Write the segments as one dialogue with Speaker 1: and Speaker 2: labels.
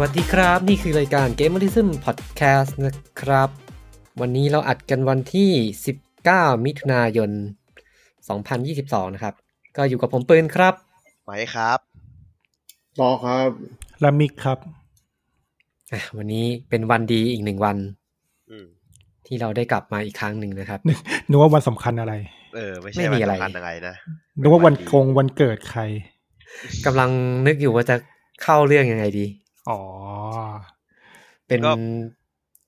Speaker 1: วัสดีครับ นี่คือรายการ g a m e r i s m Podcast นะครับ วันนี้เราอัดกันวันที่ 19 มิถุนายน 2022 นะครับ ก็อยู่กับผมปืนครับ
Speaker 2: ไหมครับ
Speaker 3: ต่อครับ
Speaker 4: และมิกครับ
Speaker 1: อ่ะวันนี้เป็นวันดีอีกหนึ่งวัน
Speaker 2: อืม
Speaker 1: ที่เราได้กลับมาอีกครั้งหนึ่ง นะครับ
Speaker 4: นึกว่าวันสำคัญอะไร
Speaker 2: เออ ไม่ใช่
Speaker 1: ไม่มีอะไร
Speaker 2: วันสำคัญอะไรนะ
Speaker 4: นึกว่าวั
Speaker 2: วัน
Speaker 4: น
Speaker 2: ดี
Speaker 4: โกงวันเกิดใคร
Speaker 1: กำลังนึกอยู่ว่าจะเข้าเรื่องยังไงดี
Speaker 4: อ๋อ
Speaker 1: เป็น
Speaker 2: ก็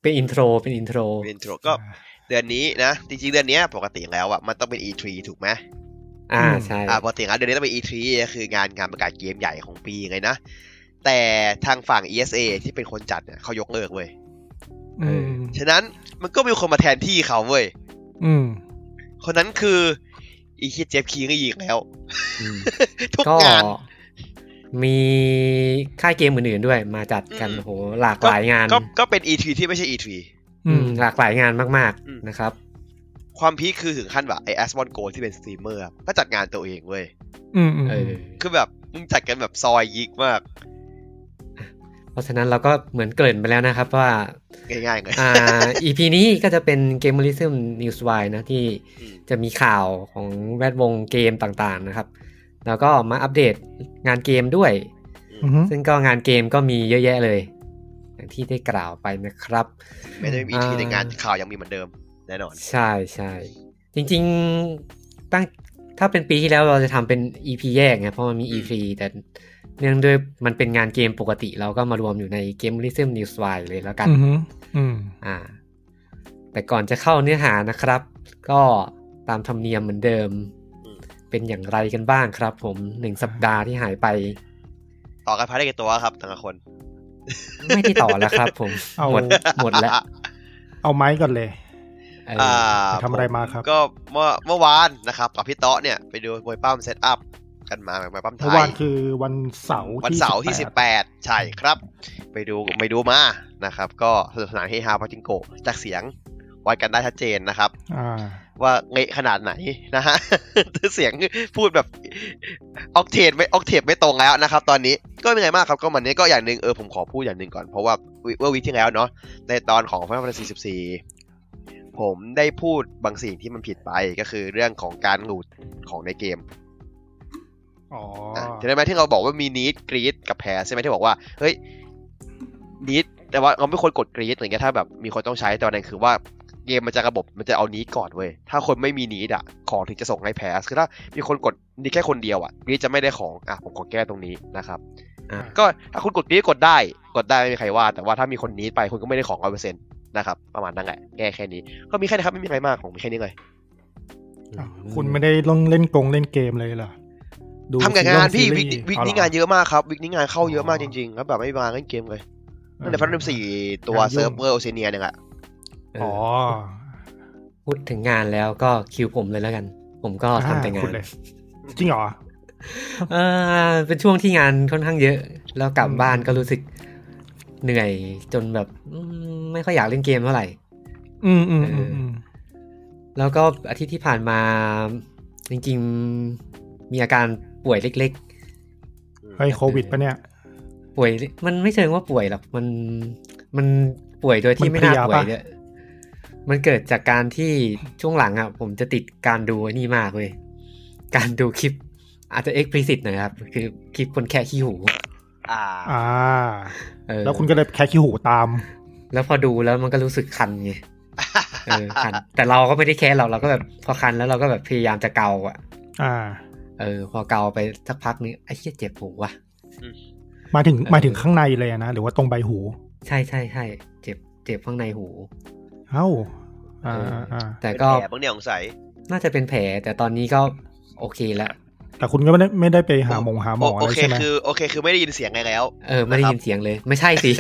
Speaker 1: เป็นอินโทรเป็นอินโทร
Speaker 2: เป็นโทรก็เดือนนี้นะ จริงๆ เดือนเนี้ยปกติแล้วอ่ะ มันต้องเป็น E3 ถูกไหม
Speaker 1: อ่าใช่
Speaker 2: อ่า ปกติแล้วเดือนนี้ต้องเป็น E3 ก็คืองานงานประกาศเกมใหญ่ของปีไงนะ แต่ทางฝั่ง ESA ที่เป็นคนจัดเนี่ยเขายกเลิกเว้ย
Speaker 4: อืม
Speaker 2: ฉะนั้นมันก็มีคนมาแทนที่เขาเว้ย
Speaker 4: อืม
Speaker 2: คนนั้นคืออีคิดเจฟคิงก็ยิงแล้ว
Speaker 1: อืม
Speaker 2: ทุก
Speaker 1: ก็
Speaker 2: งาน
Speaker 1: มีค่ายเกมอื่นๆด้วยมาจัดกัน
Speaker 2: อืม
Speaker 1: โหหลากหลายงาน
Speaker 2: ก็ก็เป็น E3 ที่ไม่ใช่ E3
Speaker 4: อื
Speaker 1: อืม
Speaker 4: ม
Speaker 1: หลากหลายงานมาก
Speaker 2: อืม
Speaker 1: ๆนะครับ
Speaker 2: ความพีคคือถึงขั้นแบบไอแอสบอนโกที่เป็นสตรีมเมอร์อะก็จัดงานตัวเองเว้ย
Speaker 4: อืมอืม
Speaker 1: เออ
Speaker 2: คือแบบมึงจัดกันแบบซอยยิกมาก
Speaker 1: เพราะฉะนั้นเราก็เหมือนเกริ่นไปแล้วนะครับว่า
Speaker 2: ง่ายๆเลย
Speaker 1: อ่า EP นี้ก็จะเป็น Gamerism News w i นะที่
Speaker 2: อืม
Speaker 1: จะมีข่าวของแวดวงเกมต่างๆนะครับ แล้วก็มาอัปเดตงานเกมด้วย
Speaker 4: อืม
Speaker 1: ซึ่งก็งานเกมก็มีเยอะแยะเลย อย่างที่ได้กล่าวไปนะครับ
Speaker 2: ไม่ได้มีที
Speaker 1: อ่า
Speaker 2: ในงานข่าวยังมีเหมือนเดิมแน่นอน
Speaker 1: ใช่ใช่จริงๆตั้งถ้าเป็นปีที่แล้วเราจะทำเป็น EP แยกไงเพราะมันมี EP แต่เนื่องด้วยมันเป็นงานเกมปกติ เราก็มารวมอยู่ใน Game r i s m News w i เลยแล้วกัน
Speaker 4: อืมอืม
Speaker 1: อ่า แต่ก่อนจะเข้าเนื้อหานะครับ ก็ตามธรรมเนียมเหมือนเดิม
Speaker 2: อืม
Speaker 1: เป็นอย่างไรกันบ้างครับผมหนึ่งสัปดาห์ที่ หายไป
Speaker 2: ต่อกันพาร์ทได้กี่ตัวครับแต่ละคน
Speaker 1: ไม่ได้ต่อแล้วครับผม
Speaker 4: เอา
Speaker 1: หมดหมดแล้ว
Speaker 4: เอาไม้ก่อนเลย
Speaker 1: เออ
Speaker 2: อ่า
Speaker 4: ไปทำอะไรมาครับ
Speaker 2: ผก็เมื่อเมื่อวานนะครับกับพี่เตาะเนี่ยไปดูมวยปั้มเซตอัพกันมาแบบมวยปั้มไท
Speaker 4: เมื่อย วานคือวันเสาร์
Speaker 2: วันเสาร์ที่สิบ
Speaker 4: 18
Speaker 2: แปดใช่ครับ ไปดูไปดูมานะครับ ก็สนุกสนานเฮฮาปาจิงโกะจากเสียงวัดกันได้ชัดเจนนะครับ
Speaker 4: อ่า
Speaker 2: ว่าเงะขนาดไหนนะฮ ะ เสียงพูดแบบออกเทนไม่ออกเทนไม่ตรงแล้วนะครับ ตอนนี้ก็ไม่เป็นไงมากครับก็มันนี้ก็อย่างหนึ่งเออผมขอพูดอย่างหนึ่งก่อนเพราะว่าวิว่าวิกที่แล้วเนาะในตอนของพระพันสี่สิบสี่ผมได้พูดบางสิ่งที่มันผิดไปก็คือเรื่องของการหลุดของในเกม
Speaker 4: อ๋อ
Speaker 2: นะจำได้ไหมที่เราบอกว่ามีนีดกรีดกับแพ้ใช่ไหมที่บอกว่าเฮ้ยนีดแต่ว่าเราไม่ควรกดกรีดอะไรเงี้ยถ้าแบบมีคนต้องใช้แต่วันนั้นคือว่า เกมมันจะระบบมันจะเอานี้ก่อนเว้ย ถ้าคนไม่มีนี้อะของถึงจะส่งให้แพสคือถ้ามีคนกดนี้แค่คนเดียวอะนี้จะไม่ได้ของอ่ะผมขอแก้ตรงนี้นะครับ
Speaker 1: อ่ะ
Speaker 2: ก็ถ้าคุณกดนี้กดได้ กดได้ไม่มีใครว่า แต่ว่าถ้ามีคนนี้ไปคุณก็ไม่ได้ของร้อยเปอร์เซ็นต์นะครับ ประมาณนั้นแหละแก้แค่นี้ ก็มีแค่นี้ครับไม่มีอะไรมากของมีแค่นี้เลย
Speaker 4: อ่ะคุณไม่ได้ลงเล่นกงเล่นเกมเลยเหรอดู
Speaker 2: ทำกับงานพี่
Speaker 4: ซี
Speaker 2: วิ
Speaker 4: รี
Speaker 2: ก
Speaker 4: ส์
Speaker 2: นี้วิกนี้
Speaker 4: เอเหรอ
Speaker 2: งานเยอะมากครับวิกนี้งานเข้าเยอะมาก
Speaker 4: อ๋
Speaker 2: จ
Speaker 4: อ
Speaker 2: ริงๆครับแบบไม่มาเล่นเกมเลยตั้งแต่
Speaker 4: เออ
Speaker 2: พันธุ์สี่ตัว
Speaker 4: งานยุ่ง
Speaker 2: เซิร์ฟเวอร์โอเซเนียเนี่ยแหละ
Speaker 1: เอ
Speaker 4: อ๋อ
Speaker 1: อพูดถึงงานแล้วก็คิวผมเลยแล้วกัน ผมก็ทำแต่งา
Speaker 4: อ่คุณ
Speaker 1: น
Speaker 4: เลย จริงเหรอ
Speaker 1: เออเป็นช่วงที่งานค่อนข้างเยอะ แล้วกลับ
Speaker 4: อืม
Speaker 1: บ้านก็รู้สึกเหนื่อยจนแบบอืมไม่ค่อยอยากเล่นเกมเท่าไหร่
Speaker 4: อืมอืมอืมอืม
Speaker 1: แล้วก็อาทิตย์ที่ผ่านมา จริงๆมีอาการป่วยเล็ก
Speaker 4: เฮ้ยโควิดปะเนี่ย
Speaker 1: ๆ ป่วยมันไม่เชิงว่าป่วยหรอกมันมันป่วยโดยที่
Speaker 4: มั
Speaker 1: ไม่
Speaker 4: นเพลี
Speaker 1: น่าย ป่วย
Speaker 4: ปะ
Speaker 1: เนี่ยมันเกิดจากการที่ช่วงหลังอ่ะ ผมจะติดการดูไอ้นี่มากเว้ยการดูคลิป อาจจะเอ็กซ์พลิสิตหน่อยครับ คือคลิปคนแค่ขี้หู
Speaker 2: อ่า
Speaker 4: อ่า
Speaker 1: เออ
Speaker 4: แล้วคุณก็เลยแค่ขี้หูตาม
Speaker 1: แล้วพอดูแล้วมันก็รู้สึกคันไง เออคั น แต่เราก็ไม่ได้แค่เราเราก็แบบพอคันแล้วเราก็แบบพยายามจะเกาอ่ะ
Speaker 4: อ่า
Speaker 1: เออ พอเกาไปสักพักนึงไอ้เหี้ยเจ็บหูว่ะ
Speaker 4: มาถึง
Speaker 1: เออ
Speaker 4: มาถึงข้างในเลยอะนะ หรือว่าตรงใบหู
Speaker 1: ใช่ใช่ใช่เจ็บเจ็บข้างในหู
Speaker 4: เอ้า อ่า
Speaker 1: เอออ่
Speaker 4: อ่า
Speaker 1: แต่
Speaker 2: เป็น
Speaker 1: ก็
Speaker 2: แผลบางเนี่ยสงสัย
Speaker 1: น่าจะเป็นแผลแต่ตอนนี้ก็โอเคแล้ว
Speaker 4: แต่คุณก็ไม่ได้ไม่ได้ไปหาหมงหาหม
Speaker 2: โอ
Speaker 4: ออะ
Speaker 2: โอ
Speaker 4: ไร
Speaker 2: เค
Speaker 4: ใช่ไหม
Speaker 2: คือโอเคคือไม่ได้ยินเสียงอะไรแล้ว
Speaker 1: เออ ไม่ได้ยินเสียงเลย ไม่ใช่สิ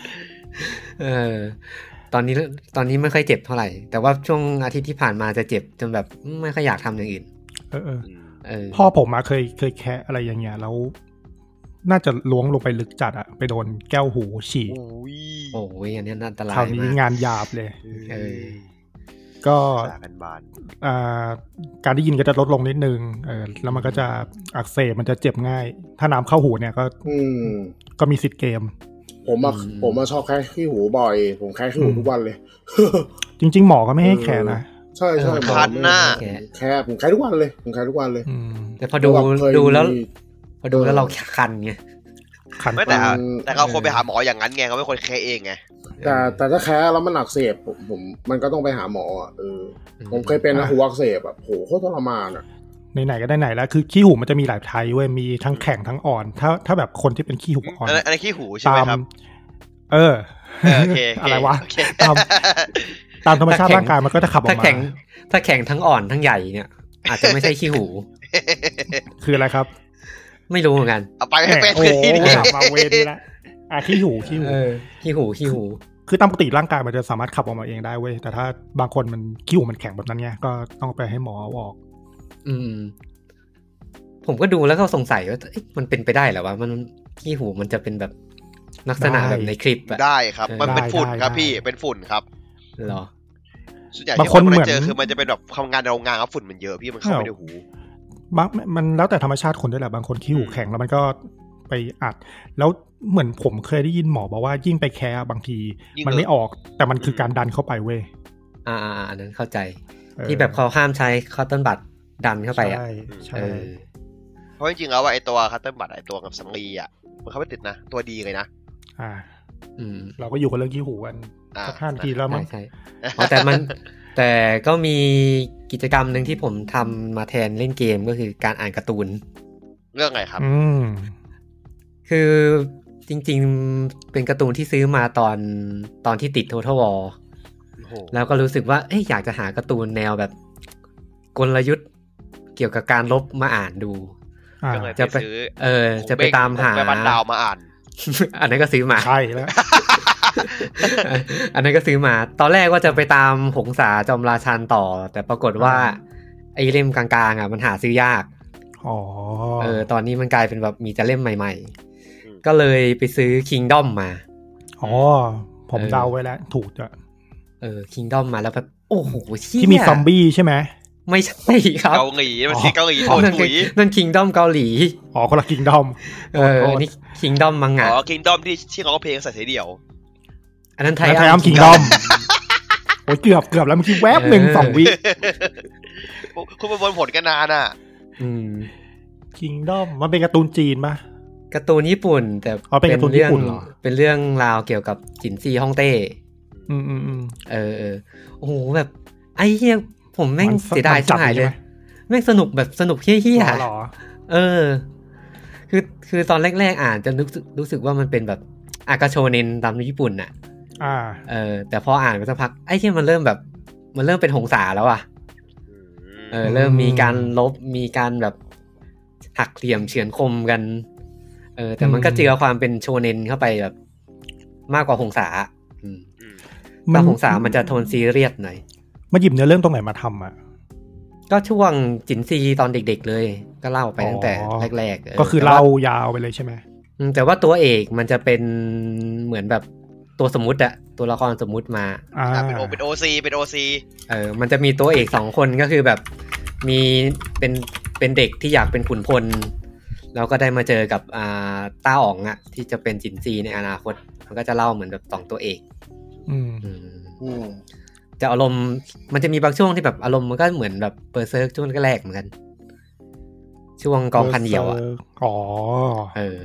Speaker 1: เออ ตอนนี้ตอนนี้ไม่ค่อยเจ็บเท่าไหร่ แต่ว่าช่วงอาทิตย์ที่ผ่านมาจะเจ็บจนแบบไม่ค่อยอยากทำอย่างอื่น
Speaker 4: เออเออ
Speaker 1: เออ
Speaker 4: พ่อผมมาเคยเคยแคะอะไรอย่างเงี้ย แล้ว น่าจะล้วงลงไปลึกจัดอะไปโดนแก้วหูฉีก
Speaker 2: อุ้ย
Speaker 1: โอ้ยอันนี้อันตราย
Speaker 4: คราวนี้
Speaker 1: มาก
Speaker 4: งานหยาบเลย
Speaker 1: เออ
Speaker 4: ก็
Speaker 2: ด่ากันบาน
Speaker 4: อ่าการได้ยินก็จะลดลงนิดนึงเออแล้วมันก็จะอักเสบมันจะเจ็บง่าย ถ้าน้ำเข้าหูเนี่ยก็
Speaker 3: อืม
Speaker 4: ก็มีสิทธิ์เกม
Speaker 3: ผมอะ
Speaker 1: อืม
Speaker 3: ผมอะชอบแค่ขี้หูบ่อย ผมแค่ขี้หูทุกวันเลย
Speaker 4: จริง ๆ หมอก็ไม่ให้แคร์นะ
Speaker 3: ใช่ใช่
Speaker 1: เออ
Speaker 2: คันหน้า
Speaker 1: แกะ
Speaker 3: แค่ผมแค่ทุกวันเลย ผมแค่ทุกวันเลย
Speaker 4: อืม
Speaker 1: แต่พอดู
Speaker 3: เพราะาเคย
Speaker 1: ดูแล้ว
Speaker 3: มี
Speaker 1: พอดูแล้ว
Speaker 3: เออ
Speaker 1: เราคันไง
Speaker 4: ขัน
Speaker 2: ไม่แต่
Speaker 4: ปาก
Speaker 2: แต่เขาควรไปหาหมออย่างนั้นไงเขาไม่ควรแค่เองไง
Speaker 3: แต่แต่ถ้าแค่แล้วมันอักเสบผมผมมันก็ต้องไปหาหมออะเออผมเคยเป็นนะ
Speaker 4: อ่ะ
Speaker 3: หูอักเสบอะโหโคตรทรมานอะ
Speaker 4: ไหนๆก็ได้ไหนแล้วคือขี้หูมันจะมีหลายไทยเว้ยมีทั้งแข็งทั้งอ่อน ถ้าถ้าแบบคนที่เป็นขี้หูอ่อน
Speaker 2: อันนั้นอันนั้นขี้หูใช่ไหม ครับ
Speaker 4: เออ
Speaker 2: เออโอเคโเค
Speaker 4: อะไรวะ
Speaker 2: โเค
Speaker 4: ตาม ตามธรรมชาติ
Speaker 1: ถ้าแข็ง
Speaker 4: ร่างกายมันก็จะขับออ
Speaker 1: ถ้าก
Speaker 4: มา
Speaker 1: แข็งถ้าแข็งทั้งอ่อนทั้งใหญ่เนี่ย อาจจะไม่ใช่ขี้หู
Speaker 4: คืออะไรครับ
Speaker 1: ไม่รู้เหมือนกัน
Speaker 2: เอาไปให้เป็น
Speaker 4: โอ้
Speaker 2: พื้น
Speaker 4: โห
Speaker 2: ที่นี้
Speaker 4: กลับมาเวรนี่ละอ่ะขี้หูขี้หู
Speaker 1: เออขี้หูขี้หู
Speaker 4: คือตามปกติร่างกายมันจะสามารถขับออกมาเองได้เว้ย แต่ถ้าบางคนมันขี้หูมันแข็งแบบนั้นไงก็ต้องไปให้หมอเอาออก
Speaker 1: อืม ผมก็ดูแล้วก็สงสัยว่าเอ๊ะมันเป็นไปได้เหรอวะมันขี้หูมันจะเป็นแบบลักษณะ
Speaker 4: ได้
Speaker 1: แบบในคลิปอะ
Speaker 2: ได้ครับ มันเป็น
Speaker 4: ได้
Speaker 2: ฝุ่นครับ
Speaker 4: ได้
Speaker 2: พี่เป็นฝุ่นครับ
Speaker 1: เหรอ
Speaker 2: ส่วนใหญ่
Speaker 4: บาง
Speaker 2: ที่
Speaker 4: คน
Speaker 2: ผม
Speaker 4: เหมื
Speaker 2: ได้
Speaker 4: อน
Speaker 2: เจอคือมันจะเป็นแบบทำงานในโรงงานครับฝุ่นมันเยอะพี่มันเข้าไปในหู
Speaker 4: บางมันแล้วแต่ธรรมชาติคนด้วยแหละ บางคนขี้หูแข็งแล้วมันก็ไปอัด แล้วเหมือนผมเคยได้ยินหมอบอกว่ายิ่งไปแคร์บางที
Speaker 2: ยิ่ง
Speaker 4: มันไม่ออก แต่มันคือการดันเข้าไปเว้ย
Speaker 1: อ่าๆๆอันนั้นเข้าใจ
Speaker 4: เออ
Speaker 1: ที่แบบเขาห้ามใช้คอตตอนบัตดันเข้าไปอ่ะ
Speaker 4: ใช่ใช่
Speaker 1: เออ
Speaker 2: เพราะจริงๆแล้วอะไอตัวคัตเตอร์บัตไอตัวกับสังลีอ่ะมันเข้าไปติดนะตัวดีเลยนะ
Speaker 4: อ่า
Speaker 1: อืม
Speaker 4: เราก็อยู่กับเรื่องขี้หูกัน
Speaker 2: อ่า
Speaker 4: สักห้านาทีแล้วมั้
Speaker 1: ใช่
Speaker 4: ง
Speaker 1: ใช่อ๋อแต่มัน แต่ก็มีกิจกรรมหนึ่งที่ผมทำมาแทนเล่นเกมก็คือการอ่านการ์ตูน
Speaker 2: เรื่องไงครับ
Speaker 4: อืม
Speaker 1: คือจริงๆเป็นการ์ตูนที่ซื้อมาตอนตอนที่ติด Total War
Speaker 2: โอ้โห
Speaker 1: แล้วก็รู้สึกว่าเอ๊ะอยากจะหาการ์ตูนแนวแบบกลยุทธ์เกี่ยวกับการลบมาอ่านดู
Speaker 4: อ่า
Speaker 2: ก็เลย
Speaker 1: จะ
Speaker 2: ไป
Speaker 1: ไป
Speaker 2: ซื้อ
Speaker 1: เออ จะไปตามหา
Speaker 2: ไปบันดาวมาอ่าน
Speaker 1: อันนั้นก็ซื้อมา
Speaker 4: ใช่แล้ว
Speaker 1: อ่ะอันนั้นก็ซื้อมา ตอนแรกว่าจะไปตามหงสาจอมราชันต่อ แต่ปรากฏว่า
Speaker 4: อ่า
Speaker 1: ไอ้เล่มกลางๆอ่ะมันหาซื้อยาก
Speaker 4: อ๋อ
Speaker 1: เออ ตอนนี้มันกลายเป็นแบบมีแต่เล่มใหม่
Speaker 2: อืม
Speaker 1: ๆ ก็เลยไปซื้อคิงด o อมมา
Speaker 4: อ๋อ ผม
Speaker 1: เออ
Speaker 4: เดาไว้แล้ว ถูกจะ
Speaker 1: เออคิงด o อมมาแล้วแบบโอ้โหเหี้ย
Speaker 4: ที่มีซอมบี้ใช่ไหม
Speaker 1: ไม่ใช่ครับ
Speaker 2: เกาหลีมันชื่อเกาหลีโทษ
Speaker 1: นั่น
Speaker 2: ถุย
Speaker 1: นั่นคิงด o อมเกาหลี
Speaker 4: อ๋อคนละกิงดอม
Speaker 1: เออ
Speaker 4: ขอโทษ
Speaker 1: นี่คิงด o อมมังงะ
Speaker 2: อ๋อคิงดอมที่ที่เขาเอาเพลงใส่เสียเดี่ยว
Speaker 1: อันนั้นไท
Speaker 4: ไทยอัมคิงดอมโอ้ยเกือบเกือบแล้วเมื่อกี้แวบหนึ่งสองวิ
Speaker 2: คุณประมวลผลกันนานอ่ะ
Speaker 1: อืม
Speaker 4: คิงดอมมันเป็นการ์ตูนจีนปะ
Speaker 1: การ์ตูนญี่ปุ่น แต่
Speaker 4: อ๋อเป็นการ์ตูนญี่ปุ่นเหรอ
Speaker 1: เป็นเรื่องราวเกี่ยวกับจินซีฮ่องเต้
Speaker 4: อืมอืมอืม
Speaker 1: เออเออโอ้โหแบบไอ้เหี้ยผมแม่ง
Speaker 4: น
Speaker 1: เสียดาย
Speaker 4: มัน
Speaker 1: ชิบหายเลย แม่งสนุกแบบสนุกเฮี้
Speaker 4: ใช่
Speaker 1: ย
Speaker 4: ไหมหรอ
Speaker 1: ๆเออ คือคือตอนแรก ๆ อ่านจะรู้สึกรู้สึกว่ามันเป็นแบบอากาโชเนนตามญี่ปุ่นน่ะ
Speaker 4: อ่า
Speaker 1: เออแต่พออ่านไปสักพักไอ้ที่มันเริ่มแบบ มันเริ่มเป็นหงสาแล้วอ่ะเออ เริ่มมีการลบมีการแบบหักเหลี่ยมเฉือนคมกัน เออ แต่มันก็
Speaker 4: อืม
Speaker 1: เจือความเป็นโชเนนเข้าไปแบบ มากกว่าหงสาอืม
Speaker 4: มั
Speaker 1: ถ้าหงสามันจะโทนซีเรียสหน่อย
Speaker 4: มันหยิบเนื้อเรื่องตรงไหนมาทำอ่ะ
Speaker 1: ก็ช่วงจินซีตอนเด็กๆเลย ก็เล่าไปตั้งแต่
Speaker 4: อ๋อ
Speaker 1: แรกๆ
Speaker 4: ก็คือเล่ายาวไปเลยใช่ไหม
Speaker 1: อืมแต่ว่าตัวเอกมันจะเป็นเหมือนแบบตัวสมมติอะตัวละครสมมุติมา
Speaker 4: อ่า
Speaker 2: อ่ะเป็นโอเป็นโอซีเป็นโอซี
Speaker 1: เออมันจะมีตัวเอกสองคนก็คือแบบมีเป็นเป็นเด็กที่อยากเป็นขุนพลแล้วก็ได้มาเจอกับอ่าต้าอ๋องอะที่จะเป็นจินซีในอนาคต มันก็จะเล่าเหมือนแบบสองตัวเอก
Speaker 4: อืม
Speaker 1: อืม
Speaker 3: อืม
Speaker 1: จะอารมณ์มันจะมีบางช่วงที่แบบอารมณ์มันก็เหมือนแบบเปอร์เซิร์กช่วงแรกๆเหมือนกัน ช่วงกองพันเหยี่ยวอะ
Speaker 4: อ๋อ
Speaker 1: เออ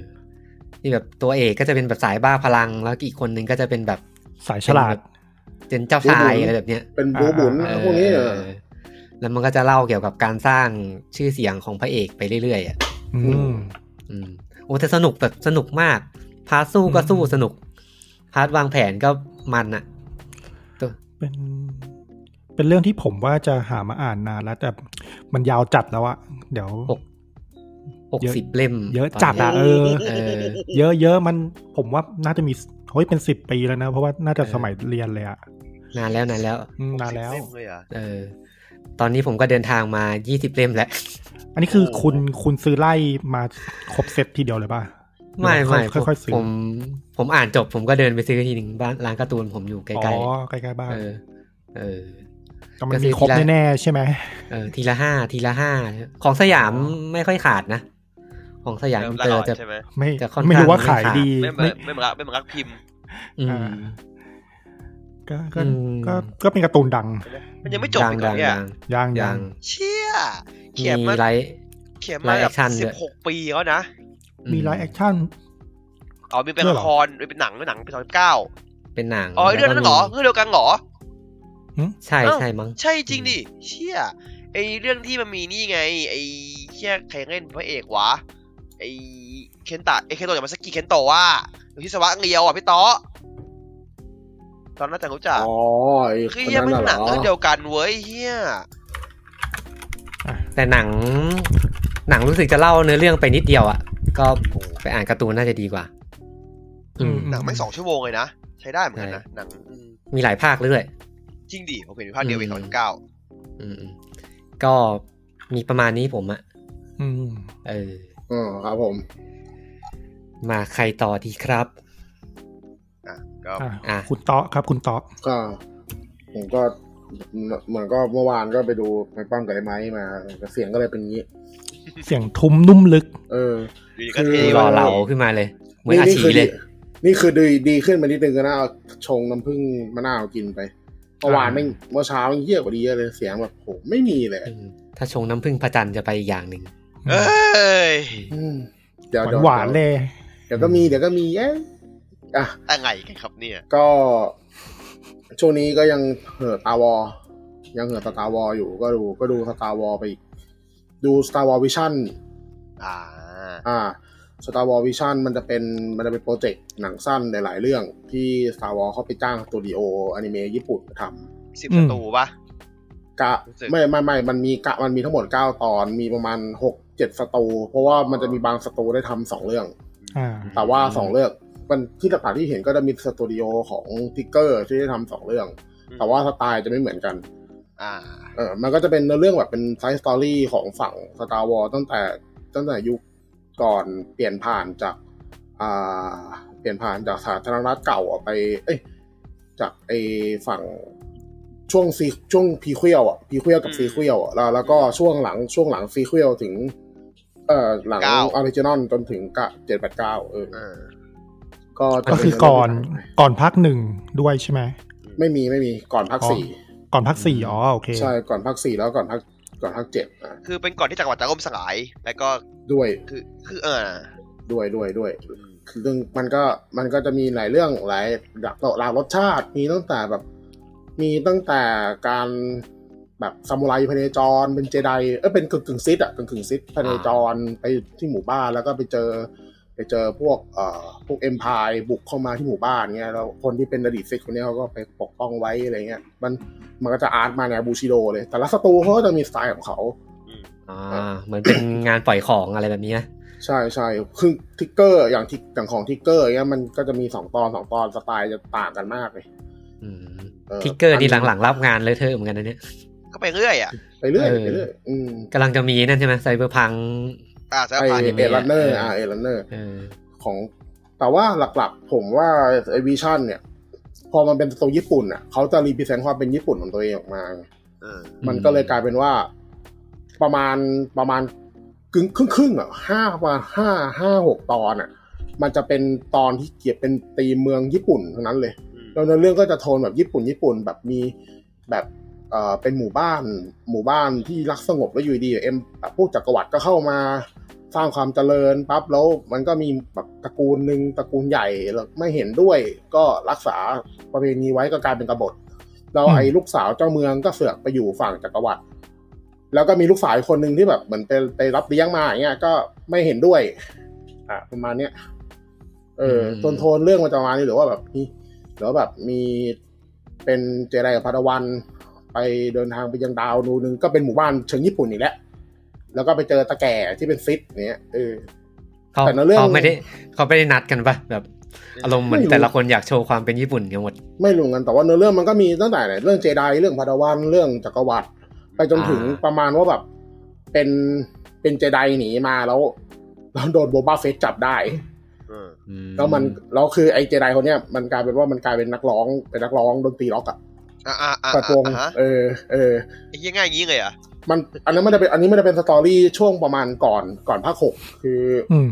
Speaker 1: ที่แบบตัวเอกก็จะเป็นแบบสายบ้าพลัง แล้วอีกคนนึงก็จะเป็นแบบ
Speaker 4: สายฉลาด
Speaker 1: เป็นเจ้าชายอะไรแบบเนี้ย
Speaker 3: เป็นบูบุน
Speaker 4: อ่า
Speaker 1: เออ
Speaker 3: พวกนี้เหรอ
Speaker 1: แล้วมันก็จะเล่าเกี่ยวกับการสร้างชื่อเสียงของพระเอกไปเรื่อยๆอ่ะ
Speaker 4: อืม
Speaker 1: อืมโอ้แต่สนุกแบบสนุกมาก พาร์ทสู้ก็
Speaker 4: อืม
Speaker 1: สู้สนุก พาร์ทวางแผนก็มันอ่ะตัว
Speaker 4: เป็น เป็นเรื่องที่ผมว่าจะหามาอ่านนานแล้ว แต่มันยาวจัดแล้วอะเดี๋ยว
Speaker 1: หกสิบเล่ม
Speaker 4: เยอะ
Speaker 1: ตนนี้
Speaker 4: จัดอะเออ
Speaker 1: เออ
Speaker 4: เยอะเยอะมันผมว่าน่าจะมีเฮ้ยเป็นสิบปีแล้วนะ เพราะว่าน่าจะสมัยเรียนเลยอะ
Speaker 1: นานแล้วนานแล้ว
Speaker 4: อืมนานแล้ว
Speaker 2: เล่มเลยเหรอ
Speaker 1: เออ ตอนนี้ผมก็เดินทางมายี่สิบเล่มแล้ว
Speaker 4: อันนี้คือ
Speaker 2: โอ้
Speaker 4: คุณคุณซื้อไล่มาครบเซตทีเดียวเลยป่ะ
Speaker 1: ไม่
Speaker 4: หรือ
Speaker 1: ไม่
Speaker 4: ว่าค่อยค่อยๆซื้อ
Speaker 1: ผมผมอ่านจบผมก็เดินไปซื้อทีหนึ่งบ้านร้านการ์ตูนผมอยู่ใก
Speaker 4: อ๋
Speaker 1: ล้
Speaker 4: อใกล้ๆบ้า
Speaker 1: ๆ
Speaker 4: น
Speaker 1: เออ เออ
Speaker 4: แต่มันมีครบแน่ๆใช่ไหม
Speaker 1: เออทีละห้าทีละห้าของสยามไม่ค่อยขาดนะ ของสยามอินเตอร์จะ
Speaker 2: ใช่ไหม
Speaker 4: ไม่
Speaker 1: จะค่อนข้าง
Speaker 4: ไม่รู้ว่าขายดี
Speaker 2: ไม่เหมือน
Speaker 4: ไม่
Speaker 2: ไม่เหมือนรักไม่เหมือนรักพิมพ์
Speaker 1: อืม
Speaker 4: อ่า ก็ก็
Speaker 1: อืม
Speaker 4: ก็ก็เป็นการ์ตูนดัง
Speaker 2: มันยังไม่จบ
Speaker 1: ดัง
Speaker 2: อีกเหร
Speaker 1: ดั
Speaker 2: อง เนี่ย
Speaker 1: ดังดั
Speaker 4: ย่างย่าง ง
Speaker 2: เชี่ย
Speaker 1: มี
Speaker 2: เขียนมา
Speaker 1: ไลท์
Speaker 2: เขียนมา
Speaker 1: ไลฟ์
Speaker 2: แบ
Speaker 1: แอบ คชั่นด้
Speaker 2: สิ
Speaker 1: วย
Speaker 2: บหกปีแล้วนะ
Speaker 4: มีไลฟ์แอคชั่น
Speaker 2: อ๋อมีเป็น
Speaker 4: ด้วย
Speaker 2: ละ
Speaker 4: เหรอ
Speaker 2: ครมีเป็นหนังเป็นหนังเป็นสองเก้า
Speaker 1: เป็นหนัง
Speaker 2: อ๋อไอ้เรื่องนั้นเหรอ
Speaker 1: แล้วก็มี
Speaker 2: เรื่องเดียวกันเหรอ
Speaker 1: ใช่
Speaker 2: อ้าว
Speaker 1: ใช่มั้ง
Speaker 2: ใช่จริงดิเชี่ยไอเรื่องที่มันมีนี่ไง ไอเชี่ยใครเล่นพระเอกวะไอเคนตะไอเคนโตะจากมาสกิเคนโตะว่ะหรือที่สวะเรียวอ่ะพี่ต๊อตอนนั้นแต่รู้จัก
Speaker 3: อ๋อไอ้
Speaker 2: คือ
Speaker 3: คน
Speaker 2: เฮีย
Speaker 3: นั้น
Speaker 2: มัน
Speaker 3: น่ะ
Speaker 2: หนัง
Speaker 3: เหรอ
Speaker 2: เรื่องเดียวกันเว้ยเฮีย
Speaker 1: แต่หนัง หนังรู้สึกจะเล่าเนื้อเรื่องไปนิดเดียวอ่ะ ก็ไปอ่านการ์ตูนน่าจะดีกว่า อืม
Speaker 2: หนังไม่งสองชั่วโมงเลยนะ ใช้ได้เหมือนกันนะหนังอืม
Speaker 1: มีหลายภาคเลยด้วย
Speaker 2: จริงดิผมเห็นอยู่ภาคเดียวเอง
Speaker 1: อื
Speaker 2: สอ
Speaker 1: ม
Speaker 2: งเก้า
Speaker 1: อืมๆก็มีประมาณนี้ผมอะ
Speaker 4: อืม
Speaker 1: เออ
Speaker 3: อ๋อครับผม
Speaker 1: มาใครต่อดีครับ
Speaker 2: อ่ะก็
Speaker 4: อ่ะ
Speaker 1: อ่ะ
Speaker 4: คุณเตาะครับคุณเตาะ
Speaker 3: ก็ผมก็เหมือนก็เมื่อวานก็ไปดูไปปั้มกับไอ้ไม้มาเสียงก็เลยเป็นอย่างนี้
Speaker 4: เสียงทุ้มนุ่มลึก
Speaker 3: เออ
Speaker 2: ดีก็เท
Speaker 3: ออ
Speaker 1: รอ
Speaker 2: ว่ะ
Speaker 1: เหลาขึ้นมาเลย เหมือนอาชี
Speaker 3: คื
Speaker 1: เลย
Speaker 3: ดีนี่คือดีดีขึ้นมานิดนึงก็น่าเอาชงน้ำผึ้งมะนาวกินไปเมื่อวาน
Speaker 4: อ่า
Speaker 3: ไม่งเมื่อเช้ายังเยี่ยกว่าดีเยอะเลยเสียงแบบโหไม่มีเลย
Speaker 1: อืมถ้าชงน้ำผึ้งพระจันทร์จะไปอีกอย่างหนึ่ง
Speaker 2: เอ้ย
Speaker 3: อืมเดี๋ยว
Speaker 4: หวา
Speaker 3: เดี๋
Speaker 4: น
Speaker 3: ยว
Speaker 4: หวานๆเลย
Speaker 3: เดี๋ยวก็มีเดี๋ยวก็มีเอ๊ะอ่ะ
Speaker 2: อะไรกันครับเนี่ย
Speaker 3: ก็ช่วงนี้ก็ยังเหินตาวอ ยังเหินสตาวออยู่ก็ดูก็ดูสตาวอไปอีก ดูสตาวอวิชั่น
Speaker 2: อ่า
Speaker 3: อ่าสตาวอวิชั่นมันจะเป็นมันจะเป็นโปรเจกต์หนังสั้นหลายๆเรื่องที่สตาวอเขาไปจ้างสตูดิโออนิเมะญี่ปุ่นมาท
Speaker 2: สิบ
Speaker 4: อื
Speaker 2: ป
Speaker 4: ม
Speaker 2: ระตูปะ
Speaker 3: ำกะ
Speaker 2: รู้สึก
Speaker 3: ไม่ไม่ไม่มันมีกะมันมีทั้งหมดเก้าตอนมีประมาณหกเจ็ดสตู เพราะว่ามันจะมีบางสตูได้ทำสองเรื่อง
Speaker 4: อ่า
Speaker 3: แต่ว่า
Speaker 1: อืม
Speaker 3: สองเรื่องมันที่หลักๆที่เห็นก็จะมีสตูดิโอของทิกเกอร์ที่ได้ทำสองเรื่อง แต่ว่าสไตล์จะไม่เหมือนกัน
Speaker 2: อ่า
Speaker 3: เออมันก็จะเป็นเรื่องแบบเป็นไซส์สตอรี่ของฝั่ง Star Wars ตั้งแต่ตั้งแต่ยุคก่อนเปลี่ยนผ่านจากอ่าเปลี่ยนผ่านจากสาธารณรัฐเก่าออกไป เอ้ยจากไอฝั่งช่วงซีช่วงพีควีลอ่ะพีควีลกับ
Speaker 2: อืม
Speaker 3: ซีควีลแล้วแล้วก็ช่วงหลังช่วงหลังซีควีลถึง เอ่อหลังอ
Speaker 2: เก้า
Speaker 3: อริจินอลจนถึงกะเจ็ดแปดเก้าเออ
Speaker 2: เออ
Speaker 3: ก็
Speaker 1: มัน
Speaker 4: ก็คือก่อนก่อนพักหนึ่งด้วยใช่ไหม
Speaker 3: ไม่มีไม่มีก่อนพัก
Speaker 4: อ๋อ
Speaker 3: สี่
Speaker 4: ก่อนพักสี่อ๋อโอเค
Speaker 3: ใช่ก่อนพักสี่แล้วก่อนพักก่อนพักเจ็ดอ่ะ
Speaker 2: คือเป็นก่อนที่จักรวรรดิจะล่มสลาย แล้วก็
Speaker 3: ด้วย
Speaker 2: คือคือเออ
Speaker 3: ด้วยด้วยด้วย
Speaker 2: อืม
Speaker 3: เรื่องมันก็มันก็จะมีหลายเรื่องหลายหลากหลากรสชาติ มีตั้งแต่แบบ มีตั้งแต่การแบบซามูไรพเนจรเป็นเจไดเอยเป็นกึ่งกึ่งซิดอะกึ่งกึ่งซิดพเนจรไปที่หมู่บ้านแล้วก็ไปเจอ ไปเจอพวกเอ่อพวกเอ็มพายบุกเข้ามาที่หมู่บ้านเงี้ยแล้วคนที่เป็นอดีตซิดคนเนี้ยเขาก็ไปปกป้องไว้อะไรเงี้ยมันมันก็จะอาร์ตมาแนวบูชิโดเลย แต่ละสตูเขาก็จะมีสไตล์ของเขา
Speaker 1: อ่าเหมือนเป็นงานปล่อยของอะไรแบบนี้นะ
Speaker 3: ใช่ใช่คือทิกเกอร์อย่างทิกอย่างของทิกเกอร์เงี้ยมันก็จะมีสองตอนสองตอนสไตล์จะต่างกันมากเลย
Speaker 1: อืม
Speaker 3: เออ
Speaker 1: ทิกเกอร์นี่
Speaker 3: อัน
Speaker 1: หลังๆ รับงานเลยเธอะเหมือนกันนะเนี่ย
Speaker 2: ก็ไปเรื่อยอ่ะ
Speaker 3: ไปเรื่อย
Speaker 1: เออ
Speaker 3: ไปเรื่อยอืม
Speaker 1: กำลังจะมีนั่นใช่ไหมไซเบอร์พัง
Speaker 2: อ่าแซว
Speaker 3: ไอ
Speaker 2: ผ่าน
Speaker 1: นิ
Speaker 3: เอ
Speaker 1: เมะ
Speaker 3: รันเนอร์
Speaker 1: เอออ่
Speaker 3: อ่าเอรันเนอร์
Speaker 1: เออ
Speaker 3: ของ แต่ว่าหลักๆ ผมว่าไอวิชั่นเนี่ย พอมันเป็นตัวญี่ปุ่นอ่ะเขาจะรีพิเซนต์ความเป็นญี่ปุ่นของตัวเองออกมา
Speaker 2: เออ
Speaker 3: มันก็เลยกลายเป็นว่า ประมาณประมาณครึ่งครึ่งครึ่งๆอ่ะห้าประมาณห้าห้าหกตอนอ่ะ มันจะเป็นตอนที่เกี่ยวเป็นตีมเมืองญี่ปุ่นทั้งนั้นเลย
Speaker 2: อืม
Speaker 3: แล้วเนื้อเรื่องก็จะโทนแบบญี่ปุ่นญี่ปุ่นแบบมีแบบเอ่อเป็นหมู่บ้าน หมู่บ้านที่รักสงบแล้วอยู่ดีเอ็มแบบพวกจักรวรรดิก็เข้ามาสร้างความเจริญปั๊บแล้วมันก็มีแบบตระกูลหนึ่งตระกูลใหญ่แล้วไม่เห็นด้วย ก็รักษาประเพณีไว้ก็กลายเป็นกบฏแล้วไอ้ลูกสาวเจ้าเมืองก็เสือกไปอยู่ฝั่งจักรวรรดิแล้วก็มีลูกสาวอีกคนหนึ่งที่แบบเหมือนไปไปรับเลี้ยงมาอย่างเงี้ยก็ไม่เห็นด้วย อ่ะประมาณเนี้ยเออ
Speaker 1: อืม
Speaker 3: โทนโทนเรื่องมันจะประมาณนี้หรือว่าแบบมี แล้วแบบมีเป็นเจไดกับพาดาวันไปเดินทางไปยังดาวนูนึงก็เป็นหมู่บ้านเชิงญี่ปุ่นอีกแล้วแล้วก็ไปเจอตะแก่ที่เป็นซิดเนี้ยเออ
Speaker 1: เขา
Speaker 3: แต่ละเรื่อง
Speaker 1: เขาไม่ได้เขาไม่ได้นัดกันปะแบบอารมณ์เหมือนแต่ละคนอยากโชว์ความเป็นญี่ปุ่นกันหมด
Speaker 3: ไม่รู้เหมือนกันแต่ว่าเนื้อเรื่องมันก็มีตั้งแต่ไหนเรื่องเจไดเรื่องพาดาวันเรื่องจักรวรรดิไปจนถึง
Speaker 1: อ่า
Speaker 3: ประมาณว่าแบบเป็นเป็นเจไดหนีมาแล้วแล้วโดนโบบ้าเฟสจับได้
Speaker 2: เออ
Speaker 1: อื
Speaker 3: แล้วมันแล้วคือไอ้เจไดคนเนี้ยมันกลายเป็นว่ามันกลายเป็นนักร้องเป็นนักร้องดนตรีร็อกอะ
Speaker 2: อ่าอ่าอ่า
Speaker 3: เปิดวง
Speaker 2: ฮะ
Speaker 3: เออเออ
Speaker 2: ไอ้เหี้ยง่ายอย่างงี้เลยเหรอ่ะ
Speaker 3: มันอันนั้นไม่ได้เป็นอันนี้ไม่ได้เป็นสตอรี่ช่วงประมาณก่อนก่อนภาคหกคือ
Speaker 4: อืม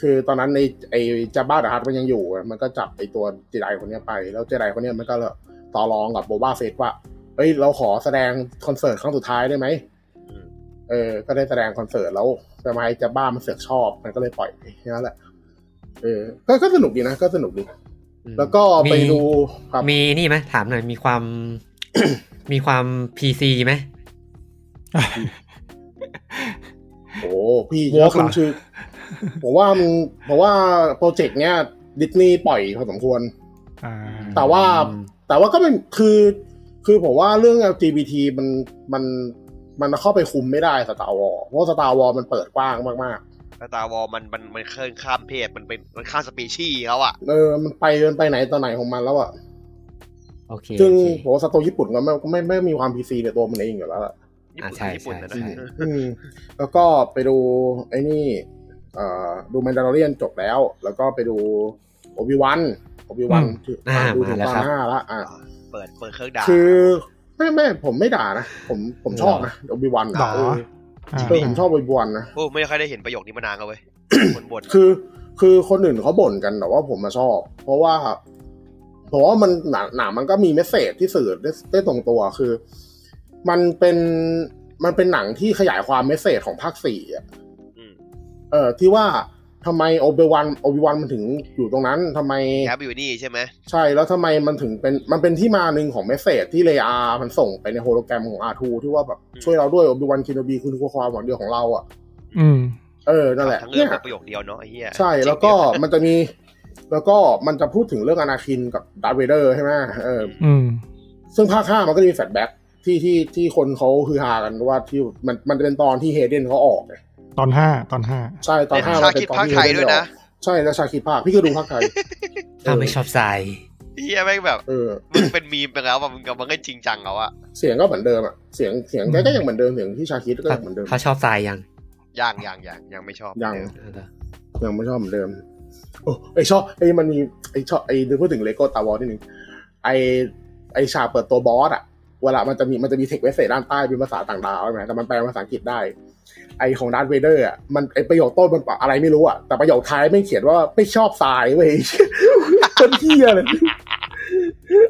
Speaker 3: คือตอนนั้นในไอ้จาบ้าดาฮัตมันยังอยู่อะมันก็จับไอ้ตัวเจไดคนเนี้ยไป แล้วเจไดคนเนี้ยมันก็เลยต่อรองกับโบบ้าเฟสว่า เอ้ย เราขอแสดงคอนเสิร์ตครั้งสุดท้ายได้ไหม เออ ก็ได้แสดงคอนเสิร์ตแล้วทำไมจาบ้ามันเสือกชอบ มันก็เลยปล่อยไปแค่นั้นแหละ เออ ก็ก็สนุกดีนะ ก็สนุกดี
Speaker 1: อืม
Speaker 3: แล้วก็ไป
Speaker 1: มี
Speaker 3: ดูครับ
Speaker 1: มีนี่ไหมถามหน่อยมีความ มีความพีซีไหม
Speaker 3: โอ้พี่
Speaker 4: ว
Speaker 3: เย
Speaker 4: อล์
Speaker 3: อะ
Speaker 4: ก
Speaker 3: คุ
Speaker 4: เหร
Speaker 3: ณ
Speaker 4: อ
Speaker 3: ชื่อผมว่ามันผมว่าโปรเจกต์เนี้ยดิสนีย์ปล่อยพอสมควร
Speaker 4: อ่า
Speaker 3: แต่ว่า
Speaker 1: อืม
Speaker 3: แต่ว่าก็เป็นคือคือผมว่าเรื่อง LGBT มันมันมันเข้าไปคุมไม่ได้สตาร์วอลเพราะสตาร์วอลมันเปิดกว้างมาก
Speaker 2: แต่ตาวอลมันมันมันเคลื่อนข้ามเพศมันเป็นมันข้ามสปีชีส์เขาอ่ะ
Speaker 3: ๆเออมันไปมันไปไหนต่อไหนของมันแล้วอะ
Speaker 1: โอเค
Speaker 3: ซึ่ง
Speaker 1: โอเค
Speaker 3: ผมว่าสตูญี่ปุ่นก็ไม่ไม่ไม่มีความพีซีในตัวมันเองอยู่แล้วอะ
Speaker 2: ญี่ปุ่น
Speaker 1: อ่าใช่
Speaker 2: ญี่ปุ่นนะ
Speaker 1: ใช่ใช่
Speaker 2: นะ
Speaker 3: อืมแล้วก็ไปดูไอ้นี่เอ่อดูแมนดาร์เรียนจบแล้ว แล้วก็ไปดูโอบิวันโอบิวัน
Speaker 1: อ่า
Speaker 3: ดูถึง
Speaker 1: มาแล้วครั
Speaker 3: ตอน
Speaker 1: บ
Speaker 3: ห้าละอ่ะ
Speaker 2: เปิดเปิดเครื่องด่า
Speaker 3: คือไม่ไม่ผมไม่ด่านะผมผมชอบนะโอบิวัน
Speaker 4: หรอ
Speaker 3: เออ
Speaker 4: อ่า
Speaker 3: เออผมชอบบิบวนนะ
Speaker 2: โอ้ไม่ค่อยได้เห็นประโยคนี้มานานแล้วเว้ ย บ่นบ่น
Speaker 3: คือคือคนอื่นเขาบ่นกันแต่ว่าผมมาชอบ เพราะว่าเพราะว่ามันหนาหนามันก็มีเมสเซจที่สื่อได้ได้ตรงตัวคือ มันเป็นมันเป็นหนังที่ขยายความเมสเซจของภาคสี่อะ
Speaker 2: อืม
Speaker 3: เออที่ว่าทำไมโอเบวันโอบิวันมันถึงอยู่ตรงนั้นทำไม
Speaker 2: แคปอยู่นี่ใช่ไหม
Speaker 3: ใช่แล้วทำไมมันถึงเป็นมันเป็นที่มาหนึ่งของเมสเซจที่เลอามันส่งไปในโฮโลแกรมของอาทูที่ว่าแบบช่วยเราด้วยโอบิวันคินโนบีคือความหวังเดียวของเราอ่ะ
Speaker 4: อืม
Speaker 3: เออนั่นแหละ
Speaker 2: ทั้งเรื่องเป็นประโยคเดียวเนาะไอ้เหี้ย
Speaker 3: ใช่แล้วก็มันจะมีแล้วก็มันจะพูดถึงเรื่องอนาคินกับดาร์ธเวเดอร์ใช่ไหมเออ
Speaker 4: อืม
Speaker 3: ซึ่งภาคห้ามันก็จะมีแฟลชแบ็กที่ที่ที่คนเขาฮือฮากันว่าที่มันมันจะเป็นตอนที่เฮเดนเขาออกไง
Speaker 4: ตอนห้าตอนห้า
Speaker 3: ใช่ตอน
Speaker 2: เป็น
Speaker 3: ห้า
Speaker 2: ชา
Speaker 3: มันเป็
Speaker 2: คิด
Speaker 3: นตอน
Speaker 2: ภาค
Speaker 3: ที่
Speaker 2: ไท
Speaker 3: เฮ
Speaker 2: ย
Speaker 3: เดน
Speaker 2: ด้วย
Speaker 3: ออ
Speaker 2: นะ
Speaker 3: กใช่แล้วชาคิดภาคพี่ก็ดูภาคไทย
Speaker 1: ถ้าไม่ชอบทราย
Speaker 2: เหี้ยแม่งแบบ
Speaker 3: เออ
Speaker 2: มึงเป็นมีมไปแล้วว่ามึงกับมึงก็จริงจังแล้วอะ
Speaker 3: เสียงก็เหมือนเดิมอ่ะเสียงเสียงแก
Speaker 4: อืม
Speaker 3: ก็ยังเหมือนเดิมเสียงที่ชาคิดก็
Speaker 1: เขา
Speaker 3: ยังเหมือนเดิม
Speaker 1: เขาชอบทรายยัง
Speaker 2: ย่างย่างย่างยังไม่ชอบ
Speaker 3: ยัง
Speaker 2: เออ
Speaker 3: ยังไม่ชอบเหมือนเดิมโอ้ไอชอบไอมันมีไอชอบไอเดี๋ยวพูดถึงเลโก้ตาวอนิดนึงไอไอฉากเปิดตัวบอสอะเวลามันจะมีมันจะมีเทคเวสเซด้านใต้เป็นภาษาต่างดาวใช่ไหมแต่มันแปลเป็นภาษาอังกฤษได้ ไอของดาร์ธเวเดอร์อะมันไอประโยคต้นมันอะไรไม่รู้อะแต่ประโยคท้ายไม่งเขียนว่าไม่ชอบทรายเว้ย เป็นเหี้ยเลย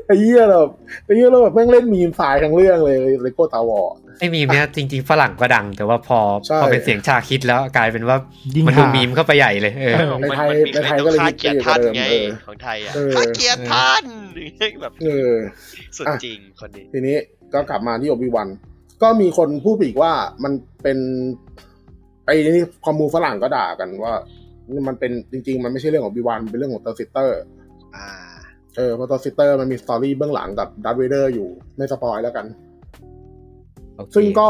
Speaker 3: ไอเหี้ยแบบไอเหี้ยเราแบบแม่งเล่นมีมทรายทั้งเรื่องเลยเลโก้ตาวอ
Speaker 1: ไอ้มีมเนี้ยจริง ๆ ฝรั่งก็ดัง แต่ว่าพอ
Speaker 3: ใช่
Speaker 1: พอเป็นเสียงชาคิดแล้วกลายเป็นว่า
Speaker 4: ยิ่ง
Speaker 1: มันดู
Speaker 4: หา
Speaker 1: มีมเข้าไปใหญ่เลยเออ
Speaker 4: เออ
Speaker 2: มัน
Speaker 3: ในไทย
Speaker 2: มันมี
Speaker 3: ในไทย
Speaker 2: เรื่อง
Speaker 3: ก็เลย
Speaker 2: ค่าเกียรติท่านไง
Speaker 3: เออ
Speaker 2: ของไทยอะ
Speaker 3: เออ
Speaker 2: ค่าเกียรติท่านแบบ
Speaker 3: เออ
Speaker 2: สุด
Speaker 3: อ่ะ
Speaker 2: จริงคนนี้
Speaker 3: ทีนี้ก็กลับมาที่โอบิวัน ก็มีคนพูดไปอีกว่ามันเป็นไอ้นี่คอมมูฝรั่งก็ด่ากันว่านี่มันเป็นจริง ๆ มันไม่ใช่เรื่องของบิวันเป็นเรื่องของเตอร์ซิสเตอร์
Speaker 2: อ่า
Speaker 3: เออเพราะเตอร์ซิสเตอร์มันมีสตอรี่เบื้องหลังกับดัตเวเดอร์อยู่ในสปอยแล้วกัน
Speaker 1: โอเค
Speaker 3: ซึ่งก็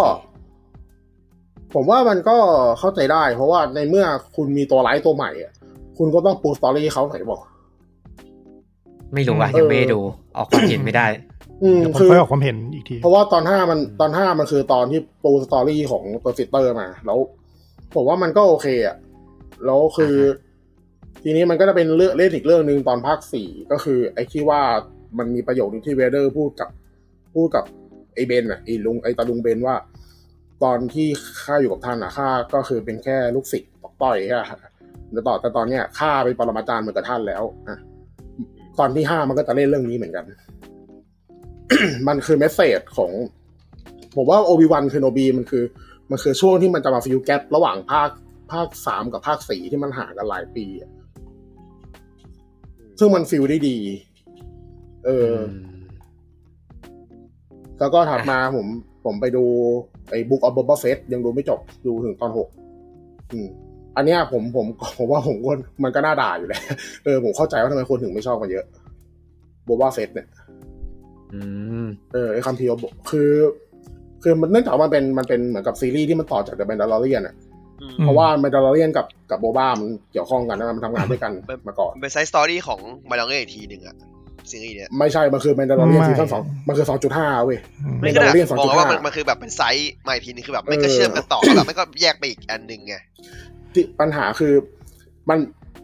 Speaker 3: ผมว่ามันก็เข้าใจได้ เพราะว่าในเมื่อคุณมีตัวร้ายตัวใหม่อะคุณก็ต้องปูสตอรี่เขาหน่อยบอก
Speaker 1: ไม่รู้ว่ะ
Speaker 3: เออ
Speaker 1: ยังไม่ได้ดูออกความเห็นไม่ได้
Speaker 3: อืม
Speaker 4: เดี๋ยวผม
Speaker 3: คือ
Speaker 4: ค่อยออกความเห็นอีกที
Speaker 3: เพราะว่าตอนห้ามันตอนห้ามันคือตอนที่ปูสตอรี่ของตัวฟิตเตอร์มา แล้วผมว่ามันก็โอเคอะแล้วคือ ทีนี้มันก็จะเป็นเรื่องเล่นอีกเรื่องหนึ่งตอนภาคสี่ก็คือ ไอ้ที่ว่ามันมีประโยคนึงที่เวเดอร์พูดกับพูดกับไอ้เบนอะไอ้ลุงไอ้ตาลุงเบนว่า ตอนที่ข้าอยู่กับท่านอะข้าก็คือเป็นแค่ลูกศิษย์ตอกต่อยอะแต่ต่อแต่ตอนเนี้ยข้าเป็นปรมาจารย์เหมือนกับท่านแล้วอะตอนที่ห้ามันก็จะเล่นเรื่องนี้เหมือนกัน มันคือเมสเซจของ ผมว่าโอบิวันคือโนบีมันคือ มันคือช่วงที่มันจะมาฟิวแกลระหว่างภาคภาคสามกับภาคสี่ที่มันห่างกันหลายปีอะซึ่งมันฟิลได้ดี เอออ แล้วก็ถัดมา ผมผมไปดูไอ้บุ๊กออฟบ b บ f e t ยังดูไม่จบดูถึงตอนหกอืม อันเนี้ยผมผมผมว่าผมก็มันก็น่าด่าอยู่แหละ เออผมเข้าใจว่าทำไมคนถึงไม่ชอบมันเยอะบ b บ f e t เนี่ย
Speaker 1: อืม
Speaker 3: เออไอคัมพีร์บอกคือ คือมันเนื่องจากว่ามันเป็นมันเป็นเหมือนกับซีรีส์ที่มันต่อจาก The Mandalorian อ่ะ
Speaker 2: อืม
Speaker 4: อืม
Speaker 3: เพราะว่า Mandalorian กับกับโบบ้ามันเกี่ยวข้องกันนะมันทำงานด้วยกันมาก่อน
Speaker 2: เป็นไซส์สตอรี่ของมาลองเล่นอีกทีหนึ่งอะซีรีส์เนี้ย
Speaker 3: ไม่ใช่ มันคือ Mandalorian
Speaker 4: ไม่
Speaker 3: ซีซั่นสองมันคือสองจุดห้าเว้ย
Speaker 4: อืม
Speaker 3: ไม่
Speaker 2: ไม่ขนาด
Speaker 3: Mandalorian
Speaker 2: มองว่ามัน
Speaker 3: 2.5
Speaker 2: มันคือแบบเป็นไซส์ใหม่ทีนึงคือแบบมันก็
Speaker 3: เออ
Speaker 2: เชื่อมกันต่อแล้วแบบมันก็แยกไปอีกอันหนึ่งไง
Speaker 3: ที่ปัญหาคือมัน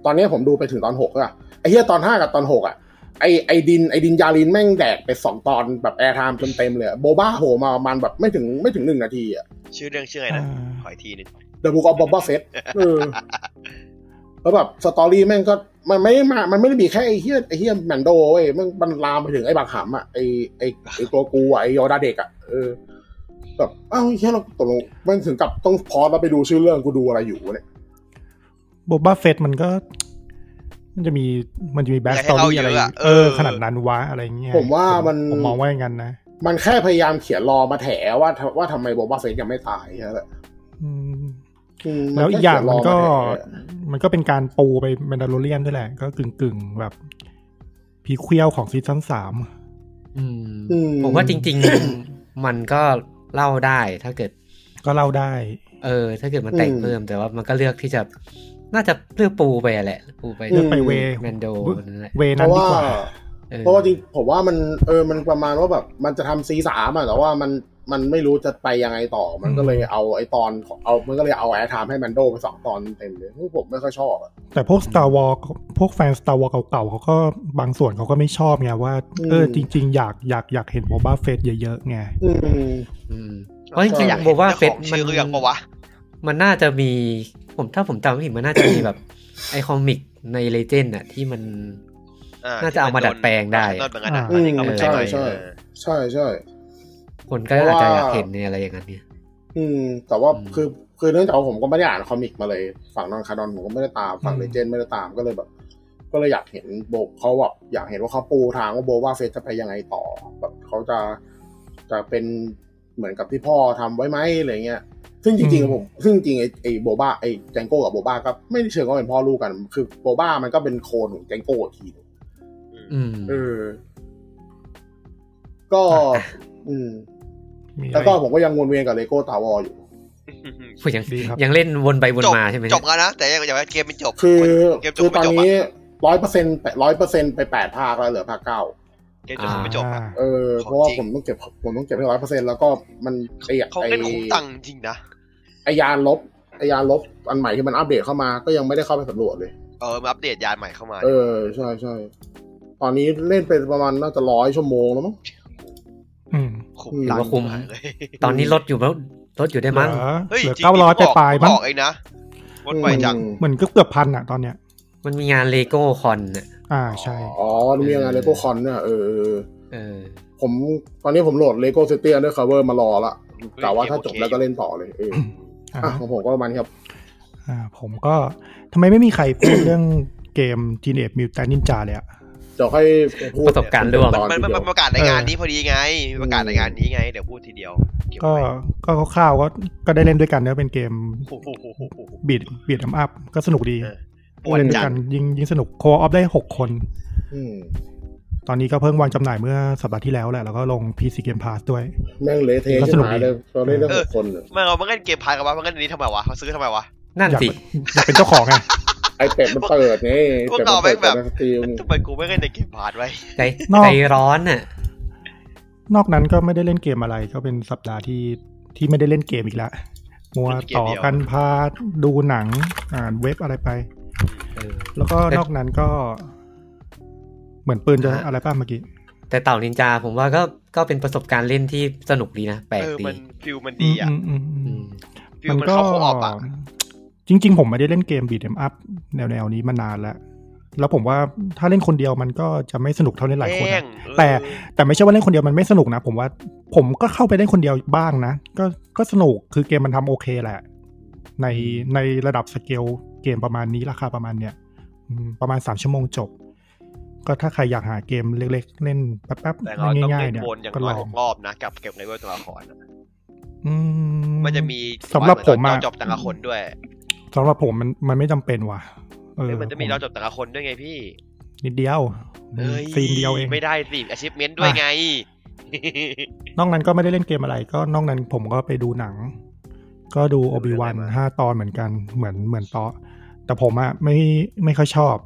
Speaker 3: ตอนเนี้ยผมดูไปถึงตอนหกอะไอ้เหี้ยตอนห้ากับตอนหกอะ ไอไอดินไอดินยาลินแม่งแดกไปสองตอนแบบแอร์ไทม์เต็มๆเลยโบบ้าโผล่มาประมันแบบไม่ถึงไม่ถึงหนึ่งนาทีอะ
Speaker 2: ชื่อเรื่องชื่ออะไรนะ
Speaker 4: อ่า
Speaker 2: ขออีกทีหนึง
Speaker 3: เดอะบุกออฟบอบบ้าเฟสเออแล้วแบบสตอรี่แม่งก็มันไม่ได้มามันไม่ได้มีแค่ไอเฮียไอเฮียแมนโดเว้ยมันมันลามไปถึงไอบักหามอะไอไอไอตัวกูอะไอโยดาเด็กอะเออแบบอ้าวเฮียเราตกลงมันถึงกับต้องพอเราไปดูชื่อเรื่องกูดูอะไรอยู่วะเนี่ย
Speaker 4: โบบบ้าเฟตมันก็ มันจะมีมันจะมีแบ็ค
Speaker 2: ยาก
Speaker 4: ส
Speaker 2: ให้
Speaker 4: ตอ
Speaker 2: เล่า
Speaker 4: รี่
Speaker 2: เย
Speaker 4: อะไร
Speaker 2: อะอะเอ
Speaker 4: เอ
Speaker 2: อ
Speaker 4: อขนาดนั้นวะอะไรเงี้ย
Speaker 3: ผมว่ามัน
Speaker 4: ผมมองว่าอย่างนั้นนะ
Speaker 3: มันแค่พยายามเขียนรอมาแถว่าทำว่าทำไมโบบ้าเฟสยังไม่ตายแค่นั้นแหละ
Speaker 4: อืม
Speaker 3: อืม
Speaker 4: แล้วอีกอย่างมันก็
Speaker 3: แค่เขียรอมาแถ
Speaker 4: มันก็เป็นการปูไปแมนดาโลเรียนด้วยแหละ ก็กึ่งกึ่งๆแบบพีเคียวของซีซั่นสาม
Speaker 1: อืม
Speaker 3: อืม
Speaker 1: ผมว่าจริง ๆ มันก็เล่าได้ถ้าเกิด
Speaker 4: ก็เล่าได้
Speaker 1: เออ ถ้าเกิดมันแต่ง
Speaker 3: อืม
Speaker 1: เพิ่มแต่ว่ามันก็เลือกที่จะ น่าจะเลือกปูไปแหละ ปูไป
Speaker 3: อืม
Speaker 4: ไปเว
Speaker 1: แมนโดนั่นแหละ
Speaker 4: เว
Speaker 3: เพ
Speaker 4: นั้น
Speaker 3: ราะ
Speaker 4: ดี
Speaker 3: ว่าก
Speaker 4: ว่า
Speaker 1: ออ
Speaker 3: เพราะว่าจริงผมว่ามันเออมันประมาณว่าแบบมันจะทำซีสามอะแต่ว่ามันมันไม่รู้จะไปยังไงต่อ มันก็เลยเอาไอตอนของเอามันก็เลยเอาแอร์ไทม์ให้แมนโดไปสองตอนเต็มเลยซึ่งผมไม่ค่อยชอบอะ
Speaker 4: แต่พวก Star War พวกแฟน Star War เก่าๆเขาก็บางส่วนเขาก็ไม่ชอบไงว่า
Speaker 3: อืม
Speaker 4: เออจริง ๆ อยากอยากอยากเห็นโมบ้าเฟสเยอะๆไง
Speaker 3: อืม
Speaker 1: อืมเพราะจริง
Speaker 2: ยก
Speaker 1: ๆ
Speaker 2: ให้
Speaker 1: บอกว่าเฟ
Speaker 2: จ้
Speaker 1: ส
Speaker 2: ของ
Speaker 1: มั
Speaker 2: ชื่อเรื่องปะวะ
Speaker 1: มันน่าจะมี ผมถ้าผมจำไม่ผิดมันน่าจะมีแบบ ไอคอมิกในเลเจนด์อะที่มัน น่าจะเอามาดัดแปลงได้
Speaker 2: โนเหมือนกันนะ
Speaker 4: อื
Speaker 2: อัน
Speaker 4: ม
Speaker 2: นี้ก็ไม่ใช่หน่อย
Speaker 3: ใช่
Speaker 2: เออ
Speaker 3: ใช่ใช่
Speaker 1: คนก็อาจจะอยากเห็นในอะไรอย่างนั้นเนี่ย
Speaker 3: อืม แต่ว่า
Speaker 1: อืม
Speaker 3: คือคือเนื่องจากว่าผมก็ไม่ได้อ่านคอมิกมาเลย ฝั่งนอนคาดอนผมก็ไม่ได้ตามฝั่ง
Speaker 4: อืม
Speaker 3: เลเจนด์ไม่ได้ตามก็เลยแบบ ก็เลยอยากเห็นโบเขาแบบอยากเห็นว่าเขาปูทางว่าโบว่าเฟสจะไปยังไงต่อ แบบเขาจะจะเป็นเหมือนกับที่พ่อทำไว้ไหมอะไรเงี้ย ซึ่งจริง
Speaker 4: อืม
Speaker 3: ๆผมซึ่งจริงๆไอ้ไอ้โบบ้าไอ้แจงโก้กับโบบ้าก็ไม่ได้เชิงว่าเป็นพ่อลูกกัน คือโบบ้ามันก็เป็นโคลนของแจงโก้อีกทีหนึ่ง
Speaker 1: อืม
Speaker 3: เออ ก็ อืม
Speaker 4: มีอะไร
Speaker 3: แล้วก็ผมก็ยังวนเวียนกับเลโก้ตาวออยู่
Speaker 1: ยัง
Speaker 4: ดีครับ
Speaker 1: ยังเล่นวนไปวนมาใช่ไหม
Speaker 2: จ
Speaker 1: เนี่ย
Speaker 2: บแล้วนะแต่ยังอย่าว่าเกมมันจบ
Speaker 3: คือ
Speaker 2: เกมจบ
Speaker 3: คือ
Speaker 2: ไม่
Speaker 3: ตอน
Speaker 2: จบ
Speaker 3: นี้
Speaker 2: อะ
Speaker 3: ร้อยเปอร์เซ็นต์ร้อยเปอร์เซ็นต์ไปแปดภาคแล้วเหลือภาคเก้า
Speaker 2: เกมจบไม่จบอะ
Speaker 4: อ่า
Speaker 3: เออ
Speaker 2: ของ
Speaker 3: เพราะว่า
Speaker 2: จริง
Speaker 3: ผมต้องเก็บผมต้องเก็บให้ร้อยเปอร์เซ็นต์แล้วก็มันไอ้
Speaker 2: เขา
Speaker 3: ไอ้
Speaker 2: เล่นคุ้มตังค์จริงนะ
Speaker 3: ไอ้ยานลบไอ้ยานลบอันใหม่ที่มันอัปเดตเข้ามาก็ยังไม่ได้เข้าไปสำรวจเลย
Speaker 2: เออมาอัปเดตยานใหม่เข้ามา
Speaker 3: เออใช่ใช่ตอนนี้เล่นไปประมาณน่าจะร้อยชั่วโมงแล้วมั้ง
Speaker 4: อืม
Speaker 2: คุ้ม
Speaker 3: อืม
Speaker 2: ตัง
Speaker 1: ว่าคุ้ม
Speaker 2: เลย
Speaker 1: ตอนนี้ลดอยู่แล้วลดอยู่ได้มั้ง
Speaker 4: เหลือ
Speaker 2: เฮ้ย
Speaker 4: เหลือ
Speaker 2: จริง
Speaker 4: เก้าร้อยไป
Speaker 2: พิ่งก
Speaker 4: ปลายๆมั้
Speaker 2: เพิ่
Speaker 4: ง
Speaker 2: งออกเองนะวัดไวจัง
Speaker 3: อืม
Speaker 4: เหมือนก็เกือบพันอ่ะตอนเนี้ย
Speaker 1: มันมีงานเลโก้คอนน่ะ
Speaker 4: อ่าใช่
Speaker 3: อ๋อมีงานเลโก้คอนเนี่ยเออเออ
Speaker 1: เออ
Speaker 3: ผมตอนนี้ผมโหลดเลโก้ซิตี้อันเดอร์คัเวอร์มารอละแต่ว่าถ้าจบแล้วก็เล่นต่อเลย เออ
Speaker 4: อ่า
Speaker 3: อ่ะของผมก็ประมาณนี้ครับ
Speaker 4: อ่าผมก็ทำไมไม่มีใครพูด เรื่อง เกม Teenage Mutant Ninja เลยอ่ะ
Speaker 3: เดี๋ยวค่อยพูด
Speaker 1: ประสบการณ์ร่วม
Speaker 3: ตอ
Speaker 2: มันมัน
Speaker 3: ทีเดียว
Speaker 2: มันประกาศใน
Speaker 4: เออ
Speaker 2: งานนี้พอดีไงประกาศในงานนี้ไง เดี๋ยวพูดทีเดียวเบ
Speaker 4: ก็
Speaker 2: ไว้
Speaker 4: ก็คร่าวๆก็ก็ได้เล่นด้วยกันนะเป็นเกม
Speaker 2: โอ้โหโหโหโห
Speaker 4: บีดบีดอัมอัพก็สนุกดี
Speaker 2: เออ ปวด
Speaker 4: เล่นด้ว
Speaker 2: จั
Speaker 4: ย
Speaker 2: ด
Speaker 4: กันยิงยิงสนุกโคออฟได้หกคน
Speaker 3: อืม
Speaker 4: ตอนนี้ก็เพิ่งวางจำหน่ายเมื่อสัปดาห์ที่แล้วแหละ แล้วก็ลง PC Game Pass ด้วย
Speaker 3: แม่งเละเทะ
Speaker 4: ก็
Speaker 3: ชิ
Speaker 4: ส
Speaker 3: บ
Speaker 4: นุก
Speaker 3: หาย
Speaker 4: ดี
Speaker 3: เลยเราเล่นเรื่องหกคนเนี่ย
Speaker 2: ไม่เรามาเล่นเกมพายกันวะมาเล่นอันนี้ทำไมวะเขาซื้อทำไมวะ
Speaker 1: นั่น
Speaker 4: อยาก
Speaker 1: สิ
Speaker 4: เป็นอยากเป็นเจ้าของไง
Speaker 3: ไอเป็ดมันเปิดไง
Speaker 2: พวก
Speaker 3: เป็ด
Speaker 2: เรา
Speaker 3: มันเปิด
Speaker 2: แม่งแบบ
Speaker 3: นะทีม
Speaker 2: ทำไมกูไม่เล่นในเกมพายไว้
Speaker 1: ใจ
Speaker 4: นอก
Speaker 1: ใจร้อนน่ะ
Speaker 4: นอกนั้นก็ไม่ได้เล่นเกมอะไร ก็เป็นสัปดาห์ที่ที่ไม่ได้เล่นเกมอีกละมัวต่อกันพาดูหนังอ่านเว็บอะไรไป
Speaker 1: เออ
Speaker 4: แล้วก็
Speaker 1: แต่
Speaker 4: นอกนั้นก็ เหมือนปืนจะอะไรป้าเมื่อกี้
Speaker 1: แต่เต่านินจาผมว่าก็ก็เป็นประสบการณ์เล่นที่สนุกดีนะ แปลก
Speaker 2: เออ
Speaker 1: ดี
Speaker 2: มันฟิลมันดีอ่ะ
Speaker 4: อืมอืม
Speaker 1: อื
Speaker 4: อืม
Speaker 1: ม
Speaker 2: ฟิลมันเข้าโคออปอ่ะ
Speaker 4: จริง ๆ ผมไม่ได้เล่นเกมบีดเอ็มอัพแนวๆนี้มานานแล้ว แล้วผมว่าถ้าเล่นคนเดียวมันก็จะไม่สนุกเท่าเล่นหลายคน
Speaker 2: แย่
Speaker 4: นะ
Speaker 2: งเออ
Speaker 4: แต่ แต่ไม่ใช่ว่าเล่นคนเดียวมันไม่สนุกนะ ผมว่าผมก็เข้าไปเล่นคนเดียวบ้างนะ ก็ก็สนุกคือเกมมันทำโอเคแหละ ในในระดับสเกลเกมประมาณนี้ราคาประมาณเนี้ยอืมประมาณ 3 ชั่วโมงจบ ก็ถ้าใครอยากหาเกมเล็กๆ เล่นแป๊บ
Speaker 2: แต่
Speaker 4: ๆ
Speaker 2: เราต้อง
Speaker 4: ง่าย
Speaker 2: เล่น
Speaker 4: ๆเนี่ย
Speaker 2: วนอย่าง
Speaker 4: ก็
Speaker 2: น้
Speaker 4: ล
Speaker 2: อย
Speaker 4: อ
Speaker 2: ห
Speaker 4: ง
Speaker 2: กรอบนะกับเก็บในเวอร์ตัวละครอะ
Speaker 4: อื
Speaker 2: มันจะมี
Speaker 4: สำหรับผมอะ
Speaker 2: เราจบแต่ละคนด้วย
Speaker 4: สำหรับผมมันมันไม่จำเป็นว่ะเออ
Speaker 2: เอ้ยมันจะมี
Speaker 4: ผ
Speaker 2: เราจบแต่ละคนด้วยไงพี่
Speaker 4: นิดเดียว
Speaker 2: เอ้ย
Speaker 4: ซีนเดียวเอง
Speaker 2: ไม่ได้สิ achievement ด้วยไง
Speaker 4: นอกนั้นก็ไม่ได้เล่นเกมอะไรก็นอกนั้นผมก็ไปดูหนัง ก็ดู
Speaker 2: ดู
Speaker 4: โอบิวัน
Speaker 2: เรื่องอะไรมา
Speaker 4: ห้าตอนเหมือนกันเหมือนเหมือนต่อแต่ผมอะไม่ไม่ค่อยชอบ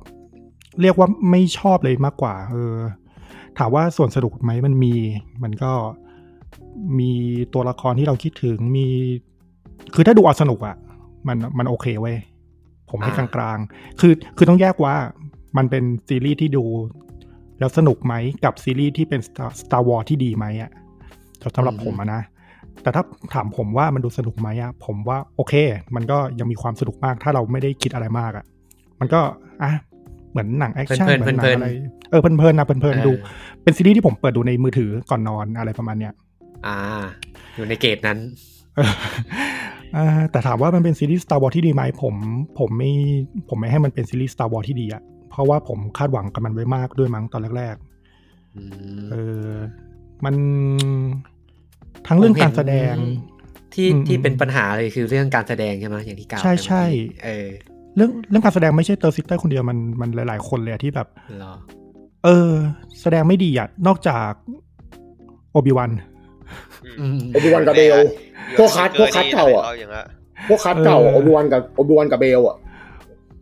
Speaker 4: เรียกว่าไม่ชอบเลยมากกว่า เออ ถามว่าส่วนสนุกไหมมันมี มันก็มีตัวละครที่เราคิดถึงมี คือถ้าดูเอาสนุกอะมันมันโอเคเว้ยผมให้กลางๆ คือคือต้องแยกว่ามันเป็นซีรีส์ที่ดู แล้วสนุกไหมกับซีรีส์ที่เป็น Star- Star Wars ที่ดีไหมอ่ะสำหรับผมอะนะ แต่ถ้าถามผมว่ามันดูสนุกไหมอะผมว่าโอเค มันก็ยังมีความสนุกมาก ถ้าเราไม่ได้คิดอะไรมากอะมันก็อ่ะเหมือนหนังแอคชั่น
Speaker 1: เพลินๆ
Speaker 4: เหมือนหนังอะไร
Speaker 1: เพลิน
Speaker 4: เออเพลินๆนะเพลินๆดู
Speaker 1: เออ
Speaker 4: เป็นซีรีส์ที่ผมเปิดดูในมือถือก่อนนอนอะไรประมาณเนี้ย
Speaker 1: อ่า อยู่ในเกตนั้น
Speaker 4: เออเอ่อแต่ถามว่ามันเป็นซีรีส์ Star Wars ที่ดีไหมผมผมไม่ผมไม่ให้มันเป็นซีรีส์ Star Wars ที่ดีอะเพราะว่าผมคาดหวังกับมันไว้มากด้วยมั้งตอนแรก
Speaker 1: อืม
Speaker 4: ๆเออมันทั้งเรื่องการแสดง
Speaker 1: ผมเห็นที่
Speaker 4: อืม
Speaker 1: ที่
Speaker 4: อืม
Speaker 1: เป็นปัญหาเลยคือเรื่องการแสดงใช่ไหมอย่างที่กล่าว
Speaker 4: ใช่ใช่
Speaker 1: ไปเมื่อกี้เออ
Speaker 4: เรื่องเรื่องการแสดงไม่ใช่เตอร์ซิสเตอร์คนเดียวมันมันหลาย ๆ คนเลยอะที่แบบ
Speaker 1: เหรอ
Speaker 4: เออ แสดงไม่ดีอะนอกจากโอบิวัน
Speaker 1: อืม
Speaker 3: โอบิวันกับเบล พวกคัทพวกคัทเก่าอะ
Speaker 2: รย่งเงี้ย
Speaker 3: พวกคัดเก่า
Speaker 4: เออ
Speaker 3: โอบิวันกับโอบิวันกับเบลอ่ะ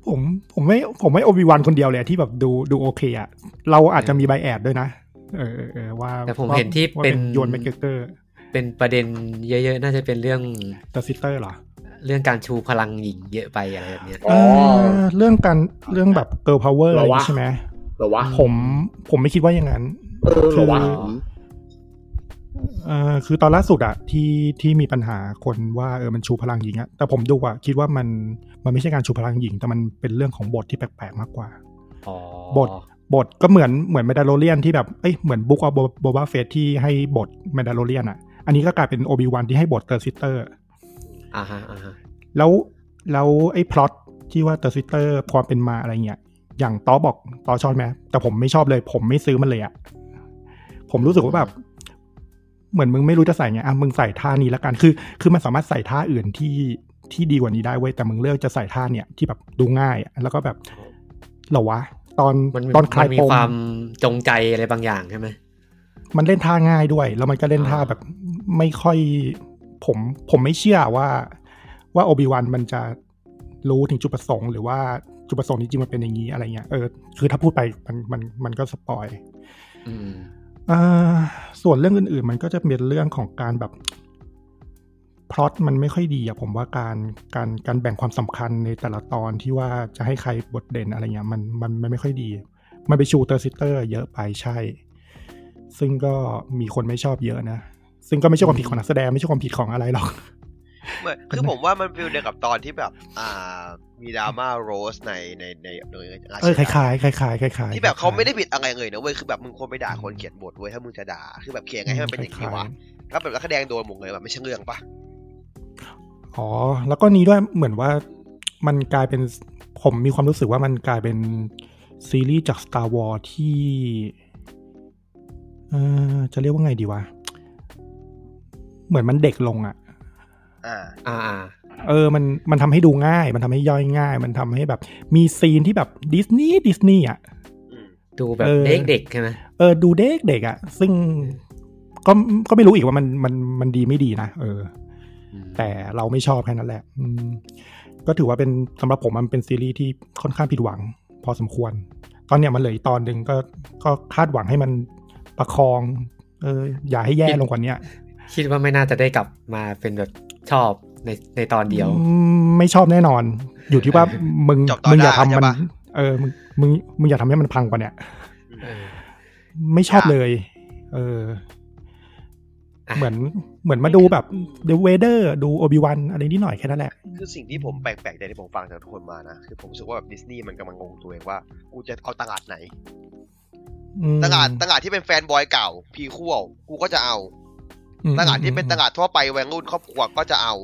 Speaker 4: ผมผมไม่ผมไม่โอบิวันคนเดียวเลยอะที่แบบดูดูโอเคอะเราอาจจะมีไบแอดด้วยนะ เออเออเออว่า
Speaker 1: แต่ผม
Speaker 4: ว่า
Speaker 1: เห็นที่
Speaker 4: ว่า
Speaker 1: เป็น
Speaker 4: โยนแมกเกอร์
Speaker 1: เป็นประเด็นเยอะๆ น่าจะเป็นเรื่อง
Speaker 4: เดอะซิสเตอร์เหรอ
Speaker 1: เรื่องการชูพลังหญิงเยอะไปอะไรแบบเนี้ย
Speaker 3: อ๋อ
Speaker 4: เอ่อเรื่องการเรื่องแบบเกิ l p o พาวเวอร์อะไร
Speaker 3: เหรอวะ
Speaker 4: ใช่ไหม
Speaker 3: เหรอวะ
Speaker 4: ผมผมไม่คิดว่าอย่างนั้น
Speaker 3: เออเหรอวะ
Speaker 1: คือ
Speaker 4: เออคือตอนล่าสุดอะที่ที่มีปัญหาคนว่าเออมันชูพลังหญิงอะแต่ผมดูอะคิดว่ามันมันไม่ใช่การชูพลังหญิง แต่มันเป็นเรื่องของบทที่แปลกๆมากกว่า
Speaker 1: อ๋อบ
Speaker 4: ท บทก็เหมือนเหมือนแมดาโลเรียนที่แบบเอ้ยเหมือนบุ๊กออฟโบบาเฟสที่ให้บทแมดาโลเรียนอะอันนี้ก็กลายเป็นโอบิวันที่ให้บทเตอร์ซิสเตอร์
Speaker 1: อ่าฮะอ่าฮะ
Speaker 4: แล้วแล้วไอ้พล็อตที่ว่าเตอร์ซิเตอร์ความเป็นมาอะไรเงี้ย อย่างตอบอกตอชอบไหมแต่ผมไม่ชอบเลย ผมไม่ซื้อมันเลยอะผมรู้สึกว่าแบบ เหมือนมึงไม่รู้จะใส่ไงอ่ะมึงใส่ท่านี้ละกันคือ คือมันสามารถใส่ท่าอื่นที่ที่ดีกว่านี้ได้เว้ยแต่มึงเลือกจะใส่ท่าเนี่ยที่แบบดูง่ายอะแล้วก็แบบเหรอวะ ตอน
Speaker 1: มัน
Speaker 4: ตอนคลาย
Speaker 1: มันมี
Speaker 4: ปม
Speaker 1: ความจงใจอะไรบางอย่างใช่ไหม
Speaker 4: มันเล่นท่าง่ายด้วย แล้วมันก็เล่นท่า
Speaker 1: อ่า
Speaker 4: แบบไม่ค่อย ผมผมไม่เชื่อว่า ว่าโอบิวันมันจะรู้ถึงจุดประสงค์หรือว่าจุดประสงค์จริงๆมันเป็นอย่างนี้อะไรเงี้ยเออคือถ้าพูดไปมันมันมันก็สปอย
Speaker 1: อืม
Speaker 4: เอ่อส่วนเรื่องอื่นๆ มันก็จะเป็นเรื่องของการแบบพล็อตมันไม่ค่อยดีอะผมว่าการการการแบ่งความสำคัญในแต่ละตอนที่ว่าจะให้ใครบทเด่นอะไรเงี้ยมันมันมันไม่ค่อยดี มันไปชูเตอร์ซิสเตอร์เยอะไปใช่ ซึ่งก็มีคนไม่ชอบเยอะนะ ซึ่งก็ไม่ใช่ความผิดของนักแสดงไม่ใช่ความผิดของอะไรหรอก
Speaker 2: เหมือนคือผมว่ามันฟิลเดียวกับตอนที่แบบ อ่า มีดราม่าโรสในในในใน
Speaker 4: เออคล้ายๆคล้ายๆคล้ายๆคล้ายๆ
Speaker 2: ที่แบบเขาไม่ได้ผิดอะไรเลยนะเว้ยคือแบบมึงควรไปด่าคนเขียนบทเว้ยถ้ามึงจะด่าคือแบบเขียนไงให้มันเป็นอย่างนี้วะถ้าแบบนักแสดงโดนหมดเลยแบบไม่ใช่เรื่องปะ
Speaker 4: อ๋อ แล้วก็นี้ด้วยเหมือนว่ามันกลายเป็นผมมีความรู้สึกว่ามันกลายเป็นซีรีส์จาก Star Wars ที่เออจะเรียกว่าไงดีวะ เหมือนมันเด็กลงอะ่ะ
Speaker 2: อ่า
Speaker 1: อ่าอ่า
Speaker 4: เออมันมันทำให้ดูง่าย มันทำให้ย่อยง่าย มันทำให้แบบมีซีนที่แบบดิสนีย์ดิสนีย์อ่ะ
Speaker 2: อืม
Speaker 1: ดูแบบ
Speaker 4: เออ
Speaker 1: เด็กๆใช่ไหม
Speaker 4: เออดูเด็กเด็กๆอะ่ะ ซึ่งก็ก็ไม่รู้อีกว่ามันมันมันดีไม่ดีนะเออ
Speaker 1: อืม
Speaker 4: แต่เราไม่ชอบแค่นั้นแหละอืมก็ถือว่าเป็นสำหรับผมมันเป็นซีรีส์ที่ค่อนข้างผิดหวัง พอสมควร ตอนเนี้ยมันเหลืออีกตอนหนึ่งก็ก็คาดหวังให้มันประคอง เออ อย่าให้แย่ลงกว่าเนี้ย
Speaker 1: คิดว่าไม่น่าจะได้กลับมาเป็นแบบชอบในในตอนเดียว
Speaker 4: อืมไม่ชอบแน่นอน อยู่ที่ว่ามึง
Speaker 2: จบตอน
Speaker 4: มึง
Speaker 2: ห
Speaker 4: อย่า
Speaker 2: น้า
Speaker 4: ทำมั
Speaker 2: ใช่
Speaker 4: น
Speaker 2: ปะ
Speaker 4: เออมึงมึงมึงอย่าทำให้มันพังกว่าเนี้ย
Speaker 1: เออ
Speaker 4: ไม่ชอบเลย เออ
Speaker 1: อ่ะ
Speaker 4: เหมือนเหมือนมาดูแบบเดวเวเดอร์ดูโอบิวันอะไรนิดหน่อยแค่นั้นแหละ
Speaker 2: คือสิ่งที่ผมแปลกๆใจที่ผมฟังจากทุกคนมานะ คือผมรู้สึกว่าแบบดิสนีย์มันกำลังงงตัวเองว่า กูจะเอาตลาดไหน
Speaker 4: อืม
Speaker 2: ตลาดตลาดที่เป็นแฟนบอยเก่าพีคั่วกูก็จะเอา
Speaker 4: อืม
Speaker 2: ตลาดที่เป็นตลาดทั่วไปวัยรุ่นครอบครัวก็จะเอา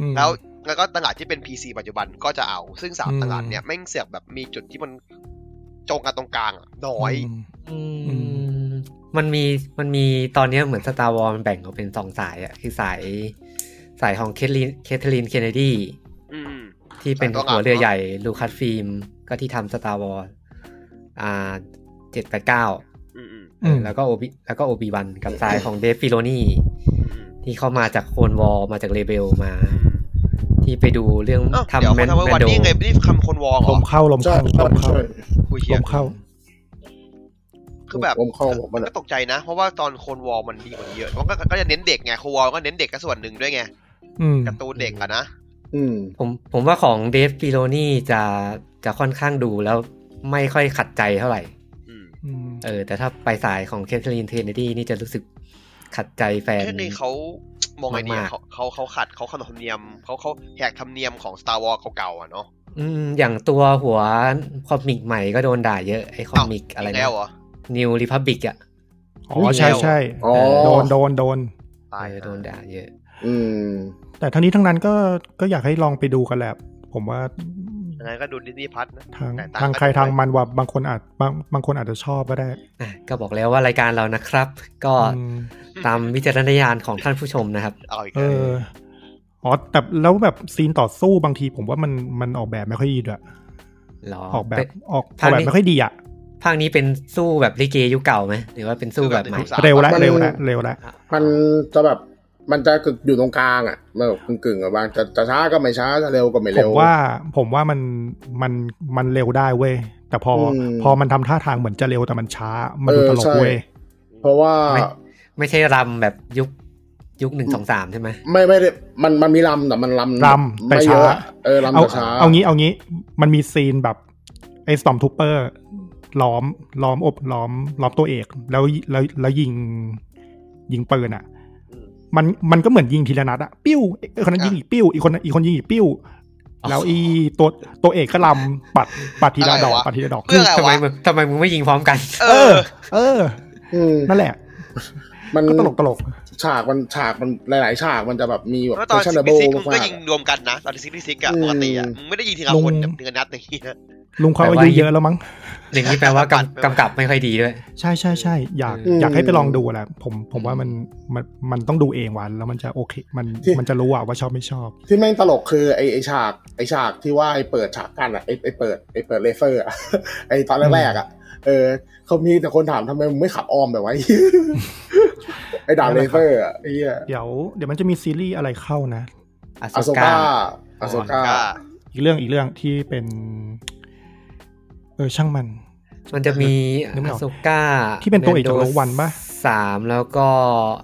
Speaker 4: อืม
Speaker 2: แล้วแล้วก็ตลาดที่เป็น PC ปัจจุบันก็จะเอา ซึ่งสาม
Speaker 4: อืม
Speaker 2: ตลาดเนี่ยแม่งเสียบแบบมีจุดที่มันจงกันตรงกลางอะน้อย
Speaker 4: ม
Speaker 1: อื
Speaker 4: อื
Speaker 1: มมันมีมันมีตอนเนี้ยเหมือนสตาร์วอลมันแบ่งออกเป็นสองสายอะคือสายสายของเคทลีนเคทลีนเคนเนดี
Speaker 2: อืม
Speaker 1: ที่เป็น
Speaker 2: สายตัวหลัก
Speaker 1: หัวเรือใหญ่ลูคัสฟิล์มก็ที่ทำสตาร์วอลอ่าเจ็ดแปดเก้า
Speaker 2: อืมอืม
Speaker 4: อืม
Speaker 1: แล้วก็โอบิแล้วก็โอบิวันกับสายของเดฟฟิโลนี่
Speaker 2: อืมอืม
Speaker 1: ที่เข้ามาจากโคนวอลมาจากเลเบลมา
Speaker 2: อืม
Speaker 1: ที่ไปดูเรื่อง
Speaker 2: เอ้า
Speaker 1: ทำ
Speaker 2: เดี๋ยว
Speaker 1: แม
Speaker 2: คน นทำไว้
Speaker 1: แม
Speaker 2: วัน
Speaker 1: นโด
Speaker 2: นี้ไงนี่คำคนวอลเหร
Speaker 4: ล
Speaker 2: อ
Speaker 4: มเข้าลม
Speaker 3: ใช่
Speaker 4: เข้าลมเข้า
Speaker 3: ใช่ใช่
Speaker 2: กูเชี
Speaker 4: ล
Speaker 2: ย
Speaker 4: มเข้า
Speaker 2: คือแบบ
Speaker 3: ผมเข้าผมมัน
Speaker 2: ก็ตกใจนะ เพราะว่าตอนโคนวอลมันดีกว่านี้เยอะมันก็ก็จะเน้นเด็กไงโคนวอลก็เน้นเด็กก็ส่วนหนึ่งด้วยไง
Speaker 4: อืม
Speaker 2: การ์ตูนเด็กอะนะ
Speaker 3: อืม
Speaker 1: ผมผมว่าของเดฟฟิโลนี่จะจะค่อนข้างดูแล้วไม่ค่อยขัดใจเท่าไหร่
Speaker 2: อืม
Speaker 4: อืม
Speaker 1: เออ แต่ถ้าไปสายของแคทเธอรีนเทนเนดี้นี่จะรู้สึกขัดใจแฟน
Speaker 2: แค่นี้เขามองไงเนี่ย
Speaker 1: มากๆ
Speaker 2: เขาเขาเขาขัดเขาขนบธรรมเนียมเขาเขาแหกธรรมเนียมของ Star Wars เก่าๆอ่ะเนาะ
Speaker 1: อืมอย่างตัวหัวคอมิกใหม่ก็โดนด่าเยอะ ไอคอมิก
Speaker 2: าว
Speaker 1: อะไร
Speaker 2: ก
Speaker 1: นะ
Speaker 2: แล้วเหรอ
Speaker 1: นิวริพับบิกอ่ะ
Speaker 4: อ๋อใช่ใช่
Speaker 3: อ๋อ
Speaker 4: โดนโดนโดน
Speaker 2: ตาย
Speaker 1: เออโดนด่าเยอะ
Speaker 3: อืม
Speaker 4: แต่ทั้งนี้ทั้งนั้นก็ก็อยากให้ลองไปดูกันแหละผมว่า
Speaker 2: ยังไงก็ดูดิสนีย์พัทนะ
Speaker 4: ทาง
Speaker 2: แต่
Speaker 4: ทาง
Speaker 2: ก็
Speaker 4: ใคร
Speaker 2: ดู
Speaker 4: ทาง
Speaker 2: ไป
Speaker 4: มันว่าบางคนอาจบางบางคนอาจจะชอบก็ได้
Speaker 1: อ่ะก็บอกแล้วว่ารายการเรานะครับ ก็
Speaker 4: อืม
Speaker 1: ตามวิจารณญาณของท่านผู้ชมนะครับ
Speaker 2: เอาอีก
Speaker 4: เอ
Speaker 2: แล้ว
Speaker 4: อ อ๋อ แต่แล้วแบบซีนต่อสู้บางทีผมว่ามันมันออกแบบไม่ค่อยดีด้วย
Speaker 1: หรอ
Speaker 4: ออกแบบ
Speaker 1: เป็น
Speaker 4: ออกอ
Speaker 1: ภา
Speaker 4: อ
Speaker 1: ค
Speaker 4: ก
Speaker 1: นี้
Speaker 4: แบบไม่ค่อยดีอะ
Speaker 1: ภาคนี้เป็นสู้แบบลิเกยุคเก่าไหมหรือว่าเป็นสู้แบบใหม่
Speaker 4: เร็วละ
Speaker 3: มัน
Speaker 4: เร็วละเร็วละ
Speaker 3: มันจะแบบมันจะกึ่งอยู่ตรงกลางอ่ะมันแบบกึ่งๆอะบางจะจะช้าก็ไม่ช้าจะเร็วก็ไม่
Speaker 4: ผ
Speaker 3: เร็
Speaker 4: ม
Speaker 3: ว
Speaker 4: ว่าผมว่ามันมันมันเร็วได้เว้ย แต่พออ
Speaker 3: ม
Speaker 4: พอมันทำท่าทางเหมือนจะเร็วแต่มันช้า มันดู
Speaker 3: เออ
Speaker 4: ตลก
Speaker 3: ใช่
Speaker 4: เว้ย
Speaker 3: เพราะว่า
Speaker 1: ไม่ ไม่ใช่รำแบบยุคยุคหนึ่งสองสามใช่ไหม
Speaker 3: ไม่ไม่ได้มันมันมีลำแต่มันลำ
Speaker 4: ลำแต่
Speaker 3: ไม่เยอะ
Speaker 4: ช้า
Speaker 3: เออลำ
Speaker 4: เอา
Speaker 3: แต่ช้า
Speaker 4: เอางี้เอางี้มันมีซีนแบบไอ้สตอมทูเปอร์ล้อมล้อมอบล้อมล้อมตัวเอก แล้วแล้วแล้วยิงยิงปืนอ่ะ มันมันก็เหมือนยิงทีละนัดอะปิ้วไอ้คนนั้นยิงอีกปิ้วอีกคนอีกคนยิงอีกปิ้ว แล้วอีตัวตัวเอกก็ลำปัดปัดทีละดอกปัดทีละดอก
Speaker 2: เรื่องอะไร
Speaker 1: ทำไม
Speaker 2: วะ
Speaker 1: มึงทำไมมึงไม่ยิงพร้อมกัน
Speaker 2: เอ
Speaker 4: เอ
Speaker 2: อ
Speaker 4: อ เออ
Speaker 3: อืม
Speaker 4: นั่นแหละ
Speaker 3: มัน
Speaker 4: ก็ตลกตลก
Speaker 3: ฉากมันฉากมันหลาย ๆ ฉากมันจะแบบมีแบบ
Speaker 2: เพราะตอน
Speaker 3: ชั่น
Speaker 2: ซิก
Speaker 3: เบิล
Speaker 2: ซิกมึงก็
Speaker 3: มาก
Speaker 2: ยิง
Speaker 3: ๆอะ
Speaker 2: รวมกันนะ ตอนซิกซิกอะ
Speaker 3: อืม
Speaker 2: ปกติอะมึงไม่ได้ยิงทีละคนแบบเดือนนัดอย่างเงี้ย
Speaker 4: ลุงเขาอายุเยอะแล้วมั้ง
Speaker 1: อย่างนี้แปลว่ากำ
Speaker 2: กำกับ
Speaker 1: กำกับไม่ค่อยดีด้วย
Speaker 4: ใช่ใช่ใช่อยาก
Speaker 3: อืม
Speaker 4: อยากให้ไปลองดูแหละผมผมว่ามันมันมันต้องดูเองวันแล้วมันจะโอเค มัน
Speaker 3: ที่
Speaker 4: มันจะรู้อะว่าชอบไม่ชอบ
Speaker 3: ที่แม่งตลกคือไอ้ไอ้ฉากไอ้ฉากที่ว่าไอ้เปิดฉากกันอ่ะไอ้ไอ้เปิดไอ้เปิดเลเซอร์อ่ะ ไอ้ตอนแรกๆอ่ะเออเขามีแต่คนถามทำไมมึงไม่ขับออมแบบไว้ ไอ้ด่านเลเซอร์อ่ะไอ้เหี้ย
Speaker 4: เดี๋ยวเดี๋ยวมันจะมีซีรีส์อะไรเข้านะ
Speaker 3: อาโซก้าอาโซก้า
Speaker 2: ก็
Speaker 4: อีกเรื่องอีกเรื่องที่เป็น เออช่างมัน
Speaker 1: มันจะมี
Speaker 4: นึกไม่อ
Speaker 1: อา
Speaker 4: อก
Speaker 1: โซก้า
Speaker 4: ที่เป็นตัวเอกจากโรวันปะ
Speaker 1: สามแล้วก็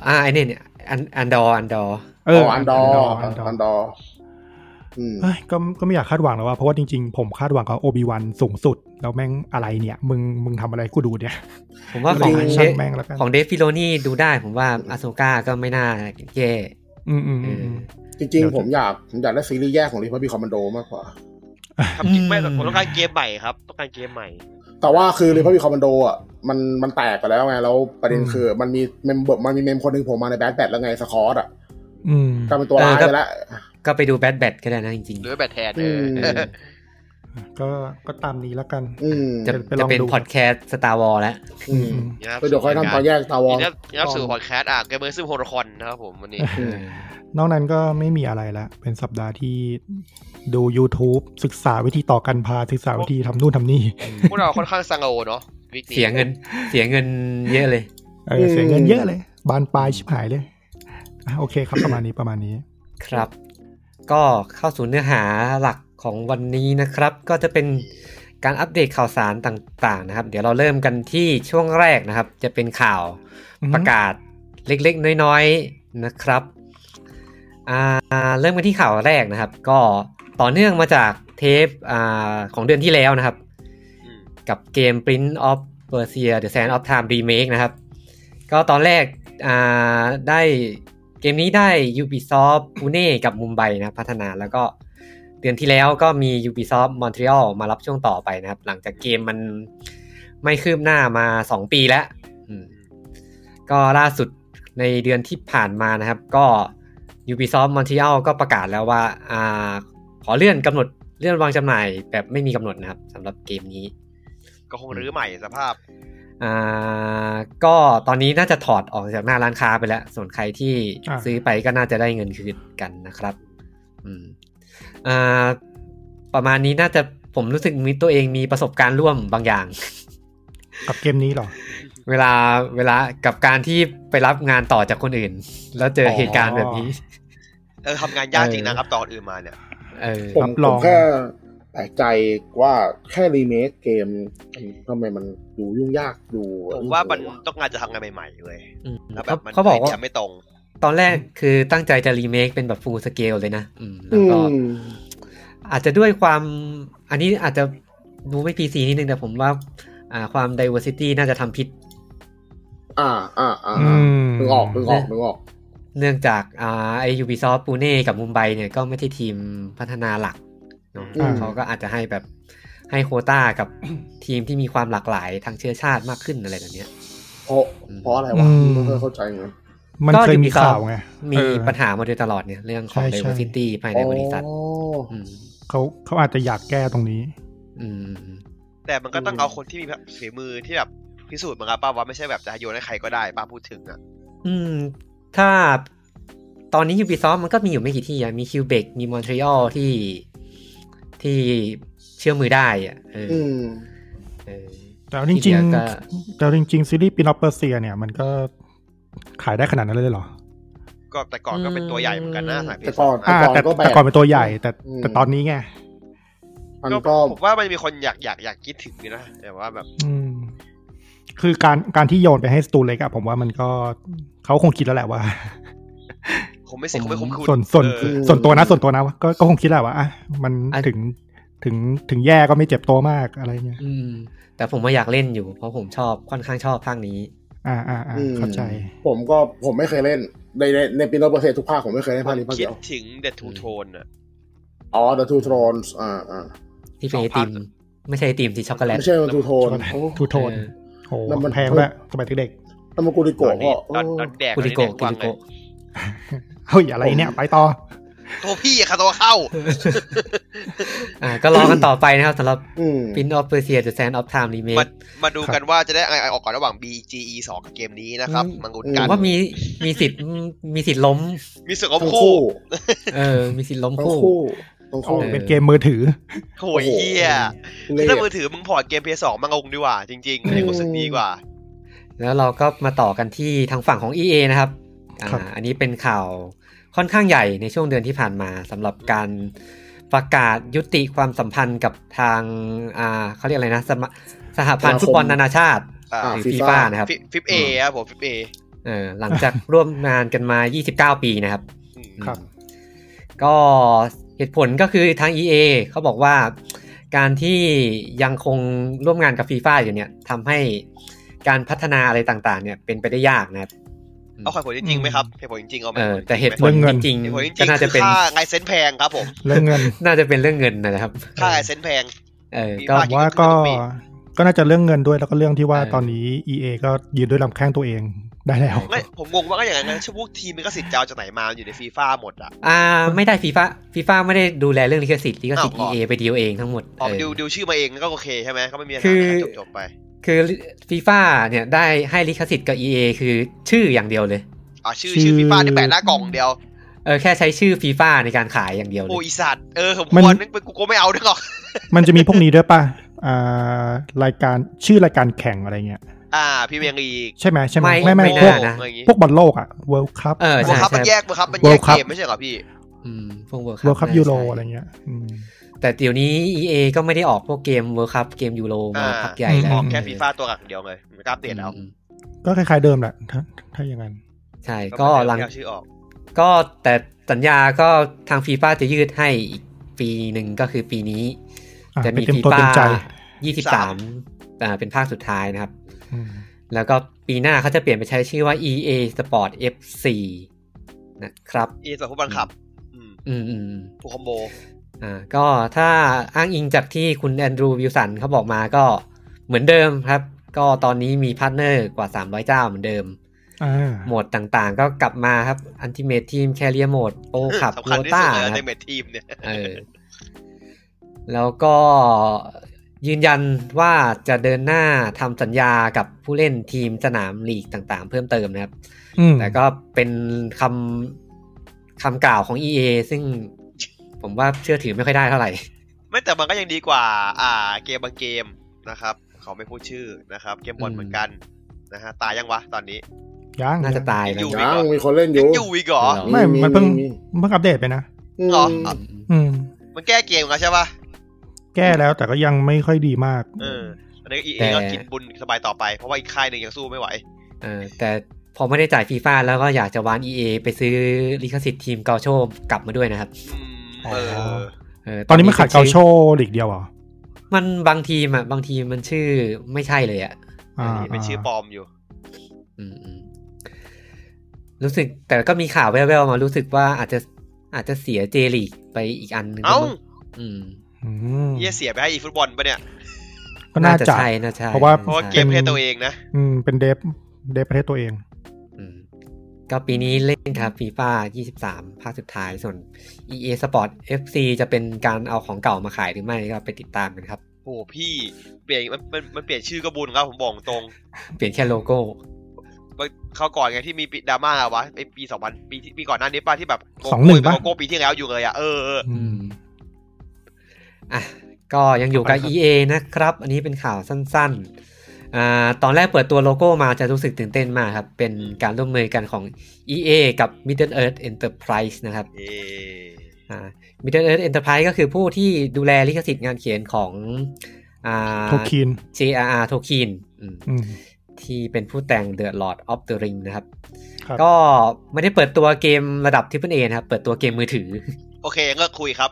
Speaker 1: อ่าไอเนี่ยเนี่ยอันอันดอร์อันดอร์
Speaker 4: เออ
Speaker 3: อ๋ออันดอร์
Speaker 4: อันดอ
Speaker 3: อัน
Speaker 4: ร์
Speaker 3: ดอร์อืม
Speaker 4: เฮ้ยก็ก็ไม่อยากคาดหวังแล้วว่าเพราะว่าจริงๆ ผมคาดหวังกับโอบิวันสูงสุด แล้วแม่งอะไรเนี่ย มึงมึงทำอะไรกูดูเนี่ย
Speaker 1: ผมว่า
Speaker 4: ก็
Speaker 1: ของ
Speaker 4: ลองให้
Speaker 1: เด
Speaker 4: ช่างแม่งแล้วกัน
Speaker 1: ของเดฟฟิโลนี่ดูได้ ผมว่าอาโซก้าก็ไม่น่าแย่
Speaker 4: อืมอืม
Speaker 1: เอ
Speaker 4: อืม
Speaker 1: อ
Speaker 4: อืม
Speaker 3: จริง
Speaker 4: เดี๋ยว
Speaker 3: ๆ ผมอยากผมอยากได้ซีรีส์แยกของริพับบิคอมมานโดมากกว่า
Speaker 2: ทำจริง
Speaker 1: อืม
Speaker 2: ไม่ผมต้องการเกมใหม่ครับ ต้องการเกมใหม่
Speaker 3: แต่ว่าคือริพับบิคอมมานโดอ่ะมันมันแตกไปแล้วไง แล้วประเด็นคือมันมีเมมเบอร์มันมีเมมคนหนึ่งโผมมาในแบทแบทแล้วไงสคอตอ่ะ
Speaker 4: อืม
Speaker 3: กลายเป็นตัวร้าย
Speaker 1: เออครับ
Speaker 3: ไปแล้ว
Speaker 1: ก็ไปดูแบทแบทก็ได้นะจริงๆ
Speaker 2: หรือแบทแทนเอ
Speaker 3: อื
Speaker 2: อ
Speaker 3: ม
Speaker 1: เออ
Speaker 4: ก็ก็ตามนี้แล้วกัน
Speaker 3: อืม
Speaker 1: จะ
Speaker 4: ไปล
Speaker 1: จะ
Speaker 4: อง
Speaker 1: เป็น
Speaker 4: ดู
Speaker 1: พอดแคสต์สตาร์วอลแล้ว
Speaker 3: อืม
Speaker 2: นะครับ
Speaker 3: แล้วเดี๋ยวค่อยทำตอนแยกตาวอ
Speaker 2: นี่
Speaker 3: ง
Speaker 2: นะนี่นะสู่พอดแคสต์อ่ะเกมเมอร์ซึ่งโฮลคอนนะครับผม วันนี้
Speaker 3: อืม
Speaker 4: นอกนั้นก็ไม่มีอะไรละ เป็นสัปดาห์ที่ดู YouTube ศึกษาวิธีต่อกันพาศึกษาวิธีทำนู่นทำนี่
Speaker 2: พวกเราค่อนข้างสังโอเนาะวิกนี้
Speaker 1: เสียเงินเสียเงินเยอะเลย
Speaker 4: เออเสียเงินเยอะเลย บานปลายชิบหายเลยอ่ะโอเคครับ ประมาณนี้ประมาณนี้
Speaker 1: ครับ ก็เข้าสู่เนื้อหาหลักของวันนี้นะครับ ก็จะเป็นการอัปเดตข่าวสารต่างๆนะครับ เดี๋ยวเราเริ่มกันที่ช่วงแรกนะครับ จะเป็นข่าว
Speaker 4: อือฮึ
Speaker 1: ประกาศเล็กๆ น้อยๆนะครับอ่าเริ่มกันที่ข่าวแรกนะครับ ก็ต่อเนื่องมาจากเทปอ่าของเดือนที่แล้วนะครับ
Speaker 2: อืม
Speaker 1: กับเกม Prince of Persia The Sand of Time Remake นะครับ ก็ตอนแรกอ่าได้เกมนี้ได้ Ubisoft Pune กับ Mumbai นะครับพัฒนาแล้วก็เดือนที่แล้วก็มี Ubisoft Montreal มารับช่วงต่อไปนะครับ หลังจากเกมมันไม่คืบหน้ามา 2 ปีแล้วอืมก็ล่าสุดในเดือนที่ผ่านมานะครับ ก็ Ubisoft Montreal ก็ประกาศแล้วว่าอ่าขอเลื่อนกำหนดเลื่อนวางจำหน่ายแบบไม่มีกำหนดนะครับสำหรับเกมนี้
Speaker 2: ก็คงรื้อใหม่สภาพ
Speaker 1: อ่าก็ตอนนี้น่าจะถอดออกจากหน้าร้านค้าไปแล้ว ส่วนใครที่
Speaker 4: อ่า
Speaker 1: ซื้อไปก็น่าจะได้เงินคืนกันนะครับ อืมอ่าประมาณนี้น่าจะผมรู้สึกมีตัวเองมีประสบการณ์ร่วมบางอย่าง
Speaker 4: กับเกมนี้เหรอ
Speaker 1: เวลาเวลากับการที่ไปรับงานต่อจากคนอื่น แล้วเจอเหตุการณ์แบบนี้
Speaker 2: เออทำงานยากจริงนะครับต่อคนอื่นมาเนี่ย
Speaker 1: เออ
Speaker 3: ผ
Speaker 4: รั
Speaker 3: ม
Speaker 4: บร
Speaker 3: ผ
Speaker 4: อง
Speaker 3: มแค่แปลกใจว่าแค่รีเมคเกมทำไมมันดูยุ่งยากดู
Speaker 2: ผมว่ามันต้องการจะทำงานใหม่ๆเลย
Speaker 1: อืม
Speaker 2: แล้วแบบมัน
Speaker 1: เขาบอกว่า
Speaker 2: ไดียไม่ตรง
Speaker 1: ตอนแรกคือตั้งใจจะรีเมคเป็นแบบ full scale เลยนะอืมแล้ว
Speaker 3: อื
Speaker 1: ก็
Speaker 3: ม
Speaker 1: อาจจะด้วยความอันนี้อาจจะดูไม่ PC นิดนึงแต่ผมว่า อ่าความ diversity น่าจะทำผิด
Speaker 3: อ่าอ่าอ่า
Speaker 4: อืม
Speaker 3: มึงออกมึงออกมึงออก
Speaker 1: เนื่องจากอ่าไอยูบีซอฟปูเน่กับมุมไบเนี่ยก็ไม่ใช่ทีมพัฒนาหลักเนาะ
Speaker 3: อืม
Speaker 1: เขาก็อาจจะให้แบบให้โควต้ากับ ทีมที่มีความหลากหลายทางเชื้อชาติมากขึ้นอะไรแบบเนี้ย
Speaker 3: เพราะเพราะอะไรวะ
Speaker 4: อืม
Speaker 3: ไม่เคอยเข้าใจเหมือนกัน
Speaker 4: มันเคยมี
Speaker 1: ก็
Speaker 4: ข่าวไง
Speaker 1: มี
Speaker 4: เออ
Speaker 1: ปัญหามาโดยตลอดเนี่ยเรื่องของ
Speaker 4: ใช่ใช่
Speaker 1: diversity ภายในบริษัท
Speaker 3: อ๋ออ
Speaker 1: ม
Speaker 4: เขาเขาอาจจะอยากแก้ตรงนี้
Speaker 1: อืมอืม
Speaker 2: แต่มันก็ต้องเอาคนที่มีแบบฝีมือที่แบบพิสูจน์เหมือนกันป้าว่าไม่ใช่แบบจะโยนให้ใครก็ได้ป้าพูดถึงอะ
Speaker 1: อืมถ้าตอนนี้ Ubisoft มันก็มีอยู่ไม่กี่ที่อะมีคิวเบกมีมอนทรีออลที่ที่เชื่อมือได้อะเออ
Speaker 3: อืม
Speaker 1: เออ
Speaker 4: แต่เอาจริง
Speaker 1: ที่เหลือก็
Speaker 4: ๆแต่เอาจริงๆซีรีส์ปินอปเปอร์เซียเนี่ยมันก็ขายได้ขนาดนั้นเลยเหรอ
Speaker 2: ก็แต่ก่อนก็เป็นตัวใหญ่เหมือนกันนะสาย
Speaker 3: แต่ก่อนแต่
Speaker 4: อ่า
Speaker 3: ก่อน
Speaker 4: แต่
Speaker 3: ก็แบ
Speaker 4: แต่
Speaker 3: บ
Speaker 4: ก่อนเป็นตัวใหญ่แต่
Speaker 3: อืม
Speaker 4: แต่ตอนนี้ไง
Speaker 3: มัน
Speaker 2: ก็
Speaker 3: ก็
Speaker 2: ผมว่ามันมีคนอยากอยากอยากคิดถึงอยู่นะแต่ว่าแบบ
Speaker 4: อืม คือการการที่โยนไปให้สตูเล็กอะผมว่ามันก็เขาคงคิดแล้วแหละว่า
Speaker 2: คงไม่เสียคงไม่คุ้มคุณ
Speaker 4: ส่วนส่วน
Speaker 2: เออ
Speaker 4: ส่วนตัวนะส่วนตัวนะก็ก็คงคิดแหละว่าอ่ะมัน
Speaker 1: อ่ะ
Speaker 4: ถึงถึงถึงแย่ก็ไม่เจ็บตัวมากอะไรเงี้ย
Speaker 1: อืม แต่ผมว่าอยากเล่นอยู่เพราะผมชอบค่อนข้างชอบภาคนี้
Speaker 4: อ่าอ่าอ่า
Speaker 3: อืม
Speaker 4: เข้าใจ
Speaker 3: ผมก็ผมไม่เคยเล่น ในในในปีโนเปอร์เซทุกภาคผมไม่เคยเล่นภาคนี้ภาค
Speaker 2: คิ
Speaker 3: เดี
Speaker 2: ด
Speaker 3: ยว
Speaker 2: ถึงเด t ทูโทนอะ
Speaker 3: อ๋อ The Two Thrones อ่าอ่า
Speaker 1: ที่เป็น
Speaker 2: ส
Speaker 1: ไอ
Speaker 2: องพั
Speaker 1: ติ
Speaker 2: น
Speaker 1: ม ไม่ใช่ไอติมที่ช็อกโกแลต
Speaker 3: ไม่ใช่มันทูโทน
Speaker 4: ทูโทน
Speaker 1: เออ
Speaker 4: โอ้โห
Speaker 3: แล้วมัน
Speaker 4: แพงด้วยสมัยเด็ก
Speaker 3: น้ำมันกุลิ
Speaker 2: ต
Speaker 3: โกะ
Speaker 2: อนนี้ต
Speaker 3: ก็
Speaker 2: อนตอนแดก
Speaker 1: กุลิโกะ
Speaker 2: ต
Speaker 1: กุ
Speaker 2: อน
Speaker 1: ลิ
Speaker 2: นี้แดกวางไง
Speaker 1: โกะ
Speaker 4: ๆเฮ้ยอะไรเนี่ยไปต่อ
Speaker 2: ตัวพี่อะค่ะตัวเข้า
Speaker 1: อ่าก็รอกันต่อไปนะครับสำหรับ
Speaker 3: อืม
Speaker 1: p ินออฟเปอร์เซียเดอะแซนด์ออฟไทม์รีเม
Speaker 2: มา
Speaker 1: ค
Speaker 2: มาดูกันว่าจะได้อะไรออกก่อนระหว่าง BGE 2กับเกมนี้นะครับมังกร
Speaker 1: ผ
Speaker 2: กั
Speaker 1: ม
Speaker 2: น
Speaker 1: ว่ามีมีสิทธิ์มีสิทธิ์ล้ม
Speaker 2: มีสึก
Speaker 3: ทั้ง
Speaker 2: คู่
Speaker 3: คู่
Speaker 1: เออ มีสิทธิ์ล้ม
Speaker 3: ทั้ง
Speaker 1: คู่
Speaker 3: คู่ทั้งคู่
Speaker 1: ออ
Speaker 4: เป็นเกมมือถือ
Speaker 2: โหยเหี้ย
Speaker 3: เล
Speaker 2: ถ้า
Speaker 3: ข
Speaker 2: มือถือมึงพอร์ตเกม PS2 มังกรดีกว่า จริงๆในรู้สึกดีกว่า
Speaker 1: แล้วเราก็มาต่อกันที่ทางฝั่งของ EA นะครับ อ่า
Speaker 4: ครับ
Speaker 1: อันนี้เป็นข่าวค่อนข้างใหญ่ในช่วงเดือนที่ผ่านมาสำหรับการประกาศยุติความสัมพันธ์กับทาง อ่าเขาเรียกอะไรนะสมาสหพันธ์ฟุตบอลนานาชาติ
Speaker 2: อ่า
Speaker 1: หรือ
Speaker 3: FIFA
Speaker 1: ฟีฟ่านะครับ
Speaker 2: ฟิฟิปเอครับผมฟิปเอ
Speaker 1: เออหลังจากร่วมงานกันมา 29 ปีนะครับ
Speaker 2: ม
Speaker 4: ครับ
Speaker 1: ก็เหตุผลก็คือทาง EA เขาบอกว่าการที่ยังคงร่วมงานกับฟีฟ่าอยู่เนี่ยทำให้การพัฒนาอะไรต่างๆ เนี่ยเป็นไปได้ยากนะครับ
Speaker 2: เอาเหตุผลจริงๆไหมครับเหตุผลจริงๆเอาไหม
Speaker 1: เออแต่เหตุผล
Speaker 4: เรื่องเงิ
Speaker 1: จ
Speaker 4: น
Speaker 1: ริง
Speaker 2: เหตุผลจริง
Speaker 1: ๆก็
Speaker 2: ๆ
Speaker 1: น่าจะเป็น
Speaker 2: คือค่าไงเซนส์แพงครับผม
Speaker 4: เรื่องเงิน
Speaker 1: น่าจะเป็นเรื่องเงินนะครับ
Speaker 2: ค่าไงเซนส์แพง
Speaker 1: เออ
Speaker 2: มี
Speaker 1: ก็
Speaker 2: ภค
Speaker 4: ว่าก็
Speaker 2: ก็ต้องมี
Speaker 4: ก็น่าจะเรื่องเงินด้วยแล้วก็เรื่องที่ว่า
Speaker 1: เออ
Speaker 4: ตอนนี้ EA ก็ยืนด้วยลำแข้งตัวเองได้แล้ว
Speaker 2: ไม่ผมงงว่าก็อย่างนั้นชั่วพวกทีมมันก็สิทธิ์จะเอาจากไหนมาอยู่ในฟีฟ่าหมดอ่ะ
Speaker 1: อ่าไม่ได้ฟีฟ่าฟีฟ่าไม่ได้ดูแลเรื่องลิขสิทธิ์ลิขสิทธิ์
Speaker 2: อ้าว
Speaker 1: EA ไปดีลเองทั้งหมด
Speaker 2: ออก
Speaker 1: เ
Speaker 2: ดูดูชื่อมาเองก็โอเคใช่ไหมก็ไม่มีอะไร
Speaker 1: คือ
Speaker 2: จบจบๆไป
Speaker 1: คือฟีฟ่าเนี่ยได้ให้ลิขสิทธิ์กับ EA คือชื่ออย่างเดียวเลย
Speaker 2: อ่ะชื่อ
Speaker 4: ชื่
Speaker 2: ชื่อ
Speaker 4: อ
Speaker 2: ฟีฟ่าที่แปะหน้ากล่องเดียว
Speaker 1: เออแค่ใช้ชื่อฟีฟ่าในการขายอย่างเดียวเล
Speaker 2: โอ้
Speaker 1: ย
Speaker 2: อีสัตว์เออผม
Speaker 4: มัน
Speaker 2: ควรนึกไปกูก็ไม่เอาด้วยหรอก
Speaker 4: มันจะมีพวกนี้ด้วยป่ะอ่ารายการชื่อรายการแข่งอะไรเงี้ย
Speaker 2: อ่าพี่เมียงอีก
Speaker 4: ใช่ไหมใช่ไหม
Speaker 1: ไม่
Speaker 4: ไม่ไม่
Speaker 1: ไม่
Speaker 4: พวก
Speaker 1: น่านะ
Speaker 2: อะไรอย่างงี้
Speaker 4: พวกบอลโลกอะ World Cup
Speaker 1: เออ
Speaker 2: บั
Speaker 1: ใช่
Speaker 2: งคับ
Speaker 1: ใช่
Speaker 2: มันแยกบังคับมันแย
Speaker 4: World
Speaker 2: ก
Speaker 4: Cup
Speaker 2: เกมไม่ใช่เหรอพี่
Speaker 1: อืมพวกเวิร์
Speaker 4: World Cup ยูโรอะไรเงี้ยอืม
Speaker 1: แต่เดี๋ยวนี้ EA ก็ไม่ได้ออกพวกเกมเวิร์คัพเกมยูโรมา
Speaker 2: อ่า
Speaker 1: พักใหญ่แล้ว
Speaker 2: ออกแค่
Speaker 4: อืม
Speaker 2: ฟีฟ่าตัวหลักเดียวเลยไม่กล้าเปลี่ยนแล้ว
Speaker 1: อืม
Speaker 4: ก็คล้ายๆเดิมแหละถ้าถ้าอย่างนั้น
Speaker 1: ใช่ ก็หลัง
Speaker 2: ไม่เอาชื่อออก
Speaker 1: ก็แต่สัญญาก็ทางฟีฟ่าจะยืดให้อีกปีหนึ่งก็คือปีนี้
Speaker 4: อ่ะ
Speaker 1: จะมี
Speaker 4: ไปเตรี
Speaker 1: ฟี
Speaker 4: ยมตัว
Speaker 1: ฟ่า
Speaker 4: เตรียมใจ
Speaker 1: ยี่สิบสามอ่าเป็นภาคสุดท้ายนะครับ
Speaker 4: อืม
Speaker 1: แล้วก็ปีหน้าเขาจะเปลี่ยนไปใช้ชื่อว่า EA Sport FC นะครับ
Speaker 2: อีสปอร์ตฟุตบอลคลับอืม
Speaker 1: อืมอืม
Speaker 2: ผูคอมโบ
Speaker 1: อ่าก็ถ้าอ้างอิงจากที่คุณแอนดรูว์วิลสันเขาบอกมาก็เหมือนเดิมครับ ก็ตอนนี้มีพาร์ทเนอร์กว่า 300 เจ้าเหมือนเดิม
Speaker 4: อ่า
Speaker 1: โหมดต่างๆ ก็กลับมาครับอันติเม e ทีมแคเรียโหมดโปขับ
Speaker 2: สำ
Speaker 1: โล
Speaker 2: คัญที่
Speaker 1: ต้า
Speaker 2: สุดเล
Speaker 1: ค
Speaker 2: ยใน
Speaker 1: รับ
Speaker 2: เมททีมเนี่ย
Speaker 1: เออแล้วก็ยืนยันว่าจะเดินหน้าทำสัญญากับผู้เล่นทีมสนามลีกต่างๆ เพิ่มเติมนะครับ
Speaker 4: อืม
Speaker 1: แต่ก็เป็นคำคำกล่าวของ EA ซึ่งผมว่าเชื่อถือไม่ค่อยได้เท่าไหร่
Speaker 2: ไม่แต่มันก็ยังดีกว่า อ่า เกมบางเกมนะครับ เขาไม่พูดชื่อนะครับ เกมบอลเหมือนกันนะฮะตายยังวะตอนนี้
Speaker 4: ยัง
Speaker 1: น่าจะตายแล้
Speaker 2: อยู่
Speaker 1: ว
Speaker 3: ยังมีคนเล่นอ
Speaker 2: ยั
Speaker 3: ยู่
Speaker 2: งอยู่อีกเหรอ
Speaker 1: เหรอ
Speaker 4: ไม่มันเพิ่ง
Speaker 3: มี
Speaker 4: เพิ่งอัปเดตไปนะ
Speaker 3: มี
Speaker 2: เหรอ
Speaker 3: ม
Speaker 4: อืม
Speaker 2: มันแก้เกมกันใช่ปะ
Speaker 4: แก้แล้วแต่ก็ยังไม่ค่อยดีมาก
Speaker 2: เอออันนี้เอ
Speaker 1: แต่
Speaker 2: เอก็กินบุญสบายต่อไป เพราะว่าอีกค่ายหนึ่งยังสู้ไม่ไหว
Speaker 1: เออแต่พอไม่ได้จ่ายฟีฟ่าแล้วก็อยากจะวาน EA ไปซื้อลิขสิทธิ์ทีมเกาโชกลับมาด้วยนะครับ
Speaker 2: อืม เอ
Speaker 4: อ๋
Speaker 2: อ
Speaker 4: อ ตอนนี้มันขาดเกาโช
Speaker 1: ก
Speaker 4: หลีกเดียวเหรอ
Speaker 1: มันบางทีมอ่ะ บางทีมมันชื่อไม่ใช่เลยอ่ะ
Speaker 4: อ่า
Speaker 2: เป็นชื่อปลอมอยู่
Speaker 1: อืมอืมรู้สึกแต่ก็มีข่าวแว่วๆมารู้สึกว่าอาจจะอาจจะเสียเจลีกไปอีกอันหนึ่ง
Speaker 2: เอ้า
Speaker 1: มั้งอืม
Speaker 4: อืม
Speaker 2: เหี้ยเสียไปให้อีฟุตบอลปะเนี่ย
Speaker 4: ก็น่าจะ
Speaker 1: ใช่น่าใช่
Speaker 4: เพราะว่า
Speaker 2: เพราะว่าเก
Speaker 1: ใช่
Speaker 2: มเพศตัวเองนะ
Speaker 4: อืมเป็นเดฟเดฟประเทศตัวเอง
Speaker 1: อืมก็ปีนี้เล่นครับฟีฟ่า23 ภาคสุดท้ายส่วน EA Sport FC จะเป็นการเอาของเก่ามาขายหรือไม่ก็ไปติดตามกันครับ
Speaker 2: โหพี่เปลี่ยนมันมันมันเปลี่ยนชื่อกระบุญครับผมบอกตรง
Speaker 1: เปลี่ยนแค่โลโก้
Speaker 2: เขาวก่อนไงที่มีดราม่าวะไอปีสองพันปีที่ปีก่อนหน้านี้ป้าที่แบบโกโก้
Speaker 4: สองหนึ่งปะ
Speaker 2: โกโก้ปีที่แล้วอยู่เลยอะเออเออ
Speaker 4: อืม
Speaker 1: อ่ะก็ยังอยู่กับ
Speaker 4: ไปครับ
Speaker 1: EA นะครับ อันนี้เป็นข่าวสั้นๆอ่าตอนแรกเปิดตัวโลโก้มาจะรู้สึกตื่นเต้นมากครับ เป็นการร่วมมือกันของ EA กับ Middle Earth Enterprise นะครับ
Speaker 2: เอะ
Speaker 1: อ่า Middle Earth Enterprise ก็คือผู้ที่ดูแลลิขสิทธิ์งานเขียนของอ่า
Speaker 4: โทคิน
Speaker 1: JRR Tolkien อืม
Speaker 4: อืม
Speaker 1: ที่เป็นผู้แต่ง The Lord of the Ring นะครับ
Speaker 4: ครับ
Speaker 1: ก็ไม่ได้เปิดตัวเกมระดับ Triple A นะครับ เปิดตัวเกมมือถือ
Speaker 2: โอเคเลิกคุยครับ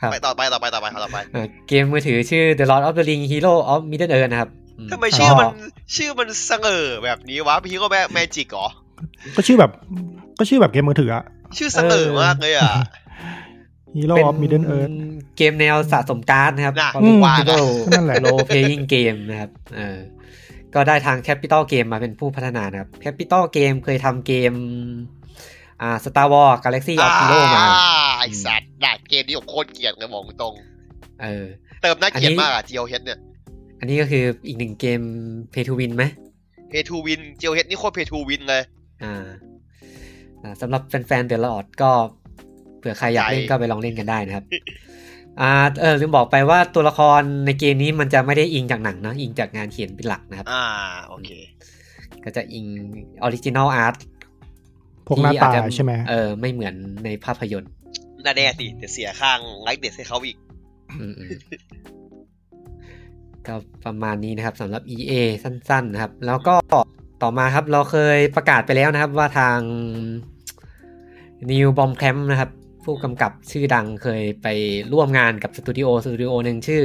Speaker 1: ครับ
Speaker 2: ไปต่อไปต่อไปต่อไปต่อไป
Speaker 1: เอ่อเกมมือถือชื่อ The Lord of the Ring Hero of Middle Earth นะครับอืม
Speaker 2: ทำไมชื่อมันชื่อมันเสงเออแบบนี้วะพี่ก็แม่แมจิกเหรอ
Speaker 4: ก็ชื่อแบบ ก็ชื่อแบบเกมมือถืออะ
Speaker 2: ชื่อเสงเออมากเลยอะ
Speaker 4: ฮีโร่ออฟมิดเดิลเอิร์ธ
Speaker 1: เกมแนวสะสมการ์ดนะครับ
Speaker 2: น่ะ
Speaker 1: ความเป็น
Speaker 2: ว่า
Speaker 1: Digital
Speaker 4: นั่นแหละ
Speaker 1: Role Playing Game นะครับเออก็ได้ทาง Capital Game มาเป็นผู้พัฒนานะครับ Capital Game เคยทำเกมอ่า Star Wars Galaxy of Hero มา
Speaker 2: อ่ไอสัตว์ด่าเกมนี้ผมโคตรเกลียดเลยบอกตรง
Speaker 1: เออ
Speaker 2: เติมน่าเกลีย
Speaker 1: อั
Speaker 2: ด
Speaker 1: นนี้
Speaker 2: มากอะ GeoHead เนี่ย
Speaker 1: อันนี้ก็คืออีกหนึ่งเกม Pay to Win ไหม
Speaker 2: Pay to Win GeoHead นี่โคตร Pay to Win เลย
Speaker 1: อ่าอ่าสำหรับแฟนๆเดลอดก็เผื่อใครอยากเล่น
Speaker 2: ใช่
Speaker 1: ก็ไปลองเล่นกันได้นะครับ อ่าเออลืมบอกไปว่าตัวละครในเกมนี้มันจะไม่ได้อิงจากหนังนะอิงจากงานเขียนเป็นหลักนะครับ
Speaker 2: อ่า โอเค
Speaker 1: ก็จะอิงออริจินอลอาร์ต
Speaker 4: พวกหน้าตาใช่ไหม
Speaker 1: เออไม่เหมือนในภาพยนตร์
Speaker 2: น่าแน่สิเดี๋ยวเสียข้างไลค์เด็ดให้เขาอีก
Speaker 1: อืมๆก็ประมาณนี้นะครับสำหรับ EA สั้นๆนะครับ แล้วก็ต่อมาครับเราเคยประกาศไปแล้วนะครับว่าทาง New Bomb Camp นะครับ ผู้กำกับชื่อดังเคยไปร่วมงานกับสตูดิโอสตูดิโอหนึ่งชื่อ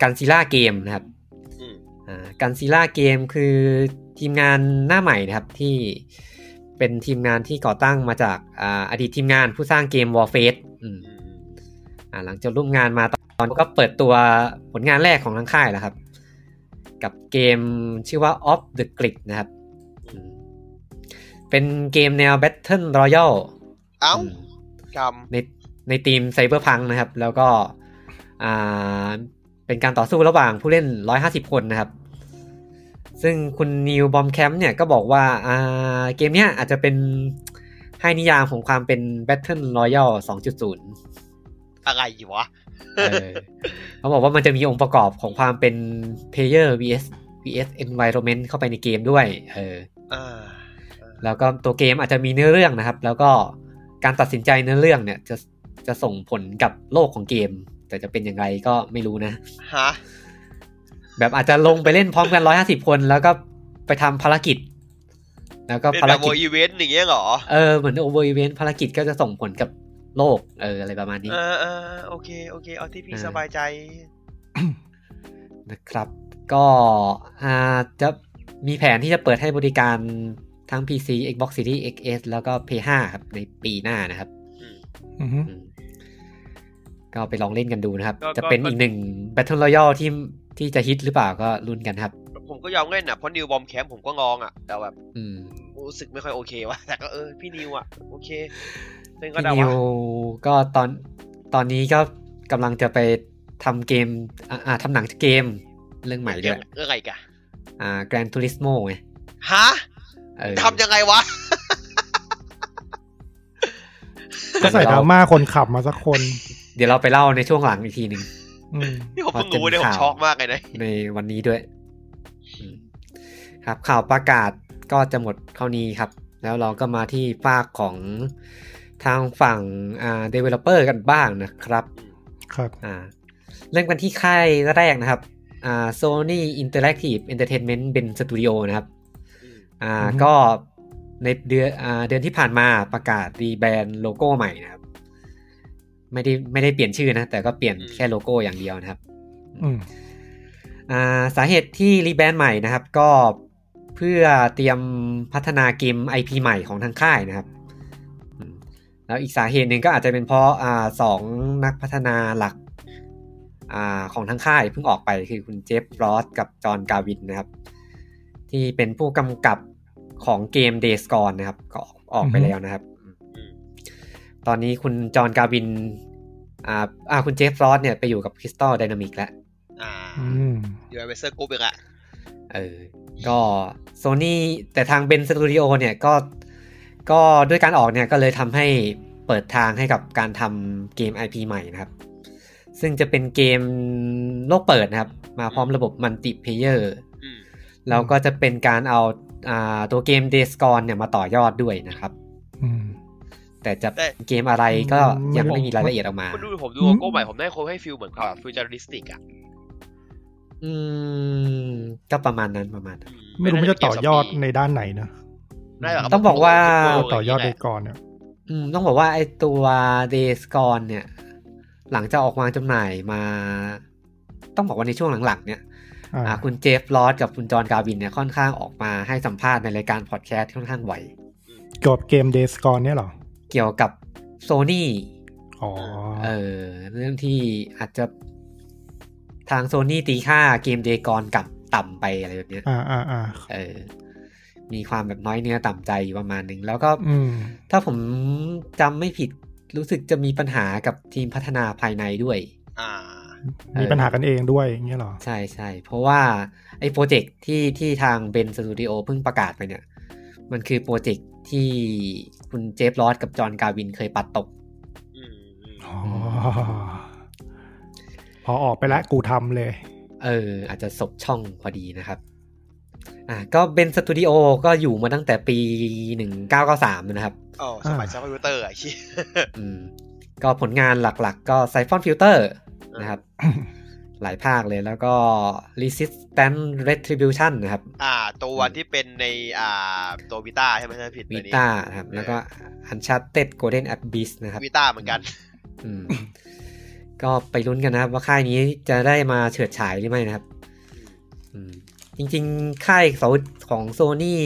Speaker 1: Godzilla Game นะครับ
Speaker 2: อืม
Speaker 1: กันซีล่าเกมคือทีมงานหน้าใหม่นะครับที่เป็นทีมงานที่ก่อตั้งมาจากอาอดีตทีมงานผู้สร้างเกม Warface อืมอ่าหลังจากร่วมงานมาตอนก็เปิดตัวผลงานแรกของทั้งค่ายแล้วครับ กับเกมชื่อว่า Off the Grid นะครับอืมเป็นเกมแนว Battle Royale
Speaker 2: เอ้า
Speaker 1: อืม
Speaker 2: ก
Speaker 1: ในในทีมไซเบอร์พังนะครับ แล้วก็อ่าเป็นการต่อสู้ระหว่างผู้เล่น 150 คนนะครับ ซึ่งคุณนิวบอมแคมป์เนี่ยก็บอกว่าอ่าเกมเนี้ยอาจจะเป็นให้นิยามของความเป็น Battle Royale 2.0
Speaker 2: ำอะไรวะ
Speaker 1: เออเขาบอกว่ามันจะมีองค์ประกอบของความเป็น Player vs vs environment เข้าไปในเกมด้วยเออ
Speaker 2: อ่า
Speaker 1: แล้วก็ตัวเกมอาจจะมีเนื้อเรื่องนะครับ แล้วก็การตัดสินใจเนื้อเรื่องเนี่ยจะจะส่งผลกับโลกของเกม แต่จะเป็นอย่างไรก็ไม่รู้นะ
Speaker 2: ฮะ
Speaker 1: แบบอาจจะลงไปเล่นพร้อมกันร้อยห้าสิบคน แล้วก็ไปทำภารกิจ แล้วก็
Speaker 2: เป็น
Speaker 1: ภา
Speaker 2: แบ
Speaker 1: ร
Speaker 2: บโว
Speaker 1: กิจ
Speaker 2: อีเวนต์อย่างเงี้ยเหรอ
Speaker 1: เออเหมือนโอเวอร์อีเวนต์ภารกิจก็จะส่งผลกับโลกเอออะไรประมาณนี้
Speaker 2: เออเออโอเค โอเค เอาที่พี่
Speaker 1: อ่า
Speaker 2: สบายใจ
Speaker 1: นะครับ ก็อาจจะมีแผนที่จะเปิดให้บริการทั้ง PC Xbox Series XS แล้วก็ PS5 ครับในปีหน้านะครับ
Speaker 4: อือฮึ
Speaker 1: อืมก็ไปลองเล่นกันดูนะครับ
Speaker 2: ก็
Speaker 1: จะ
Speaker 2: ก็
Speaker 1: เป็น
Speaker 2: ก็
Speaker 1: อีกหนึ่ง Battle Royale ที่ที่จะฮิตหรือเปล่าก็ลุ้นกันครับ
Speaker 2: ผมก็ยอมเล่นอ่ะ เพราะนิวบอมแคมป์ผมก็งองอ่ะ แต่แบบ
Speaker 1: อืม
Speaker 2: รู้สึกไม่ค่อยโอเควะ แต่ก็เออ พี่นิวอ่ะ โอเคเล่นก็
Speaker 1: พี่
Speaker 2: ได้
Speaker 1: นิ
Speaker 2: วะ
Speaker 1: วก็ตอนตอนนี้ก็กำลังจะไปทำเกมอ่าอ่าทำหนังเกมเรื่องใหม่
Speaker 2: เรื่
Speaker 1: ด้
Speaker 2: อ
Speaker 1: ว
Speaker 2: ง
Speaker 1: ย
Speaker 2: เรื่องอะไรกะ
Speaker 1: อ่า Gran Turismo ไง
Speaker 2: ฮะ
Speaker 1: เออ
Speaker 2: ทำยังไงวะ
Speaker 4: ก็ใส่ดราม่าคนขับมาสักคน
Speaker 1: เดี๋ยวเราไปเล่าในช่วงหลังอีกทีหนึ่ง
Speaker 4: อืม
Speaker 2: นี่ผมเพิ่งรู้เนี่ยผมช็อกมากเลยนะ
Speaker 1: ในวันนี้ด้วยอืมครับข่าวประกาศก็จะหมดเท่านี้ครับ แล้วเราก็มาที่ฝากของทางฝั่งอ่า developer กันบ้างนะครับ
Speaker 4: ครับ
Speaker 1: อ่าเริ่มกันที่ค่ายแรกนะครับอ่า Sony Interactive Entertainment เป็น Studio นะครับอ่า
Speaker 4: อืม
Speaker 1: ก็ในเดือนอ่าเดือนที่ผ่านมาประกาศรีแบรนด์โลโก้ใหม่นะครับ ไม่ได้ไม่ได้เปลี่ยนชื่อนะ แต่ก็เปลี่ยน
Speaker 2: อืม
Speaker 1: แค่โลโก้อย่างเดียวนะครับ
Speaker 4: อืม
Speaker 1: อ่าสาเหตุที่รีแบรนด์ใหม่นะครับ ก็เพื่อเตรียมพัฒนาเกม IP ใหม่ของทางค่ายนะครับอืมแล้วอีกสาเหตุหนึ่งก็อาจจะเป็นเพราะอ่าสองนักพัฒนาหลักอ่าของทางค่ายเพิ่งออกไปคือคุณเจฟรอสกับจอห์นกาวินนะครับ ที่เป็นผู้กำกับของเกม Days Gone นะครับ ก็ออกไป
Speaker 4: อือฮึ
Speaker 1: แล้วนะครับ ตอนนี้คุณจอห์นกาวินอ่าอ่าคุณเจฟรอสเนี่ยไปอยู่กับ Crystal Dynamics แล้ว
Speaker 2: อ่า
Speaker 4: อืม
Speaker 2: อยู่ไอเวเซอร์กรุ๊ปอีกอะ
Speaker 1: เออ ก็โซนี่แต่ทางเบนสตูดิโอเนี่ยก็ก็ด้วยการออกเนี่ยก็เลยทำให้เปิดทางให้กับการทำเกม IP ใหม่นะครับ ซึ่งจะเป็นเกมโลกเปิดนะครับ มาพร้อมระบบมัลติเพเยอร์
Speaker 2: อืม
Speaker 1: แล้วก็จะเป็นการเอาอ่าตัวเกม Days Gone เนี่ยมาต่อยอดด้วยนะครับ
Speaker 4: อืม
Speaker 1: แต่จะเป็นเกมอะไรก็ยังไม่มีรายละเอียดออกมา
Speaker 2: คุณดูผมดูโลโก้ใหม่ผมได้คนให้ฟิลเหมือนแบบฟิวเจอริสติกอะ
Speaker 1: อืม ก็ประมาณนั้นประมาณนั้น
Speaker 2: อื
Speaker 4: ไม่รู้มันจะต่อยอดในด้านไหนนะ
Speaker 2: น่าจะ
Speaker 1: ต้องบอกว่า
Speaker 4: ต่อยอด
Speaker 2: เล
Speaker 4: เดกอนเนี่ย
Speaker 1: อืมต้องบอกว่าไอตัว Days Gone เนี่ย หลังจากออกวางจำหน่ายมา ต้องบอกว่าในช่วงหลังๆ เนี่ย
Speaker 4: อ่า
Speaker 1: อ่าคุณเจฟลอสกับคุณจอห์นกาวินเนี่ยค่อนข้างออกมาให้สัมภาษณ์ในรายการพอดแคสต์ค่อนข้างบ่อย
Speaker 4: เกยวกับเกมเดสกอนเนี่ยเหรอ
Speaker 1: เกี่ยวกับโซนี่
Speaker 4: อ๋อ
Speaker 1: เออเรื่องที่อาจจะทางโซนี่ตีค่าเกมเดกอนกับต่ำไปอะไรแบบเนี้ย
Speaker 4: อ่าอ่าอ่า
Speaker 1: เออมีความแบบน้อยเนื้อต่ำใจอยู่ประมาณหนึ่งแล้วก็
Speaker 4: อืม
Speaker 1: ถ้าผมจำไม่ผิดรู้สึกจะมีปัญหากับทีมพัฒนาภายในด้วย
Speaker 2: อ่า
Speaker 4: มีปัญหากันเองด้วยอย่างเงี้ยเหรอ
Speaker 1: ใช่ใช่เพราะว่าไอ้โปรเจกต์ที่ที่ทางเบนสตูดิโอเพิ่งประกาศไปเนี่ย มันคือโปรเจกต์ที่คุณเจฟรอสกับจอห์นกาวินเคยปัดตก
Speaker 2: อืมอืม
Speaker 4: อ๋อ พอออกไปแล้วกูทำเลย
Speaker 1: เออ อาจจะสบช่องพอดีนะครับ อ่ะก็เบนสตูดิโอก็อยู่มาตั้งแต่ปี 1993 นะครับ
Speaker 2: อ๋อสมัยซับคอมพิวเตอร์อะชี้ย
Speaker 1: อืมก็ผลงานหลักๆ ก็ Siphon Filter นะครับ หลายภาคเลยแล้วก็ Resistance Retribution นะครับ
Speaker 2: อ่า ตัววันที่เป็นในอ่าตัววิต้าใช่ไหมถ้าผิดตั
Speaker 1: วี
Speaker 2: วนี้
Speaker 1: ตาครับ แล้วก็ Uncharted Golden Abyss นะครับ
Speaker 2: วีต้าเหมือนกัน
Speaker 1: อื มก็ไปลุ้นกันนะครับ ว่าค่ายนี้จะได้มาเฉิดฉายหรือไม่นะครับ อืมจริงๆ ค่ายของโซนี่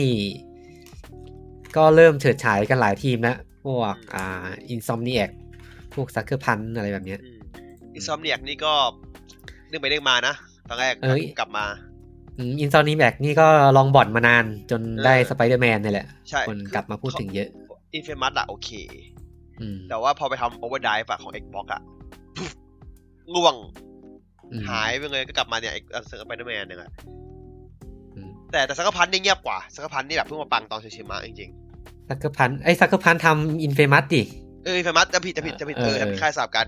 Speaker 1: ก็เริ่มเฉิดฉายกันหลายทีมแล้ว พวกอ่า Insomniac พวก Sucker Punch อะไรแบบเนี้ย
Speaker 2: อินซอมเนียกนี่ก็นึกไปนึกมานะ ตอนแรก
Speaker 1: เอ้ย
Speaker 2: กลับมา
Speaker 1: อินซอมนิแบกนี่ก็ลองบ่อนมานานจนได้
Speaker 2: เออ
Speaker 1: สไปเดอร์แมนนี่แหละ
Speaker 2: ใช่
Speaker 1: คนกลับมาพูดถึงเยอะ
Speaker 2: อินเฟมัสอะโอเค
Speaker 1: อืม
Speaker 2: แต่ว่าพอไปทำโอเวอร์ไดฟ์ของ Xbox อะ ปุ๊บล่วง
Speaker 1: อืม
Speaker 2: หายไปเลยก็กลับมาเนี่ยเซอร์ไปเดอร์แมนเนี่ยแหละ
Speaker 1: อืม
Speaker 2: แต่แต่สักพันนี่เงียบกว่าสักพันนี่แบบเพิ่งมาปังตอนซูชิมะจริง
Speaker 1: ซักเกอร์พันไอ้ยซักเกอร์พันทำอินเฟมัสดิ
Speaker 2: ๆเอออินเฟมัสจะผิดจะผิดจะผิด
Speaker 1: เอ
Speaker 2: เอ
Speaker 1: อ
Speaker 2: อ
Speaker 1: เออ
Speaker 2: จะผิดค่ายสลับกัน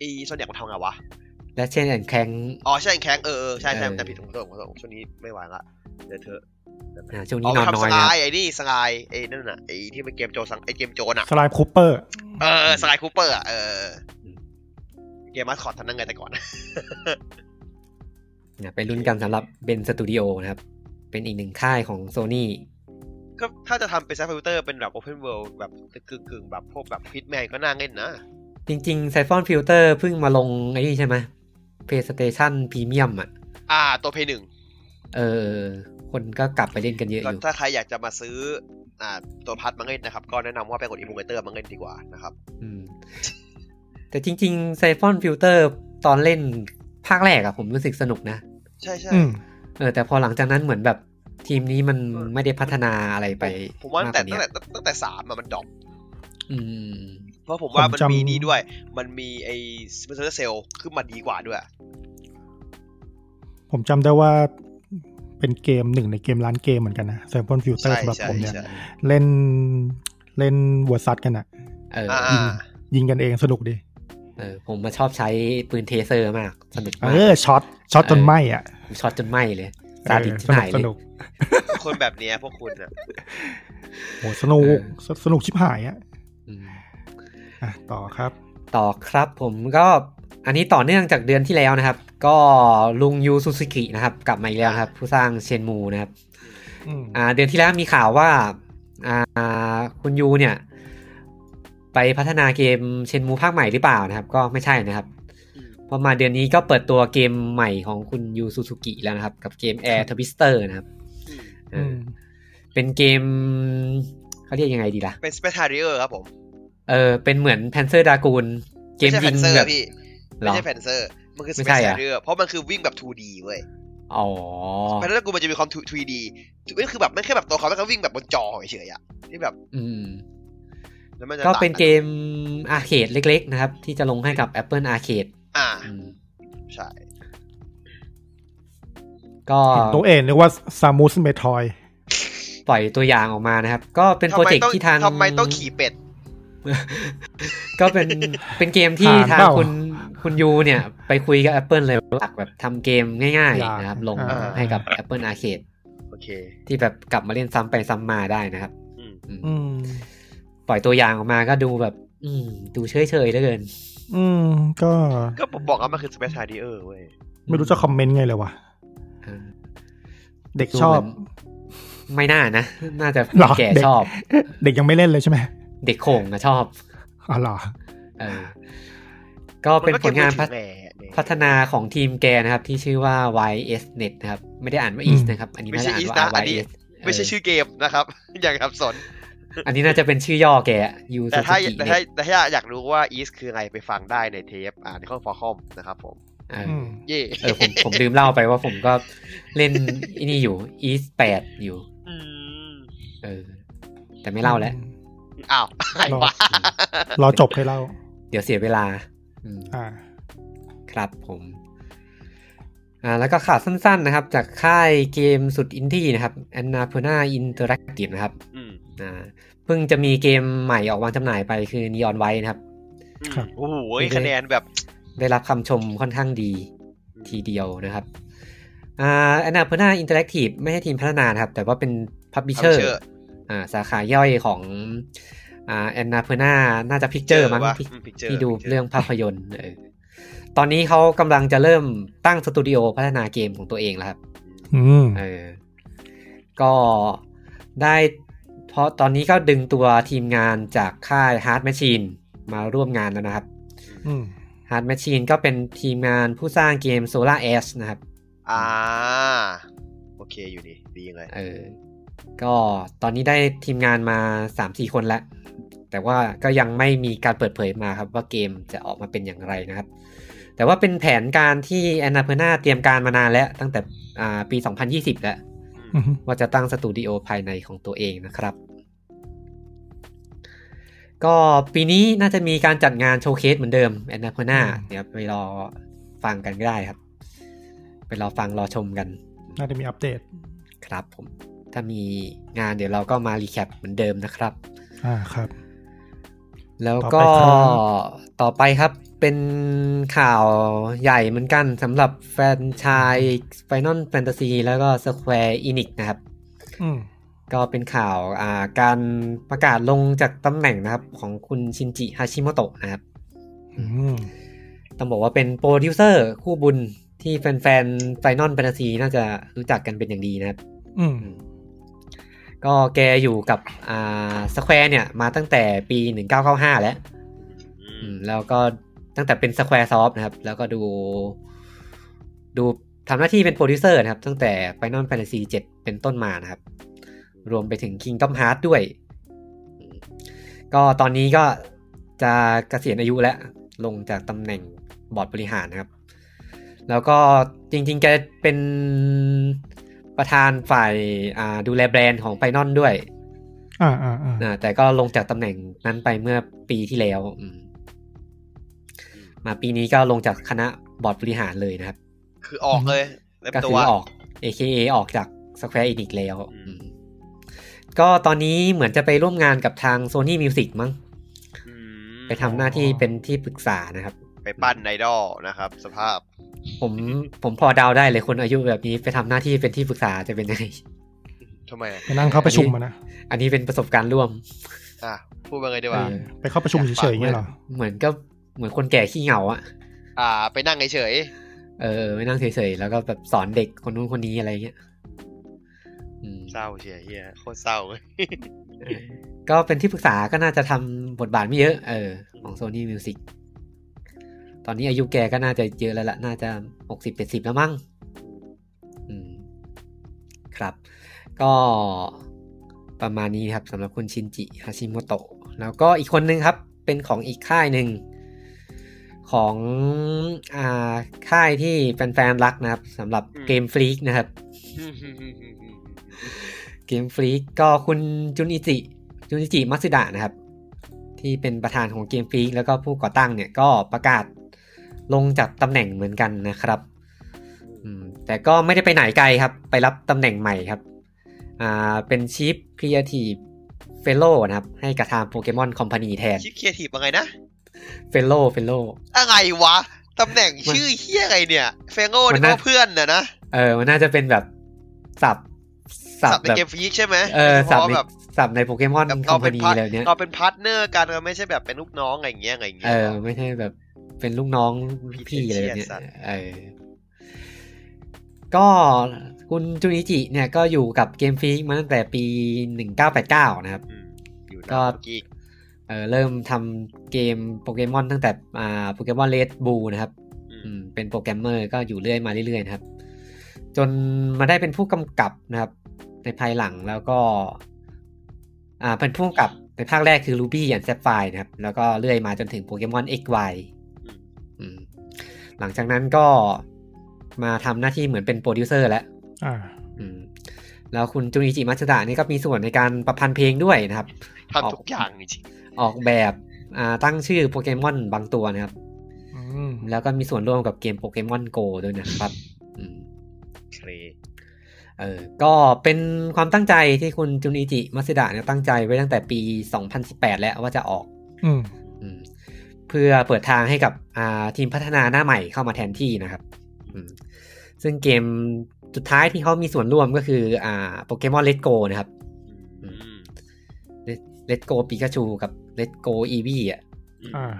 Speaker 2: อีซอนเนียกมันทำไงวะ
Speaker 1: และเช่นแอนแครง
Speaker 2: อ๋อใช่แข็งเออเออใช่ใช่
Speaker 1: เออ
Speaker 2: แต่ผิดของตัวของตัวช่วงนี้ไม่วางละเดี๋ยวเธอะ
Speaker 1: อ่าช่วง
Speaker 2: อ๋
Speaker 1: นี้
Speaker 2: อน มั
Speaker 1: อน
Speaker 2: ทำ
Speaker 1: น้
Speaker 2: ส
Speaker 1: อยนะ
Speaker 2: กายไอ้นี่สกายไอ้นั่นน่ะไอ้ที่เป็นเกมโจรสังไอ้เกมโจรน่ะ
Speaker 4: สไลด์คูเปอร์
Speaker 2: เออสกายคูเปอร์อ่ะเออเกมมาสคอตทำนั่งไงแต่ก่อน
Speaker 1: เนี่ยไปรุ่นกันสำหรับเบนสตูดิโอนะครับ เป็นอีกหนึ่งค่ายของโซนี่
Speaker 2: ก็ ถ้าจะทำเป็นไซฟ e ฟิลเตอร์เป็นแบบโอเพนเวิลด์แบบกึ่งกึ่งๆแบบพวกแบบพิทแมนก็น่าเล่นนะ
Speaker 1: จริงๆไซฟอนฟิลเตอร์เพิ่งมาลงไอ้นี่ใช่ไหม PlayStation Premium อ่ะ
Speaker 2: อ่าตัวเพย์หนึ่ง
Speaker 1: เออ คนก็กลับไปเล่นกันเยอะ
Speaker 2: ก็
Speaker 1: อยู่
Speaker 2: ถ้าใครอยากจะมาซื้ออ่าตัวพัดมาเล่นนะครับ ก็แนะนำว่าไปกดอิมูเลเตอร์มาเล่นดีกว่านะครับ
Speaker 1: อืม แต่จริงๆไซฟอนฟิลเตอร์ตอนเล่นภาคแรกอะผมรู้สึกสนุกนะ
Speaker 2: ใช่ใช่
Speaker 4: อืม
Speaker 1: เออ แต่พอหลังจากนั้นเหมือนแบบทีมนี้มันไม่ได้พัฒนาอะไรไป
Speaker 2: ผมว่าตั้งแต่ตั้ง
Speaker 1: กก
Speaker 2: แต่
Speaker 1: นี้
Speaker 2: ตั้งแต่สามอะมันดรอป
Speaker 1: อืม
Speaker 2: เพราะผมว่า
Speaker 4: ผม
Speaker 2: มัน
Speaker 4: จำ
Speaker 2: มีนี้ด้วย มันมีไอ้สเปนเซอร์เซลขึ้นมาดีกว่าด้วย
Speaker 4: ผมจำได้ว่าเป็นเกมหนึ่งในเกมร้านเกมเหมือนกันนะเซมพอนฟิวเตอร์
Speaker 2: ใช่
Speaker 4: สำหรับ
Speaker 2: ใช่
Speaker 4: ผมเนี่ย
Speaker 2: ใช่
Speaker 4: เล่นเล่นวัวซัดกันอะ
Speaker 1: เออ
Speaker 2: อ่า
Speaker 4: ยิงยิงกันเองสนุกดี
Speaker 1: เออผมมาชอบใช้ปืนเทเซอร์มาก สนุก
Speaker 4: เอ
Speaker 1: มาก
Speaker 4: อช็อตช็อตจนไหมอ่ะ
Speaker 1: ผมช็อตจนไหมเลยซาดิส
Speaker 4: เออ
Speaker 1: ที่
Speaker 4: ส
Speaker 1: ไหน
Speaker 4: นุกส
Speaker 1: เลย
Speaker 4: นุก
Speaker 2: คนแบบเนี้ยพวกคุณอะ
Speaker 4: โหสนุกสสนุกชิบหายอ่ะ
Speaker 1: อืม
Speaker 4: อ่ะต่อครับ
Speaker 1: ต่อครับผมก็อันนี้ต่อเนื่องจากเดือนที่แล้วนะครับ ก็ลุงยูซูซูกินะครับ กลับมาอีกแล้วครับ ผู้สร้างเชนมูนะครับ
Speaker 4: อืม
Speaker 1: อ่าเดือนที่แล้วมีข่าวว่าอ่าคุณยูเนี่ย ไปพัฒนาเกมเชนมูภาคใหม่หรือเปล่านะครับ ก็ไม่ใช่นะครับ ผ ประมาณเดือนนี้ก็เปิดตัวเกมใหม่ของคุณยูซูซูกิแล้วนะครับ กับเกม Air Twister นะครับเอ
Speaker 4: อื
Speaker 1: อ
Speaker 4: ม
Speaker 1: เป็นเกมเขาเรียกยังไงดีล่ะ
Speaker 2: เป็นสเปซทาริเออร์ครับผม
Speaker 1: เออเป็นเหมือนแพนเซอร์ดากูนเกม
Speaker 2: ไใช่
Speaker 1: ยิ
Speaker 2: แฟ
Speaker 1: ง
Speaker 2: นเซอร์
Speaker 1: แบบ
Speaker 2: พี่
Speaker 1: เหรอ
Speaker 2: ไม่ใช่แฟนเซอร์ มันคือส
Speaker 1: ไม่
Speaker 2: เปซ
Speaker 1: ใช่อะ
Speaker 2: ทาริเออร์เพราะมันคือวิ่งแบบ 2D เว้ย
Speaker 1: อ๋อ
Speaker 2: แพนเซอร์กูมันจะมีความ 3D ไม่คือแบบไม่แค่แบบตัวเขาไม่ก็วิ่งแบบบนจอเฉยๆอะที่แบบ
Speaker 1: อืม
Speaker 2: แล้วมันจะ
Speaker 1: ก็เป็น
Speaker 2: ต่าง
Speaker 1: เกมอาร์เคดเล็ก ๆ นะครับ ที่จะลงให้กับ Apple Arcade
Speaker 2: อ่า
Speaker 1: อืม
Speaker 2: ใช่
Speaker 1: ก็
Speaker 4: เห็นตัวเองนึกว่าซามูสเมทอย
Speaker 1: ปล่อยตัวอย่างออกมานะครับ ก็เป็นโปร
Speaker 2: ทำไม
Speaker 1: เจกต์
Speaker 2: อง
Speaker 1: ที่ทาง
Speaker 2: ทำไมต้องขี่เป็ด
Speaker 1: ก็เป็นเป็นเกมที่ทาง
Speaker 4: ผ่านเปล่า
Speaker 1: คุณคุณยูเนี่ย ไปคุยกับ Apple เลยหลักแบบทำเกมง่าย
Speaker 4: อยาก
Speaker 1: ๆนะครับ ลง
Speaker 4: อ่า
Speaker 1: ให้กับ Apple Arcade
Speaker 2: โอเค
Speaker 1: ที่แบบกลับมาเล่นซ้ำไปซ้ำมาได้นะครับ
Speaker 2: อืม
Speaker 1: อืม
Speaker 4: อืม
Speaker 1: ปล่อยตัวอย่างออกมาก็ดูแบบ อืม ดูเฉยๆเหลือเกิน
Speaker 4: อืม ก็
Speaker 2: ก็ผมบอกแล้วมันคือสเปซทาริเออร์เว้ย
Speaker 4: ไม่รู้จะคอมเมนต์ไงเลยวะ
Speaker 1: อ่า
Speaker 4: เด็กชอบ
Speaker 1: ดูเหมือนไม่น่านะ น่าจะ
Speaker 4: หรอ
Speaker 1: แก่
Speaker 4: เด็ก
Speaker 1: ชอบ
Speaker 4: เด็กยังไม่เล่นเลยใช่ไหม
Speaker 1: เด็กโขงอะชอบ
Speaker 4: อ๋อเหรอ
Speaker 1: เออ ก็เป็นผลงานพัฒ
Speaker 2: มันก็เกมมือถือแหละ
Speaker 1: พัฒนาของทีมแกนะครับ ที่ชื่อว่า YSNet นะครับ ไม่ได้อ่านว่า East
Speaker 4: อืม
Speaker 1: นะครับ อันนี้
Speaker 2: ไม่
Speaker 1: น่า
Speaker 2: ใช่
Speaker 1: จะอ่าน
Speaker 2: East
Speaker 1: ว่า
Speaker 2: นะอันนี้
Speaker 1: YS
Speaker 2: ไม่ใช่
Speaker 1: เ
Speaker 2: ชื่อเกมนะครับ อย่างสับสน
Speaker 1: อันนี้น่าจะเป็นชื่อย่อแกอะยู
Speaker 2: แต่ถ้า
Speaker 1: ซูซูกิ
Speaker 2: แต่ถ้าแต่ถ้าอยากรู้ว่า East คือไงไปฟังได้ในเทปอ่าในข้องฟอคอมนะครับผม
Speaker 1: เออ
Speaker 4: อืม
Speaker 2: เย่
Speaker 1: เออผมผมลืมเล่าไปว่าผมก็เล่นไอันนี้อยู่ East 8 อยู่
Speaker 2: อืม
Speaker 1: เออ แต่ไม่เล่าแล้ว
Speaker 2: อ้าวอะไรวะ
Speaker 4: รอจบให้เล่า
Speaker 1: เดี๋ยวเสียเวลา อืม
Speaker 4: อ่า
Speaker 1: ครับผมอ่าแล้วก็ข่าวสั้นๆนะครับ จากค่ายเกมสุดอินดี้นะครับ Annapurna Interactive นะครับ
Speaker 2: อืม
Speaker 1: อ่าเพิ่งจะมีเกมใหม่ออกวางจำหน่ายไปคือ Neon White นะครับ
Speaker 4: ครับ
Speaker 2: โอ้โหคะแนนแบบ
Speaker 1: ได้รับคำชมค่อนข้างดีทีเดียวนะครับอ่า Annapurna Interactive ไม่ใช่ทีมพัฒนานะครับ แต่ว่าเป็น Publisher
Speaker 2: าชื่
Speaker 1: อ่าสาขาย่อยของอ่า Annapurna น่าจะ Picture มั้ง
Speaker 2: ว่า
Speaker 1: ที่
Speaker 2: อืม Picture
Speaker 1: ที่ดู
Speaker 2: Picture
Speaker 1: เรื่องภาพยนตร์เออตอนนี้เขากำลังจะเริ่มตั้งสตูดิโอพัฒนาเกมของตัวเองแล้วครับ
Speaker 4: อืม
Speaker 1: เออ ก็ได้เพราะตอนนี้ก็ดึงตัวทีมงานจากค่าย Hard Machine มาร่วมงานแล้วนะครับ
Speaker 4: อืม
Speaker 1: Hard Machine ก็เป็นทีมงานผู้สร้างเกม Solar Ash นะครับ
Speaker 2: อ่า โอเคอยู่นี่ดีเลย
Speaker 1: เออ ก็ตอนนี้ได้ทีมงานมา 3-4 คนแล้ว แต่ว่าก็ยังไม่มีการเปิดเผยมาครับว่าเกมจะออกมาเป็นอย่างไรนะครับ แต่ว่าเป็นแผนการที่แอนนาเพอร์นาเตรียมการมานานแล้ว ตั้งแต่อ่าปี 2020 แล้ว
Speaker 4: อืม
Speaker 1: ว่าจะตั้งสตูดิโอภายในของตัวเองนะครับ ก็ปีนี้น่าจะมีการจัดงานโชว์เคสเหมือนเดิมแอนนาเพอร์นาเดี๋ยวไปรอฟังกันก็ได้ครับ ไปรอฟังรอชมกัน
Speaker 4: น่าจะมีอัปเดต
Speaker 1: ครับผม ถ้ามีงานเดี๋ยวเราก็มารีแคปเหมือนเดิมนะครับ
Speaker 4: อ่าครับ
Speaker 1: แล้วก็
Speaker 4: ต่อ
Speaker 1: ต่อ
Speaker 4: ไปครับ
Speaker 1: ไปครับ เป็นข่าวใหญ่เหมือนกันสำหรับแฟรนไชาย Final Fantasy แล้วก็ Square Enix นะครับ
Speaker 4: อืม
Speaker 1: ก็เป็นข่าวอ่าการประกาศลงจากตำแหน่งนะครับของคุณชินจิฮาชิโมโตะนะครับ
Speaker 4: อืม
Speaker 1: ต้องบอกว่าเป็นโปรดิวเซอร์คู่บุญที่แฟนๆ Final Fantasy น่าจะรู้จักกันเป็นอย่างดีนะครับ
Speaker 4: อืม
Speaker 1: ก็แกอยู่กับอ่าสแควร์เนี่ยมาตั้งแต่ปี 1995 แล้ว อืมแล้วก็ตั้งแต่เป็นสแควร์ซอฟนะครับ แล้วก็ดู ดูทำหน้าที่เป็นโปรดิวเซอร์นะครับ ตั้งแต่ Final Fantasy 7 เป็นต้นมานะครับ รวมไปถึง Kingdom Hearts ด้วยอืมก็ตอนนี้ก็จะกเกษียณอายุแล้ว ลงจากตำแหน่งบอร์ดบริหารนะครับ แล้วก็จริงๆ แกเป็นประธานฝ่ายอ่าดูแลแบรนด์ของไ i นอนด้วย
Speaker 4: อ่าอ่าอ่า
Speaker 1: อ่าแต่ก็ลงจากตำแหน่งนั้นไปเมื่อปีที่แล้วอืม มาปีนี้ก็ลงจากคณะบอร์ดบริหารเลยนะครับ
Speaker 2: คือออกเลยเต็ม
Speaker 1: ก็
Speaker 2: ตั
Speaker 1: คื
Speaker 2: ว
Speaker 1: อออก AKA ออกจาก Square Enix แล้ว
Speaker 2: อืม
Speaker 1: อืมก็ตอนนี้เหมือนจะไปร่วมงานกับทาง Sony Music มั้ง
Speaker 2: อืม
Speaker 1: ไปทำหน้าที่เป็นที่ปรึกษานะครับ
Speaker 2: ไปปั้นไอดอลนะครับ สภาพ
Speaker 1: ผมผมพอเดาได้เลยคนอายุแบบนี้ไปทำหน้าที่เป็นที่ปรึกษาจะเป็นยังไง
Speaker 2: ทำไมอะ
Speaker 4: ไปนั่งเข้าประชุมมานะ
Speaker 1: อันนี้เป็นประสบการณ์ร่วม
Speaker 2: อ่ะ พูดไปเลยดีก
Speaker 4: ไป
Speaker 2: ว่า
Speaker 4: ไปเข้าประชุมเฉยๆเงี้ยเหรอ
Speaker 1: เหมือนก็เหมือนคนแก่ขี้เหงาอะ
Speaker 2: อ่า ไปนั่งเฉย
Speaker 1: เออไม่นั่งเฉยๆ แล้วก็แบบสอนเด็กคนนู้นคนนี้อะไรเงี้ยอืม
Speaker 2: ๆเศร้าเชียเฮียโคตรเศร้าเลย
Speaker 1: เออก็เป็นที่ปรึกษาก็น่าจะทำบทบาทไม่เยอะ เออ ของ Sony Music ตอนนี้อายุแกก็น่าจะเยอะแล้วละน่าจะหกสิบเจ็ดสิบแล้วมั้งอืมครับ ก็ประมาณนี้ครับสำหรับคุณชินจิฮาชิโมโตะแล้วก็อีกคนนึงครับ เป็นของอีกค่ายหนึ่ง ของอ่าค่ายที่แฟนๆรักนะครับสำหรับ
Speaker 2: อืม
Speaker 1: เกมฟรีกนะครับ เกมฟรีกก็คุณจุนอิจิจุนอิจิมัตสึดะนะครับ ที่เป็นประธานของเกมฟรีกแล้วก็ผู้ก่อตั้งเนี่ยก็ประกาศลงจากตำแหน่งเหมือนกันนะครับอืมแต่ก็ไม่ได้ไปไหนไกลครับ ไปรับตำแหน่งใหม่ครับอ่าเป็น Chief Creative Fellow นะครับ ให้กับทางโปเกมอนคอมพานีแทน
Speaker 2: ชิ คเคียทีบว่าไงนะ
Speaker 1: Fellow Fellow
Speaker 2: อะไรวะ ตำแหน่งชื่อเฮียอะไรเนี่ย เฟงโง่
Speaker 1: มั
Speaker 2: นี่
Speaker 1: น
Speaker 2: ก็
Speaker 1: น่า
Speaker 2: เพื่อนนะนะ
Speaker 1: เออมันน่าจะเป็นแบบสับสับ
Speaker 2: สับใน
Speaker 1: แบบ
Speaker 2: เกมฟรีกใช่ไหม
Speaker 1: เออ
Speaker 2: ไม่ใช่
Speaker 1: สับ
Speaker 2: พราะ
Speaker 1: ใน
Speaker 2: แบบ
Speaker 1: สับในโปเกมอน
Speaker 2: แบบ
Speaker 1: คอ
Speaker 2: เรา
Speaker 1: ม
Speaker 2: เป็
Speaker 1: พาน นี
Speaker 2: พาร์ท
Speaker 1: อะไรแบบเนี้ย
Speaker 2: เราเป็นพาร์ทเนอร์กันเราไม่ใช่แบบเป็นลูกน้องอะไรอย่างเงี้ยอะไรอย่างเงี้
Speaker 1: เอย อไม่ใช่แบบเป็นลูกน้องลูกพี่อะไรแบบเนี้ย
Speaker 2: สัตว์
Speaker 1: เออก็คุณจุนิจิเนี่ยก็อยู่กับเกมฟรีมาตั้งแต่ปี 1989 นะครับ
Speaker 2: มอยู่นะ
Speaker 1: ก็
Speaker 2: เมื่อกี้
Speaker 1: เออเริ่มทำเกมโปเกมอนตั้งแต่อ่าโปเกมอนเลดบูนะครับ
Speaker 2: อื
Speaker 1: อื
Speaker 2: ม
Speaker 1: มเป็นโปรแกรมเมอร์ก็อยู่เรื่อยมาเรื่อยๆนะครับ จนมาได้เป็นผู้กำกับนะครับ ในภายหลังแล้วก็ อ่าเป็นผู้กำกับในภาคแรกคือ Ruby and Sapphire นะครับ แล้วก็เรื่อยมาจนถึง Pokemon XY อืมหลังจากนั้นก็มาทำหน้าที่เหมือนเป็นโปรดิวเซอร์แล้ว
Speaker 4: อ่า
Speaker 1: อืมแล้วคุณจุนิจิมัชดะนี่ก็มีส่วนในการประพันธ์เพลงด้วยนะครับ
Speaker 2: ทำทุกอย่างจริง
Speaker 1: ออกแบบอ่าตั้งชื่อโปเกมอนบางตัวนะครับ
Speaker 4: อืม
Speaker 1: แล้วก็มีส่วนร่วมกับเกมโปเกมอนโกด้วยนะครับอืม
Speaker 2: ๆเคร
Speaker 1: เออก็เป็นความตั้งใจที่คุณจุนอิจิมัตสึดะเนี่ยตั้งใจไว้ตั้งแต่ปี 2018 แล้วว่าจะออก
Speaker 4: อืม
Speaker 1: อมเพื่อเปิดทางให้กับอ่าทีมพัฒนาหน้าใหม่เข้ามาแทนที่นะครับอืมซึ่งเกมสุดท้ายที่เขามีส่วนร่วมก็คืออ่าโปเกมอนเลตโกนะครับ
Speaker 2: อืม
Speaker 1: เลตโกปิกาชูกับเลตโกอีวีอ่ะ
Speaker 4: อ่า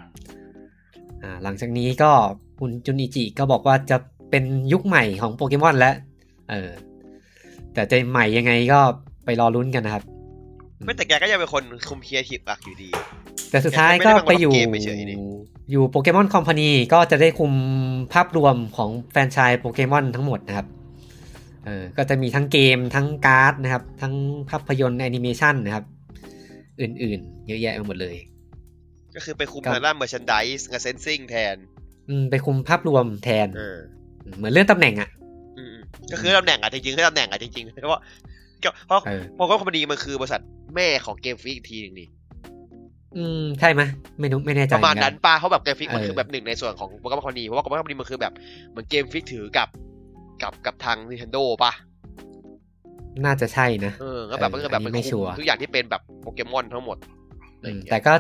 Speaker 1: อ่าหลังจากนี้ก็คุณจุนอิจิก็บอกว่าจะเป็นยุคใหม่ของโปเกมอนแล้วเออแต่จะใหม่ยังไงก็ไปรอลุ้นกันนะครับ
Speaker 2: ไม่แต่แกก็ยังเป็นคนคุมเคียทีบหลักอยู่ดี
Speaker 1: แต่สุดท้ายก็ไปอยู่
Speaker 2: แกไม่ได้มาเล่นเกมเฉยๆนี่
Speaker 1: อยู่โปเกมอนคอมพานีก็จะได้คุมภาพรวมของแฟรนไชายโปเกมอนทั้งหมดนะครับ เออก็จะมีทั้งเกมทั้งการ์ดนะครับ ทั้งภาพยนตร์แอนิเมชันนะครับ อื่นๆ เยอะแยะไปหมดเลย
Speaker 2: ก็คือไปคุม
Speaker 1: ครับ
Speaker 2: ทางด้านเมอร์ชันดิสกับเซนซิงแทน
Speaker 1: อืมไปคุมภาพรวมแทน
Speaker 2: เออ
Speaker 1: เหมือนเลื่อนตำแหน่งอะ
Speaker 2: อืมๆก็คือตำแหน่งอ่ะจริงๆคือตำแหน่งอ่ะจริงๆเพราะว่าก็เพราะ
Speaker 1: เออ
Speaker 2: เพราะว่าคอมพานีมันคือบริษัทแม่ของเกมฟิกอีกทีหนึงนี่
Speaker 1: อืมใช่ไหมยไม่รู้ไม่แน่ใจ
Speaker 2: ประมาณ
Speaker 1: เหอกั
Speaker 2: นั้นป่ะเพราะแบบเกมฟิกมัน
Speaker 1: เออ
Speaker 2: คือแบบหนึ่งในส่วนของบริษัทคอมพานีเพราะว่าบริษัทคอมพานีมันคือแบบเหมือนเกมฟิกถือกับกับกับทาง Nintendo ป่ะ
Speaker 1: น่าจะใช่นะ
Speaker 2: เออก็แบบมันก็แบบ
Speaker 1: อันนี้
Speaker 2: เป็น
Speaker 1: ไม่ชัวร์
Speaker 2: ทุกอย่างที่เป็นแบบโปเกมอนทั้งหมดอะไร
Speaker 1: อืม
Speaker 2: อย่างเงี้ย
Speaker 1: แต่ก็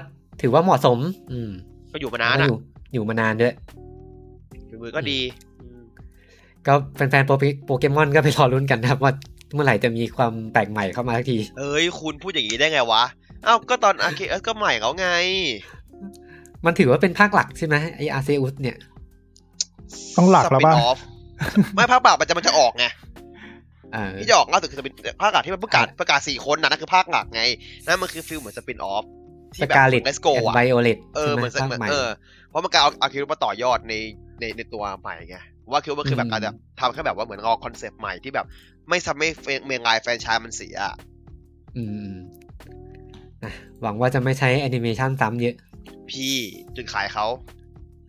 Speaker 1: ถือว่าเหมาะสม อืม
Speaker 2: ก็อยู่มา
Speaker 1: แล้
Speaker 2: นาน
Speaker 1: วก็
Speaker 2: อ่ะ
Speaker 1: อยู่อยู่มานานด้วย
Speaker 2: ฝีมือก็ดี
Speaker 1: ก็แฟนๆโปเกโปเกมอนก็ไปรอลุ้นกันนะครับว่าเมื่อไหร่จะมีความแปลกใหม่เข้ามาสักที
Speaker 2: เอ้ยคุณพูดอย่างนี้ได้ไงวะอ้าวก็ตอนอาเคเอสก็ใหม่เขาไง
Speaker 1: มันถือว่าเป็นภาคหลักใช่ไหมไออาเซอุสเนี่ย
Speaker 4: ต้องหลักแล้วป่ะ
Speaker 2: Spin-off ไม่ภาคเปล่ามันจะมันจะออกไง
Speaker 1: เออ
Speaker 2: ที่จะออกล่าสุดคือสปินภาคหลักที่มันประกาศ
Speaker 1: อ่ะ
Speaker 2: ประกาศสี่คนนะนั่นคือภาคหลักไงนั่นมันคือฟิลเหมือนสปินออฟ
Speaker 1: ส
Speaker 2: ที่แบบ
Speaker 1: กาเลต
Speaker 2: เลสโก
Speaker 1: แอน
Speaker 2: อ่ะ
Speaker 1: ไวโอเลต
Speaker 2: เอ
Speaker 1: ใช่
Speaker 2: อ
Speaker 1: ไหมภาค
Speaker 2: เหมือนเหมือน
Speaker 1: ใหม่
Speaker 2: เออเพราะมันการเอาเอาคิวมาต่อยอดในในในตัวใหม่ไงว่าคิวมันคือแบบ
Speaker 1: อืม
Speaker 2: การแบบทำแค่แบบว่าเหมือนเอาคอนเซปต์ใหม่ที่แบบไม่ทำให้เมงไลน์แฟรนไชายมันเสียอะ
Speaker 1: อืมนะหวังว่าจะไม่ใช้แอนิเมชันซ้ำเยอะ
Speaker 2: พี่จุดขายเขา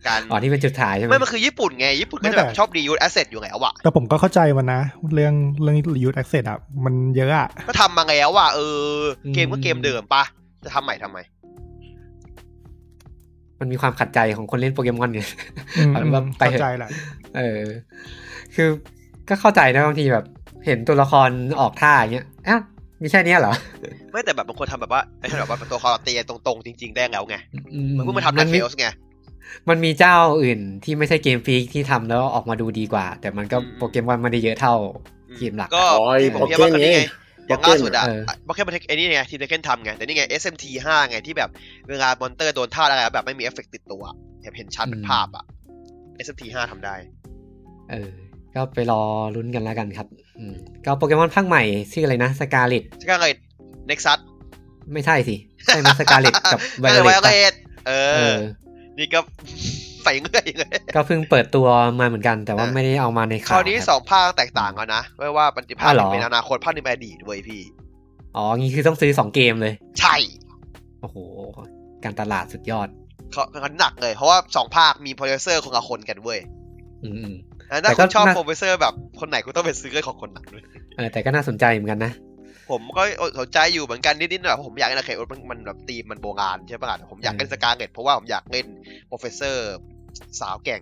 Speaker 2: การ
Speaker 1: อ๋อที่เป็นจุดถ่ายใช่ไหม
Speaker 2: ไม่มันคือญี่ปุ่นไง ญี่ปุ่นก็จะแบบชอบดียูสแอสเซทอยู่แล้วอ่ะ
Speaker 4: แต่ผมก็เข้าใจมันนะ เรื่องเรื่องยูทแอคเซสอ่ะ มันเยอะอ่ะ
Speaker 2: ก็ทำมาแล้วอ่ะเออ เกมก็เกมเดิมปะจะทำใหม่ทำไม
Speaker 1: มันมีความขัดใจของคนเล่นโปเกมอนเนี่ย
Speaker 4: อืม
Speaker 1: เอาเป็นว่าไปเถอะ
Speaker 4: เข้าใจแหละ
Speaker 1: เออ คือก็เข้าใจนะบางทีแบบ เห็นตัวละครออกท่าอย่างเงี้ยอ้าวมีแค่เนี้ยเหรอ
Speaker 2: ไม่แต่แบบมันควรทำแบบว่าไม่ใช่แบบว่าเป็นตัวคอร์เตียตรงๆจริงๆได้แล้วไง
Speaker 1: อื
Speaker 2: มันเพิ่งมาทำใน
Speaker 1: น
Speaker 2: เฟ
Speaker 1: มี
Speaker 2: ลส์ไง
Speaker 1: มันมีเจ้าอื่นที่ไม่ใช่เกมฟรีที่ทำแล้วออกมาดูดีกว่า แต่มันก็
Speaker 2: อืม
Speaker 1: โปเกมอนไม่ได้เยอะเท่าเกมหลัก
Speaker 2: ก็
Speaker 3: โอ้ย
Speaker 2: ที่ผม
Speaker 3: โอ
Speaker 2: เทียบ
Speaker 3: เค
Speaker 2: ว่าก็
Speaker 3: ไง
Speaker 2: นี่ไง อย่างล่าสุดอะ
Speaker 1: เออ
Speaker 2: บล็อกเก็ตมันไอ้นี่ไงทีมเดเคนทำไง แต่นี่ไง SMT 5ไงที่แบบเวลามอนเตอร์โดนท่าอะไรแบบไม่มีเอฟเฟกต์ติดตัวเห็นเห็นชัดเป็นภาพอะ SMT 5ทำได้
Speaker 1: เออ ก็ไปรอลุ้นกันแล้วกันครับ อืมก็โปเกมอนภาคใหม่ชื่ออะไรนะสกาเลต
Speaker 2: ใช่ก็เลย Nexus
Speaker 1: ไม่ใช่สิ ใช่ไหมสกาเลตกับไว
Speaker 2: ก็เล
Speaker 1: โอย เล
Speaker 2: ไว
Speaker 1: ต
Speaker 2: เลตเอ
Speaker 1: เอ
Speaker 2: อ
Speaker 1: อ
Speaker 2: นี่ก็ ใส่เงื่อยเลย
Speaker 1: ก็เพิ่งเปิดตัวมาเหมือนกัน แต่ว่า
Speaker 2: อ่ะ
Speaker 1: ไม่ได้เอามาใน
Speaker 2: ค
Speaker 1: ข่าว
Speaker 2: ราวนี้
Speaker 1: ะ
Speaker 2: สองภาคแตกต่างกันนะไม่ว่าปฏิภาค
Speaker 1: อ้าว
Speaker 2: ห
Speaker 1: เหร
Speaker 2: นึ่
Speaker 1: อ
Speaker 2: งเป็นอนาคตภาคหนึ่งเป็นอดีตเว้ยพี่
Speaker 1: อ๋องี้คือต้องซื้อสองเกมเลย
Speaker 2: ใช่
Speaker 1: โอ้โห การตลาดสุดยอด
Speaker 2: เขาเขาหนักเลย เพราะว่าสองภาคมีโปรดิวเซอร์คนละคนกันเว้ย
Speaker 1: อืม
Speaker 2: อ่ะถ้า
Speaker 1: แต่ก็
Speaker 2: คุณชอบ
Speaker 1: น่า
Speaker 2: โปรดิวเซอร์แบบคนไหนคุณต้องไปซื้อเรื่องของคนนั้นด้วย
Speaker 1: ๆเออแต่ก็น่าสนใจเหมือนกันนะ
Speaker 2: ผมก็สนใจอยู่เหมือนกันนิดๆหน่อยๆเพราะผมอยากเล่นอะเคโอมันมันแบบตีมมันโบราณใช่ปะล่ะแต่ผมอยากเล่นสกาเก็ตเพราะว่าผมอยากเล่นโปรเฟสเซอร์สาวแกร่ง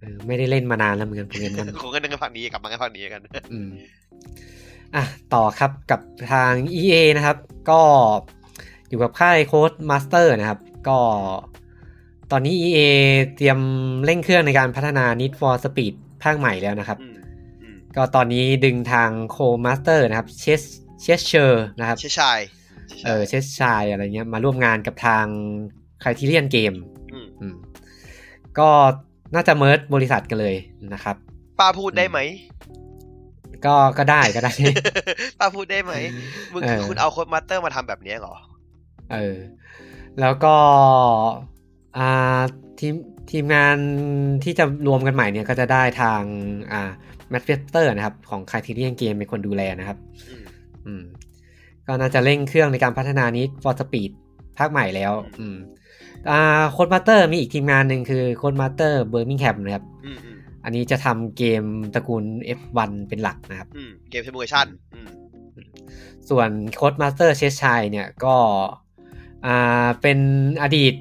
Speaker 1: เออไม่ได้เล่นมานานแล้วเหมือนกันโปเกมอน
Speaker 2: คงกันในภาคนี้กลับมาในภาคนี้กัน
Speaker 1: อืมอ่ะต่อครับกับทาง EA นะครับ ก็อยู่กับค่ายโค้ดมาสเตอร์นะครับ ก็ตอนนี้ EA เตรียมเร่งเครื่องในการพัฒนา Need for Speed ภาคใหม่แล้วนะครับ
Speaker 2: อืมอืม
Speaker 1: ก็ตอนนี้ดึงทางโคมาสเตอร์นะครับเชสเชสเชอร์นะครับ
Speaker 2: ใช่ชาย
Speaker 1: เออเชสชายอะไรเงี้ยมาร่วมงานกับทางค r i ทีเรียนเกม
Speaker 2: ม
Speaker 1: ก็น่าจะเมิร์ดบริษัทกันเลยนะครับ
Speaker 2: ป้าพูดได้ไหม
Speaker 1: ก็ก็ได้ก็ได้
Speaker 2: ป้าพูดได้ไหม มึงคือ
Speaker 1: เออ
Speaker 2: คุณเอาโค้ดมาสเตอร์มาทำแบบเนี้ยเหรอ
Speaker 1: เออแล้วก็อ่าทีมทีมงานที่จะรวมกันใหม่เนี่ยก็จะได้ทางอ่าแมทเฟสเตอร์นะครับ ของค r i ทีเรียนเกมเป็นคนดูแลนะครับ
Speaker 2: อืม
Speaker 1: อืมก็น่าจะเร่งเครื่องในการพัฒนานี้ for speed ภาคใหม่แล้ว อืมอ่าโค้ดมาสเตอร์มีอีกทีมงานหนึ่งคือโค้ดมาสเตอร์เบอร์มิงแฮมนะครับ
Speaker 2: อืมอืม
Speaker 1: อันนี้จะทำเกมตระกูล F1 เป็นหลักนะครับ
Speaker 2: อืมเกมซิมูเลชั่นอืม
Speaker 1: ส่วนโค้ดมาสเตอร์เชสชัยเนี่ยก็อ่าเป็นอดีต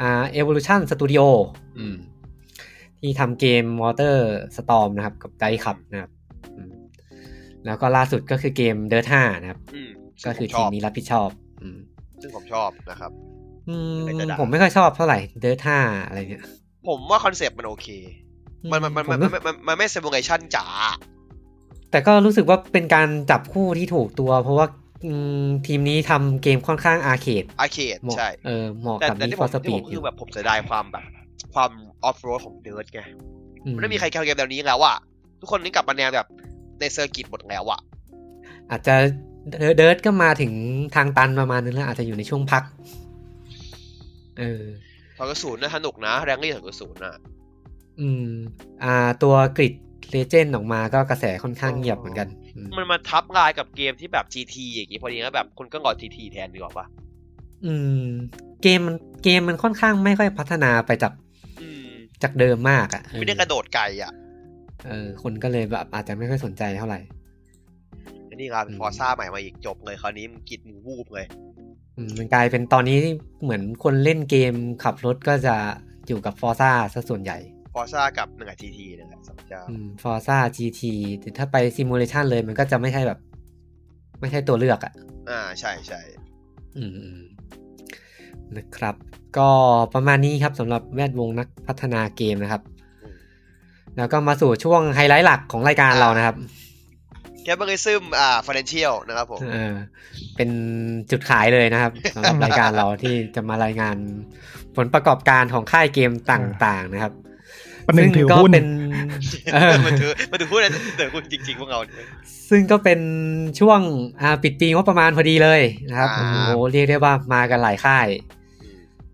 Speaker 1: อ่า Evolution Studio อืมที่ทำเกม Water Storm นะครับ กับไดคับนะครับอืมแล้วก็ล่าสุดก็คือเกม Dirt 5นะครับ
Speaker 2: อืม
Speaker 1: ก็คือ
Speaker 2: ซึ่งผมช
Speaker 1: ทีม
Speaker 2: อบ
Speaker 1: นี้รับผิดชอบ อืม
Speaker 2: ซึ่งผมชอบนะครับ
Speaker 1: อืม
Speaker 2: ไม่ค่อยด่า
Speaker 1: ผมไม่ค่อยชอบเท่าไหร่เดอร์ท่าอะไรเนี่ย
Speaker 2: ผมว่าคอนเซปต์มันโอเค มันมันมันมัน
Speaker 1: ผ
Speaker 2: มันมันมันไม่ซิมูเลชั่นจ๋า
Speaker 1: แต่ก็รู้สึกว่าเป็นการจับคู่ที่ถูกตัว เพราะว่าอืมทีมนี้ทำเกมค่อนข้างอาร์เคด
Speaker 2: อาเคด
Speaker 1: เหมาะ
Speaker 2: ใช่
Speaker 1: เออเหมาะ
Speaker 2: แต่
Speaker 1: กับ
Speaker 2: แต่
Speaker 1: นี
Speaker 2: ที่
Speaker 1: ฟ
Speaker 2: ผ
Speaker 1: อ
Speaker 2: ม
Speaker 1: ร์ส
Speaker 2: ที่
Speaker 1: ปี
Speaker 2: ผ
Speaker 1: ด
Speaker 2: มคือแบบผมเสียดายความแบบ ความออฟโรดของเดิร์ดไง มันไม่มีใครแคลเกมแนวนี้แล้วอะทุกคนนี่กลับมาแนวแบบในเซอร์กิตหมดแล้วอะ
Speaker 1: อาจจะเดิร์ดก็มาถึงทางตันประมาณนึงแล้วอาจจะอยู่ในช่วงพัก เออ
Speaker 2: ถอยกระสุนนะสนุกนะแรงลี่ถอยกระสุนอ่ะ
Speaker 1: อืม อ่า ตัวกริดเลเจนด์ออกมาก็กระแสค่อนข้างเงียบเหมือนกันอืม
Speaker 2: มันมาทับลายกับเกมที่แบบ GT อย่างงี้พอดีนะแบบคุณก็งอ GT แทนดีกว่าปะ
Speaker 1: อืม เกมมันเกมมันค่อนข้างไม่ค่อยพัฒนาไปจาก
Speaker 2: อืม
Speaker 1: จากเดิมมากอะ่ะเออ
Speaker 2: ไม่ได้กระโดดไกลอ่ะ
Speaker 1: เออคนก็เลยแบบอาจจะไม่ค่อยสนใจเท่าไหร่
Speaker 2: อันนี่ครับ
Speaker 1: อืม
Speaker 2: ฟอร์ซ่าใหม่มาอีกจบเลยคราวนี้มึงกิดมึงวูบเลย
Speaker 1: อืมมันกลายเป็นตอนนี้เหมือนคนเล่นเกมขับรถก็จะอยู่กับฟอร์ซ่าซะส่วนใหญ่
Speaker 2: ฟอร์ซ่ากับหนึ่งกับ GT นั่นแหละสองเจ้า
Speaker 1: ฟอร์ซ่า GT แต่ถ้าไปซิมูเลชันเลยมันก็จะไม่ใช่แบบ ไม่ใช่ตัวเลือกอะ่ะ
Speaker 2: อ่าใช่ใช่
Speaker 1: อืมอืมนะครับ ก็ประมาณนี้ครับสำหรับแวดวงนักพัฒนาเกมนะครับ แล้วก็มาสู่ช่วงไฮไลท์หลักของรายการเรานะครับ
Speaker 2: แคปเบอร์ซึมอ่าฟินแลนเชียลนะครับผม
Speaker 1: เออเป็นจุดขายเลยนะครับสำหรับรายการเราที่จะมารายงานผลประกอบการของค่ายเกมต่างๆนะครับ
Speaker 4: ประหนึ่งถือ
Speaker 1: ก็
Speaker 4: หุ้น
Speaker 1: เป็นเออ
Speaker 2: มันถือมันถือพูดอะไรแต่คุณจริง ๆ พวกเราเนี่ย
Speaker 1: ซึ่งก็เป็นช่วงอ่าปิดปีงบประมาณพอดีเลยนะครับ
Speaker 2: ครั
Speaker 1: โอ้
Speaker 2: บ
Speaker 1: โหเรียกได้ว่ามากันหลายค่าย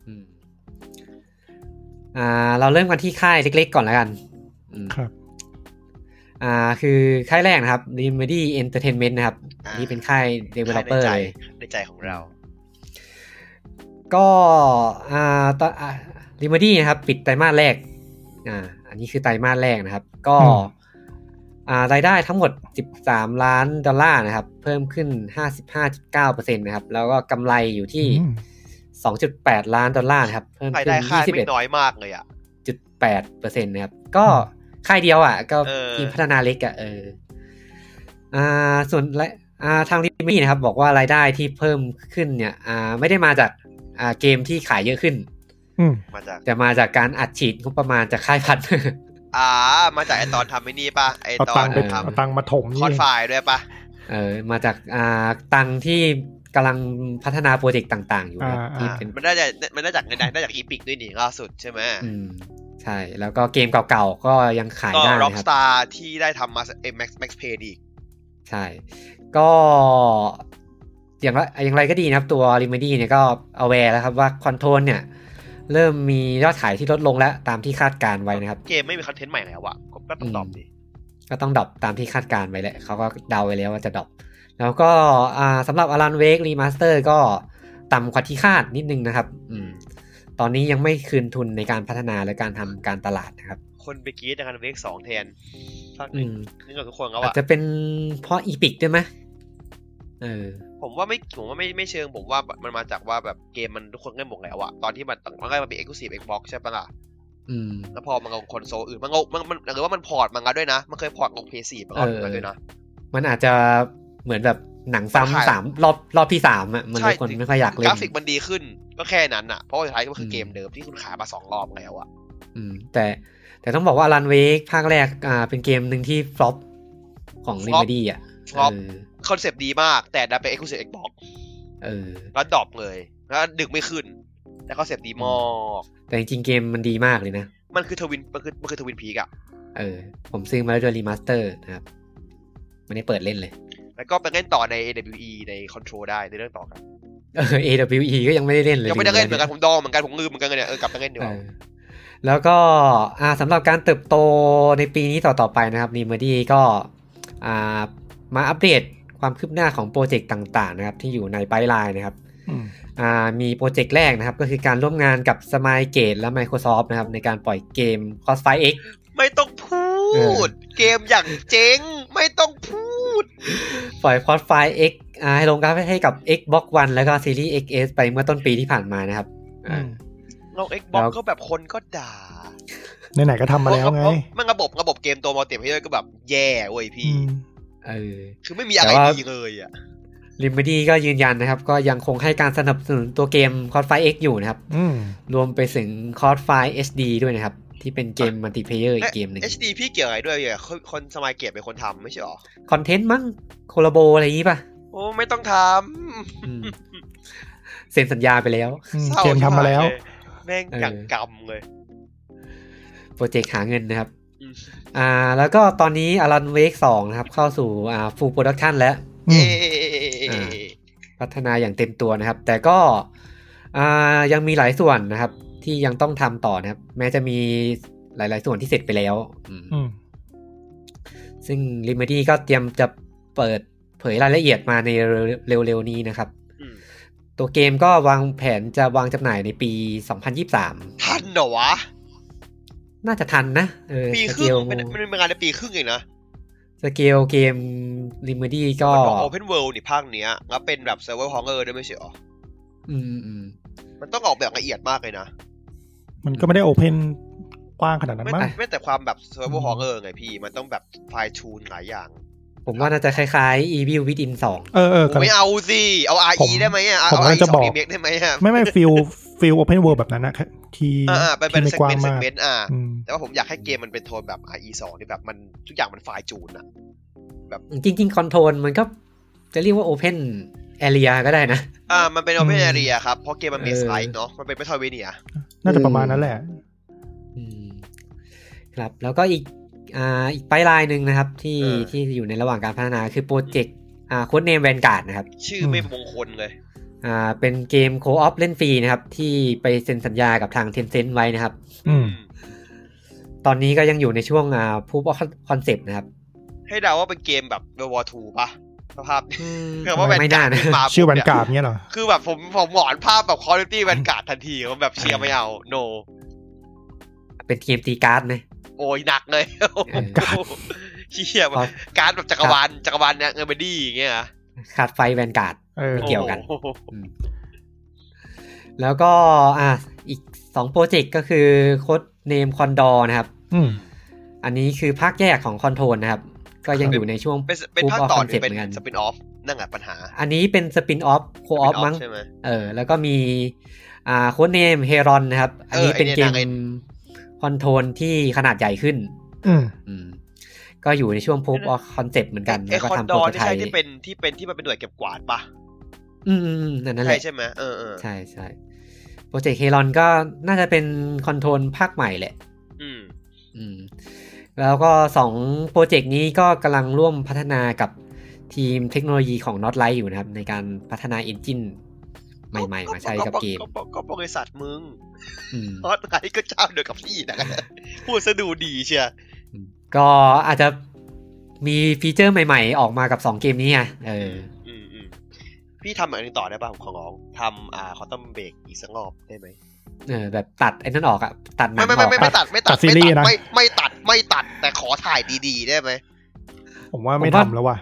Speaker 2: อื
Speaker 1: อืม
Speaker 2: ม
Speaker 1: อ่า เราเริ่มกันที่ค่ายเล็กๆก่อนแล้วกันอืม
Speaker 4: ครับ
Speaker 1: อ่า คือค่ายแรกนะครับ Remedy Entertainment นะครับ
Speaker 2: อ่า
Speaker 1: นี่เป็นค่าย Developer
Speaker 2: ในใจ
Speaker 1: เลย
Speaker 2: ในใจของเรา
Speaker 1: ก็อ่าตอนริมดี้นะครับ ปิดไตรมาสแรกอ่าอันนี้คือไตรมาสแรกนะครับ ก็
Speaker 4: อืม
Speaker 1: อ่ารายได้ทั้งหมด 13 ล้านดอลลาร์นะครับ เพิ่มขึ้น 55.9%นะครับ แล้วก็กำไรอยู่ที่
Speaker 4: อืม
Speaker 1: 2.8 ล้านดอลลาร์นะครับ เพิ่ม
Speaker 2: ราย
Speaker 1: ขึ้
Speaker 2: ได้
Speaker 1: น
Speaker 2: ค่าดไม่น้อยมากเลยอ่ะ
Speaker 1: 21.8%นะครับ ก็ค่ายเดียวอ่ะ ก็
Speaker 2: เออ
Speaker 1: ทีมพัฒนาเล็กอ่ะเอออ่าส่วนและอ่าทางริมดี้นะครับ บอกว่ารายได้ที่เพิ่มขึ้นเนี่ย อ่าไม่ได้มาจากอ่าเกมที่ขายเยอะขึ้น
Speaker 4: อืม
Speaker 2: มาจาก
Speaker 1: แต่มาจากการอัดฉีดงบประมาณจากค่ายพัน
Speaker 2: อ่า มาจากไอตอนทำไอ้นี่ปะไอ
Speaker 4: เอา
Speaker 2: ตอ
Speaker 4: ตั
Speaker 2: น
Speaker 4: งค์ไป
Speaker 1: เ
Speaker 2: ท
Speaker 4: เอาตังค์มาถม
Speaker 2: ำค
Speaker 4: นี่
Speaker 2: อน
Speaker 4: เอง
Speaker 2: ไฟล์ด้วยปะ
Speaker 1: เออมาจากอ่าตังค์ที่กำลังพัฒนาโปรเจกต์ต่าง ๆ อยู่นะครับ
Speaker 4: อ่า
Speaker 1: ที่เป็น
Speaker 2: มันได้จากมันได้จากเงินได้ได้จากอีพิกด้วยนี่ล่าสุดใช่ไหม
Speaker 1: อืมใช่ แล้วก็เกมเก่าๆ ก็ยังขาย
Speaker 2: ก็
Speaker 1: ได้
Speaker 2: ร็อก
Speaker 1: นะค
Speaker 2: ส
Speaker 1: รับ
Speaker 2: ตาร์ที่ได้ทำมาเอ็มแม็กซ์แม็กซ์เพย์อีก
Speaker 1: ใช่ ก็อย่างไรอย่างไรก็ดีนะครับ ตัว r e m e d y เนี่ยก็ aware แล้วครับว่าคอนโทรลเนี่ย เริ่มมียอดขายที่ลดลงแล้วตามที่คาดการไว้นะครับ
Speaker 2: เกมไม่มีคอนเทนต์ใหม่แล้วอะก็ก็ต้องตอบดิ
Speaker 1: ก็ต้องดรอปตามที่คาดการไว้แหละเขาก็เดาไว้แล้วว่าจะดรอปแล้วก็อ่าสำหรับอลันเวกรีมาสเตอร์ก็ต่ำกว่าที่คาดนิดนึงนะครับ อืม ตอนนี้ยังไม่คืนทุนในการพัฒนาและการทำการตลาดนะครับ
Speaker 2: คนไปกรีดในการเวกสองแทนภาคห
Speaker 1: อื
Speaker 2: นึ่ง
Speaker 1: ม
Speaker 2: นี่กับทุกคนเขา
Speaker 1: อาจ
Speaker 2: อะ
Speaker 1: จะเป็นเพราะอีพิกด้วยไหมเออ
Speaker 2: ผมว่าไม่ผมว่าไม่ไม่เชิงผมว่ามันมาจากว่าแบบเกมมันทุกคนเล่นหมดแล้วอะตอนที่มันมันก็มาเป็นเอ็กซ์คลูซีฟเอ็กบ็อกใช่ปะล่ะ
Speaker 1: อืม
Speaker 2: แล้วพอมันลงคอนโซลอื่นมันลงมันมันหรือว่ามันพอร์ตมังงะด้วยนะ มันเคยพอร์ตลงเพย์สี่มังงะ
Speaker 1: เออ
Speaker 2: มาด้วยนะ
Speaker 1: มันอาจจะเหมือนแบบหนัง
Speaker 2: มันขาย
Speaker 1: ซ้ำสามรอบรอบที่สามอ่ะมันเลยคนไม่ค่อยอยากเล่
Speaker 2: ก
Speaker 1: น
Speaker 2: ราฟิกมันดีขึ้นก็แค่นั้นอ่ะ เพราะว่าสุดท้ายก็คืออ
Speaker 1: ม
Speaker 2: เกมเดิมที่คุณขายมาสองรอบแล้วอ่ะ
Speaker 1: อืม แต่แต่ต้องบอกว่าลันเวกภาคแรกอ่าเป็นเกมหนึ่งที่ฟลอปของลิมดี้อ่ะ
Speaker 2: เพราะ
Speaker 1: เออ
Speaker 2: คอนเซปต์ดีมากแต่ดันเป็นเอ็กซ์คลูซีฟเอ็กบอก
Speaker 1: เออ
Speaker 2: แล้วดรอปเลยแล้วดึกไม่ขึ้น แต่คอนเซปต์ดีมาก
Speaker 1: แต่จริงๆเกมมันดีมากเลยนะ
Speaker 2: มันคือทวินมันคือมันคือทวินพีกอ่ะ
Speaker 1: เออ ผมซื้อมาแล้วด้วยรีมาสเตอร์นะครับไม่ได้เปิดเล่นเลย
Speaker 2: แล้วก็ไปเล่นต่อใน AWE ใน Control ได้ในเรื่องต่อกัน
Speaker 1: เออ AWE ก็ยังไม่ได้เล่นเลย
Speaker 2: ยังไม่ได้เล่นเห
Speaker 1: จ
Speaker 2: มื
Speaker 1: ริ
Speaker 2: อ
Speaker 1: งๆ
Speaker 2: นกันผมดองเหมือนกันผมลืมเหมือนกันเนี่ยเออกลับไปเล่นดีก
Speaker 1: เอ
Speaker 2: ว่า
Speaker 1: อแล้วก็อ่าสำหรับการเติบโตในปีนี้ต่อๆไปนะครับรีเมดี้ก็อ่ามาอัปเดตความคืบหน้าของโปรเจกต์ต่างๆนะครับ ที่อยู่ในไพไลน์นะครับ
Speaker 4: อืม
Speaker 1: อ่ามีโปรเจกต์แรกนะครับ ก็คือการร่วมงานกับสมายเกตและ Microsoft นะครับ ในการปล่อยเกม Crossfire X
Speaker 2: ไม่ต้องพูด เกมอย่างเจ๋งไม่ต้องพูด
Speaker 1: ปล่อย Crossfire X อ่าให้ลงกราฟให้กับ Xbox One แล้วก็ Series XS ไปเมื่อต้นปีที่ผ่านมานะครับ
Speaker 4: อื
Speaker 1: อ่า
Speaker 4: ม
Speaker 2: ลง Xbox
Speaker 1: แล้ว
Speaker 2: ก็แบบคนก็ด่า
Speaker 4: ไหนๆก็ทำมาแล้วไง
Speaker 2: เพระมันระบบระบบเกมตัวมัลติเพลเยอร์ก็แบบแย่เว้ย
Speaker 4: อื
Speaker 2: พี่
Speaker 4: ม
Speaker 1: เออ
Speaker 2: คือไม่มีอะไร
Speaker 1: แต่ว่า
Speaker 2: ดีเลยอ่ะ
Speaker 1: ลิมบดีก็ยืนยันนะครับ ก็ยังคงให้การสนับสนุนตัวเกม Crossfire X อยู่นะครับ
Speaker 4: อืม
Speaker 1: รวมไปถึง Crossfire HD ด้วยนะครับ ที่เป็นเกมมัลติเพเยอร์อีกเกมหนึ่ง
Speaker 2: HD พี่เกี่ยวอะไรด้วยเนี่ยคนคนสมัยเก็บเป็นคนทำไม่ใช่หรอ
Speaker 1: คอนเทนต์มั้งโคลาโบอะไรอย่างนี้ป่ะ
Speaker 2: โอ้ไม่ต้องท
Speaker 1: อืมเซ็นสัญญาไปแล้ว
Speaker 4: อืม
Speaker 2: ำศร้
Speaker 4: เกมทำมาแล้ว
Speaker 2: ชิบหยเยแม่ง
Speaker 1: เอออ
Speaker 2: อย่างกำเลย
Speaker 1: โปรเจกต์หาเงินนะครับ
Speaker 2: อืม
Speaker 1: อ่า แล้วก็ตอนนี้อ l ันเวกสองนะครับ เข้าสู่อ่าฟูลโปรดักชันแล้ว
Speaker 4: อื
Speaker 2: เย้
Speaker 4: ม
Speaker 1: พัฒนาอย่างเต็มตัวนะครับ แต่ก็อ่ายังมีหลายส่วนนะครับ ที่ยังต้องทำต่อนะครับ แม้จะมีหลาย ๆ ส่วนที่เสร็จไปแล้วอืม
Speaker 4: อืม
Speaker 1: ซึ่ง r e m e d y ก็เตรียมจะเปิดเผยรายละเอียดมาในเร็ว ๆ นี้นะครับ
Speaker 2: อืม
Speaker 1: ตัวเกมก็วางแผนจะวางจำหน่ายในปี 2023
Speaker 2: ทันเหรอวะ
Speaker 1: น่าจะทันนะเออ
Speaker 2: ปี
Speaker 1: ส
Speaker 2: ค
Speaker 1: เก
Speaker 2: รึ่ง
Speaker 1: ล
Speaker 2: เป็นมันเป็นงานในปีครึ่งเองนะ
Speaker 1: สเกลเกม r e m e d y ก็
Speaker 2: มันบอกโอเพนเวิลด์นี่ภาคเนี้ยแล้วเป็นแบบเซิร์ฟเวอร์ฮองเกอร์ด้วยไม่ใช่หรอ
Speaker 1: อืมอืม
Speaker 2: มันต้องออกแบบละเอียดมากเลยนะ
Speaker 4: มันก็ไม่ได้โอเพนกว้างขนาดนั้น
Speaker 2: ไม่
Speaker 4: มั้ง
Speaker 2: แต่ไม่แต่ความแบบเซิร์ฟเวอร์
Speaker 4: อืม
Speaker 2: ฮองเกอร์ไงพี่ มันต้องแบบไฟทูนหลายอย่าง
Speaker 1: ผมว่าน่าจะคล้ายๆ Evil Within 2
Speaker 4: เออเออกำลัง
Speaker 2: ไม่เอาสิ เอา
Speaker 4: ผ
Speaker 2: RE
Speaker 4: ม
Speaker 2: ได้ไหมอ่ะ เอา
Speaker 4: ผมกำลั
Speaker 2: RE
Speaker 4: งจะ
Speaker 2: สอง
Speaker 4: บอก
Speaker 2: รีเมคได้ไหมอ่ะ
Speaker 4: ไม่ไม่ฟิลฟิลโอเพนเวิลแบบนั้นนะที่
Speaker 2: อ่าๆเป็นเป็น
Speaker 4: ที่ไม่
Speaker 2: เซก
Speaker 4: ก
Speaker 2: เม
Speaker 4: ว้าน ง
Speaker 2: ต์เซ
Speaker 4: มาก ก
Speaker 2: เมนต์อ่ะ
Speaker 4: อืม
Speaker 2: แต่ว่าผมอยากให้เกมมันเป็นโทนแบบ RE สองที่แบบมันทุกอย่างมันไฟจูนอ่ะ แบบ
Speaker 1: จริง ๆ คอนโทรลมันก็จะเรียกว่า Open Area ก็ได้นะ
Speaker 2: อ่ามันเป็น open area ครับ เพราะเกมมันมี
Speaker 1: เออ
Speaker 2: สไลด์เนาะ มันเป็นไม่ทอยเวเนีย
Speaker 4: น่าจะประมาณนั้นแหละ
Speaker 1: อืมครับแล้วก็อีกอ่าอีกไปลายหนึ่งนะครับที่
Speaker 2: เออ
Speaker 1: ที่อยู่ในระหว่างการพัฒนาคือโปรเจกต์อ่าโค้ดเนมแวนการ์ดนะครับ
Speaker 2: ชื่อ
Speaker 4: ม
Speaker 2: ไม่มงคลเลย
Speaker 1: อ่าเป็นเกมโคออฟเล่นฟรีนะครับ ที่ไปเซ็นสัญญากับทางเทนเซ็นไว้นะครับ
Speaker 4: อืม
Speaker 1: ตอนนี้ก็ยังอยู่ในช่วงอ่าพูดคอนเซปต์นะครับ
Speaker 2: ให้เดาว่าเป็นเกมแบบ World War 2ปะสภาพ นี้คือว่า
Speaker 1: ไม่น่านะ
Speaker 2: ขึ้มปุ๊บ
Speaker 4: ชื่อแวน
Speaker 2: เย
Speaker 4: การ์ดเนี่ยเหรอ
Speaker 2: คือแบบผมผมหมอนภาพแบบคอร์ตี้แวนการ์ดทันทีผมแบบเชียร์ไม่เอา โน
Speaker 1: เป็นเกมตีการ์ดนะ
Speaker 2: โอ้ยหนักเลย
Speaker 1: เออ
Speaker 4: การ์ด
Speaker 2: เชียร์แบบการ์ดแบบจักรวาลจักรวาลเนี่ยเงินบดีอย่างเงี้ยนะ
Speaker 1: ขาดไฟแวนการ์ด
Speaker 4: เออ
Speaker 1: ไม่เกี่ยวกัน
Speaker 2: โอ้โห
Speaker 1: อืมแล้วก็อ่ะอีกสองโปรเจกต์ก็คือโค้ดเนมคอนดอนะครับ
Speaker 4: อืม
Speaker 1: อันนี้คือภาคแยกของคอนโทรลนะครับ ก็ยังอยู่ในช่วง
Speaker 2: เป็นเป็นภาคต่
Speaker 1: Proof
Speaker 2: อหรือ
Speaker 1: of Concept
Speaker 2: เป็
Speaker 1: ห
Speaker 2: น
Speaker 1: มือกั
Speaker 2: สปินออฟนั่นแหละปัญหา
Speaker 1: อันนี้เป็นสปินออฟโคออฟมั้ง
Speaker 2: ใช่ไหม
Speaker 1: เออ แล้วก็มีอ่าโค้ดเนมเฮรอนนะครับ อันนี้
Speaker 2: เออไอ้
Speaker 1: เป็น
Speaker 2: เนี่ย
Speaker 1: เก
Speaker 2: ดั
Speaker 1: ม
Speaker 2: งไอ้
Speaker 1: คอนโทรลที่ขนาดใหญ่ขึ้น
Speaker 4: อืม
Speaker 1: อืม ก็อยู่ในช่วง proof of concept เหมือนกัน
Speaker 2: ไอ
Speaker 1: แล้วก็
Speaker 2: คอน
Speaker 1: ทำ
Speaker 2: ด
Speaker 1: โปร
Speaker 2: อ
Speaker 1: โต
Speaker 2: ร์ที่
Speaker 1: ไท
Speaker 2: ใช่
Speaker 1: ป์
Speaker 2: ที่เป็นที่เป็นที่มันเป็นหน่วยเก็บกวาดปะ
Speaker 1: อืมอืมอืมนั่นแห
Speaker 2: ใช่
Speaker 1: ละ
Speaker 2: ใช่ไหมเออเออ
Speaker 1: ใช่ใช่โปรเจกต์เฮรอนก็น่าจะเป็นคอนโทรลภาคใหม่แหละ
Speaker 2: อืม
Speaker 1: อืมแล้วก็สองโปรเจกต์นี้ก็กำลังร่วมพัฒนากับทีมเทคโนโลยีของ Not Light อยู่นะครับ ในการพัฒนาเอนจินใหม่ๆ มาใช้กับเกม
Speaker 2: ก็บริษัทมึง
Speaker 1: อืม
Speaker 2: พอดไลท์ก็เจ้าเดียวกับพี่นะครับพูดซะดูดีเชียร์
Speaker 1: ก็อาจจะมีฟีเจอร์ใหม่ๆ ออกมากับ 2 เกมนี้ไงเออ
Speaker 2: อืมอืมพี่ทำอันนี้ต่อได้ป่ะผมขอร้องทำอ่าคอตตอมเบรกอีกสักรอบได้ไหม
Speaker 1: เออ แบบตัดไอ้นั่นออกอะตัดหนั
Speaker 2: ไม่
Speaker 1: งอ
Speaker 2: ไม่
Speaker 1: อ
Speaker 2: ไม่
Speaker 1: กอะ
Speaker 2: ไม่ไม่ตัดไม่ตัด
Speaker 4: ตัดซีรีส์นะ
Speaker 2: ไม่ไม่ตัดไม่ตัดแต่ขอถ่ายดีๆ ได้ไหม
Speaker 4: ผมว่าไม่ทำแล้วว่ะ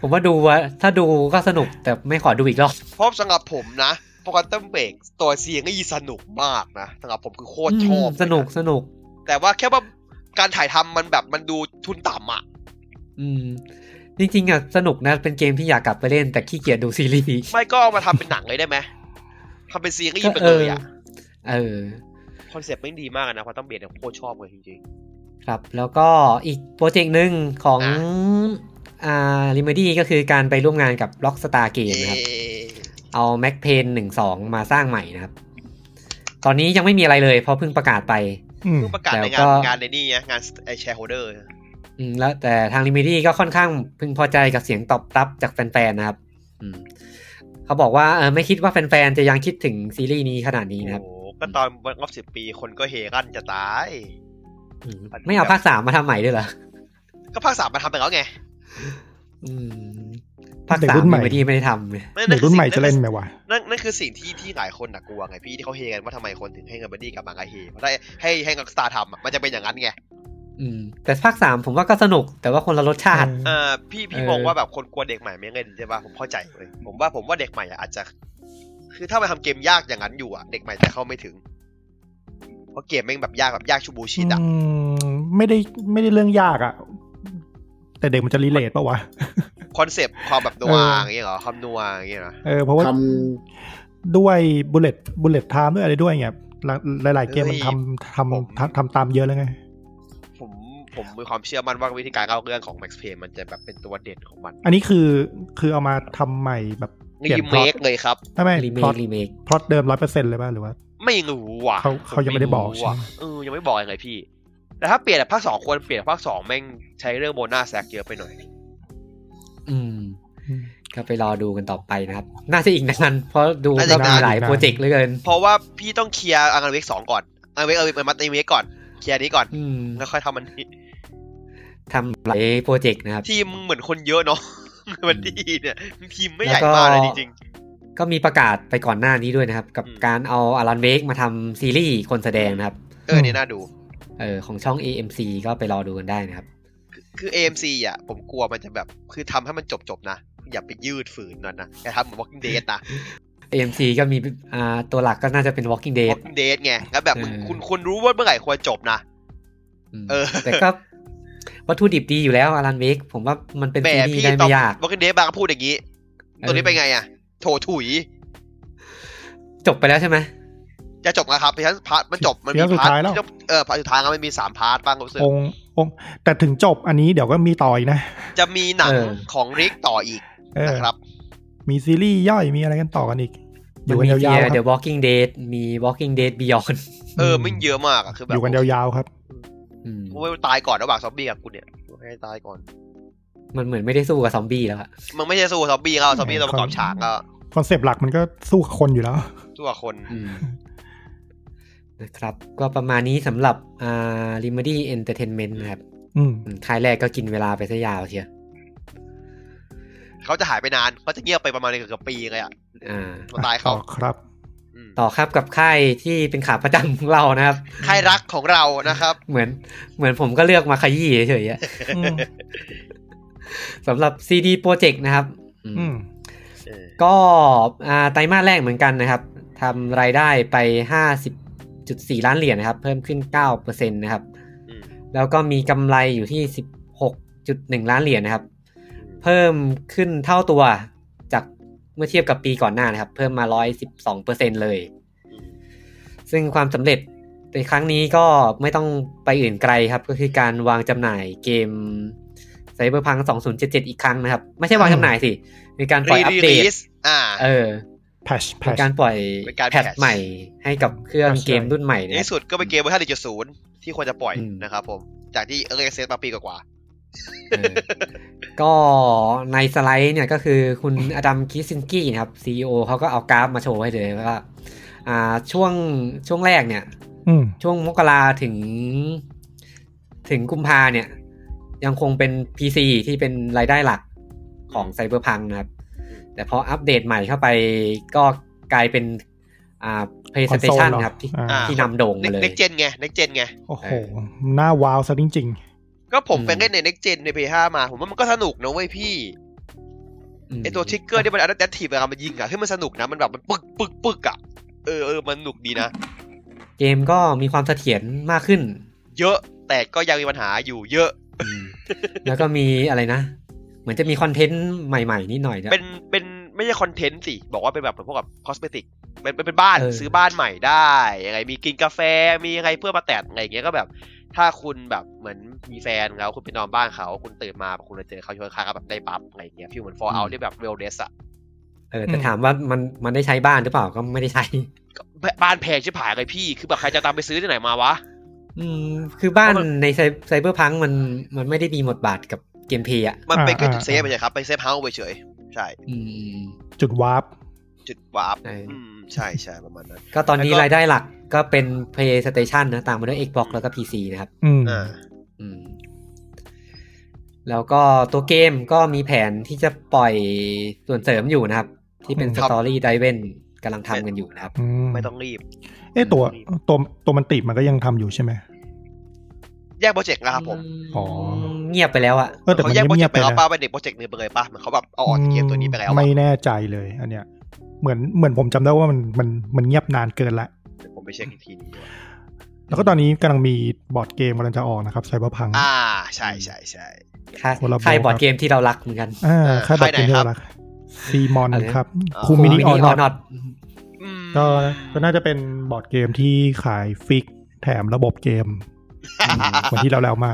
Speaker 1: ผมว่าดูว่าถ้าดูก็สนุกแต่ไม่ขอดูอีกรอบ
Speaker 2: เพราะสำหรับผมนะพอคอตตอมเบรกตัวเสียงก็ยีสนุกมากนะสำหรับผมคือโคตรชอบ
Speaker 1: สนุกสนุก
Speaker 2: แต่ว่าแค่ว่าการถ่ายทำมันแบบมันดูทุนต่ำอ่ะ
Speaker 1: อืม จริงๆอะสนุกนะ เป็นเกมที่อยากกลับไปเล่นแต่ขี้เกียจดูซีรีส์
Speaker 2: ไม่ก็เอามาทำเป็นหนังเลยได้ไหมทำเป็นซีรีส์ไปเลยอ่ะ
Speaker 1: เออ
Speaker 2: คอนเซปต์ไม่งดีมากอะนะควอตัมเบดเนี่ยโคตรชอบเลยจริง
Speaker 1: ครับ แล้วก็อีกโปรเจกต์หนึ่งของ
Speaker 2: อ่
Speaker 1: อ่าลิมดี้ก็คือการไปร่วมงานกับล็อกสตาร์เก
Speaker 2: ๆ
Speaker 1: มนะครับ
Speaker 2: เย้
Speaker 1: เอาแม็กเพนหนึ่งสองมาสร้างใหม่นะครับ ตอนนี้ยังไม่มีอะไรเลยเพราะเพิ่งประกาศไป
Speaker 4: อืม
Speaker 2: เพิ่งประกาศในงา
Speaker 1: แล้
Speaker 2: น
Speaker 1: วก็
Speaker 2: งานในนี่ไงงานไอแชร์โฮเดอร์
Speaker 1: อืมแล้วแต่ทางลิมิตี้ก็ค่อนข้างพึงพอใจกับเสียงตอบรับจากแฟนๆนะครับอืมเขาบอกว่าเออไม่คิดว่าแฟนๆจะยังคิดถึงซีรีส์นี้ขนาดนี้นะครับ
Speaker 2: โอ้โหก็ตอนรอบสิบปีคนก็เฮกันจะตาย
Speaker 1: อืมไม่เอาภาคสามมาทำใหม่ด้วยเหรอ
Speaker 2: ก็ภาคสามมาทำไปแล้วไง
Speaker 1: อืมภาคสามลิมิตี้ไม่ได้ทำ
Speaker 2: นั่น
Speaker 4: เด็กรุ่นใหม่
Speaker 2: คือสิ่ง
Speaker 4: จะเล่นไหมวะ
Speaker 2: นั่นนั่นคือสิ่งที่ที่หลายคนน่ะกลัวไงพี่ที่เขาเฮกันว่าทำไมคนถึงให้เงินบัดดี้กลับมาไงเฮเพราะถ้าให้ให้กับสตาร์ทำอะมันจะเป็นอย่างนั้นไง
Speaker 1: อืมแต่ภาคสามผมว่าก็สนุก แต่ว่าคนละรสชาติ
Speaker 2: เออพี่พี่
Speaker 1: เออ
Speaker 2: มองว่าแบบคนกลัวเด็กใหม่ไม่เล่นใช่ป่ะผมเข้าใจเลยผมว่าผมว่าเด็กใหม่อะอาจจะ คือถ้ามาทำเกมยากอย่างนั้นอยู่อะเด็กใหม่จะเข้าไม่ถึงเพราะเกมแม่งแบบยากแบบยากชูบูชิดอะ
Speaker 4: อืมไม่ได้ไม่ได้เรื่องยากอะแต่เด็กมันจะรีเลทปะวะ
Speaker 2: คอนเซปต์ความแบบนัว
Speaker 4: เออ
Speaker 2: อ
Speaker 4: อ
Speaker 2: ย่างเงี้ยเหรอความนัวอย่างเงี้ยเหรอ
Speaker 4: เออเพราะว่า
Speaker 3: ท
Speaker 4: ด้วยบุลเลตบุลเลตไทม์ด้วยอะไรด้วยเงี้ยหลายหลายๆเกมมันทำทำทำทำตามเยอะแล้วไง
Speaker 2: ผมผมมีความเชื่อมั่นว่าวิธีการเล่าเรื่องของ Max Payne มันจะแบบเป็นตัวเด่นของมัน
Speaker 4: อันนี้คือคือเอามาทำใหม่แบบเปลี่ยน
Speaker 2: รี
Speaker 4: พ
Speaker 2: เม
Speaker 4: ล็อต
Speaker 2: คเลยครับ
Speaker 4: ไม่ไม่
Speaker 1: รีเม
Speaker 4: พล็อ
Speaker 1: ค
Speaker 4: ต
Speaker 1: รีเมค
Speaker 4: พล็อตเดิมร้อยเปอร์เซ็นต์เลยป่ะหรือว่า
Speaker 2: ไม่รู้ว่ะ
Speaker 4: เขาเขายังไม่ได้บอก
Speaker 2: ผรู้ว่ะ
Speaker 4: ใช่ไหม
Speaker 2: เออยังไม่บอกเลยพี่ แต่ถ้าเปลี่ยนแบบภาคสองควรเปลี่ยนภาคสองแม่งใช้เรื่องโบนัสแซกเยอะไปหน่อย
Speaker 1: อืม ก็ไปรอดูกันต่อไปนะครับ น่าจะอีกนานเพราะดู
Speaker 2: น่า
Speaker 1: ก็
Speaker 2: จะ
Speaker 1: มี
Speaker 2: นาน
Speaker 1: หลายโปรเจกต์เหลือเกิน
Speaker 2: เพราะว่าพี่ต้องเคลียร์อังเวกสองก่อนอังเวกเออมัดอีเวกก่อนเคลียร์นี้ก่อน
Speaker 1: อืม
Speaker 2: แล้วค่อยทำมันนี้
Speaker 1: ทำหลายโปรเจกต์นะครับ
Speaker 2: ทีมเหมือนคนเยอะเนาะ มันดีเนี่ยทีมไม่ใหญ่
Speaker 1: แล้วก็
Speaker 2: มากเลยจริง
Speaker 1: ก็มีประกาศไปก่อนหน้านี้ด้วยนะครับ กับ
Speaker 2: อืม
Speaker 1: การเอาอารันเวกมาทำซีรีส์คนแสดงนะครับ
Speaker 2: ๆเออเนี่ยน่าดู
Speaker 1: เออของช่อง AMC ก็ไปรอดูกันได้นะครับ
Speaker 2: คือ AMC อ่ะ ผมกลัวมันจะแบบ คือทำให้มันจบจบๆนะ อย่าไปยืดฝืนนั่นนะอย่าทำเหมือน Walking Dead นะ
Speaker 1: AMC ก็มีอ่าตัวหลักก็น่าจะเป็น Walking Dead
Speaker 2: Walking Dead ไงแล้วแบบมึง
Speaker 1: เออ
Speaker 2: คุณคุณรู้ว่าเมื่อไหร่ควรจบนะ
Speaker 1: ม
Speaker 2: เออ
Speaker 1: แต่ก็วัตถุดิบดีอยู่แล้วอารันเวกผมว่ามันเป็น
Speaker 2: แหม
Speaker 1: ซีรี
Speaker 2: พี่
Speaker 1: ส์ได้
Speaker 2: ตอ
Speaker 1: ไม่
Speaker 2: น
Speaker 1: ยาก
Speaker 2: Walking Dead บางก็พูดอย่างนี้
Speaker 1: เออ
Speaker 2: ตัวนี้เป็นไงอ่ะ โถถุย
Speaker 1: จบไปแล้วใช่ไหม
Speaker 2: จะจบแล้วครับเพราะฉะนั้นพาร์ทมันจบ มันมี
Speaker 4: เดี๋ยวสุด
Speaker 2: พาร์ท
Speaker 4: ท้ายแล้ว
Speaker 2: ที่ต้องเออพาร์ทสุดท้ายแล้วมันมีสามพาร์ทบ้างรู้สึก
Speaker 4: องค์องค์แต่ถึงจบอันนี้เดี๋ยวก็มีต่ออีกนะ
Speaker 2: จะมีหนังของริกต่ออีก
Speaker 4: เออ
Speaker 2: นะครับ
Speaker 4: มีซีรีส์ย่อยมีอะไรกันต่อกันอีก อยู่กัน
Speaker 1: มั
Speaker 4: ยา
Speaker 1: มี
Speaker 4: ว
Speaker 1: เดีย
Speaker 4: ๆค
Speaker 1: The
Speaker 4: รับ
Speaker 1: Walking Dead มี Walking Dead Beyond
Speaker 2: เออไม่เยอะมากอะคือแบ
Speaker 4: อบ ยู่กันยาวๆครับ
Speaker 1: อืม
Speaker 2: กูไม่ตายก่อนระหว่างซอมบี้กับกูเนี่ยกูให้ตายก่อน
Speaker 1: มันเหมือนไม่ได้สู้กับซอมบี้แล้วอะ
Speaker 2: มันไม่ใช่สู้ซอมบี้แล้วซอมบี้ตัวประกอบฉากก็
Speaker 4: คอนเซปต์หลักมันก็สู้กับคนอยู่แล้ว
Speaker 2: สู้กับคน
Speaker 1: อืมนะครับ ก็ประมาณนี้สำหรับอ่า Remedy Entertainment นะครับ
Speaker 4: อืม
Speaker 1: อืมค่ายแรกก็กินเวลาไปซะยาวเชียว
Speaker 2: เขาจะหายไปนานเขาจะเงียบไปประมาณเกือบๆปีเลยอ่ะ
Speaker 1: อ่า
Speaker 2: มาตาย
Speaker 4: ต่
Speaker 2: เขา
Speaker 4: อครับ
Speaker 2: ม
Speaker 1: ต่อครับกับค่ายที่เป็นขาประจำของเรานะครับ
Speaker 2: ใครรักของเรานะครับ
Speaker 1: เหมือนเหมือนผมก็เลือกมาขยี้เฉยๆอะ
Speaker 4: อืม
Speaker 1: สำหรับ CD Project นะครับอืม
Speaker 4: อืม
Speaker 2: เออ
Speaker 1: ก็อ่าไตรมาสแรกเหมือนกันนะครับทำรายได้ไป 50.4 ล้านเหรียญนะครับ เพิ่มขึ้น 9%นะครับ
Speaker 2: อืม
Speaker 1: แล้วก็มีกำไรอยู่ที่ 16.1 ล้านเหรียญนะครับ เพิ่มขึ้นเท่าตัวจากเมื่อเทียบกับปีก่อนหน้านะครับ เพิ่มมา 112%เลย
Speaker 2: อืม
Speaker 1: ซึ่งความสำเร็จในครั้งนี้ก็ไม่ต้องไปอื่นไกลครับ ก็คือการวางจำหน่ายเกมไซเบอร์พัง2077 อีกครั้งนะครับ ไม่ใช่วางจำหน่ายสิมีการปล่อยอัป
Speaker 2: รี
Speaker 1: เด
Speaker 2: ลี
Speaker 1: ต
Speaker 2: สอ่า
Speaker 1: เออ
Speaker 4: แพชแพ
Speaker 1: เป็น
Speaker 4: ช
Speaker 1: การปล่อย
Speaker 2: เป็นการ
Speaker 1: แพท
Speaker 2: patch
Speaker 1: ใหม่ให้กับเครื่อง
Speaker 4: patch
Speaker 1: เกมรุ่นใหม่เน
Speaker 2: ใน
Speaker 1: ย
Speaker 2: ที่สุดก็เป็นเกมเวอร์ชัน1.0 ที่ควรจะปล่อย
Speaker 1: อืม
Speaker 2: นะครับผม จากที่เอ x กเซสมาปีกว่า
Speaker 1: เออก็ในสไลด์เนี่ยก็คือคุณอดัมคิสซินกี้นะครับซีอเขาก็เอากราฟมาโชว์ให้เลยว่า อ่าช่วงช่วงแรกเนี่ย
Speaker 4: อืม
Speaker 1: ช่วงมกราถึง ถึงกุมภาเนี่ย ยังคงเป็น PC ที่เป็นรายได้หลักของไซเบอร์พังนะครับ แต่พออัปเดตใหม่เข้าไปก็กลายเป็นอ่า PlayStation
Speaker 4: คอนโซลเหรอ
Speaker 1: ครับที่
Speaker 4: อ่า
Speaker 1: ที่นำโด่งมาเลย
Speaker 2: เน็กเจนไงเน็กเจนไง
Speaker 4: โอ้โหหน้าว้าวซะจริง
Speaker 2: ก็ผม
Speaker 1: อืม
Speaker 2: ไปเล่นในเน็กเจนใน PS5 มา ผมว่ามันก็สนุกนะเว้ยพี่
Speaker 1: ม
Speaker 2: ไอตัวทริกเกอร์ที่มันอัดแอคทีฟเวลามันยิงอะคือมันสนุกนะมันแบบมันปึกปึกปึกอะเออเออมันสนุกดีนะ
Speaker 1: เกมก็มีความเสถียรมากขึ้น
Speaker 2: เยอะแต่ก็ยังมีปัญหาอยู่เยอะ
Speaker 1: อืมแล้วก็มีอะไรนะ เหมือนจะมีคอนเทนต์ใหม่ๆ นิดหน่อยนะ
Speaker 2: เป็นเป็นไม่ใช่คอนเทนต์สิ บอกว่าเป็นแบบเหมือนพวกแบบคอสเมติกเป็นเป็นเป็นบ้าน
Speaker 1: เออ
Speaker 2: ซื้อบ้านใหม่ได้ยังไงมีกินกาแฟมียังไงเพื่อนมาแตะอะไรอย่างเงี้ยก็แบบ ถ้าคุณแบบเหมือนมีแฟนแล้วคุณไปนอนบ้านเขาคุณตื่นมาคุณเลยเจอเขาชวนค้างๆก็แบบได้ปั๊บอะไรอย่างเงี้ยฟิลเหมือนฟอร์เอาที่แบบเวลเดสอะ
Speaker 1: เออแต่
Speaker 4: อืม
Speaker 1: ถามว่ามันมันได้ใช้บ้านหรือเปล่าก็ไม่ได้ใช้
Speaker 2: บ้านแพงชิบหายเลยพี่ คือแบบใครจะตามไปซื้อที่ไหนมาวะ
Speaker 1: อืมคือบ้าน
Speaker 2: เพราะมัน
Speaker 1: ในไซเบอร์พังมันมันไม่ได้มีบทบาทกับเกมเพลย์อ่ะ
Speaker 2: มันเป็นแค่
Speaker 4: อ่า
Speaker 2: จุดเซฟ
Speaker 4: อ่า
Speaker 2: ไปเลยครับ ไปเซฟเฮาส์ไปเฉยใช่
Speaker 1: อืม
Speaker 4: ๆ จุดวาร์ป
Speaker 2: จุดวาร์ป
Speaker 1: ใช่
Speaker 2: อืมใช่ใช่ประมาณนั้น
Speaker 1: ก็ตอนนี้
Speaker 2: แล้วก็
Speaker 1: รายได้หลักก็เป็น PlayStation นะ ตามมาด้วย Xbox แล้วก็ PC นะครับ
Speaker 4: อืม
Speaker 2: อ่า
Speaker 1: อืม แล้วก็ตัวเกมก็มีแผนที่จะปล่อยส่วนเสริมอยู่นะครับ ที่เป็น
Speaker 4: อืมครับ
Speaker 1: Story d r i v e n กำลังทำกันอยู่นะครับ
Speaker 4: ม
Speaker 2: ไม่ต้องรีบ
Speaker 4: เอ้ตัวตัวตัวมันติดมันก็ยังทำอยู่ใช่ไหม
Speaker 2: แยกโปรเจกต์นะครับผม
Speaker 4: อ๋อ
Speaker 1: เงียบไปแล้วอะ
Speaker 4: เออแต่มั
Speaker 2: เขา
Speaker 4: น
Speaker 2: แยกโปรเจ
Speaker 4: เงี
Speaker 2: ก
Speaker 4: ย
Speaker 2: ต์
Speaker 4: บๆ
Speaker 2: ไป
Speaker 4: ไป
Speaker 2: แล้ว
Speaker 4: นะ
Speaker 2: ป้าเป็นเด็กโปรเจกต์หนึงไปเลยป้าเหมือนเขาแบบเอาออกเกมตัวนี้ไปแล้วอะ
Speaker 4: ไม่แน่ใจเลย อันเนี้ย เหมือนเหมือนผมจำได้ว่ามันมันมันเงียบนานเกินละ
Speaker 2: เดี๋ยวผมไปเช็คอีกทีนึงดีกว่า
Speaker 4: แล้วก็ตอนนี้กำลังมีบอร์ดเกมกำลังจะออกนะครับไซเบอร์พัง
Speaker 2: อ่าใช่ใช่ใช่
Speaker 1: ค่าย
Speaker 4: คนละ
Speaker 1: ค่าย
Speaker 4: โบครับ
Speaker 1: บอร์ดเกมที่เรารักเหมือนกัน
Speaker 4: อ่า
Speaker 2: เออ
Speaker 4: ค่ายบอร์ดเกม
Speaker 2: ค่ายไหนครับ
Speaker 4: ที่เรารักซีมอน
Speaker 1: อะไรนะ
Speaker 4: ครับ
Speaker 2: อ๋อ
Speaker 4: คูมินิอ
Speaker 1: Mini
Speaker 4: อน
Speaker 1: Or Not
Speaker 2: อืม
Speaker 4: ก็ก็น่าจะเป็นบอร์ดเกมที่ขายฟิกแถมระบบเก มเหมือนที่เราแล้วมา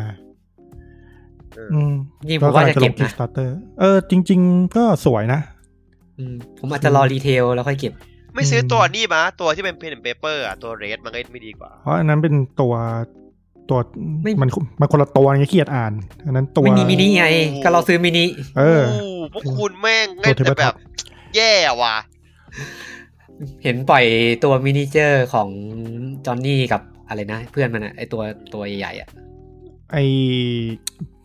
Speaker 4: อืม
Speaker 1: จริงๆผมว่าจะเก็บนะ
Speaker 4: คิสตาร์เตอร์เออ จริง ๆ ก็สวยนะ
Speaker 1: อืมผมอาจจะรอรีเทลแล้วค่อยเก็บ
Speaker 2: ไม่ซื้อตัวนี้มาตัวที่เป็นเพนเปเปอร์อะตัวเรดมันก็ไม่ดีกว่า
Speaker 4: เพราะอันนั้นเป็นตัวตัว
Speaker 1: ไม่
Speaker 4: มันมันคนละตัวไงขี้เกียจอ่าน อันนั้นตัว
Speaker 1: มินิมินิไงก็เราซื้อมินิ
Speaker 4: เออ
Speaker 2: อู้พวกคุณแม่งเล่นแต่แบบ แย่ว่ะ
Speaker 1: เห็นปล่อยตัวมินิเจอร์ของจอห์นนี่กับอะไรนะ เพื่อนมันอะไอตัวตัวใหญ่ๆอะ
Speaker 4: ไอ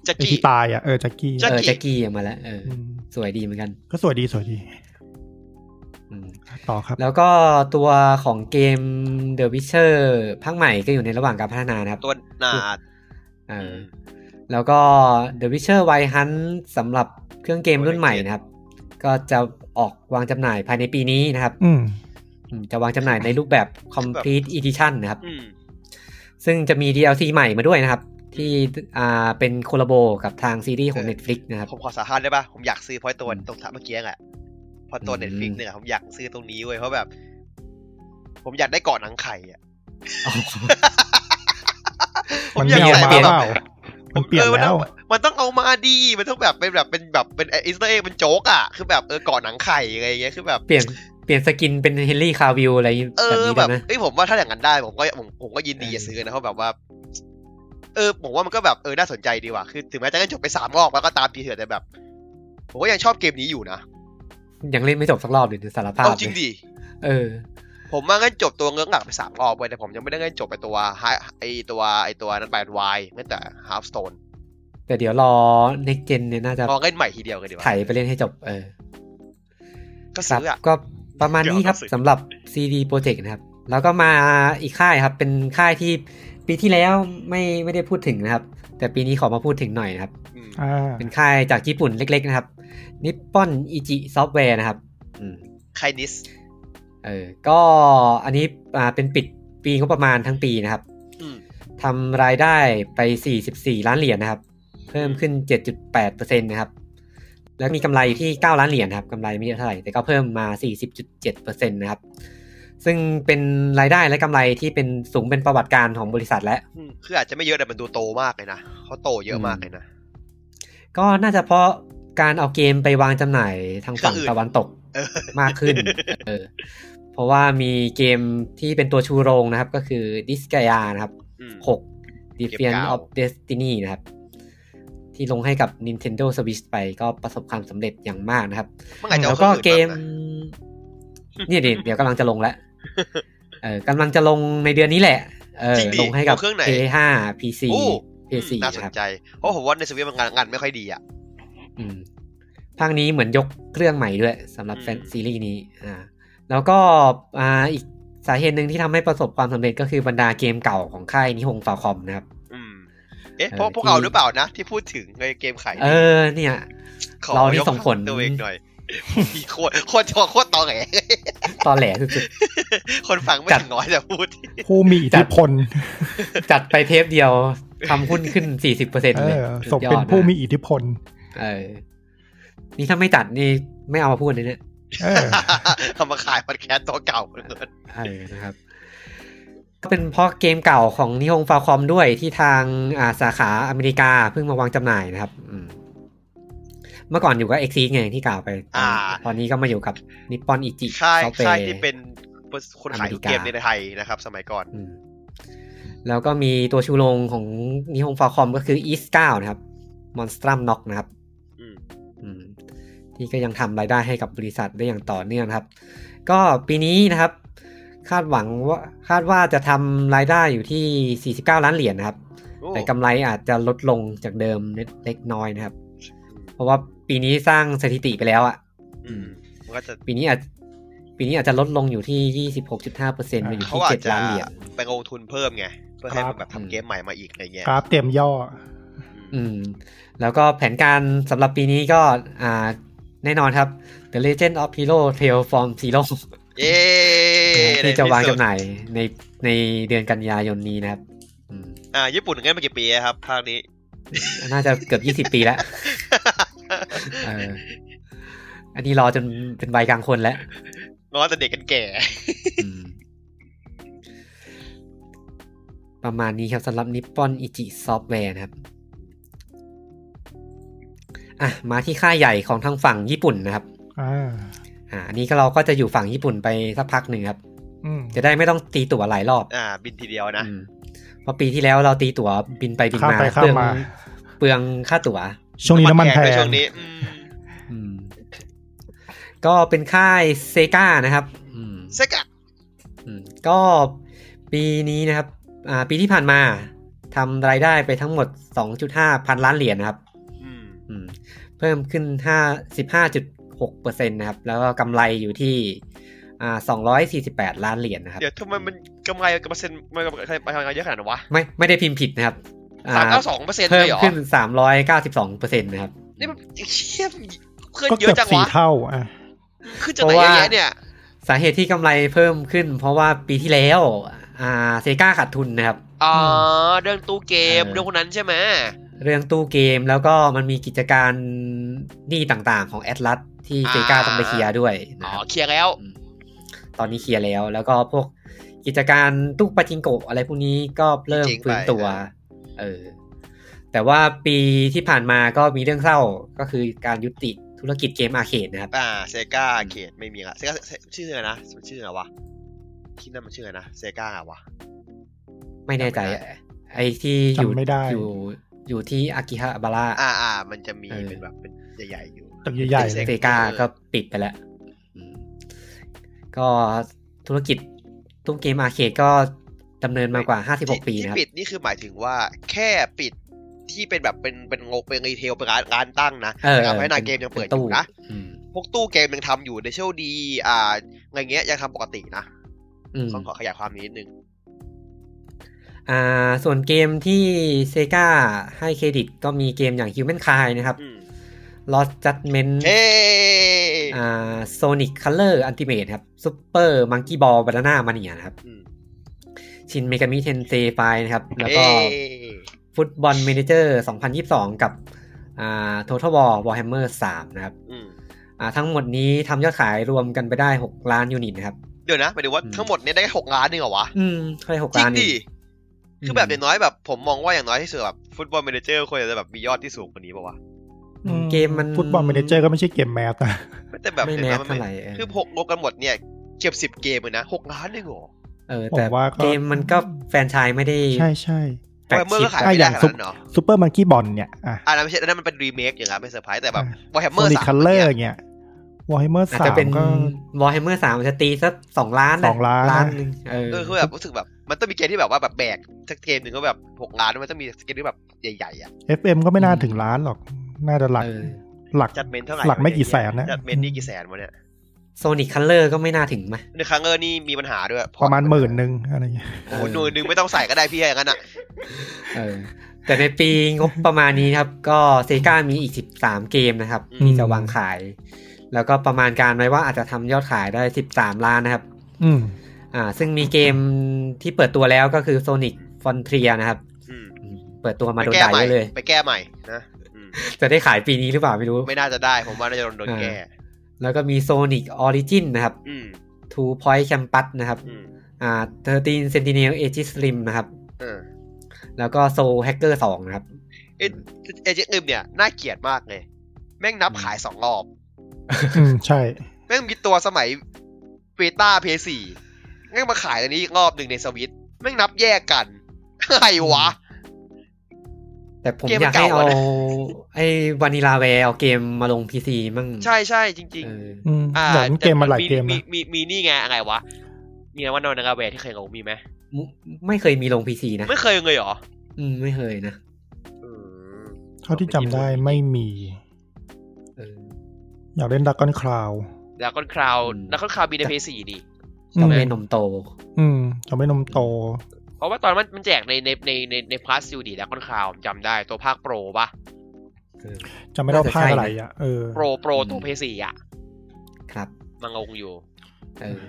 Speaker 2: จะ
Speaker 4: ไอ
Speaker 2: กี่
Speaker 4: ที่ตายอ่ะเออแจ็กกี้
Speaker 2: แจ็
Speaker 1: เออ
Speaker 2: Jackie
Speaker 1: แจ็กกี้อะมาแล้วเออ
Speaker 4: อืม
Speaker 1: สวยดีเหมือนกัน
Speaker 4: ก็สวยดีสวยดี
Speaker 1: อืม
Speaker 4: ต่อครับ
Speaker 1: แล้วก็ตัวของเกม The Witcher ภาคใหม่ก็อยู่ในระหว่างการพัฒนานะครับ
Speaker 2: ตัวหนาด
Speaker 1: เออแล้วก็ The Witcher Wild Hunt สำหรับเครื่องเกมรุ่นใหม่นะครับ ก็จะออกวางจำหน่ายภายในปีนี้นะครับ
Speaker 4: อืม
Speaker 1: อืมจะวางจำหน่ายในรูปแบบ Complete Edition นะครับ
Speaker 2: อืม
Speaker 1: ซึ่งจะมี DLC ใหม่มาด้วยนะครับ ที่อ่าเป็นโคลาโบกับทางซีรีส์ของ
Speaker 2: เออ
Speaker 1: Netflix นะครับ
Speaker 2: ผมขอสาภาษณ์ได้ปะผมอยากซื้อเพราะไอ้ตัว
Speaker 1: อืม
Speaker 2: ตรงทับเมื่อกี้แหละเพอตัว
Speaker 1: อืม
Speaker 2: เน็ตฟิกเนี่ยผมอยากซื้อตรงนี้เว้ยเพราะแบบ ผมอยากได้เกาะหนังไข่อะ
Speaker 1: อ๋อ
Speaker 2: ผม
Speaker 4: มัน
Speaker 2: อยาก
Speaker 4: เปลี่ยน
Speaker 2: ใส่
Speaker 4: มา
Speaker 2: แบบ
Speaker 4: เปล่า
Speaker 2: ผ
Speaker 4: มันเปลี่ยน
Speaker 2: ออ
Speaker 4: แล้ว
Speaker 2: ต้องมันต้องเอามาดีมันต้องแบบเป็นแบบเป็นแบบเป็นอิสเตอร์เอ็กเป็นโจ๊กอ่ะคือแบบเออเกาะหนังไข่อะไรอย่างเงี้ยคือแบบ
Speaker 1: เปลี่ยนเปลี่ยนสกินเป็นเฮนรี่คาวิลอะไร
Speaker 2: เอ
Speaker 1: แบบ
Speaker 2: อ
Speaker 1: นี้
Speaker 2: แบ
Speaker 1: ได้
Speaker 2: บ
Speaker 1: ไหม
Speaker 2: เอ้ยผมว่าถ้าอย่างนั้นได้ผมก็ผมผมก็ยินดี
Speaker 1: เออ
Speaker 2: จะซื้อนะเพราะแบบว่า เออผมว่ามันก็แบบเออน่าสนใจดีว่ะคือถึงแม้จะเล่นจบไปสามรอบแล้วก็ตามทีเถอะแต่แบบ ผมก็ยังชอบเกมนี้อยู่นะ
Speaker 1: ยังเล่นไม่จบสักรอบเลยสารภาพ
Speaker 2: เอาจริง
Speaker 1: เลย
Speaker 2: ดิ
Speaker 1: เออ
Speaker 2: ผมมาเล่นจบตัวเงื้องหลักไปสามรอบเว้ยแต่ผมยังไม่ได้เล่นจบไปตัว Hi- ไอตัวไอตัวนั้นไปวายเล่นแต่ half stone
Speaker 1: แต่เดี๋ยวรอ next gen เนี่ยน่าจะ
Speaker 2: ลองเล่นใหม่ทีเดียวกันดีกว่า
Speaker 1: ไถ่ายไปเล่นให้จบเออค
Speaker 2: ก็
Speaker 1: รับ
Speaker 2: ซื้ออ่ะ
Speaker 1: ก็ประมาณนี้ครับ
Speaker 2: เดี๋ยวเอาหนังสือ
Speaker 1: สำหรับ CD Project นะครับ แล้วก็มาอีกค่ายครับ เป็นค่ายที่ปีที่แล้วไม่ไม่ได้พูดถึงนะครับ แต่ปีนี้ขอมาพูดถึงหน่อยนะครับ
Speaker 2: อืม
Speaker 4: อ่า
Speaker 1: เป็นค่ายจากญี่ปุ่นเล็ก ๆ นะครับนิปปอนอิจิซอฟต์แวร์นะครับ อืม
Speaker 2: ไคนิส
Speaker 1: เออ ก็อันนี้อ่าเป็นปิดปีงบประมาณทั้งปีนะครับ
Speaker 2: อืม
Speaker 1: ทำรายได้ไป 44 ล้านเหรียญนะครับ เพิ่มขึ้น 7.8%นะครับ แล้วมีกำไรอยู่ที่ 9 ล้านเหรียญนะครับกำไรไม่เยอะเท่าไหร่ แต่ก็เพิ่มมา 40.7%นะครับ ซึ่งเป็นรายได้และกำไรที่เป็นสูงเป็นประวัติการณ์ของบริษัทและ
Speaker 2: อืมคืออาจจะไม่เยอะแต่มันดูโตมากเลยนะเขาโตเยอะมากเลยนะ
Speaker 1: ก็น่าจะเพราะการเอาเกมไปวางจำหน่ายทางฝั่ง
Speaker 2: เครื่องอื่น
Speaker 1: ตะวันตก
Speaker 2: เออ
Speaker 1: มาก ขึ้น เออ เพราะว่ามีเกมที่เป็นตัวชูโรงนะครับ ก็คือ d i s ก a ยานะครับ
Speaker 2: อืม
Speaker 1: 6 d e f i a n
Speaker 2: เกมเก่า
Speaker 1: of Destiny นะครับ ที่ลงให้กับ Nintendo Switch ไปก็ประสบความสำเร็จอย่างมากนะครับ
Speaker 2: เมื่อไหร่จะ
Speaker 1: แล้
Speaker 2: เอา
Speaker 1: วก็
Speaker 2: ค
Speaker 1: เก
Speaker 2: น
Speaker 1: ม
Speaker 2: อื่นบ้างนะ
Speaker 1: เนี่ยเดี๋ยวเดี๋ยวกำลังจะลงแล้ว เออกำลังจะลงในเดือนนี้แหละ เออ
Speaker 2: จริงดิ
Speaker 1: ลงให้กับ
Speaker 2: ลงเครื่องไหน
Speaker 1: P5 PC
Speaker 2: โอ้
Speaker 1: PS4
Speaker 2: น่าส
Speaker 1: คน รับ
Speaker 2: ใจ เพราะผมว่าในสวิตมันงานงานไม่ค่อยดีอ่ะ
Speaker 1: อืมภาคนี้เหมือนยกเครื่องใหม่ด้วยสำหรับ
Speaker 2: อืม
Speaker 1: แฟนซีรีส์นี้อ่าแล้วก็อ่าอีกสาเหตุหนึ่งที่ทำให้ประสบความสำเร็จก็คือบรรดาเกมเก่าของค่ายนิฮงฟาคอมนะครับ
Speaker 2: อืม เอ๊ะ
Speaker 1: เออ
Speaker 2: พวกพวกเรา
Speaker 1: ที่
Speaker 2: หรือเปล่านะ ที่พูดถึงในเกมขาย
Speaker 1: เออเนี่ย
Speaker 2: ขอ
Speaker 1: เรานี่
Speaker 2: ยก
Speaker 1: ส่งผล
Speaker 2: ตัวเองหน่อยโคตรโคตรโคตรตอแหล
Speaker 1: ตอนแหลสุด
Speaker 2: คนฟังไม่
Speaker 1: จัด
Speaker 2: ถึงน้อยแต่พูด
Speaker 4: ผู้มีอิทธิพล
Speaker 1: ๆ จัดไปเทปเดียวทำหุ้นขึ้น 40%
Speaker 4: เอ
Speaker 1: เลย
Speaker 4: อส
Speaker 1: สุ
Speaker 4: ม
Speaker 1: ดยอด
Speaker 4: เป็นผู้
Speaker 1: ะ
Speaker 4: มีอิทธิพล
Speaker 1: เออ นี่ถ้าไม่ตัดนี่ไม่เอามาพูดเลยเนี่ย
Speaker 4: เออ
Speaker 2: เอามาขายพอดแคสต์ตัวเก่าเหมือนกัน
Speaker 1: เออนะครับ ก็เป็นเพราะเกมเก่าของนิฮงฟาคอมด้วยที่ทางอ่าสาขาอเมริกาเพิ่งมาวางจำหน่ายนะครับ อืม เมื่อก่อนอยู่กับเอ็กซีไงที่กล่าวไป
Speaker 2: อ่า
Speaker 1: ตอนนี้ก็มาอยู่กับนิปปอนอิจิ
Speaker 2: ค่าย
Speaker 1: ซอฟต์แวร์
Speaker 2: ค่ายที่เป็นคนขายทุกเกม
Speaker 1: อเมริ
Speaker 2: ใน
Speaker 1: กา
Speaker 2: ไทยนะครับ สมัยก่อน
Speaker 1: อืมแล้วก็มีตัวชูโรงของนิฮงฟาคอมก็คืออีสเก้านะครับมอนสตรัมน็อกนะครับ
Speaker 2: อืม
Speaker 1: อืมที่ก็ยังทำรายได้ให้กับบริษัทได้อย่างต่อเนื่องนะครับ ก็ปีนี้นะครับ คาดหวังว่าคาดว่าจะทำรายได้อยู่ที่ 49 ล้านเหรียญนะครับ
Speaker 2: โอ้
Speaker 1: แต่กำไรอาจจะลดลงจากเดิมเล็กน้อยนะครับ เพราะว่าปีนี้สร้างสถิติไปแล้วอะ่ะ
Speaker 2: อืมมันก็จะ
Speaker 1: ปีนี้อาจปีนี้อาจจะลดลงอยู่ที่ 26.5เปอร์เซ็นต์มาอยู่
Speaker 2: เขา
Speaker 1: ที่
Speaker 2: อาจ
Speaker 1: 7
Speaker 2: จะ
Speaker 1: ล้านเหรียญ
Speaker 2: ไปลงทุนเพิ่มไง เพื่อให้
Speaker 4: ครับ
Speaker 2: มันแบบทำเกมใหม่มาอีกอะไรเงี้ย
Speaker 4: กราฟเต็มย่อ
Speaker 1: อืมแล้วก็แผนการสำหรับปีนี้ก็อ่าแน่นอนครับ The Legend of Hero Tale from Zero
Speaker 2: เย้
Speaker 1: ที่จะวางจำห
Speaker 2: ในที่สุด
Speaker 1: น่ายในในเดือนกันยายนนี้นะครับอืม
Speaker 2: อ่า ญี่ปุ่นงั้นมากี่ปีแล้วครับภาคนี้
Speaker 1: น่าจะเกือบ 20 ปีแล้วเอออันนี้รอจนเป็นใบกลางคนแล้ว
Speaker 2: ง้อแต่เด็กกันแก่
Speaker 1: อืมประมาณนี้ครับสำหรับนิปปอนอิจิซอฟต์แวร์นะครับ อ่ะ มาที่ค่ายใหญ่ของทางฝั่งญี่ปุ่นนะครับ
Speaker 4: อ่า
Speaker 1: อ่าอันนี้ก็เราก็จะอยู่ฝั่งญี่ปุ่นไปสักพักหนึ่งครับ
Speaker 4: อืม
Speaker 1: จะได้ไม่ต้องตีตั๋วหลายรอบ
Speaker 2: อ่า บินทีเดียวนะ
Speaker 1: อืมเพราะปีที่แล้วเราตีตั๋วบินไปบินมา
Speaker 4: ข้ามไปข้า
Speaker 1: เป
Speaker 4: ม
Speaker 1: ลือง
Speaker 4: มา
Speaker 1: เปลืองค่าตั๋ว
Speaker 4: ช่วงนี้น้ำมันแพ
Speaker 2: พ
Speaker 4: ง
Speaker 2: ด้วยช่วงนี้อืม
Speaker 1: อืม ก็เป็นค่ายเซกานะครับ อืม
Speaker 2: เซกะ
Speaker 1: อืมก็ปีนี้นะครับ อ่า ปีที่ผ่านมาทำรายได้ไปทั้งหมด 2.5 พันล้านเหรียญนะครับ
Speaker 2: อืม
Speaker 1: อืมเพิ่มขึ้น 55.6เปอร์เซ็นต์นะครับ แล้วก็กำไรอยู่ที่ อ่า 248 ล้านเหรียญนะครับ
Speaker 2: เดี๋ยวทำไมมันกำไรกับเปอร์เซ็นต์มันกำไรไปทำงานเยอะขนาดนั้นวะ
Speaker 1: ไม่ไม่ได้พิมพ์ผิดนะครับอ่
Speaker 2: สามเก้าสองเปอร์เซ็นต์เล
Speaker 1: เพิ่ม
Speaker 2: ยเหรอ
Speaker 1: ขึ้นสามร้อยเก้าสิบสองเปอร์เซ็นต์นะครับ
Speaker 2: นี่มันเชี่ยขึ้น
Speaker 4: ก็
Speaker 2: เย
Speaker 4: เกื
Speaker 2: อะ
Speaker 4: อบ
Speaker 2: จัง
Speaker 4: สี่
Speaker 2: วะ
Speaker 4: เท่า อ่ะ
Speaker 2: ขึ้นจากไหนเยอะแยะเนี่ย
Speaker 1: สาเหตุที่กำไรเพิ่มขึ้น เพราะว่าปีที่แล้ว อ่าเซกาขาดทุนนะครับ
Speaker 2: อ๋อ เรื่องตู้เกม
Speaker 1: เออ
Speaker 2: เรื่องพวกนั้นใช่ไหม
Speaker 1: เรื่องตู้เกมแล้วก็มันมีกิจการหนี้ต่างๆของแอตลัสที่เซกาต้องไปเคลียร์ด้วย
Speaker 2: อ๋
Speaker 1: นะ
Speaker 2: อ
Speaker 1: ครับ
Speaker 2: เคลียร์แล้ว
Speaker 1: มตอนนี้เคลียร์แล้ว แล้วก็พวกกิจการตู้ปาจิงโกะอะไรพวกนี้ก็เริ่ม
Speaker 2: จริงๆไป
Speaker 1: ฟื้นตัว เออ แต่ว่าปีที่ผ่านมาก็มีเรื่องเศร้าก็คือการยุติธุรกิจเกมอาร์เคดนะครับ
Speaker 2: อ่า เซกาเขตไม่มีละเซกาชื่ออะไรนะ มันชื่ออะไรวะ ที่นั่นมันชื่ออะไรนะ เซกาอะวะ
Speaker 1: ไม่แน่ใจอะไอ้ที่อยู่
Speaker 4: จำไม่ได้
Speaker 1: อยู่อยู่ที่อากิฮาบาระ
Speaker 2: อ่าอ่า มันจะมี
Speaker 1: เออ
Speaker 2: เป็นแบบเป็นใหญ่ๆอยู่
Speaker 4: ตึกใหญ่ๆ
Speaker 2: เซ็
Speaker 1: เซกาก็ปิดไปแล้วอืมก็ธุรกิจตู้เกมอาร์เคดก็ดำเนินมากว่า
Speaker 2: ที่
Speaker 1: 56 ปีนะครับ
Speaker 2: ที่ปิดนี่คือหมายถึงว่าแค่ปิดที่เป็นแบบเป็นเป็นงกเป็นรีเทลเป็นร้านร้านตั้งนะ
Speaker 1: เออ
Speaker 2: แต่
Speaker 1: อ
Speaker 2: พั
Speaker 1: อ
Speaker 2: ฒนาเกมยังเปิดอยู่นะ
Speaker 1: อืม
Speaker 2: พวกตู้เกมยังทำอยู่เดเชลดี อ่าอะไรเงี้ยยังทำปกตินะ
Speaker 1: อืม
Speaker 2: ต้องขอขยายความนิดนึง
Speaker 1: อ่าส่วนเกมที่เซกาให้เครดิตก็มีเกมอย่าง Human Kind นะครับ
Speaker 2: อืม
Speaker 1: Lost Judgment
Speaker 2: เฮ้
Speaker 1: อ่า Sonic Color Ultimate ครับ Super Monkey Ball Banana Mania นะครับ
Speaker 2: อืม
Speaker 1: ชินเมกามิเทนเซไฟนะครับ แล้วก็
Speaker 2: เอ้ย
Speaker 1: ฟุตบอลเมเนเจอร์2022 กับอ่า Total War Warhammer 3 นะครับ
Speaker 2: อืม
Speaker 1: อ่าทั้งหมดนี้ทำยอดขายรวมกันไปได้ 6 ล้านยูนิตนะครับ
Speaker 2: เดี๋ยวนะหมายถึงว่า
Speaker 1: อืม
Speaker 2: ทั้งหมดเนี่ยได้แค่หกล้านนี่เหรอวะ
Speaker 1: อืมใครหก
Speaker 2: จริ
Speaker 1: ล้าง น
Speaker 2: ดิ
Speaker 1: ม
Speaker 2: คือแบบอย่างน้อยแบบ ผมมองว่าอย่างน้อยที่สุดแบบฟุตบอลเมเนเจอร์ควรจะแบบมียอดที่สูงกว่านี้ป่าวะ
Speaker 4: อื
Speaker 1: เกมมัน
Speaker 4: ฟุตบอลเมเนเจอร์ก็ไม่ใช่เกมแมสนะ
Speaker 2: ไม่แต่แบบ
Speaker 1: ไม่
Speaker 2: เห็น
Speaker 1: แม้
Speaker 2: ไหมมัน
Speaker 1: เท่าไห
Speaker 2: ไม่
Speaker 1: ร่เออ
Speaker 2: คือหกรวมกันหมดเนี่ยเกือบสิบ10 เกมเลยนะหกล้านเลยเหรอ
Speaker 1: เออแต่
Speaker 4: ผมว่าก็
Speaker 1: เกมมันก็แฟรนไชายไม่ได้
Speaker 4: ใช่ใช่
Speaker 1: แปลก
Speaker 2: เมื่อ
Speaker 1: ชิ
Speaker 2: ก็
Speaker 1: ป
Speaker 2: ขาย
Speaker 1: อะ
Speaker 2: ไม่ได้ขนาดนั้นเนาะ
Speaker 4: ซูเปอร์มังกี้บอลเนี่ย อ่ะ
Speaker 2: อ่านั้นไม่ใช่อันนั้นมันเป็นรีเมคอย่างนั้นไม่เซอร์ไพรส์แต่แบบวอร์แฮมเมอ
Speaker 4: โซ
Speaker 2: ร์
Speaker 4: นิค
Speaker 2: สาม
Speaker 4: คัลเลอร์เนี่ย วอ r h เ m อร์
Speaker 1: อาจ
Speaker 4: สา
Speaker 1: จะ
Speaker 4: ม
Speaker 1: เป็น
Speaker 4: ก็
Speaker 1: วอ r h เ m อร์สามจะตีสักสองล้านนะ
Speaker 4: สองล้าน
Speaker 1: ล้านหนึ่งเออ
Speaker 2: เออคือแบบรู้สึกแบบมันต้องมีเกมที่แบบว่าแบบแบกสักเกมหนึ่งก็แบบหกล้านมันต้องมีเกมที่แบบใหญ่ๆอ่ะ
Speaker 4: FM ก็ไม่น่าถึงล้านหรอก น่าจะหลัก
Speaker 1: เออ
Speaker 4: หลัก
Speaker 2: จัดเมนเท่าไหร่
Speaker 4: หลักไม่กี่แสนนะ
Speaker 2: จัดเมนนี่กี่แสนวะเนี่ย
Speaker 1: โซนิคคัลเลอร์ก็ไม่น่าถึงไหม
Speaker 2: ในครั้งเออร์นี่มีปัญหาด้วย
Speaker 4: ประมาณหมื่นหนึ่งอะไรอย่างเงี้ย
Speaker 2: โอ้โหหน่วยหนึ่งไม่ต้องใส่ก็ได้พี่อย่างนั้นอ่ะ
Speaker 1: เออแต่ในปีงบประมาณนี้ครับ ก็เซกามีอีก 13 เกมนะครับที่จะวางขาย แล้วก็ประมาณการไว้ว่าอาจจะทำยอดขายได้ 13 ล้านนะครับ
Speaker 4: อืม
Speaker 1: อ่าซึ่งมีเกมที่เปิดตัวแล้วก็คือ Sonic Frontier นะครับ
Speaker 2: อืม
Speaker 1: อืมเปิดตัวมา
Speaker 2: ไป
Speaker 1: โดน
Speaker 2: แก้
Speaker 1: ด่า
Speaker 2: ใหม่
Speaker 1: เยอะเลย
Speaker 2: ไปแก้ใหม่นะอืม
Speaker 1: จะได้ขายปีนี้หรือเปล่าไม่รู้
Speaker 2: ไม่น่าจะได้ผมว่าน่าจะโดนโดนแก้
Speaker 1: แล้วก็มี Sonic Origin นะครับ
Speaker 2: อืม
Speaker 1: Two Point Campus นะครับ
Speaker 2: อืม
Speaker 1: อ่า13 Sentinel Age Slim นะครับ
Speaker 2: เออ
Speaker 1: แล้วก็ Soul Hacker 2 นะครับ
Speaker 2: เอเอเจนต์เนี่ยน่าเกลียดมากเลยแม่งนับขายสองรอบ
Speaker 4: อืม ใช่
Speaker 2: แม่งมีตัวสมัยเบต้าเพย์สี่แม่งมาขายอันนี้อีกรอบหนึ่งในสวิตช์แม่งนับแยกกัน อะไรวะ
Speaker 1: แต่ผม
Speaker 2: เกม
Speaker 1: อยากให้
Speaker 2: เก่า
Speaker 1: เอา
Speaker 2: อะนะ
Speaker 1: ไอ้วานิลาแวร์เอาเกมมาลงพีซีมั่ง
Speaker 2: ใช่ใช่จริง
Speaker 1: เออ
Speaker 4: อืม
Speaker 2: ๆ อ่า
Speaker 4: อย่างนั้นเกมมาหลายเกม
Speaker 2: มี
Speaker 4: นะ
Speaker 2: มีมีนี่ไงอะไรวะมีอะไรว่านอนนากาเวที่เคยลงมีไหม
Speaker 1: มุไม่เคยมีลงพีซีนะ
Speaker 2: ไม่เคยเลยเหรอ
Speaker 1: อืมไม่เคยนะ
Speaker 2: อืม
Speaker 4: เท่าที่จำได้ไม่มี
Speaker 1: เออ
Speaker 4: อยากเล่นดักกอนคลาว
Speaker 2: แล้วก็คราว
Speaker 1: อืม
Speaker 2: แล้วก็คราวมีในเพย์สี่นี่
Speaker 1: จำเป็นนมโต
Speaker 4: อืมจำไม่นมโต
Speaker 2: เพราะว่าตอนมันมันแจกในในในในในพลัสยูดีแล้วก็คราวผมจำได้ตัวภาคโปรปะ
Speaker 4: จำไม่ได้ว่าภาคอะไร
Speaker 1: น่าจะใช่นะ
Speaker 4: อ่ะ เออ
Speaker 2: โปรโปรตู้เพย์สี่อ่ะ
Speaker 1: ครับ
Speaker 2: มันลงอยู่
Speaker 1: เออ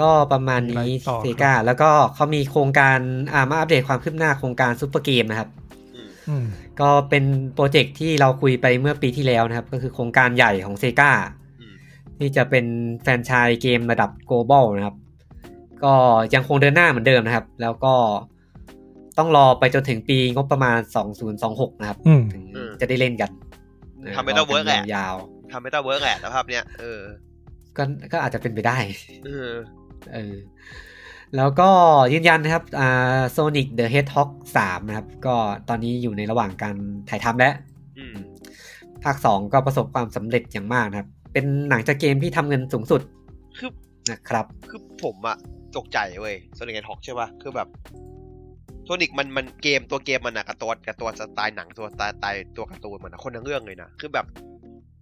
Speaker 1: ก็ประมาณนี้
Speaker 4: ไปต่อครับ
Speaker 1: เซกาแล้วก็เขามีโครงการอ่ามาอัปเดตความคืบหน้าโครงการซูเปอร์เกมนะครับ
Speaker 2: อืม
Speaker 4: อืม
Speaker 1: ก็เป็นโปรเจกต์ที่เราคุยไปเมื่อปีที่แล้วนะครับ ก็คือโครงการใหญ่ของเซกา
Speaker 2: อืม
Speaker 1: ที่จะเป็นแฟรนไชายเกมระดับ global นะครับ ก็ยังคงเดินหน้าเหมือนเดิมนะครับ แล้วก็ต้องรอไปจนถึงปีงบประมาณ 2026 นะครับ
Speaker 4: อืม
Speaker 1: ถึงจะได้เล่นกัน
Speaker 2: ทำไม่ต้องเวิร์กแหละ
Speaker 1: ยาว
Speaker 2: ทำไม่ต้องเวิร์กแหละสภาพเนี้ยเออ
Speaker 1: ๆก็ก็อาจจะเป็นไปได้
Speaker 2: เออ
Speaker 1: เออ แล้วก็ยืนยันนะครับอ่า Sonic the Hedgehog 3 นะครับ ก็ตอนนี้อยู่ในระหว่างการถ่ายทำแล้ว
Speaker 2: อืม
Speaker 1: ภาค 2 ก็ประสบความสำเร็จอย่างมากนะครับ เป็นหนังจากเกมที่ทำเงินสูงสุด
Speaker 2: คือ
Speaker 1: นะครับ
Speaker 2: คือผมอะตกใจเว้ยโซนิกแอนท็อกใช่ป่ะ คือแบบโซนิกมันมันเกมตัวเกมมันอะกับตัวกับตัวสไตล์หนังตัวสไตล์ตัวการ์ตูนมันอะคนละเรื่องเลยนะ คือแบบ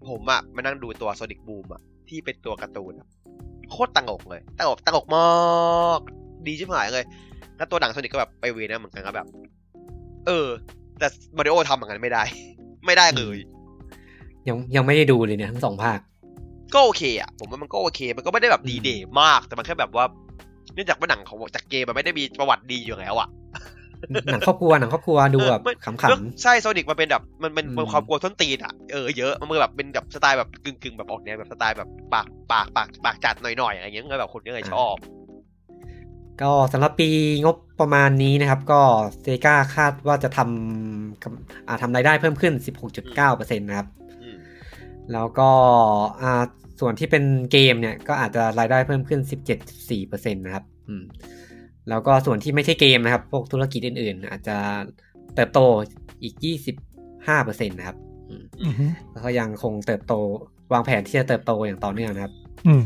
Speaker 2: ผมอะมานั่งดูตัวโซนิกบูมอะที่เป็นตัวการ์ตูนอะโคตรตังอกเลยตังอกตังอกมากดีชิบหายเลย แล้วตัวหนังโซนิกก็แบบไปเวนะเหมือนกันก็แบบ เออ แต่มาริโอทำเหมือนกันไม่ได้ ไม่ได้เลย
Speaker 1: ยังยังไม่ได้ดูเลยเนี่ยทั้งสองภาค
Speaker 2: ก็โอเคอ่ะผมว่ามันก็โอเค มันก็ไม่ได้แบบดีเดย์มาก แต่มันแค่แบบว่าเนื่องจากว่าหนังของจากเกมมันไม่ได้มีประวัติดีอยู่แล้วอ่ะ
Speaker 1: หนังครอบครัวหนังครอบครัวดูแบบ
Speaker 2: เออมัน
Speaker 1: ขำ
Speaker 2: แล้ว
Speaker 1: ๆ
Speaker 2: ใช่โซนิกมันเป็นแบบมันเป็น
Speaker 1: อืม
Speaker 2: มันความกลัวท้นตีนอ่ะเออเยอะมันแบบเป็นแบบสไตล์แบบกึ่งกึ่งๆแบบออกแนวแบบสไตล์แบบปากปากปากปากจัดหน่อยๆอะไรอย่างเงี้ยก็แบบคนก็เลยชอบ
Speaker 1: ก็สำหรับปีงบประมาณนี้นะครับ ก็เซกาคาดว่าจะทำกำอ่าทำรายได้เพิ่มขึ้น 16.9%นะครับ
Speaker 2: อืม
Speaker 1: แล้วก็อ่าส่วนที่เป็นเกมเนี่ย ก็อาจจะรายได้เพิ่มขึ้น 17.4%นะครับอืมแล้วก็ส่วนที่ไม่ใช่เกมนะครับ พวกธุรกิจอื่นๆ อาจจะเติบโตอีก 25%นะครับอืม
Speaker 4: อืม
Speaker 1: แล้วก็ยังคงเติบโตวางแผนที่จะเติบโตอย่างต่อเนื่องนะครับ
Speaker 4: อืม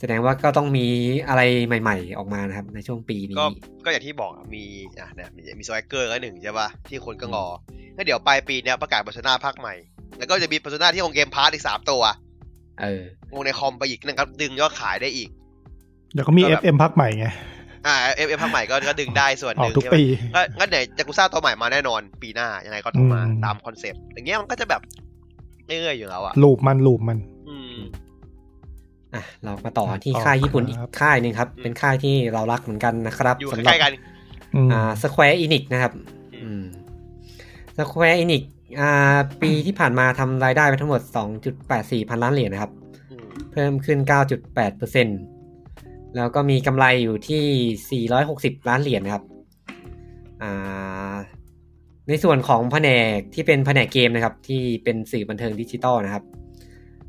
Speaker 1: แสดงว่าก็ต้องมีอะไรใหม่ ๆ ออกมานะครับ ในช่วงปีนี้
Speaker 2: ก็ก็อย่างที่บอกอะมีอ่ะนะมีมีสไเกอร์แล้วหนึ่งใช่ป่ะที่คนก็งอแล้วเดี๋ยวปลายปีเนี้ยประกาศปัจจุบันภาคใหม่ แล้วก็จะมีปัจจุบันที่ลงเกมพาร์ทอีกสามตัว
Speaker 1: เออ
Speaker 2: ลงในคอมไปอีกนะครับดึงยอดขายได้อีก
Speaker 4: เดี๋ยวก็มี
Speaker 2: ก็แบบ
Speaker 4: FM ภาคใหม่ไง
Speaker 2: อ่าเอฟเอฟภาคใหม่ก็ก็ดึงได้ส่วนห
Speaker 4: ออก
Speaker 2: นึ่ง
Speaker 4: ทุก
Speaker 2: ใช่ไหม
Speaker 4: ปี
Speaker 2: ก็งั้นไหนจากุซ่าตัวใหม่มาแน่นอน ปีหน้ายังไงก็ต้องมา
Speaker 4: อืม
Speaker 2: ตามคอนเซปต์อย่างเงี้ยมันก็จะแบบเรื่อยๆอยู่แล้วอ่ะ
Speaker 4: ลูปมันลูปมัน
Speaker 2: อืม
Speaker 1: อ่ะ เรามาต่อที่
Speaker 4: ต่อ
Speaker 1: ค่ายญี่ปุ่น
Speaker 4: ครับ
Speaker 1: อีกค่ายหนึ่งครับ
Speaker 2: อืม
Speaker 1: เป็นค่ายที่เรารักเหมือนกันนะครับ
Speaker 2: อยู่
Speaker 1: สำหรั
Speaker 2: ใกล้ๆกัน
Speaker 4: อืม
Speaker 1: อ่าสแควร์อินิกนะครับ
Speaker 2: อื
Speaker 1: สแควร์อินิกอ่าปีที่ผ่านมาทำรายได้ไปทั้งหมด 2.84 พันล้านเหรียญนะครับ
Speaker 2: อืม
Speaker 1: เพิ่มขึ้น 9.8%แล้วก็มีกำไรอยู่ที่ 460 ล้านเหรียญนะครับอ่าในส่วนของแผนกที่เป็นแผนกเกมนะครับ ที่เป็นสื่อบันเทิงดิจิตอลนะครับ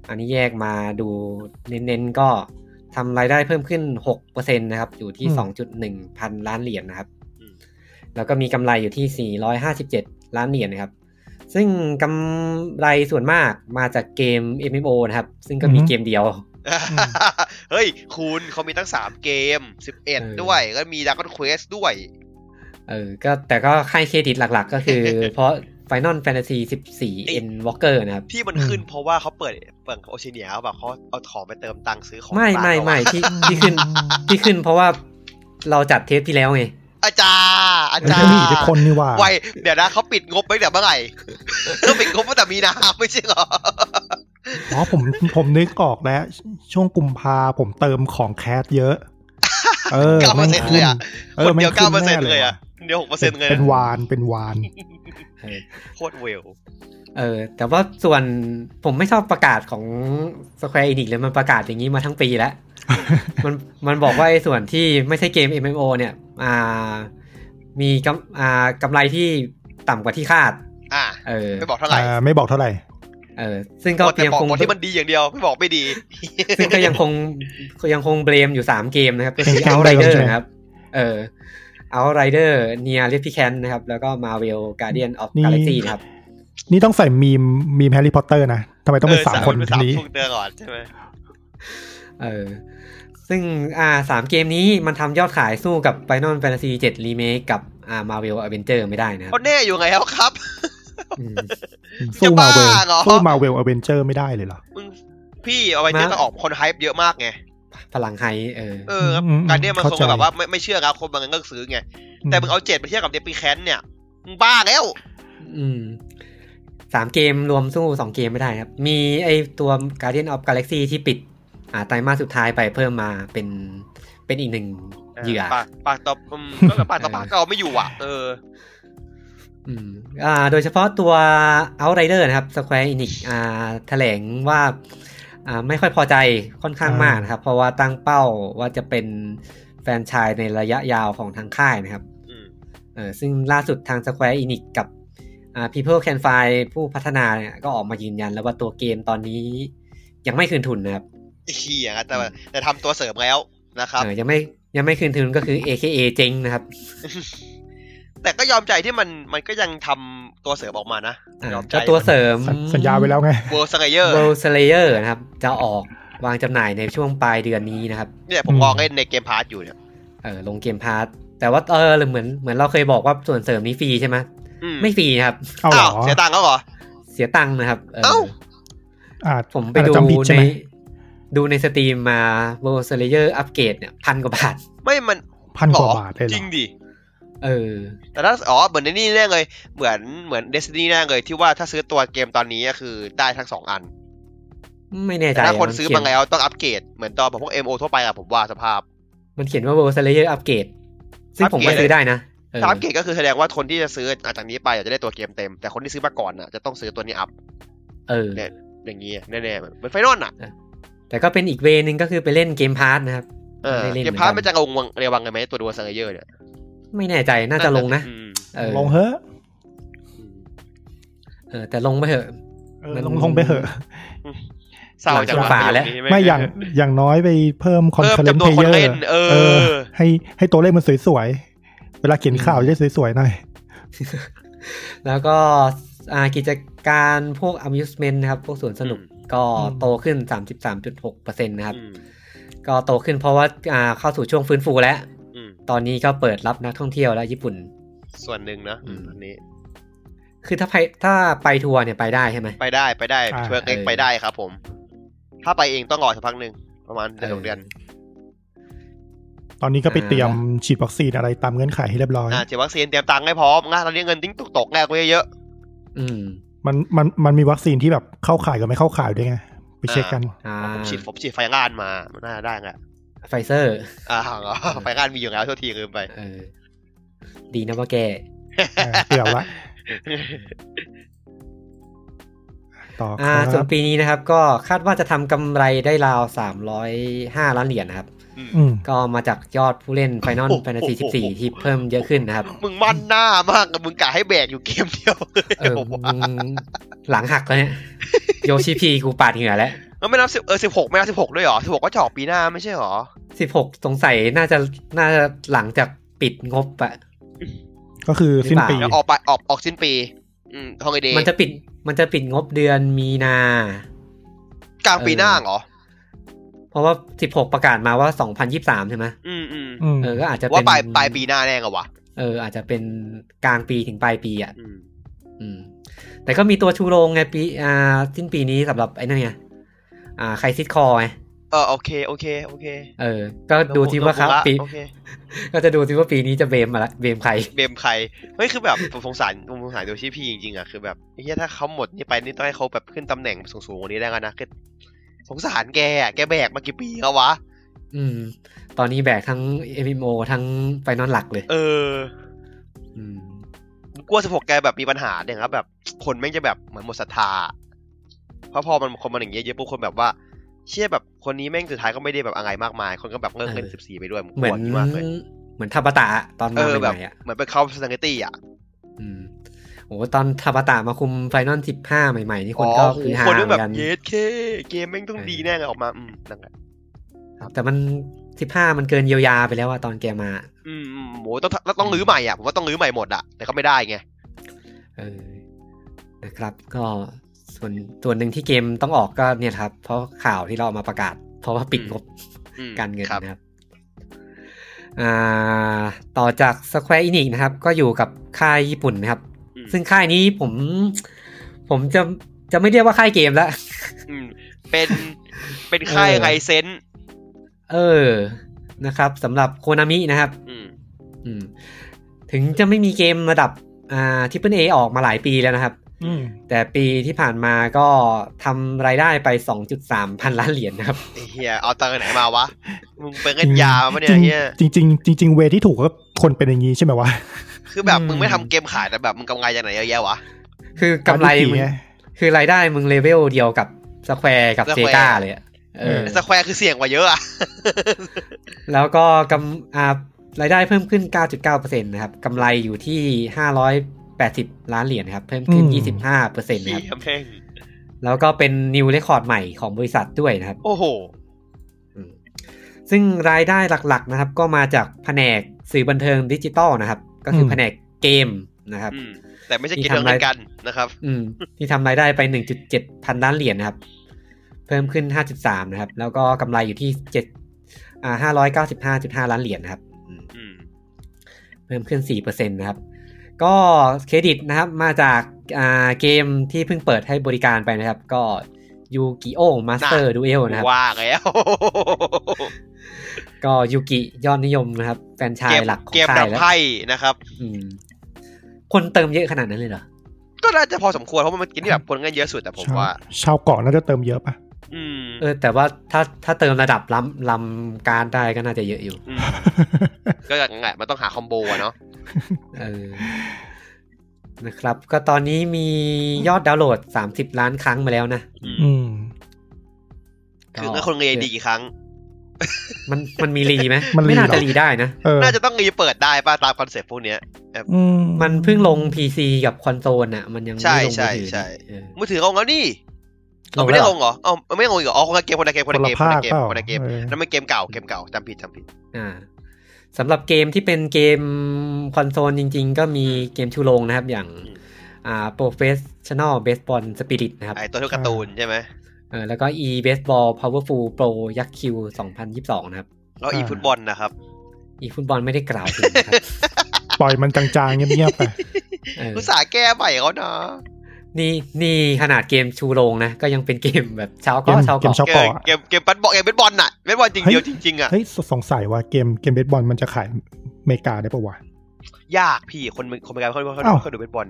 Speaker 1: อันนี้แยกมาดูเน้นๆก็ทำรายได้เพิ่มขึ้น 6%นะครับ อยู่ที่ 2.1 พันล้านเหรียญนะครับ
Speaker 2: อืม
Speaker 1: แล้วก็มีกำไรอยู่ที่ 457 ล้านเหรียญนะครับ ซึ่งกำไรส่วนมากมาจากเกม MMO นะครับ ซึ่งก็มี
Speaker 4: อือฮึ
Speaker 1: เกมเดียว
Speaker 4: อืม
Speaker 2: เฮ้ย คุณเขามีทั้งสามเกมสิบเอ็ด
Speaker 1: เออ
Speaker 2: ด้วย ก็มีดักคอนเควสด้วย
Speaker 1: เออก็แต่ก็ให้เครดิตหลักๆ ก็คือ เพราะ Final Fantasy 14 N Walker นะครับ
Speaker 2: ที่มัน
Speaker 4: อืม
Speaker 2: ขึ้นเพราะว่าเขาเปิดเปิดโอเชียเนียแบบเขาเอาของไปเติมตังค์ซื้อของ
Speaker 1: ไม่
Speaker 2: ร้าน
Speaker 1: ไม่
Speaker 2: เอา
Speaker 1: ไม่
Speaker 2: อะ
Speaker 1: ที่ที่ขึ้นที่ขึ้นเพราะว่าเราจัดเทปที่แล้วไง
Speaker 2: อาจารย์อา
Speaker 4: มัน
Speaker 2: จาร
Speaker 4: ก็
Speaker 2: ย์
Speaker 4: มีอิทธิพลนี่หว่า
Speaker 2: ไวเดี๋ยวนะเขาปิดงบไปแต่เมื่อไห ร่ เขาปิดงบตั้งแต่มีนา ไม่ใช่เหรอ
Speaker 4: อ๋อผมผมนึกออกแล้ว ช่วงกุมภาผมเติมของแคสเยอะ เออ
Speaker 2: เก้าเปอร์เซ็นต์เลยอะ
Speaker 4: อ
Speaker 2: คน
Speaker 4: แม่
Speaker 2: เดี
Speaker 4: ง
Speaker 2: ยวเก้าเป
Speaker 4: ขึ้
Speaker 2: อร์เซ็นต์
Speaker 4: แ
Speaker 2: เลยอะ
Speaker 4: ว่ะ
Speaker 2: เดียวหกเปอร์เซ็นต์เลย
Speaker 4: เป็น
Speaker 2: นะ
Speaker 4: วานเป็นวาน
Speaker 1: เออ
Speaker 2: โคตรเวล
Speaker 1: เออแต่ว่าส่วนผมไม่ชอบประกาศของ Square Enix เลยมันประกาศอย่างนี้มาทั้งปีแล้ว มันมันบอกว่าไอ้ส่วนที่ไม่ใช่เกม MMO เนี่ยอ่ามีกำอ่ากำไรที่ต่ำกว่าที่คาด
Speaker 2: อ่ะ
Speaker 1: เออ
Speaker 2: ไม่บอกเท่าไหร่
Speaker 4: อ่าไม่บอกเท่าไหร่
Speaker 1: เออซึ่งก็
Speaker 2: บอกแต่
Speaker 1: ยัง
Speaker 2: บอก
Speaker 1: คง
Speaker 2: บอกที่มันดีอย่างเดียวไม่บอกไม่ดี
Speaker 1: ซึ่งก็ยังคงยังคงเบรมอยู่สามเกมนะครับก็คือ
Speaker 4: เกม
Speaker 1: Outrider
Speaker 4: เดิมใช่ไหม
Speaker 1: นะครับ เออ Outrider Near Replicant นะครับ แล้วก็ Marvel Guardian of
Speaker 4: นี่
Speaker 1: Galaxy นะครับ
Speaker 4: นี่ต้องใส่มีมมีมแฮร์รี่พอตเตอร์นะทำไมต้องเป็น
Speaker 2: เออ
Speaker 4: สามคน
Speaker 2: เป็สาม
Speaker 4: นี้
Speaker 2: พวกเดิมก่อนใช่ไหม
Speaker 1: เออ ซึ่งอ่าสามเกมนี้มันทำยอดขายสู้กับ Final Fantasy 7 Remake กับอ่า Marvel Avenger ไม่ได้นะครับ
Speaker 2: เขาแน่อยู่ไงแล้วครับ
Speaker 1: อืม
Speaker 4: สู้
Speaker 2: จะ
Speaker 4: มา
Speaker 2: บ้า
Speaker 4: เวล
Speaker 2: เหรอ
Speaker 4: สู้มาเวลอเวนเจอร์ไม่ได้เลยเหรอ
Speaker 2: มึงพี่เอาไปเจอ
Speaker 1: มา
Speaker 2: ก็ออกคนไฮป์เยอะมากไง
Speaker 1: พลังไฮเออ
Speaker 2: เออครับ
Speaker 4: อืม
Speaker 2: การเนี่ยมัน
Speaker 4: เข้า
Speaker 2: ทรง
Speaker 4: ใจ
Speaker 2: แบบว่าไม่ไม่เชื่อครับคนบางคนก็ซื้อไง แต่มึงเอาเจ็ดไปเทียบกับเดปีแคนเนี่ยมึงบ้าแล้ว
Speaker 1: อืมสามเกมรวมสู้สองเกมไม่ได้ครับ มีไอตัว Guardian of Galaxy ที่ปิด อ่าไตรมาสสุดท้ายไปเพิ่มมาเป็นเป็นอีกหนึ่งเหยื่อ
Speaker 2: ปากปากต่ออืมก็ปากต่อปากก็เอาไม่อยู่อ่ะ เออ
Speaker 1: อืมอ่าโดยเฉพาะตัว Outrider นะครับ Square Enix อ่าแถลงว่าอ่าไม่ค่อยพอใจค่อนข้าง
Speaker 4: อ่าม
Speaker 1: มากนะครับ เพราะว่าตั้งเป้าว่าจะเป็นแฟรนไชายในระยะยาวของทางค่ายนะครับ
Speaker 2: อืม
Speaker 1: เออซึ่งล่าสุดทาง Square Enix กับอ่า People Can Fly ผู้พัฒนาเนี่ยก็ออกมายืนยันแล้วว่าตัวเกมตอนนี้ยังไม่คืนทุนนะครับ
Speaker 2: ไอ้เฮียนะแต่ว่าแต่ทำตัวเสริมแล้วนะครับ
Speaker 1: เออยังไม่ยังไม่คืนทุนก็คือ AKA เจ๊งนะครับ
Speaker 2: แต่ก็ยอมใจที่มันมันก็ยังทำตัวเสริมออกมานะ
Speaker 1: อ่าย
Speaker 2: อมใจ
Speaker 1: ก็ตัวเสริม
Speaker 4: สัญสัญญาไว้แล้วไง
Speaker 2: เวิร์สไงเยอร์
Speaker 1: World Slayer นะครับ จะออกวางจำหน่ายในช่วงปลายเดือนนี้นะครับ
Speaker 2: เนี่ยผม
Speaker 4: อืม
Speaker 2: ลองเล่นในเกมพาร์ทอยู่เนี่ย
Speaker 1: เออลงเกมพาร์ทแต่ว่าเออเหมือนเหมือนเราเคยบอกว่าส่วนเสริมนี้ฟรีใช่ไหม
Speaker 2: อืม
Speaker 1: ไม่ฟรีนะครับ
Speaker 4: เอาเหร
Speaker 2: อ้า
Speaker 4: อ
Speaker 2: วเสียตังค์แล้วเหรอ
Speaker 1: เสียตังค์นะครับเออ
Speaker 2: เอ้า
Speaker 4: อ่า
Speaker 1: ผมไป
Speaker 4: อาจ
Speaker 1: ดู
Speaker 4: จะจำผิดใช่
Speaker 1: ใน
Speaker 4: ไหม
Speaker 1: ดูในสตรีมมา World Slayer อัปเกรดเนี่ยพันกว่าบาท
Speaker 2: ไม่มัน
Speaker 4: พันกว่า
Speaker 2: หรอบ
Speaker 4: าทเลยเหร
Speaker 2: จ
Speaker 4: อ
Speaker 2: ริงดิ
Speaker 1: เออ
Speaker 2: แต่ถ้าอ๋อเหมือนในนี่แน่เลยเหมือนเหมือนเดซนี่แน่เลยที่ว่าถ้าซื้อตัวเกมตอนนี้ก็คือได้ทั้งสองอัน
Speaker 1: ไม่แน่ใจ
Speaker 2: แต่ถ้าคน
Speaker 1: มั
Speaker 2: ซื้อ
Speaker 1: เขีย
Speaker 2: มาแล้วต้องอัปเกรดเหมือนตอนแบบพวก MO ทั่วไปอะผมว่าสภาพ
Speaker 1: มันเขียนว่า World Slayer อัปเกรดซึ่งผมก็
Speaker 2: อัปเกรด
Speaker 1: ซื้อได้นะเออ
Speaker 2: ถ้าอัปเกรดก็คือแสดงว่าคนที่จะซื้อหลังจากนี้ไปอะจะได้ตัวเกมเต็ม แต่คนที่ซื้อมาก่อนน่ะจะต้องซื้อตัวนี้อัพ
Speaker 1: เออ
Speaker 2: อย่างงี้แน่ๆเหมือนไฟนอลน่ะ
Speaker 1: แต่ก็เป็นอีกเวนึงก็คือไปเล่นเกมพาร์ทนะครับ
Speaker 2: เออ
Speaker 1: ได้เล่น
Speaker 2: เกมพาร์ท
Speaker 1: เหมือ
Speaker 2: มั
Speaker 1: น นกั
Speaker 2: จะ
Speaker 1: น
Speaker 2: ลงวังเรวังกันไหมตัวดูสังเยอร์เนี่ย
Speaker 1: ไม่แน่ใจน่าจะลงนะ
Speaker 2: อืม
Speaker 1: เออ
Speaker 4: ลงเฮอะ
Speaker 1: เออแต่ลงไปเถอะ
Speaker 4: เออ
Speaker 1: มัน
Speaker 4: ลงลงไปเถอะ
Speaker 2: เศร้าจัง
Speaker 1: หลังจากฝาแล้ว
Speaker 2: ประโคนี้
Speaker 4: ไม่อย่างอย่างน้อยไปเพิ่มคอน
Speaker 2: เพิ่ม
Speaker 4: เฟลเล
Speaker 2: จำ
Speaker 4: น
Speaker 2: น
Speaker 4: เพ
Speaker 2: วนคน
Speaker 4: เยอ
Speaker 2: เล่
Speaker 4: ร์
Speaker 2: นเอ
Speaker 4: เออ
Speaker 2: อ
Speaker 4: ให้ให้ตัวเลขมันสวยๆ เวลาเขียนข่าวจะได้สวยๆหน่อย
Speaker 1: แล้วก็อ่ากิจการพวก amusement นะครับ พวกสวนสนุก
Speaker 2: อืม
Speaker 1: ก็
Speaker 4: อืม
Speaker 1: โตขึ้น 33.6%นะครับ
Speaker 2: อืม
Speaker 1: ก็โตขึ้นเพราะว่าอ่าเข้าสู่ช่วงฟื้นฟูแล้ว
Speaker 2: อืม
Speaker 1: ตอนนี้ก็เปิดรับนักท่องเที่ยวแล้วญี่ปุ่น
Speaker 2: ส่วนหนึ่งนะ
Speaker 1: อืม
Speaker 2: อันนี้
Speaker 1: คือถ้าไปถ้าไปทัวร์เนี่ยไปได้ใช่ไหม
Speaker 2: ไปได้ไปได้
Speaker 4: อ่า
Speaker 2: เทวร์กเล็ก
Speaker 1: เออ
Speaker 2: ไปได้ครับผม ถ้าไปเองต้องรอสักพักหนึ่งประมาณเดือนสองเดือน
Speaker 4: ตอนนี้ก็ไปเตรียมฉีดวัคซีนอะไรตามเงื่อนไขให้เรียบร้อย
Speaker 2: อ่าฉีดวัคซีนเตรียมตังค์ให้พร้อมนะตอนนี้เงินติ้งตกตกๆแรกไว้เยอะ
Speaker 1: อืม
Speaker 4: มันมันมันมีวัคซีนที่แบบเข้าข่ายกับไม่เข้าข่ายด้วยไง ไปเช็คกัน
Speaker 1: อ่า
Speaker 2: ผมฉีดผมฉีดไฟงานมาน่าได้แหละ
Speaker 1: ไฟเซอร์
Speaker 2: อ่าเหรอไฟงานมีอยู่แล้วโทษทีลืมไป
Speaker 1: เออดีนะว่าแก
Speaker 4: เออเกือบละต่อค
Speaker 1: อ่า
Speaker 4: รับ
Speaker 1: ส่วนปีนี้นะครับ ก็คาดว่าจะทำกำไรได้ราว 305 ล้านเหรียญนะครับ
Speaker 4: อืม
Speaker 1: ก็มาจากยอดผู้เล่น Final
Speaker 2: โอ้โห
Speaker 1: Fantasy 14 ที่เพิ่มเยอะขึ้นนะครับ
Speaker 2: มึงมั่นหน้ามากกับมึงกะให้แบกอยู่เกมเดียวเลย
Speaker 1: เออ
Speaker 2: ผม
Speaker 1: มึ
Speaker 2: ว่าง
Speaker 1: หลังหักแล้ว เนี่ย โยชิพีกูปาดเหงื่อแล้ว
Speaker 2: แล้วไม่นับสิบเออสิบหกไม่นับสิบหกด้วยเหรอสิบหกก็จะออกปีหน้าไม่ใช่เหรอ
Speaker 1: สิบหกสงสัยน่าจะน่าจะหลังจากปิดงบอะ
Speaker 4: ก็คือสิ้นปี
Speaker 1: หรื
Speaker 2: แล้ว
Speaker 1: เป
Speaker 2: อ
Speaker 1: ล่า
Speaker 2: อกไปออกออกสิ้นปี อืมฮองไอเดย์
Speaker 1: มันจะปิดมันจะปิดงบเดือนมีนา
Speaker 2: กลางปีหน้าเหรอ
Speaker 1: เพราะว่า 16 ประกาศมาว่า 2023 ใช่ไหม
Speaker 2: อืมอืม
Speaker 4: อืม
Speaker 1: เออก็อาจจะ
Speaker 2: ว่า
Speaker 1: เป็น
Speaker 2: ปลายปลายปีหน้าแน่กว่ะ
Speaker 1: เอออาจจะเป็นกลางปีถึงปลายปีอ่ะ
Speaker 2: อืม
Speaker 1: อืม แต่ก็มีตัวชูโรงไงปีอ่าสิ้นปีนี้สำหรับไอ้นั่นไงอ่าใครซิดคอไง
Speaker 2: เออโอเคโอเคโอเค
Speaker 1: เออ ก็ดูทีว่าครับ
Speaker 2: โนบุระ
Speaker 1: ปี
Speaker 2: โอเค
Speaker 1: ก็จะดูทีว่าปีนี้จะเบมอะไรเบมใคร
Speaker 2: เบมใครเฮ้ยคือแบบผมสงสารผมสงสารโดชิพี่จริงๆอ่ะคือแบบเฮียถ้าเขาหมดนี่ไปนี่ต้องให้เขาแบบขึ้นตำแหน่งสูงๆกว่านี้ได้แล้วนะคือสงสารแกอะแกแบกมากี่ปีแล้ววะ
Speaker 1: อืม ตอนนี้แบกทั้ง MMO ทั้งไฟนอลหลักเลย
Speaker 2: เออ
Speaker 1: อืม
Speaker 2: กลัวสิบหกแกแบบมีปัญหาเนี่ยครับ แบบคนแม่งจะแบบเหมือนหมดศรัทธาเพราะพอมันคนมันอย่างเงี้ยเยอะปุ๊บคนแบบว่า เชื่อแบบคนนี้แม่งสุดท้ายก็ไม่ได้แบบอะไรมากมาย คนก็แบบเลิกเล่น
Speaker 1: เออ
Speaker 2: สิบสี่ไปด้วยผ
Speaker 1: เหมือน
Speaker 2: กลัวมากเลย
Speaker 1: เหมือนทาบาตะอะตอน
Speaker 2: เอ
Speaker 1: มา
Speaker 2: อ
Speaker 1: ให
Speaker 2: แบบ
Speaker 1: ม่ๆอ่ะ
Speaker 2: เหมือนไปเข้าสังเกตี้อ่ะ
Speaker 1: อืมโอ้ตอนทาบาตะมาคุมไฟนอลสิบห้าใหม่ ๆ นี่ค
Speaker 2: อ๋
Speaker 1: น
Speaker 2: อ
Speaker 1: ก็
Speaker 2: โห
Speaker 1: คือหา
Speaker 2: คน
Speaker 1: เห
Speaker 2: แม่ง
Speaker 1: มื
Speaker 2: แบ
Speaker 1: อบ นกัน
Speaker 2: เยสเคเกมแม่งต้องดีแน่เลยออกมาอืมนั่นแหละ
Speaker 1: แต่มันสิบห้ามันเกินเยียวยาไปแล้วอะตอนแกมา
Speaker 2: อืมอืมโหต้องต้องต้องรื้อใหม่อ่ะผมว่าต้องรื้อใหม่หมดอ่ะแต่ก็ไม่ได้ไง
Speaker 1: เออ นะครับ ก็ส่วนส่วนหนึ่งที่เกมต้องออกก็เนี่ยครับ เพราะข่าวที่เราเอามาประกาศ เพราะว่าปิดงบ
Speaker 2: อืม
Speaker 1: การเงิน
Speaker 2: ครับ
Speaker 1: นะครับ อ่า ต่อจาก Square Enix นะครับ ก็อยู่กับค่ายญี่ปุ่นนะครับ
Speaker 2: อืม
Speaker 1: ซึ่งค่ายนี้ผม ผมจะ จะ ไม่เรียกว่าค่ายเกมแล้ว
Speaker 2: อืมเป็นเป็นค่าย
Speaker 1: เออ
Speaker 2: ไรเซนส์
Speaker 1: เออ นะครับสำหรับโคนามินะครับ
Speaker 2: อืม
Speaker 1: อืม ถึงจะไม่มีเกมระดับ อ่าทิปเปิลเอออกมาหลายปีแล้วนะครับ
Speaker 4: อืม
Speaker 1: แต่ปีที่ผ่านมาก็ทำรายได้ไป 2.3 พันล้านเหรียญนะครับ
Speaker 2: ไอ้เฮียเอาตังค์ไหนมาวะมึงไปเล่นยาปะเนี่ยไอ้เฮีย
Speaker 4: จริงจริงจริงจริงเวที่ถูกก็คนเป็นอย่างนี้ใช่ไหมวะ
Speaker 2: คือแบบ
Speaker 1: อืม
Speaker 2: มึงไม่ทำเกมขายแต่แบบมึงกำไรจากไหนเยอะแยะวะ
Speaker 1: คือกำไรมึ
Speaker 4: ไง
Speaker 1: ง คือรายได้มึงเลเวลเดียวกับสแควร์กับเซ
Speaker 2: Square
Speaker 1: กาเลยอะเออ
Speaker 2: สแควร์คือเสี่ยงกว่าเยอะอ่ะ
Speaker 1: แล้วก็กำอ่ารายได้เพิ่มขึ้น 9.9%นะครับกำไรอยู่ที่ 580 ล้านเหรียญครับ เพิ่มขึ้น 25%นะ
Speaker 2: เฮี
Speaker 1: ครับ
Speaker 2: ยแม่ง
Speaker 1: แล้วก็เป็นนิวเรคคอร์ดใหม่ของบริษัทด้วยนะครับ
Speaker 2: โอ้โห
Speaker 1: ซึ่งรายได้หลักๆนะครับ ก็มาจากแผนกสื่อบันเทิงดิจิตอลนะครับ ก็คือแผนกเกมนะครับ
Speaker 2: อืมแต่ไม่ใช่
Speaker 1: ที่
Speaker 2: กินเรื่อง
Speaker 1: ทำไร
Speaker 2: เล่นกันนะครับ
Speaker 1: อืมที่ทำรายได้ไป 1.7 พันล้านเหรียญนะครับ เพิ่มขึ้น 5.3 นะครับ แล้วก็กำไรอยู่ที่7อ่า595.5 ล้านเหรียญนะครับอืม
Speaker 2: อืม
Speaker 1: เพิ่มขึ้น 4%นะครับ ก็เครดิตนะครับมาจากอ่าเกมที่เพิ่งเปิดให้บริการไปนะครับ ก็ยูกิโอมาสเตอร์ดูเอลนะครับ
Speaker 2: ว่าแล้ว
Speaker 1: ก็ยูกิยอดนิยมนะครับ แฟรนไชายหลักของ
Speaker 2: เกม
Speaker 1: ค่า
Speaker 2: ดั
Speaker 1: ย
Speaker 2: บ
Speaker 1: แล้ว
Speaker 2: ไพ่นะครับ
Speaker 1: อืมคนเติมเยอะขนาดนั้นเลยเหรอ
Speaker 2: ก็น่าจะพอสมควรเพราะมันกินที่แบบคนเงินเยอะสุดแต่ผม
Speaker 4: ชาว
Speaker 2: ว่า
Speaker 4: ชาวเกาะน่าจะเติมเยอะปะ
Speaker 2: อืม
Speaker 1: เออ แต่ว่าถ้าถ้าเติมระดับล้ำล้ำการได้ก็น่าจะเยอะอยู่
Speaker 2: ม ก็อย่างนั้นแหละมันต้องหาคอมโบอะเนาะ
Speaker 1: เออ นะครับ ก็ตอนนี้มียอดดาวน์โหลด 30 ล้านครั้งมาแล้วนะ
Speaker 4: อืม
Speaker 2: คือเมื่อคนเรียนดีกี่ครั้ง
Speaker 1: มันมันมีรีไหม
Speaker 4: มันรี
Speaker 1: ไม่น่า
Speaker 4: เหร
Speaker 1: จะ
Speaker 4: อ
Speaker 1: รีได้นะ
Speaker 4: เออ
Speaker 2: น่าจะต้องรีเปิดได้ป่ะตามคอนเซ็ปต์พวกเนี้ย
Speaker 4: อืม
Speaker 1: มันเพิ่งลง PC กับคอนโซลอ่ะ มันยัง
Speaker 2: ใช่
Speaker 1: ไม่ลงมือถือ
Speaker 2: ใช่ใช่
Speaker 1: เออ
Speaker 2: มือถือลงแล้วนี่
Speaker 1: ล
Speaker 2: เอา
Speaker 1: ง
Speaker 2: ไม่
Speaker 1: แล้
Speaker 2: ได้
Speaker 1: วเหร
Speaker 2: ล
Speaker 1: อง
Speaker 2: เหรอเอาไม่ลงอีกเหรออ๋อคนละเกมคนละเกมคนละเกม
Speaker 4: ภาค
Speaker 2: เกม
Speaker 4: เปล่า
Speaker 2: คนละเกม
Speaker 4: เออ
Speaker 2: นั่นมันเกมเก่าเกมเก่าจำผิดจำผิด
Speaker 1: อ่าสำหรับเกมที่เป็นเกมคอนโซลจริง ๆ ก็มีเกมชูโรงนะครับ อย่าง อ่า Professional Baseball Spirit นะครับ
Speaker 2: ไอตัวเท่าการ์ตูนใช่ไหม
Speaker 1: เออแล้วก็ e baseball powerful pro ยักษ์คิว2022 นะครับ
Speaker 2: แล้ว
Speaker 1: อ่า
Speaker 2: อีฟุตบอลนะครับ
Speaker 1: อีฟุตบอลไม่ได้กล่าวถึงนะครับ
Speaker 4: ปล่อยมันจางๆเงียบๆไป
Speaker 1: เออ
Speaker 2: อุตส่าห์แก้ใหม่เขานะ
Speaker 1: นี่นี่ขนาดเกมชูโรงนะ ก็ยังเป็นเกมแบบเช้า
Speaker 4: เก
Speaker 1: ก็
Speaker 4: ม
Speaker 1: เช้า
Speaker 4: เกม
Speaker 1: ก็
Speaker 4: ชาว
Speaker 2: เกม
Speaker 4: เกาะอะ
Speaker 2: เกมเกมปัดบอลเกมเบสบอลน่ะเบสบอลจริง
Speaker 4: เฮ้ย
Speaker 2: เดียวจริงๆอ่ะ
Speaker 4: เฮ้ยสสงสัยว่าเกมเกมเบสบอลมันจะขายอเมริกาได้ปะวะ
Speaker 2: ยากพี่คนมึงคนเมกาเขาเขา
Speaker 4: อ้าว
Speaker 2: เขาดูเบสบอล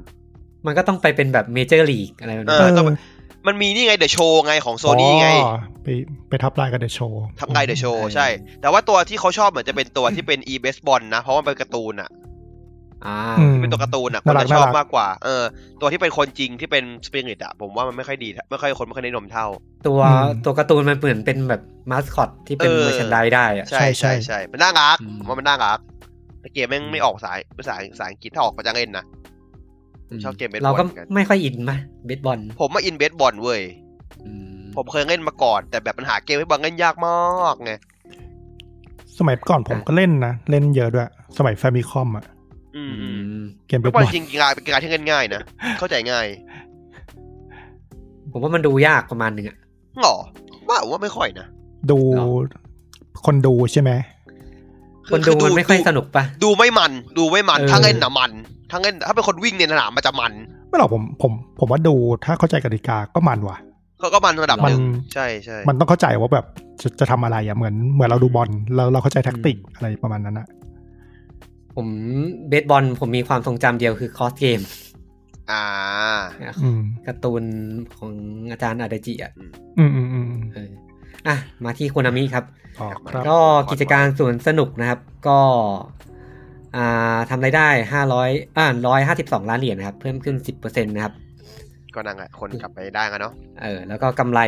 Speaker 1: มันก็ต้องไปเป็นแบบเมเจอร์ลีกอะไรแบบ
Speaker 2: เอ
Speaker 1: นี้
Speaker 2: อ มันมีนี่ไงเดอะโชว์ไงของโซนี่ไง
Speaker 4: อ๋อไปไปทับลายกับเดอะโชว์
Speaker 2: ทำไงเดอะโชว์ใช่ แต่ว่าตัวที่เขาชอบเหมือนจะเป็นตัวที่เป็น e b a s e b a l l นะ เพราะว่ามันเป็นการ์ตูนอ่ะ
Speaker 1: อ่า
Speaker 4: อืม
Speaker 2: เป็นตัวการ์ตูนอ่ะค
Speaker 4: น่าน รัก
Speaker 2: จะชอบ
Speaker 4: น่ารัก
Speaker 2: มากกว่า เออ ตัวที่เป็นคนจริงที่เป็นสปิริตอ่ะผมว่ามันไม่ค่อยดี ไม่ค่อยคนไม่ค่อยนิยมเท่า
Speaker 1: ตัว
Speaker 4: อืม
Speaker 1: ตัวการ์ตูนมันเหมือนเป็นแบบมาสคอตที่เป็น
Speaker 2: เออ
Speaker 1: เมอร์ชันไดได้อะ
Speaker 2: ใช่
Speaker 4: ใช่
Speaker 2: ใช่
Speaker 4: ใช่
Speaker 2: ใช่มันน่ารัก
Speaker 1: อืม
Speaker 2: ผมว่ามันน่ารักแต่เกมแม่งไม่ออกสายภาษาภาษาอังกฤษถ้าออกก็จะเล่นนะ ผมชอบเกมเบสบอล
Speaker 1: เราก็
Speaker 2: เหมือนกัน
Speaker 1: ไม่ค่อยอินมาเบสบอล
Speaker 2: ผมมาอินเบสบอลเว้ย
Speaker 1: อืม
Speaker 2: ผมเคยเล่นมาก่อน แต่แบบปัญหาเกมเบสบอลเล่นยากมากไง
Speaker 4: สมัยก่อนผมก็เล่นนะ เล่นเยอะด้วย สมัยแฟมิคอมอ่ะ
Speaker 2: อืม
Speaker 1: อื
Speaker 2: อืม
Speaker 1: ม
Speaker 4: เกม
Speaker 2: ฟุต
Speaker 4: เบ็ด
Speaker 2: บบ อล
Speaker 4: อล
Speaker 2: จริงกีฬาเป็นกีฬาที่เล่นง่ายนะ เข้าใจง่าย
Speaker 1: ผมว่ามันดูยากประมาณหนึ่งอะ
Speaker 2: หรอว่าว่าไม่ค่อยนะ
Speaker 4: ดู
Speaker 1: เหรอ
Speaker 4: คนดูใช่ไหม
Speaker 1: คนดูมันไม่ค่อยสนุกปะ
Speaker 2: ดูไม่มัน ดูไม่มัน
Speaker 1: เออ
Speaker 2: ทั้งเล่นนะมัน ทั้งเล่นถ้าเป็นคนวิ่งในสนามมันจะมัน
Speaker 4: ไม่หรอกผมผมผมว่าดูถ้าเข้าใจกติกาก็มันว่ะ
Speaker 2: ก็ก็มันระดับ
Speaker 4: มั
Speaker 2: ห
Speaker 4: น
Speaker 2: นึ่งใช่ใช่
Speaker 4: มันต้องเข้าใจว่าแบบจะจะทำอะไรอะเหมือนเหมือนเราดูบอลเราเราเข้าใจแท็กติกอะไรประมาณนั้นอะ
Speaker 1: ผมเบสบอลผมมีความทรงจำเดียวคือคอสเกม
Speaker 2: อ่า
Speaker 4: อืม
Speaker 1: การ์ตูนของอาจารย์อาดาจิอ่ะ
Speaker 4: อืมอืมอืมอืม
Speaker 1: เอออ่ะมาที่โคนามิครับ
Speaker 4: อ๋อครับ
Speaker 1: ก็กิจการสวนสนุกนะครับ ก็อ่าทำรายได้ 500อ่า152 ล้านเหรียญนะครับ เพิ่มขึ้น 10%นะครับ
Speaker 2: ก็นั่งอะคนกลับไปได้กันเนาะ
Speaker 1: เออแล้วก็กำไร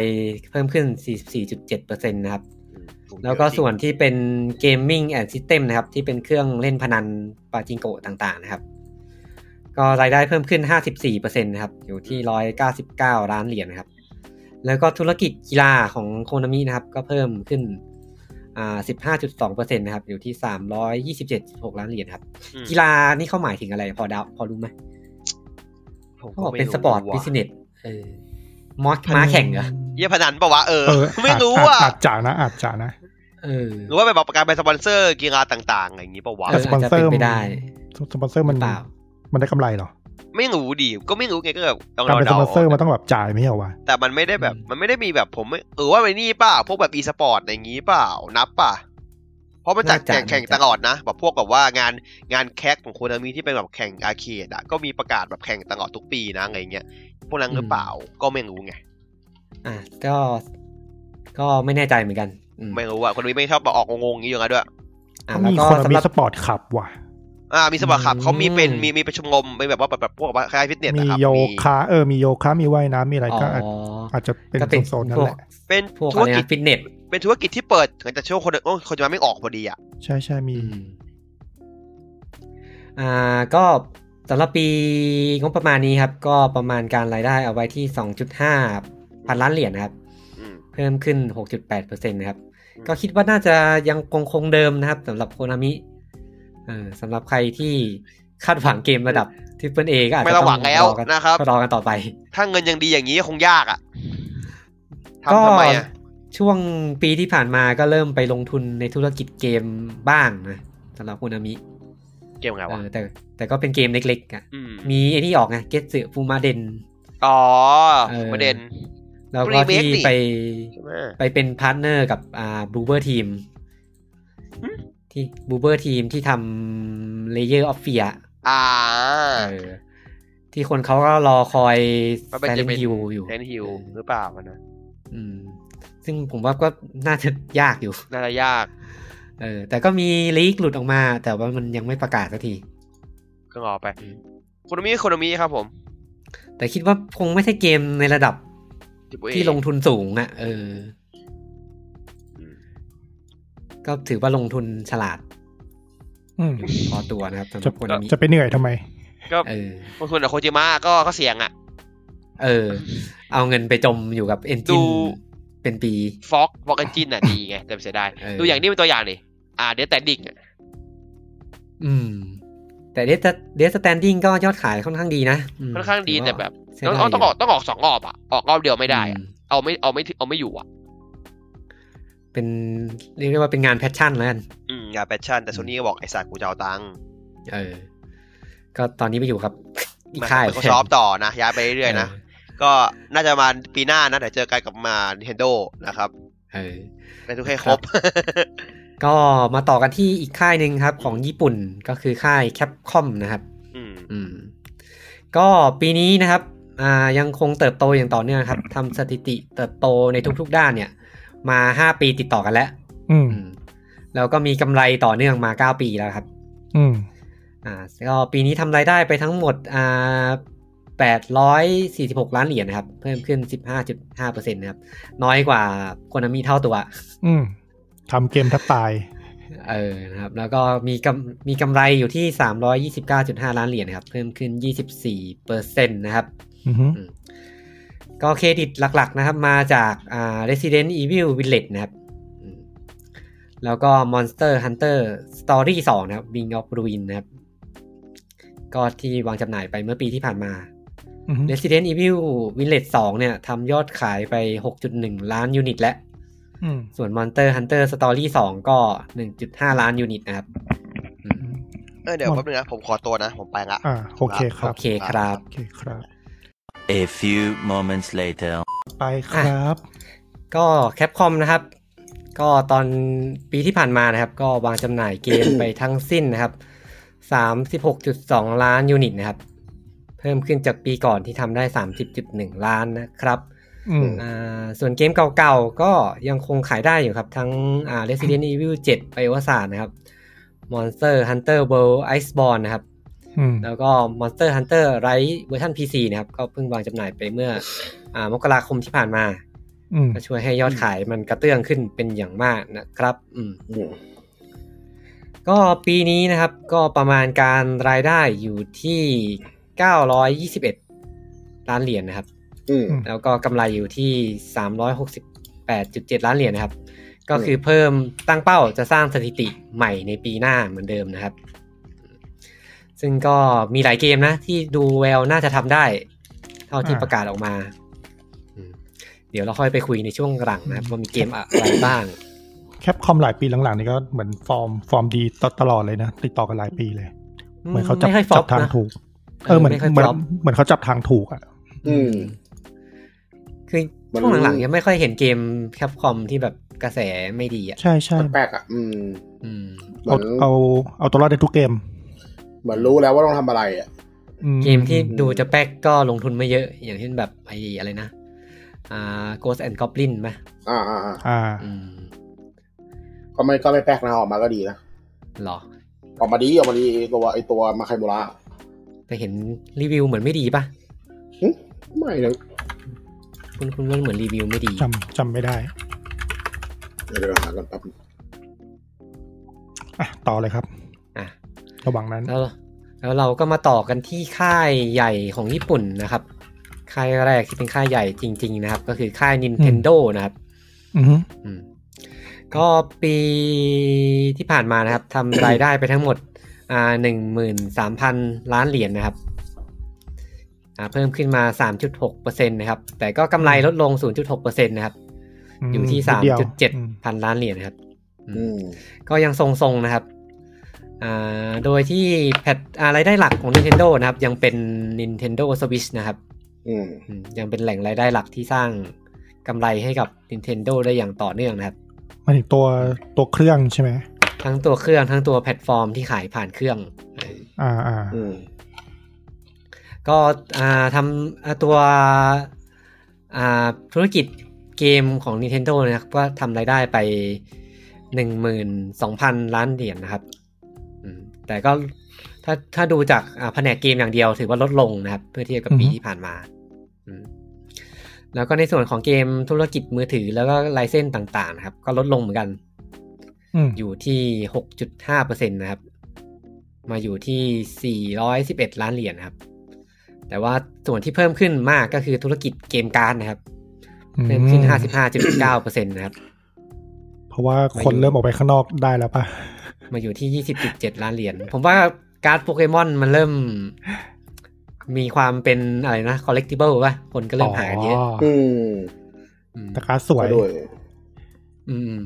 Speaker 1: เพิ่มขึ้น 44.7%นะครับ
Speaker 2: อืมถู
Speaker 1: แล้วก็
Speaker 2: เยอะจริง
Speaker 1: ส่วนที่เป็นเกมมิ่งแอนด์ซิสเต็มนะครับ ที่เป็นเครื่องเล่นพนันปาจิงโกะต่างๆนะครับ ก็รายได้เพิ่มขึ้น 54%นะครับ อยู่ที่ 199 ล้านเหรียญนะครับ แล้วก็ธุรกิจกีฬาของโคนามินะครับ ก็เพิ่มขึ้นอ่า15.2%นะครับ อยู่ที่ 327.6 ล้านเหรียญครับ
Speaker 2: อืม
Speaker 1: กีฬานี่เขาหมายถึงอะไรพอเดาพอรู้ไหม
Speaker 2: ผม
Speaker 1: เขาบอก
Speaker 2: ไม่
Speaker 1: เป็นสปอร์ต
Speaker 2: ว่ะ
Speaker 1: บิสเนสเออมอสม้าแข่งเหรอ
Speaker 2: เยี่ยพนันปะวะเออ
Speaker 4: เออ
Speaker 2: ไม่รู้
Speaker 4: อาจ
Speaker 2: อ่ะ
Speaker 4: อาจอาจจะนะอาจจะนะ
Speaker 1: เออ
Speaker 2: หรือว่าไปบอกประการเป็นสปอนเซอร์กีฬาต่างๆอะไรอย่างงี้ปะวะ
Speaker 1: เอ
Speaker 4: แต่
Speaker 1: อ
Speaker 4: สปอนเซอร์
Speaker 1: อาจจะเป็นไปได้
Speaker 4: สปอนเซอร์มัน
Speaker 1: เปล่า
Speaker 4: มันได้กำไรเหรอ
Speaker 2: ไม่รู้ดิก็ไม่รู้ไงก็แบบลอง
Speaker 4: การเป็นส
Speaker 2: เดา
Speaker 4: ปอนเซอร์มัน
Speaker 2: ๆ
Speaker 4: ต้องแบบจ่ายไม่ใช่เหรอวะ
Speaker 2: แต่มันไม่ได้แบบ
Speaker 1: อืม
Speaker 2: มันไม่ได้มีแบบผมไม่เออว่าไปนี่เปล่าพวกแบบอีสปอร์ตอะไรอย่างงี้เปล่านับป่ะเพราะมันจัด
Speaker 1: น่าจะ
Speaker 2: แข่งแข่ง
Speaker 1: น่าจะ
Speaker 2: ตลอดนะแบบพวกแบบว่างานงานแคคของโคนามิที่เป็นแบบแข่งอาร์เคดอะก็มีประกาศแบบแข่งตลอดทุกปีนะอะไรเงี้ยพวกนั้นหรือเปล่าก็ไม่รู้ไง
Speaker 1: อ่ะก็ก็ไม่แน่ใจเหมือนกันอืม
Speaker 2: ไม่รู้อ่ะคนนี้ไม่ชอบบอกออกงงๆอย่างนี้อยู่แล้วด้วย
Speaker 1: อ่ะ
Speaker 4: ต้อง
Speaker 1: แล้ว
Speaker 4: มี
Speaker 1: ก็
Speaker 4: คน
Speaker 1: สำ
Speaker 4: มี
Speaker 1: หรับ
Speaker 4: สปอร์ตขับว่ะ
Speaker 2: อ่ามีสปอร์ตคลับ
Speaker 1: อืม
Speaker 2: เขามีเป็นมีมีประชุมรมเป็นแบบว่าแบบแบบพวกแบบคล้ายๆฟิตเนส
Speaker 4: มี
Speaker 2: นะครับ
Speaker 4: โยคะเออมีโยคะมีว่ายน้ำมีอะไร
Speaker 1: อ๋อ
Speaker 4: ก็อาจอาจจะเป็น
Speaker 1: ก็
Speaker 4: โซนๆนั่
Speaker 1: พ
Speaker 4: น
Speaker 1: ว
Speaker 4: แห
Speaker 1: ก
Speaker 4: ละ
Speaker 2: เป็น
Speaker 1: พวก
Speaker 2: ธุ
Speaker 1: อะ
Speaker 2: ร
Speaker 1: ไร
Speaker 2: กิจ
Speaker 1: นะฟิตเนส
Speaker 2: เป็นธุรกิจที่เปิดหลังจากช่วงคนโอ้ยคนจะมาไม่ออกพอดีอ่ะ
Speaker 4: ใช่ใช่มี
Speaker 1: อ่าก็สำหรับปีงบประมาณนี้ครับ ก็ประมาณการรายได้เอาไว้ที่ 2.5 พันล้านเหรียญนะครับ
Speaker 2: อืม
Speaker 1: เพิ่มขึ้น 6.8%นะครับ
Speaker 2: อืม
Speaker 1: ก็คิดว่าน่าจะยังคงคงเดิมนะครับสำหรับโคนามิเออสำหรับใครที่คาดหวังเกมระดับทริปเปิลเอก็อาจ
Speaker 2: ไม่
Speaker 1: จะ
Speaker 2: ระหวั
Speaker 1: ต้
Speaker 2: ง
Speaker 1: อ
Speaker 2: แล้ว
Speaker 1: รอกัน
Speaker 2: นะครับ
Speaker 1: รอกันต่อไป
Speaker 2: ถ้าเงินยังดีอย่างนี้คงยากอ่ะ
Speaker 1: ก็
Speaker 2: ทำทำไมอ่ะ
Speaker 1: ช่วงปีที่ผ่านมาก็เริ่มไปลงทุนในธุรกิจเกมบ้างนะสำหรับคุณอามิ
Speaker 2: เกมไง
Speaker 1: เอ
Speaker 2: วะ
Speaker 1: อแต่แต่ก็เป็นเกมเล็กๆอ่ะ
Speaker 2: อืม
Speaker 1: มีไอ้นี่ออกไงเกตสึฟูมาเดน
Speaker 2: อ๋อ
Speaker 1: เออ
Speaker 2: ประเด็น
Speaker 1: แล้วก็
Speaker 2: Remake
Speaker 1: ที่
Speaker 2: นี่
Speaker 1: ไป
Speaker 2: ใช่ไหม
Speaker 1: ไปเป็นพาร์ทเนอร์กับอ่าบูเบอร์ทีมที่บูเบอร์ทีมที่ทำเลเยอร์ออฟเฟีย
Speaker 2: อ่า
Speaker 1: ที่คนเขาก็รอคอย
Speaker 2: มัน
Speaker 1: แซ
Speaker 2: เป็น
Speaker 1: น
Speaker 2: จะเป็น
Speaker 1: ฮิวอยู่
Speaker 2: แซนฮิวหรือเปล่ามันนะ
Speaker 1: อืมซึ่งผมว่าก็น่าจะยากอยู่
Speaker 2: น่าจะยาก
Speaker 1: เออแต่ก็มีลีกหลุดออกมา แต่ว่ามันยังไม่ประกาศสักที
Speaker 2: ก็งอไป
Speaker 1: อืม
Speaker 2: คุณมีคุณมีครับผม
Speaker 1: แต่คิดว่าคงไม่ใช่เกมในระดับที่ลงทุนสูงอะ่ะ เออ
Speaker 2: อืม
Speaker 1: ก็ถือว่าลงทุนฉลาด
Speaker 4: อืม
Speaker 1: อยู่พอตัวนะครับสำห
Speaker 4: จะ
Speaker 1: รับคนนี้
Speaker 4: จะไปเหนื่อยทำไม
Speaker 2: ก็
Speaker 1: เออ
Speaker 2: ลงทุนกับโคจิมะก็ก็เสี่ยงอ่ะ
Speaker 1: เออ เอาเงินไปจมอยู่กับเอนจิน
Speaker 2: ดู
Speaker 1: เป็นปี
Speaker 2: ฟอกฟอกเอนจินอ่ะ ดีไงแต่เสียดาย
Speaker 1: เออ
Speaker 2: ดูอย่างนี้เป็นตัวอย่างดิอ่าเดี๋ยวแต่ดิ่งอะ
Speaker 1: อืม แต่เดสเดสแตนดิ้งก็ยอดขายค่อนข้างดีนะม
Speaker 2: ค่อนข้างดี
Speaker 1: ถืว่
Speaker 2: แต่แบบ
Speaker 1: ใช้
Speaker 2: ต้อง
Speaker 1: ได้
Speaker 2: ต้องออกต้องออกสองรอบอ่ะออกรอบเดียวไม่ได้อะ
Speaker 1: อืม
Speaker 2: เอาไม่เอาไม่ถึงเอาไม่อยู่อ่ะ
Speaker 1: เป็นเรียกได้ว่าเป็นงานแพชชั่นแล้วกัน
Speaker 2: อืมงานแพชชั่นแต่โซนี่ก็บอกไอ้สัตว์กูจะเอาตังค์
Speaker 1: เออ ก็ตอนนี้ไปอยู่ครับ อีก
Speaker 2: มา
Speaker 1: ค่าย
Speaker 2: เขาซอฟต่อนะ ย้ายไปเรื่อยๆนะ ก็น่าจะประมาณปีหน้านะเดี๋ยวเจอกันกับมา Nintendo นะครับ
Speaker 1: เออ
Speaker 2: ในทุกให้ครบ
Speaker 1: ก็มาต่อกันที่อีกค่ายหนึ่งครับ ของญี่ปุ่นก็คือค่ายแคปคอมนะครับ
Speaker 2: อืม
Speaker 1: อืม ก็ปีนี้นะครับ อ่ายังคงเติบโตอย่างต่อเนื่องครับทำสถิติเติบโตในทุกๆด้านเนี่ย มา 5 ปีติดต่อกันแล้ว
Speaker 4: อืม
Speaker 1: อืม แล้วก็มีกำไรต่อเนื่องมา 9 ปีแล้วครับ
Speaker 4: อืม
Speaker 1: อ่าก็ปีนี้ทำรายได้ไปทั้งหมดอ่า846 ล้านเหรียญนะครับ เพิ่มขึ้น 15.5%นะครับ น้อยกว่าคนมีเท่าตัว
Speaker 4: อืมทำเกมแทับตาย
Speaker 1: เออนะครับ แล้วก็มีกำมีกำไรอยู่ที่ 329.5 ล้านเหรียญนะครับ เพิ่มขึ้น 24เปอร์เซ็นต์นะครับ
Speaker 4: อือหือ
Speaker 1: อืม ก็เครดิตหลักๆนะครับ มาจากอ่า Resident Evil Village นะครับอืมแล้วก็ Monster Hunter Story 2 นะครับ Wing of Ruin นะครับ ก็ที่วางจำหน่ายไปเมื่อปีที่ผ่านมา
Speaker 4: อือฮึ
Speaker 1: Resident Evil Village 2 เนี่ยทำยอดขายไป 6.1 ล้านยูนิตแล้ว
Speaker 4: อืม
Speaker 1: ส่วน Monster Hunter Story 2 ก็ 1.5 ล้านยูนิตนะครับ
Speaker 2: เออเดี๋ยวแป๊บนึงนะผมขอตัวนะ ผมไปละ
Speaker 4: อ่าโอเคค
Speaker 1: โอ
Speaker 4: รับ
Speaker 1: เคครับ
Speaker 4: โอเคครับ
Speaker 5: A few moments later.
Speaker 4: ไปครับ
Speaker 1: ก็แคปคอมนะครับ ก็ตอนปีที่ผ่านมานะครับ ก็วางจำหน่ายเกม ไปทั้งสิ้นนะครับ 36.2 ล้านยูนิตนะครับ เพิ่มขึ้นจากปีก่อนที่ทำได้ 30.1 ล้านนะครับ
Speaker 4: อืม
Speaker 1: อ่าส่วนเกมเก่าๆ ก็ยังคงขายได้อยู่ครับ ทั้งอ่า Resident Evil 7 ไปวสานนะครับ Monster Hunter World Iceborne นะครับ
Speaker 4: อืม
Speaker 1: แล้วก็ Monster Hunter Rise เวอร์ชัน PC นะครับ ก็เพิ่งวางจำหน่ายไปเมื่ออามกราคมที่ผ่านมา
Speaker 4: อืม
Speaker 1: ก็ช่วยให้ยอดขายมันกระเตื้องขึ้นเป็นอย่างมากนะครับ อืม
Speaker 3: อืม
Speaker 1: ก็ปีนี้นะครับ ก็ประมาณการรายได้อยู่ที่ 921 ล้านเหรียญนะครับ
Speaker 3: อืม
Speaker 1: แล้วก็กำไรอยู่ที่ 368.7 ล้านเหรียญนะครับ ก็คือเพิ่มตั้งเป้าจะสร้างสถิติใหม่ในปีหน้าเหมือนเดิมนะครับ ซึ่งก็มีหลายเกมนะ ที่ดูแววน่าจะทำได้ เท่าที่ประกาศออกมาอืมเดี๋ยวเราค่อยไปคุยในช่วงหลังนะครับว่ามีเกมอะไรบ้าง
Speaker 4: แคปคอมหลายปีหลังๆนี่ก็เหมือนฟอร์มฟอร์มดีตลอดเลยนะ ติดต่อกันหลายปีเลย เหมือนเขาจับ
Speaker 1: ไม่ค่อยฟลอ
Speaker 4: จั
Speaker 1: ป
Speaker 4: บทาง
Speaker 1: นะ
Speaker 4: ถูก เออเหมือน
Speaker 1: ไม่ค่อย
Speaker 4: เหมือน
Speaker 1: ฟลอป
Speaker 4: เหมือนเขาจับทางถูกอ่ะ
Speaker 3: อืม
Speaker 1: คือ
Speaker 3: มัน
Speaker 1: ช่วงหลังๆยังไม่ค่อยเห็นเกมแคปคอมที่แบบกระแสไม่ดีอ่ะ
Speaker 4: ใช่ใช่
Speaker 3: แปลกๆอ่ะอืม
Speaker 1: อืม
Speaker 3: เหมื
Speaker 4: เอา
Speaker 3: อน
Speaker 4: เอาเอาตัวรอดในทุกเกม
Speaker 3: เหมือนรู้แล้วว่าต้องทำอะไรอ่ะ
Speaker 4: อื
Speaker 1: เกมที่ดูจะแป๊กก็ลงทุนไม่เยอะ อย่างเช่นแบบไอ้อะไรนะ อ่า Ghost and Goblin ไหม
Speaker 3: อ่าอ่าอ่า
Speaker 4: อ่า
Speaker 1: อืม
Speaker 3: ก็ไม่ก็ไม่แปลกนะออกมาก็ดีนะ
Speaker 1: เหรอ
Speaker 3: ออกมาดีออกมาดีไอ้ตัวไอตัวมาไคโมระ
Speaker 1: แต่เห็นรีวิวเหมือนไม่ดีป่ะ
Speaker 3: ไม่นะ
Speaker 1: คุณคุณว่าเหมือนรีวิวไม่ดี
Speaker 4: จำจำไม่ได้
Speaker 3: เดี๋ยวเดี๋ยวหากันแป๊บนึง
Speaker 4: อ่ะ ต่อเลยครับ
Speaker 1: อ่ะ
Speaker 4: ระหว่างนั้น
Speaker 1: แล้วแล้วเราก็มาต่อกันที่ค่ายใหญ่ของญี่ปุ่นนะครับ ค่ายแรกที่เป็นค่ายใหญ่จริง ๆ นะครับ ก็คือค่าย Nintendo นะครับ
Speaker 4: อือฮึ
Speaker 1: อืมก็ปีที่ผ่านมานะครับทำรายได้ไปทั้งหมดอ่าหนึ่งหมื่นสามพันล้านเหรียญนะครับอ่าเพิ่มขึ้นมา 3.6เปอร์เซ็นตนะครับ แต่ก็กำไรลดลง 0.6เปอร์เซ็นตนะครับ
Speaker 4: ม
Speaker 1: อยู่ที่
Speaker 4: นิยวอืม
Speaker 1: 3.7 พันล้านเหรียญนะครับอื
Speaker 3: อื
Speaker 1: ม
Speaker 3: ม
Speaker 1: ก็ยังทรงๆนะครับอ่าโดยที่แพทอ่ารายได้หลักของ Nintendo นะครับ ยังเป็น Nintendo Switch นะครับ
Speaker 3: อืม
Speaker 1: อืมยังเป็นแหล่งรายได้หลักที่สร้างกำไรให้กับ Nintendo ได้อย่างต่อเนื่องนะครับ
Speaker 4: หมายถึงตัวตัวเครื่องใช่ไหม
Speaker 1: ทั้งตัวเครื่องทั้งตัวแพลตฟอร์มที่ขายผ่านเครื่อง
Speaker 4: อ่าอ่า
Speaker 3: อืม
Speaker 1: ก็อ่าทำอ่าตัวอ่าธุรกิจเกมของ Nintendo นะครับก็ทำรายได้ไป 12,000 ล้านเหรียญนะครับอืมแต่ก็ถ้าถ้าดูจากอ่าแผนกเกมอย่างเดียวถือว่าลดลงนะครับ เพื่อเทียบกับปีที่ผ่านมาอืมแล้วก็ในส่วนของเกมธุรกิจมือถือแล้วก็ลายเส้นต่างๆนะครับ ก็ลดลงเหมือนกัน
Speaker 4: อืม
Speaker 1: อยู่ที่ 6.5%นะครับ มาอยู่ที่ 411 ล้านเหรียญนะครับ แต่ว่าส่วนที่เพิ่มขึ้นมากก็คือธุรกิจเกมการ์ดนะครับ เพิ่มขึ้น 55.9%นะครับ
Speaker 4: เพราะว่าคนเริ่มออกไปข้างนอกได้แล้วป่ะ
Speaker 1: มาอยู่ที่ 20.7 ล้านเหรียญ ผมว่าการ์ดโปเกมอนมันเริ่ม มีความเป็นอะไรนะ collectible ป่ะ คนก็เริ่มหากันเยอะ
Speaker 4: อ๋
Speaker 3: อื
Speaker 4: อ
Speaker 3: ม
Speaker 1: อืม
Speaker 4: แต่การดสวย
Speaker 3: ก็ด้วย
Speaker 1: อืม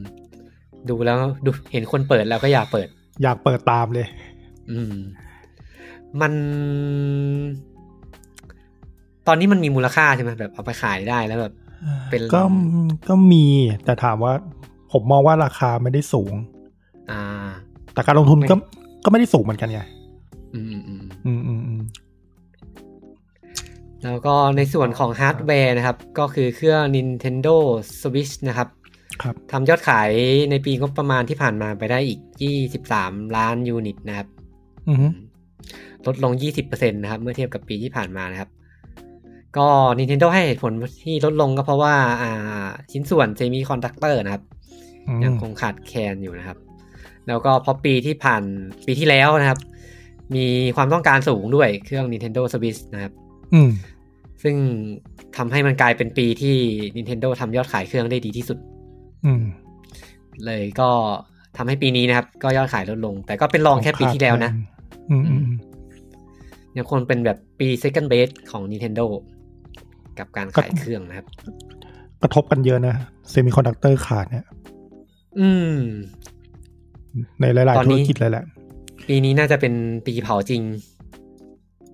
Speaker 1: ดูแล้วดูเห็นคนเปิดแล้วก็อยากเปิด
Speaker 4: อยากเปิดตามเลย
Speaker 1: อืม มัน ตอนนี้มันมีมูลค่าใช่ไหมแบบเอาไปขายได้แล้วแบบ เป็น
Speaker 4: ก็ก็มีแต่ถามว่า ผมมองว่าราคาไม่ได้สูง
Speaker 1: อ่า
Speaker 4: แต่การลงทุนก็
Speaker 1: ไม่
Speaker 4: ก็ไม่ได้สูงเหมือนกันไง
Speaker 1: อืมอืมอืม
Speaker 4: อืมอืมอืม
Speaker 1: แล้วก็ในส่วนของฮาร์ดแวร์นะครับ ก็คือเครื่อง Nintendo Switch นะครับ
Speaker 4: ครับ
Speaker 1: ทำยอดขายในปีงบประมาณที่ผ่านมาไปได้อีก 23 ล้านยูนิตนะครับ
Speaker 4: อืม
Speaker 1: ลดลง 20%นะครับ เมื่อเทียบกับปีที่ผ่านมานะครับ ก็ Nintendo ให้เหตุผลที่ลดลงก็เพราะว่า อ่า ชิ้นส่วนเซมิคอนดักเตอร์นะครับ
Speaker 4: อืม
Speaker 1: ยังคงขาดแคลนอยู่นะครับ แล้วก็เพอปีที่ผ่านปีที่แล้วนะครับ มีความต้องการสูงด้วยเครื่อง Nintendo Switch นะครับ
Speaker 4: อืม
Speaker 1: ซึ่งทำให้มันกลายเป็นปีที่ Nintendo ทำยอดขายเครื่องได้ดีที่สุด
Speaker 4: อืม
Speaker 1: เลยก็ทำให้ปีนี้นะครับ ก็ยอดขายลดลง แต่ก็เป็นรองแค่ปีที่แล้วนะ
Speaker 4: อืมอืมอืม
Speaker 1: ยังคงเป็นแบบปี second best ของ Nintendo กับการขายเครื่องนะครับ
Speaker 4: กระทบกันเยอะนะเซมิคอนดักเตอร์ขาดเนี่ย
Speaker 1: อืม
Speaker 4: ในหลาย
Speaker 1: ตอ
Speaker 4: ๆ
Speaker 1: น
Speaker 4: ธุ
Speaker 1: นี้
Speaker 4: รกิจเลยแหละ
Speaker 1: ปีนี้น่าจะเป็นปีเผาจริง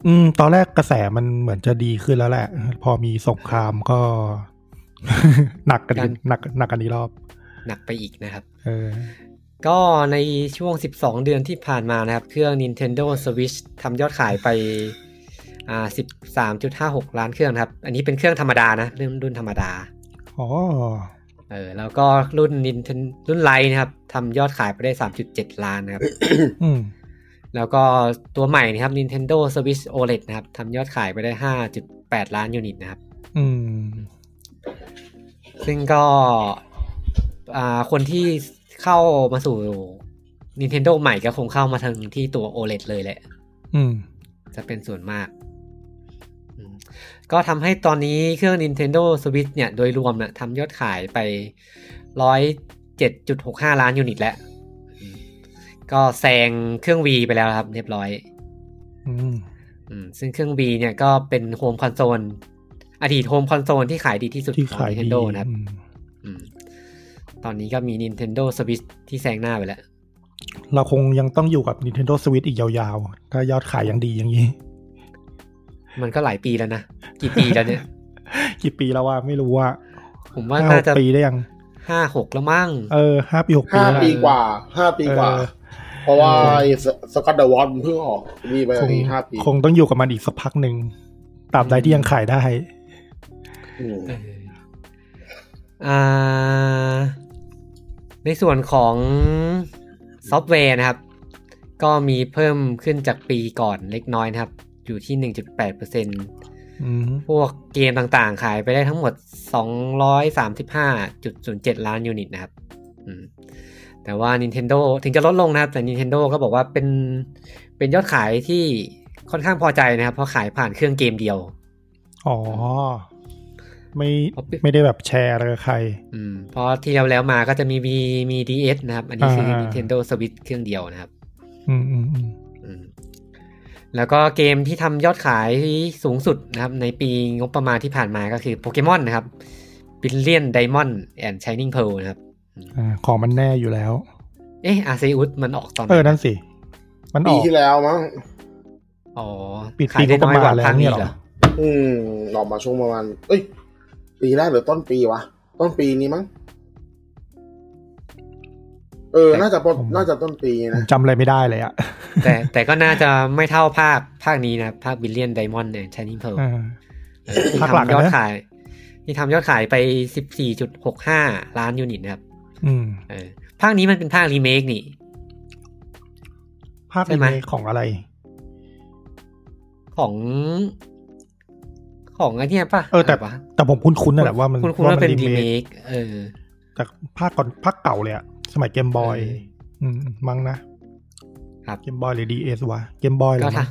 Speaker 4: อืม ตอนแรกกระแสมันเหมือนจะดีขึ้นแล้วแหละ พอมีสงครามก็ หนักกันอีก
Speaker 1: กัน
Speaker 4: หนักหนักกันอีกรอบ
Speaker 1: หนักไปอีกนะครับ
Speaker 4: เออ
Speaker 1: ก็ในช่วง 12 เดือนที่ผ่านมานะครับ เครื่อง Nintendo Switch ทำยอดขายไปอ่า13.56 ล้านเครื่องนะครับ อันนี้เป็นเครื่องธรรมดานะรุ่นรุ่นธรรมดา
Speaker 4: อ๋อ
Speaker 1: เออแล้วก็รุ่น Nintendo รุ่นไลท์นะครับทำยอดขายไปได้ 3.7 ล้านนะครับ
Speaker 4: อืม
Speaker 1: แล้วก็ตัวใหม่นะครับ Nintendo Switch OLED นะครับทำยอดขายไปได้ 5.8 ล้านยูนิตนะครับ
Speaker 4: อืม
Speaker 1: ซึ่งก็อ่าคนที่เข้ามาสู่ Nintendo ใหม่ก็คงเข้ามาทางที่ตัว OLED เลยแหละ
Speaker 4: อืม
Speaker 1: จะเป็นส่วนมากอืมก็ทำให้ตอนนี้เครื่อง Nintendo Switch เนี่ย โดยรวมเนี่ยทำยอดขายไป 107.65 ล้านยูนิตแล้วอืมก็แซงเครื่อง V ไปแล้วครับ เรียบร้อย
Speaker 4: อืม
Speaker 1: อืมซึ่งเครื่อง V เนี่ยก็เป็นโฮมคอนโซลอดีตโฮมคอนโซลที่ขายดีที่สุด
Speaker 4: ที่
Speaker 1: ของ
Speaker 4: ขายดี
Speaker 1: Nintendo นะครับ
Speaker 4: อืม
Speaker 1: อืมตอนนี้ก็มี Nintendo Switch ที่แซงหน้าไปแล้ว
Speaker 4: เราคงยังต้องอยู่กับ Nintendo Switch อีกยาวๆ ถ้ายอดขายยังดีอย่างนี้
Speaker 1: มันก็หลายปีแล้วนะ กี่ปีแล้วเนี่ย
Speaker 4: กี่ปีแล้วว่าไม่รู้ว่า
Speaker 1: ผมว่า
Speaker 4: ห้าห
Speaker 1: น่าก จะ
Speaker 4: ปีได้ยัง
Speaker 1: ห้าหกแล้วมั้ง
Speaker 4: เออห้าปีหกปี
Speaker 3: ห้า
Speaker 4: แล้ว
Speaker 3: ปี
Speaker 4: ล่ะ
Speaker 3: กว่าห้าปีกว่า
Speaker 4: เออ
Speaker 3: เพราะว่าสกัดเดอะวอลเพิ่งออกนี่ไป
Speaker 4: คง
Speaker 3: อีกห้าปี
Speaker 4: คงต้องอยู่กับมันอีกสักพักหนึ่งตราบใดที่ยังขายได้
Speaker 3: อืม
Speaker 1: เอออ่าในส่วนของซอฟต์แวร์นะครับ ก็มีเพิ่มขึ้นจากปีก่อนเล็กน้อยนะครับ อยู่ที่ 1.8%
Speaker 4: อืม
Speaker 1: พวกเกมต่างๆ ขายไปได้ทั้งหมด 235.07 ล้านยูนิตนะครับอืมแต่ว่า Nintendo ถึงจะลดลงนะครับ แต่ Nintendo ก็บอกว่าเป็นเป็นยอดขายที่ค่อนข้างพอใจนะครับ เพราะขายผ่านเครื่องเกมเดียว
Speaker 4: อ๋อ ไม่
Speaker 1: เอาปิด
Speaker 4: ไม่ได้แบบแชร์อะไรกับใคร
Speaker 1: อืมเพราะที่แล้วแล้วๆมาก็จะมีมีมี DS นะครับ อันนี้คือ
Speaker 4: อ่า
Speaker 1: Nintendo Switch เครื่องเดียวนะครับ
Speaker 4: อืมอืมอืม
Speaker 1: อืมแล้วก็เกมที่ทำยอดขายสูงสุดนะครับ ในปีงบประมาณที่ผ่านมาก็คือโปเกมอนนะครับ Billion Diamond and Shining Pearl นะครับ
Speaker 4: อ่าของมันแน่อยู่แล้ว
Speaker 1: เอ๊ะอาเซอุสมันออกตอนไห
Speaker 4: เออน นั่นสิ มันอ
Speaker 3: ปี
Speaker 4: อก
Speaker 3: ที่แล้วมั้ง
Speaker 1: อ๋อ
Speaker 4: ปิด
Speaker 1: ขายได้น้อยกว่า
Speaker 4: ปีงบประมาณแล้ว
Speaker 1: ภาคนี้
Speaker 4: เนี่ยเหรอ
Speaker 1: เหรอ
Speaker 3: อืมออกมาช่วงประมาณ เอ้ย ปีแรกหรือต้นปีวะ ต้นปีนี้มั้ง เออ น่าจะปนน่าจะต้นปี
Speaker 4: ผม
Speaker 3: นะ
Speaker 4: จำอะไรไม่ได้เลยอะ
Speaker 1: แต่แต่ก็น่าจะไม่เท่าภาคภาคนี้นะครับ ภาค Billion Diamond and Shining Pearl
Speaker 4: อ่า
Speaker 1: เออที่
Speaker 4: ภาคหลัก
Speaker 1: ทำยอด
Speaker 4: อะนะ
Speaker 1: ขายที่ทำยอดขายไป 14.65 ล้านยูนิตนะครับ
Speaker 4: อืม
Speaker 1: เออภาคนี้มันเป็นภาครีเมคนี่
Speaker 4: ภาพ
Speaker 1: ใช่ไหม
Speaker 4: ในของอะไร
Speaker 1: ของ ของไอเนี่ยป่ะ
Speaker 4: เออ แต่
Speaker 1: ะไรวะ
Speaker 4: แต่ผมคุ้นๆนั่นแหละว่ามัน
Speaker 1: คุณคุณ
Speaker 4: ว่า
Speaker 1: ว่าเป็นรีเม
Speaker 4: ค
Speaker 1: คเออ
Speaker 4: จากภาคก่อนภาคเก่าเลยอะสมัยเกมบอย
Speaker 1: เออ
Speaker 4: มั้งนะครับ เกมบอยหรือดีเอสวะเกมบอยเหร
Speaker 1: ก็
Speaker 4: อมั้
Speaker 1: ทะ
Speaker 4: ง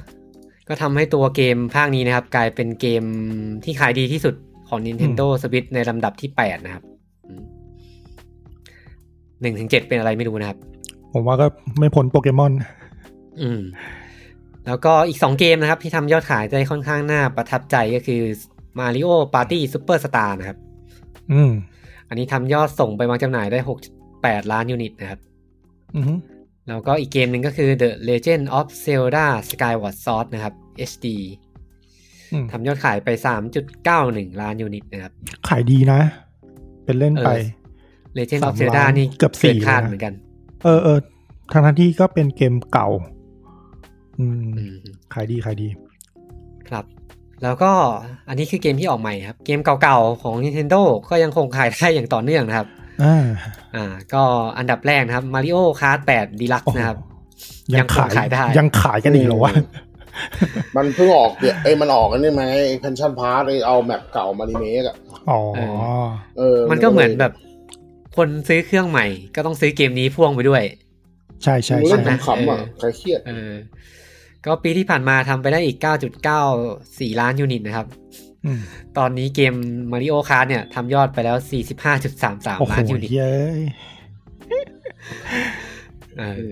Speaker 1: ก็ทำให้ตัวเกมภาคนี้นะครับ กลายเป็นเกมที่ขายดีที่สุดของ Nintendo Switch ในลำดับที่ 8 นะครับหนึ่งถึงเจ็ดเป็นอะไรไม่รู้นะครับ
Speaker 4: ผมว่าก็ไม่พ้นโปเกมอน
Speaker 1: อืม แล้วก็อีก 2 เกมนะครับ ที่ทำยอดขายได้ค่อนข้างน่าประทับใจก็คือ Mario Party Super Star นะครับ
Speaker 4: อืม
Speaker 1: อันนี้ทำยอดส่งไปวางจำหน่ายได้ 6.8 ล้านยูนิตนะครับ
Speaker 4: อือฮึ
Speaker 1: แล้วก็อีกเกมหนึ่งก็คือ The Legend of Zelda Skyward Sword นะครับ HD
Speaker 4: อืม
Speaker 1: ทำยอดขายไป 3.91 ล้านยูนิตนะครับ
Speaker 4: ขายดีนะ เป็นเล่นไป
Speaker 1: เออ Legend of
Speaker 4: สามล้าน
Speaker 1: Zelda นี่
Speaker 4: เกือบสี่
Speaker 1: นคาด
Speaker 4: แล้วนะ
Speaker 1: เหมือนกัน
Speaker 4: เออเออทางทันที่ก็เป็นเกมเก่า อืม
Speaker 1: อืม
Speaker 4: ขายดีขายดี
Speaker 1: ครับ แล้วก็อันนี้คือเกมที่ออกใหม่ครับ เกมเก่าๆ ของ Nintendo ก็ยังคงขายได้อย่างต่อเนื่องนะครับ
Speaker 4: อ่า
Speaker 1: อ่า ก็อันดับแรกนะครับ Mario Kart 8
Speaker 4: โอ้
Speaker 1: Deluxe
Speaker 4: โห
Speaker 1: นะครับ
Speaker 4: ยังขา
Speaker 1: ยังค
Speaker 4: ย
Speaker 1: งขายได้
Speaker 4: ยังขายกันอีกเหรอวะ
Speaker 3: อืม มันเพิ่งออกเดี๋ยวเอ้ยมันออกกันนี่ไหมไอ้ pension pass ไอ้เอาแมปเก่ามารีเมคอะ
Speaker 4: อ๋อ
Speaker 3: เออ
Speaker 1: มันก็เหมือนแบบ คนซื้อเครื่องใหม่ ก็ต้องซื้อเกมนี้พ่วงไปด้วย
Speaker 4: ใช่ใช่
Speaker 3: มึง
Speaker 4: ใช่
Speaker 3: เล่นขำๆอะ
Speaker 1: เออ
Speaker 3: ใครเครียด
Speaker 1: เออ ก็ปีที่ผ่านมาทำไปได้อีก 9.94 ล้านยูนิตนะครับ
Speaker 4: อืม
Speaker 1: ตอนนี้เกม Mario Kart เนี่ยทำยอดไปแล้ว 45.33
Speaker 4: โอ้โห
Speaker 1: ล้านยูนิต
Speaker 4: เย้ย
Speaker 1: เออ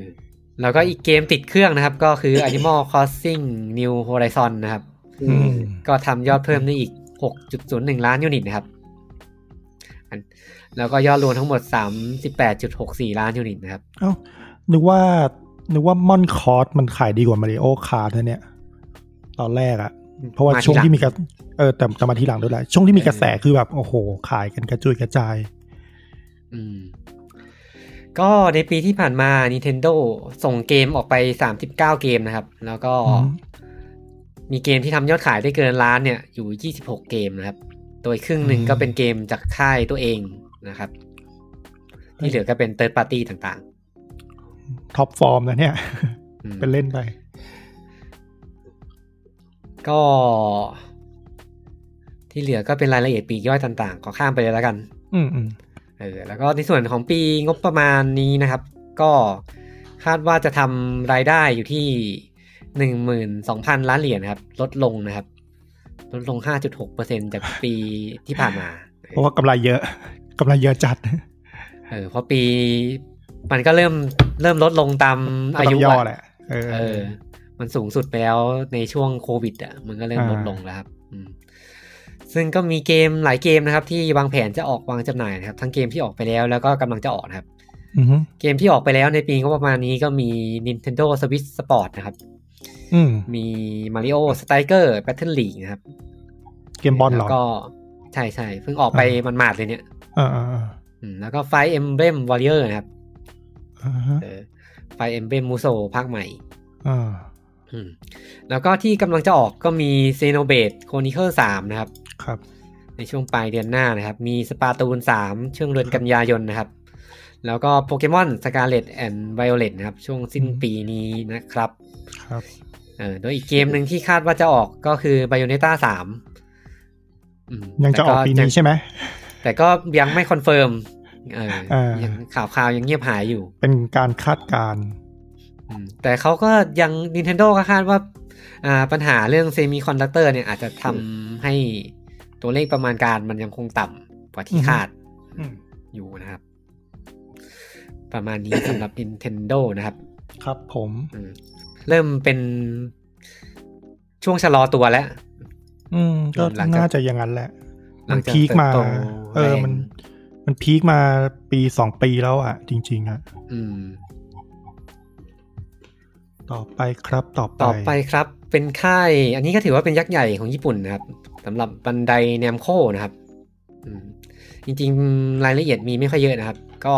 Speaker 1: แล้วก็อีกเกมติดเครื่องนะครับ ก็คือ Animal Crossing New Horizon นะครับ
Speaker 3: อื
Speaker 4: อื
Speaker 3: ม
Speaker 4: ม
Speaker 1: ก็ทำยอดเพิ่มได้อีก 6.01 ล้านยูนิตนะครับอันแล้วก็ยอดรวมทั้งหมด 38.64 ล้านยูนิตนะครับ
Speaker 4: เอ้านึกว่านึกว่ามอนคอร์สมันขายดีกว่ามาริโอคาร์ดเนี่ย ตอนแรกอะเพราะว่าช่วงที่มีกระเออแต่จะมาทีหลังด้วยแหละช่วงที่มีกระแสคือแบบโอ้โห ขายกันกระจุยกระจาย
Speaker 1: อืมก็ในปีที่ผ่านมา Nintendo ส่งเกมออกไป 39 เกมนะครับ แล้วก็
Speaker 4: อืม
Speaker 1: มีเกมที่ทำยอดขายได้เกินล้านเนี่ย อยู่ 26 เกมนะครับ โดยครึ่งหนึ่งก็เป็นเกมจากค่ายตัวเองนะครับ ที่เหลือก็เป็นเติร์ดปาร์ตี้ต่าง
Speaker 4: ท็อปฟอร์มนะเนี่ย
Speaker 1: ๆอืม
Speaker 4: เป็นเล่นไป
Speaker 1: ก็ ที่เหลือก็เป็นรายละเอียดปลีกย่อยต่างๆ ขอข้ามไปเลยแล้วกัน
Speaker 4: อืมอืม
Speaker 1: เออแล้วก็ในส่วนของปีงบประมาณนี้นะครับ ก็คาดว่าจะทำรายได้อยู่ที่หนึ่งหมื่นสองพันล้านเหรียญนะครับ ลดลงนะครับ ลดลงห้าจุดหกเปอร์เซ็นจากปีที่ผ่านมา
Speaker 4: เพราะว่ากำไรเยอะ กำไรเยอะจัด
Speaker 1: เออเพราะปีมันก็เริ่มเริ่มลดลงตาม อายุ
Speaker 4: ก็ต้งย่อ
Speaker 1: อะ
Speaker 4: แหละ เออ
Speaker 1: เออ มันสูงสุดไปแล้วในช่วงโควิดอ่ะ มันก็เริ่ม
Speaker 4: อ่า
Speaker 1: ลดลงแล้วครับอืมซึ่งก็มีเกมหลายเกมนะครับ ที่วางแผนจะออกวางจำหน่ายนะครับ ทั้งเกมที่ออกไปแล้วแล้วก็กำลังจะออกนะครับ
Speaker 4: อือหือ
Speaker 1: เกมที่ออกไปแล้วในปีงบประมาณนี้ก็มี Nintendo Switch Sport นะครับ
Speaker 4: อืม
Speaker 1: มี Mario Striker Battle League นะครับ
Speaker 4: เกมบอลเหรอ
Speaker 1: แล้วก็ใช่ใช่เพิ่งออกไปมันมาดๆเลยเนี่ย
Speaker 4: เออเออเออ
Speaker 1: อืมแล้วก็ Fire Emblem Warrior นะครับ
Speaker 4: อ่าฮะ
Speaker 1: เออ Fire Emblem Muso ภาคใหม่
Speaker 4: อ่า
Speaker 1: อืมแล้วก็ที่กำลังจะออกก็มี x e n o b l a d e Chronicle 3 นะครับ
Speaker 4: ครับ
Speaker 1: ในช่วงปลายเดือนหน้านะครับ มีสปาตูน 3 ช่วงเดือนกันยายนนะครับ แล้วก็โปเกมอนสกาเลตแอนด์ไวโอเลตนะครับ ช่วงสิ้นปีนี้นะครับ
Speaker 4: ครับ
Speaker 1: เออโดยอีกเกมหนึ่งที่คาดว่าจะออกก็คือ Bayonetta 3อืม
Speaker 4: ยังจะออกปีนี้ใช่ไหม
Speaker 1: แต่ก็ยังไม่คอนเฟิร์มเออ
Speaker 4: เออ
Speaker 1: ยังข่าวๆยังเงียบหายอยู่
Speaker 4: เป็นการคาดการณ์
Speaker 1: อืมแต่เขาก็ยัง Nintendo ก็คาดว่าอ่าปัญหาเรื่องเซมิคอนดักเตอร์เนี่ยอาจจะทำให้ตัวเลขประมาณการมันยังคงต่ำกว่าที่คาด
Speaker 4: อืม
Speaker 1: อยู่นะครับ ประมาณนี้ สำหรับ Nintendo นะครับ
Speaker 4: ครับผม
Speaker 1: อืมเริ่มเป็นช่วงชะลอตัวแล้ว
Speaker 4: อืมก็
Speaker 1: หลังจาก
Speaker 4: น่าจะอย่างนั้นแหละ
Speaker 1: หลั
Speaker 4: มั
Speaker 1: ง
Speaker 4: น
Speaker 1: จาก
Speaker 4: พีคมา
Speaker 1: เติบโต
Speaker 4: เออ
Speaker 1: แรง
Speaker 4: มัน มันพีคมาปีสองปีแล้วอ่ะ จริง ๆอ่ะ
Speaker 1: อืม
Speaker 4: ต่อไปครับต่อไป
Speaker 1: ต่อไปครับเป็นค่าย อันนี้ก็ถือว่าเป็นยักษ์ใหญ่ของญี่ปุ่นนะครับสำหรับบันไดแนมโคนะครับอืมจริงๆรายละเอียดมีไม่ค่อยเยอะนะครับ ก็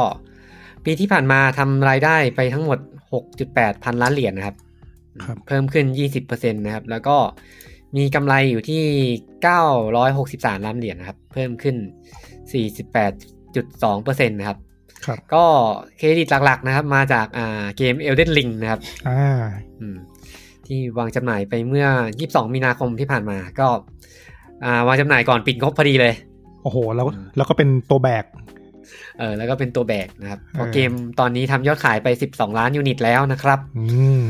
Speaker 1: ปีที่ผ่านมาทำรายได้ไปทั้งหมด 6.8 พันล้านเหรียญนะครับ
Speaker 4: ครับ
Speaker 1: เพิ่มขึ้น 20%นะครับ แล้วก็มีกำไรอยู่ที่ 963 ล้านเหรียญนะครับ เพิ่มขึ้น 48.2%นะครับ
Speaker 4: ครับ
Speaker 1: ก็เครดิตหลักๆนะครับ มาจากอ่าเกม Elden Ring นะครับ
Speaker 4: อ่า
Speaker 1: อืมที่วางจำหน่ายไปเมื่อ 22 มีนาคมที่ผ่านมา ก็อ่าวางจำหน่ายก่อนปิดงบพอดีเลย
Speaker 4: โอ้โห แล้วแล้วก็เป็นตัวแบก
Speaker 1: เออแล้วก็เป็นตัวแบกนะครับเพราะ
Speaker 4: เออ
Speaker 1: เกมตอนนี้ทำยอดขายไป 12 ล้านยูนิตแล้วนะครับ
Speaker 4: อืม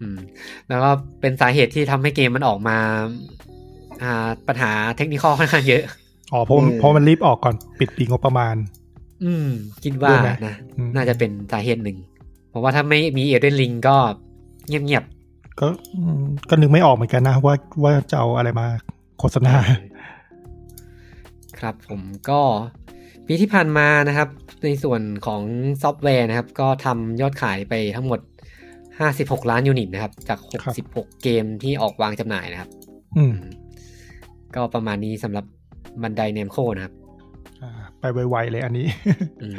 Speaker 1: อืมแล้วก็เป็นสาเหตุที่ทำให้เกมมันออกมาอ่าปัญหาเทคนิคอลค่ อนข้างเยอะ
Speaker 4: อ๋อเพราะมันเพราะมันรีบออกก่อนปิดปีงบประมาณ
Speaker 1: อืม คิดว่า
Speaker 4: ด้วยไหม
Speaker 1: นะ
Speaker 4: อืม
Speaker 1: น่าจะเป็นสาเหตุหนึ่ง เพราะว่าถ้าไม่มีเอเดนลิงก็เงียบๆ
Speaker 4: ก็อืมก็นึกไม่ออกเหมือนกันนะ ว่าว่าจะเอาอะไรมาโฆษณา
Speaker 1: ครับผมก็ปีที่ผ่านมานะครับ ในส่วนของซอฟต์แวร์นะครับ ก็ทำยอดขายไปทั้งหมด 56 ล้านยูนิตนะครับ จาก
Speaker 4: ครับ
Speaker 1: 66 เกมที่ออกวางจำหน่ายนะครับ
Speaker 4: อืม
Speaker 1: ก็ประมาณนี้สำหรับบันไดเนมโคนะครับ
Speaker 4: อ่าไปไวๆเลยอันนี้
Speaker 1: อืม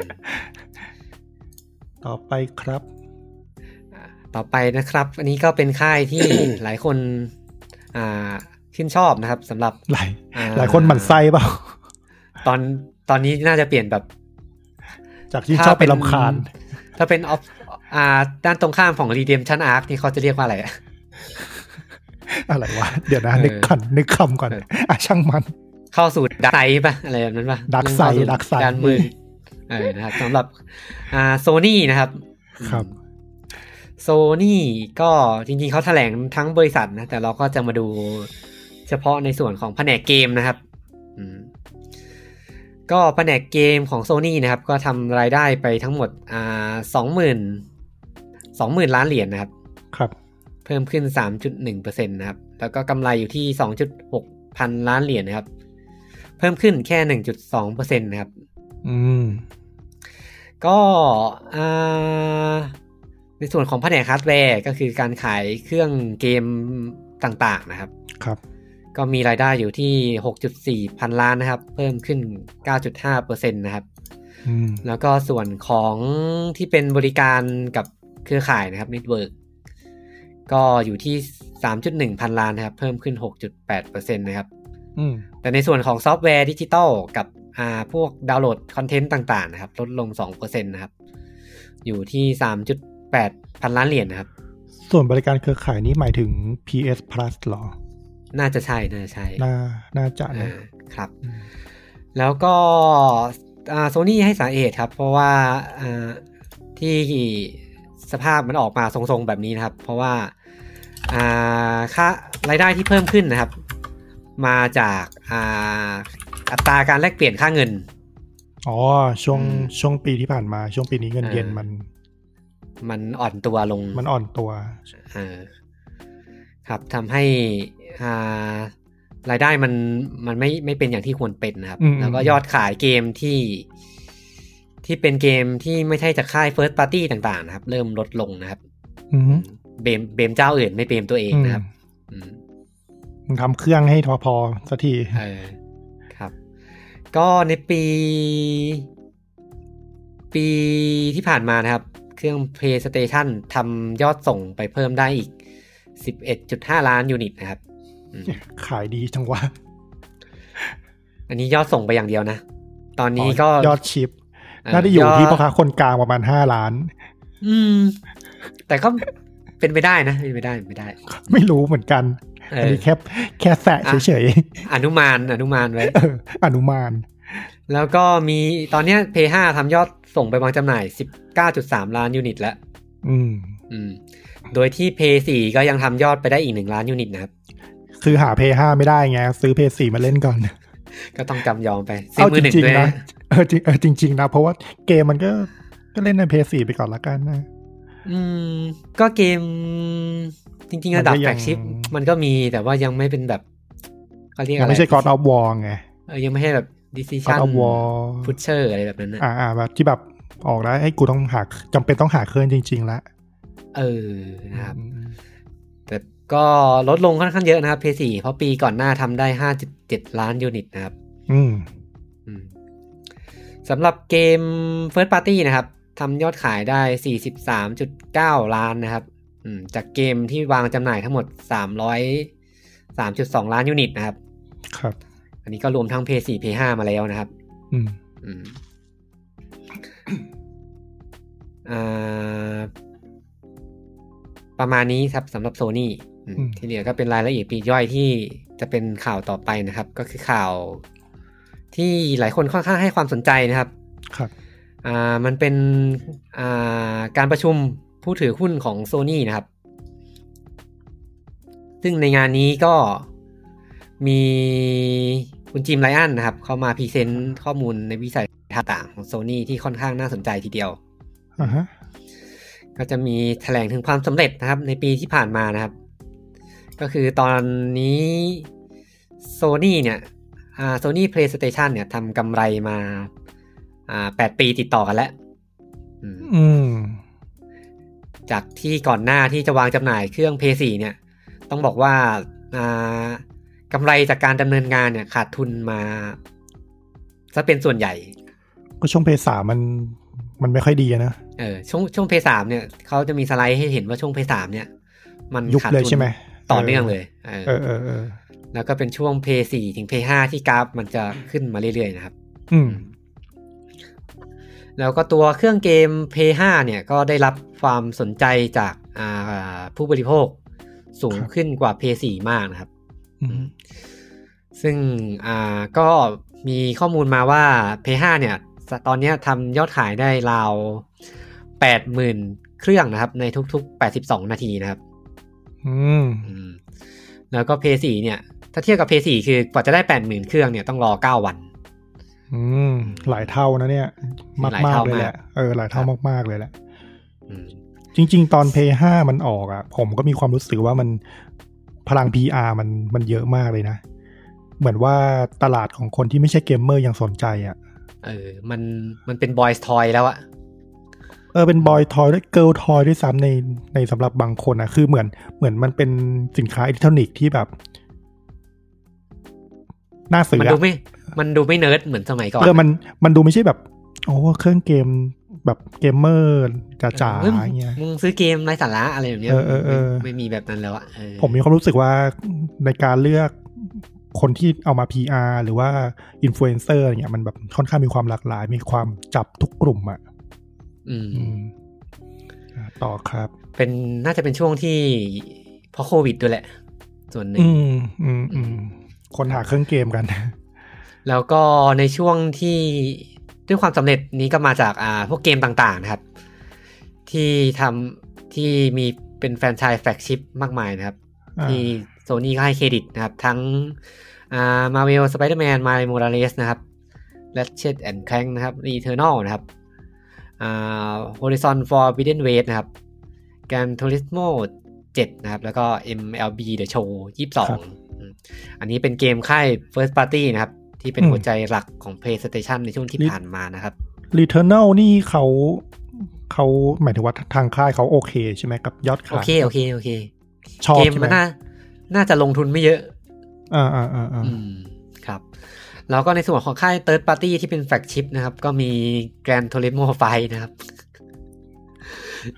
Speaker 4: ต่อไปครับ
Speaker 1: อ่าต่อไปนะครับ อันนี้ก็เป็นค่ายที่ หลายคนอ่าชื่นชอบนะครับสำหรับ
Speaker 4: หลาย
Speaker 1: อ่า
Speaker 4: หลายคนหมั่นไส้เปล่า
Speaker 1: ตอนตอนนี้น่าจะเปลี่ยนแบบ
Speaker 4: จากที่ชอบไปลำคาญ
Speaker 1: ถ้าเป็นออฟอ่าด้านตรงข้ามของ Redemption Arc นี่เขาจะเรียกว่าอะไรอะ
Speaker 4: อะไรวะ เดี๋ยวนะ
Speaker 1: เออ
Speaker 4: นึกก่อนนึกคำก่อน
Speaker 1: เออ
Speaker 4: อ่ะช่างมัน
Speaker 1: เข้าสู่ดักไซป่ะ อะไรแบบนั้นป่ะ
Speaker 4: Dark Side
Speaker 1: เรื่องเข้า
Speaker 4: Dark Side
Speaker 1: ด้านมืดเออนะครับสำหรับอ่าโซนี่นะครับ
Speaker 4: ครับ
Speaker 1: โซนี่ก็จริงๆเขาแถลงทั้งบริษัทนะ แต่เราก็จะมาดูเฉพาะในส่วนของแผนกเกมนะครับอืมก็แผนกเกมของโซนี่นะครับ ก็ทำรายได้ไปทั้งหมดอ่าสองหมื่น สองหมื่นล้านเหรียญนะครับ
Speaker 4: ครับ
Speaker 1: เพิ่มขึ้น 3.1%นะครับ แล้วก็กำไรอยู่ที่ 2.6 พันล้านเหรียญนะครับ เพิ่มขึ้นแค่ 1.2%นะครับ
Speaker 4: อืม
Speaker 1: ก็อ่าในส่วนของแผนกฮาร์ดแวร์ก็คือการขายเครื่องเกมต่างๆนะครับ
Speaker 4: ครับ
Speaker 1: ก็มีรายได้อยู่ที่ 6.4 พันล้านนะครับ เพิ่มขึ้น 9.5%นะครับ
Speaker 4: อืม
Speaker 1: แล้วก็ส่วนของที่เป็นบริการกับเครือข่ายนะครับเน็ตเวิร์กก็อยู่ที่ 3.1 พันล้านนะครับ เพิ่มขึ้น 6.8%นะครับ
Speaker 4: อืม
Speaker 1: แต่ในส่วนของซอฟต์แวร์ดิจิตอลกับอ่าพวกดาวน์โหลดคอนเทนต์ต่างๆนะครับ ลดลง 2%นะครับ อยู่ที่ 3.8 พันล้านเหรียญนะครับ
Speaker 4: ส่วนบริการเครือข่ายนี้หมายถึง PS Plus เหรอ
Speaker 1: น่าจะใช่ น่าจะใช่
Speaker 4: น่า น่าจะ
Speaker 1: อ่า
Speaker 4: นะครับ อืม
Speaker 1: แล้วก็โซนี่า Sony ให้สาเหตุครับ เพราะว่าอ่าที่สภาพมันออกมาทรงๆแบบนี้นะครับ เพราะว่าอ่าค่ารายได้ที่เพิ่มขึ้นนะครับ มาจากอ่าอัตราการแลกเปลี่ยนค่าเงิน
Speaker 4: อ๋อ ช่วง
Speaker 1: อืม
Speaker 4: ช่วงปีที่ผ่านมา ช่วงปีนี้เงิน
Speaker 1: อ่า
Speaker 4: เยนมัน
Speaker 1: มันอ่อนตัวลง
Speaker 4: มันอ่อนตัว
Speaker 1: เออครับทำให้อ่ารายได้มันมันไม่ไม่เป็นอย่างที่ควรเป็นนะครับ
Speaker 4: อืม
Speaker 1: แล้วก็ยอดขายเกมที่ที่เป็นเกมที่ไม่ใช่จากค่าย First Party ต่างๆนะครับ เริ่มลดลงนะครับ
Speaker 4: อืม
Speaker 1: เบมเบมเจ้าอื่นไม่เบมตัวเอง
Speaker 4: อืม
Speaker 1: นะครับ อืม
Speaker 4: มึงทำเครื่องให้ทอพอสักที
Speaker 1: เออครับ ก็ในปี ปีที่ผ่านมานะครับ เครื่อง PlayStation ทำยอดส่งไปเพิ่มได้อีก 11.5 ล้านยูนิตนะครับอืม
Speaker 4: ขายดีจังวะ
Speaker 1: อันนี้ยอดส่งไปอย่างเดียวนะ ตอนนี้ก็
Speaker 4: อ๋อยอดชิป
Speaker 1: เอ่อ
Speaker 4: น่าจะอยู่ที่
Speaker 1: ยอด
Speaker 4: พ่อค้าคนกลางประมาณห้าล้าน
Speaker 1: อืม แต่ก็เป็นไปได้นะ เป็นไปได้เป็นไปได้
Speaker 4: ไม่รู้เหมือนกัน
Speaker 1: เอ
Speaker 4: อัน
Speaker 1: อ
Speaker 4: นี้แค่แค่แสะ
Speaker 1: อ่ะ
Speaker 4: เฉย
Speaker 1: อนุมานอนุมานไว้
Speaker 4: ๆเอออนุมาน
Speaker 1: แล้วก็มีตอนเนี้ย P5 ทำยอดส่งไปวางจำหน่าย 19.3 ล้านยูนิตแล้ว
Speaker 4: อืม
Speaker 1: อืม โดยที่ p 4ก็ยังทำยอดไปได้อีกหนึ่งล้านยูนิตนะครับ
Speaker 4: คือหาเพย์ห้าไม่ได้ไง ซื้อเพย์สี่มาเล่นก่อน
Speaker 1: ก็ต้องจำยอมไปซื้
Speaker 4: เอา
Speaker 1: อมื
Speaker 4: จ
Speaker 1: อหนึ่ง
Speaker 4: ริง
Speaker 1: ด้วย
Speaker 4: ๆนะ
Speaker 1: นะ
Speaker 4: เออจริงเออจริง ๆ นะ เพราะว่าเกมมันก็ก็เล่นในเพย์สี่ไปก่อนละกันนะ
Speaker 1: อืม ก็เกม จริง ๆ ระดับ
Speaker 4: มันก็ยัง
Speaker 1: แฟกชิป มันก็มีแต่ว่ายังไม่เป็นแบบเขาเรียก
Speaker 4: ยั
Speaker 1: อะ
Speaker 4: ง
Speaker 1: ไร
Speaker 4: ไม่ใช่ God of War ไง
Speaker 1: เออยังไม่ใช่แบบ
Speaker 4: God
Speaker 1: decision
Speaker 4: of War
Speaker 1: pusher อะไรแบบนั้นนะ
Speaker 4: อ่าอ่าแบบที่แบบออกแล้วให้กูต้องหาจำเป็นต้องหาเครื่องจริง ๆ ละ
Speaker 1: เออนะครับ
Speaker 4: อืม
Speaker 1: แต่ก็ลดลงค่อนข้างเยอะนะครับ p 4เพราะปีก่อนหน้าทำได้ 5.7 ล้านยูนิตนะครับ
Speaker 4: อืม
Speaker 1: อืมสำหรับเกม First Party นะครับทำยอดขายได้ 43.9 ล้านนะครับอืมจากเกมที่วางจำหน่ายทั้งหมด 300 3.2 ล้านยูนิตนะครับ
Speaker 4: ครับ
Speaker 1: อันนี้ก็รวมทั้ง p 4 p 5มาแล้วนะครับ
Speaker 4: อืม
Speaker 1: อืมอ่าประมาณนี้ครับสำหรับโซนี่
Speaker 4: อืม
Speaker 1: ที่เหลือก็เป็นรายละเอียดปลีกย่อยที่จะเป็นข่าวต่อไปนะครับ ก็คือข่าวที่หลายคนค่อนข้างให้ความสนใจนะครับ
Speaker 4: ครับ
Speaker 1: อ่ามันเป็นอ่าการประชุมผู้ถือหุ้นของโซ n y นะครับ ซึ่งในงานนี้ก็มีคุณจิมไรอันนะครับ เข้ามาพรีเซนต์ข้อมูลในวิสัยทัศน์ต่างของโซ n y ที่ค่อนข้างน่าสนใจทีเดียว
Speaker 4: อ่าฮะ
Speaker 1: ก็จะมีแถลงถึงความสำเร็จนะครับ ในปีที่ผ่านมานะครับ ก็คือตอนนี้โซ n y เนี่ยอ่าโซนี่ PlayStation เนี่ยทำกำไรมาอ่าแปดปีติดต่อกันแล้วอืม
Speaker 4: อืม
Speaker 1: จากที่ก่อนหน้าที่จะวางจำหน่ายเครื่อง p 4เนี่ย ต้องบอกว่าอ่ากำไรจากการดำเนินงานเนี่ยขาดทุนมาซะเป็นส่วนใหญ่
Speaker 4: ก็ช่วงเพย์สามมันมันไม่ค่อยดีอะนะ
Speaker 1: เออช่วงช่วง p 3เนี่ยเขาจะมีสไลด์ให้เห็นว่าช่วง p 3เนี่ย มัน
Speaker 4: ยุบ
Speaker 1: ขาด
Speaker 4: เลย
Speaker 1: ทุน
Speaker 4: ใช่ไหม
Speaker 1: ต่อเนื่องเลยเออ
Speaker 4: เออเออเออ
Speaker 1: แล้วก็เป็นช่วง p 4ถึง p 5ที่กราฟมันจะขึ้นมาเรื่อยๆนะครับ
Speaker 4: อืม
Speaker 1: แล้วก็ตัวเครื่องเกม p 5เนี่ยก็ได้รับความสนใจจากอ่าผู้บริโภคสูง
Speaker 4: ครับ
Speaker 1: ขึ้นกว่า p 4มากนะครับ
Speaker 4: อืม
Speaker 1: ซึ่งอ่าก็มีข้อมูลมาว่า p 5เนี่ย ตอนเนี้ยทำยอดขายได้ราว 80,000 เครื่องนะครับ ในทุกๆ 82 นาทีนะครับ
Speaker 4: อืม
Speaker 1: อืมแล้วก็ p 4เนี่ย ถ้าเทียบกับ p 4คือกว่าจะได้ 80,000 เครื่องเนี่ยต้องรอ 9 วัน
Speaker 4: อืม หลายเท่านะเนี่ย
Speaker 1: หลาย
Speaker 4: มาก
Speaker 1: เท่า
Speaker 4: ๆเลย
Speaker 1: มาก
Speaker 4: แหละ เออ หลายเท่ามากๆเลยแหละ
Speaker 1: อืม
Speaker 4: จริง ๆ ตอน p 5มันออกอะ่ะ ผมก็มีความรู้สึกว่ามันพลัง PR มันมันเยอะมากเลยนะ เหมือนว่าตลาดของคนที่ไม่ใช่เกมเมอร์ยังสนใจอะ่ะ
Speaker 1: เออ มันมันเป็นบอยส์ทอยแล้วอะ
Speaker 4: เออเป็นบอยทอยด้วยเกิ l ลทอยด้วยซ้ำในในสำหรับบางคนนะคือเหมือนเหมือนมันเป็นสินค้าอิเล็กทรอนิกส์ที่แบบน่าซื้อ
Speaker 1: มัน
Speaker 4: อะ
Speaker 1: ดูไม่มันดูไม่เนิร์ดเหมือนสมัยก่อน
Speaker 4: เออมัน มันดูไม่ใช่แบบ โอ้ เครื่องเกมแบบเกมเมอร์จ๋า
Speaker 1: เออ
Speaker 4: ๆ
Speaker 1: มึง
Speaker 4: อย่างเงี้ย
Speaker 1: มึงซื้อเกมไร้สาระอะไรแบบเนี้ย
Speaker 4: เออเออเออ
Speaker 1: ไม่ไม่มีแบบนั้นแล้วอะเออ
Speaker 4: ผมมีความรู้สึกว่าในการเลือกคนที่เอามา PR หรือว่าอินฟลูเอนเซอร์เนี่ยมันแบบค่อนข้างมีความหลากหลาย มีความจับทุกกลุ่มอ่ะ
Speaker 1: อืม
Speaker 4: อืมอ่ะต่อครับ
Speaker 1: เป็นน่าจะเป็นช่วงที่เพราะโควิดด้วยแหละ ส่วนหนึ่ง
Speaker 4: อืมอืมอืมคนหาเครื่องเกมกัน
Speaker 1: แล้วก็ในช่วงที่ด้วยความสำเร็จนี้ก็มาจากอ่าพวกเกมต่างๆนะครับ ที่ทำที่มีเป็นแฟรนไชส์แฟลกชิพมากมายนะครับ
Speaker 4: อ่า
Speaker 1: ที่โซนี่ก็ให้เครดิตนะครับ ทั้งอ่ามาเวลสไปเดอร์แมนมาโมราเลสนะครับและเชดแอนแคลงนะครับรีเทอร์นอลนะครับอ่าฮอริซอนฟอร์บิเดนเวทนะครับแกนทูริสโม7นะครับ แล้วก็ MLB The Show
Speaker 4: ครับ
Speaker 1: 22อืม อันนี้เป็นเกมค่าย First Party นะครับ ที่เป็น
Speaker 4: อืม
Speaker 1: หัวใจหลักของ PlayStation ในช่วงที่ผ่านมานะครับ
Speaker 4: Returnal นี่เขาเขาหมายถึงว่าทางค่ายเขาโอเคใช่ไหมกับยอด
Speaker 1: โอ
Speaker 4: ขาย
Speaker 1: เค โอเค โอเค
Speaker 4: ชอบ
Speaker 1: เกม
Speaker 4: ใช่ไหม
Speaker 1: มันน่าน่าจะลงทุนไม่เยอะ
Speaker 4: อ่าอ่าอ่าอ่า
Speaker 1: อืม ครับ แล้วก็ในส่วนของค่าย Third Party ที่เป็นแฟกชิพนะครับ ก็มี Grand Turismo 5 นะครับ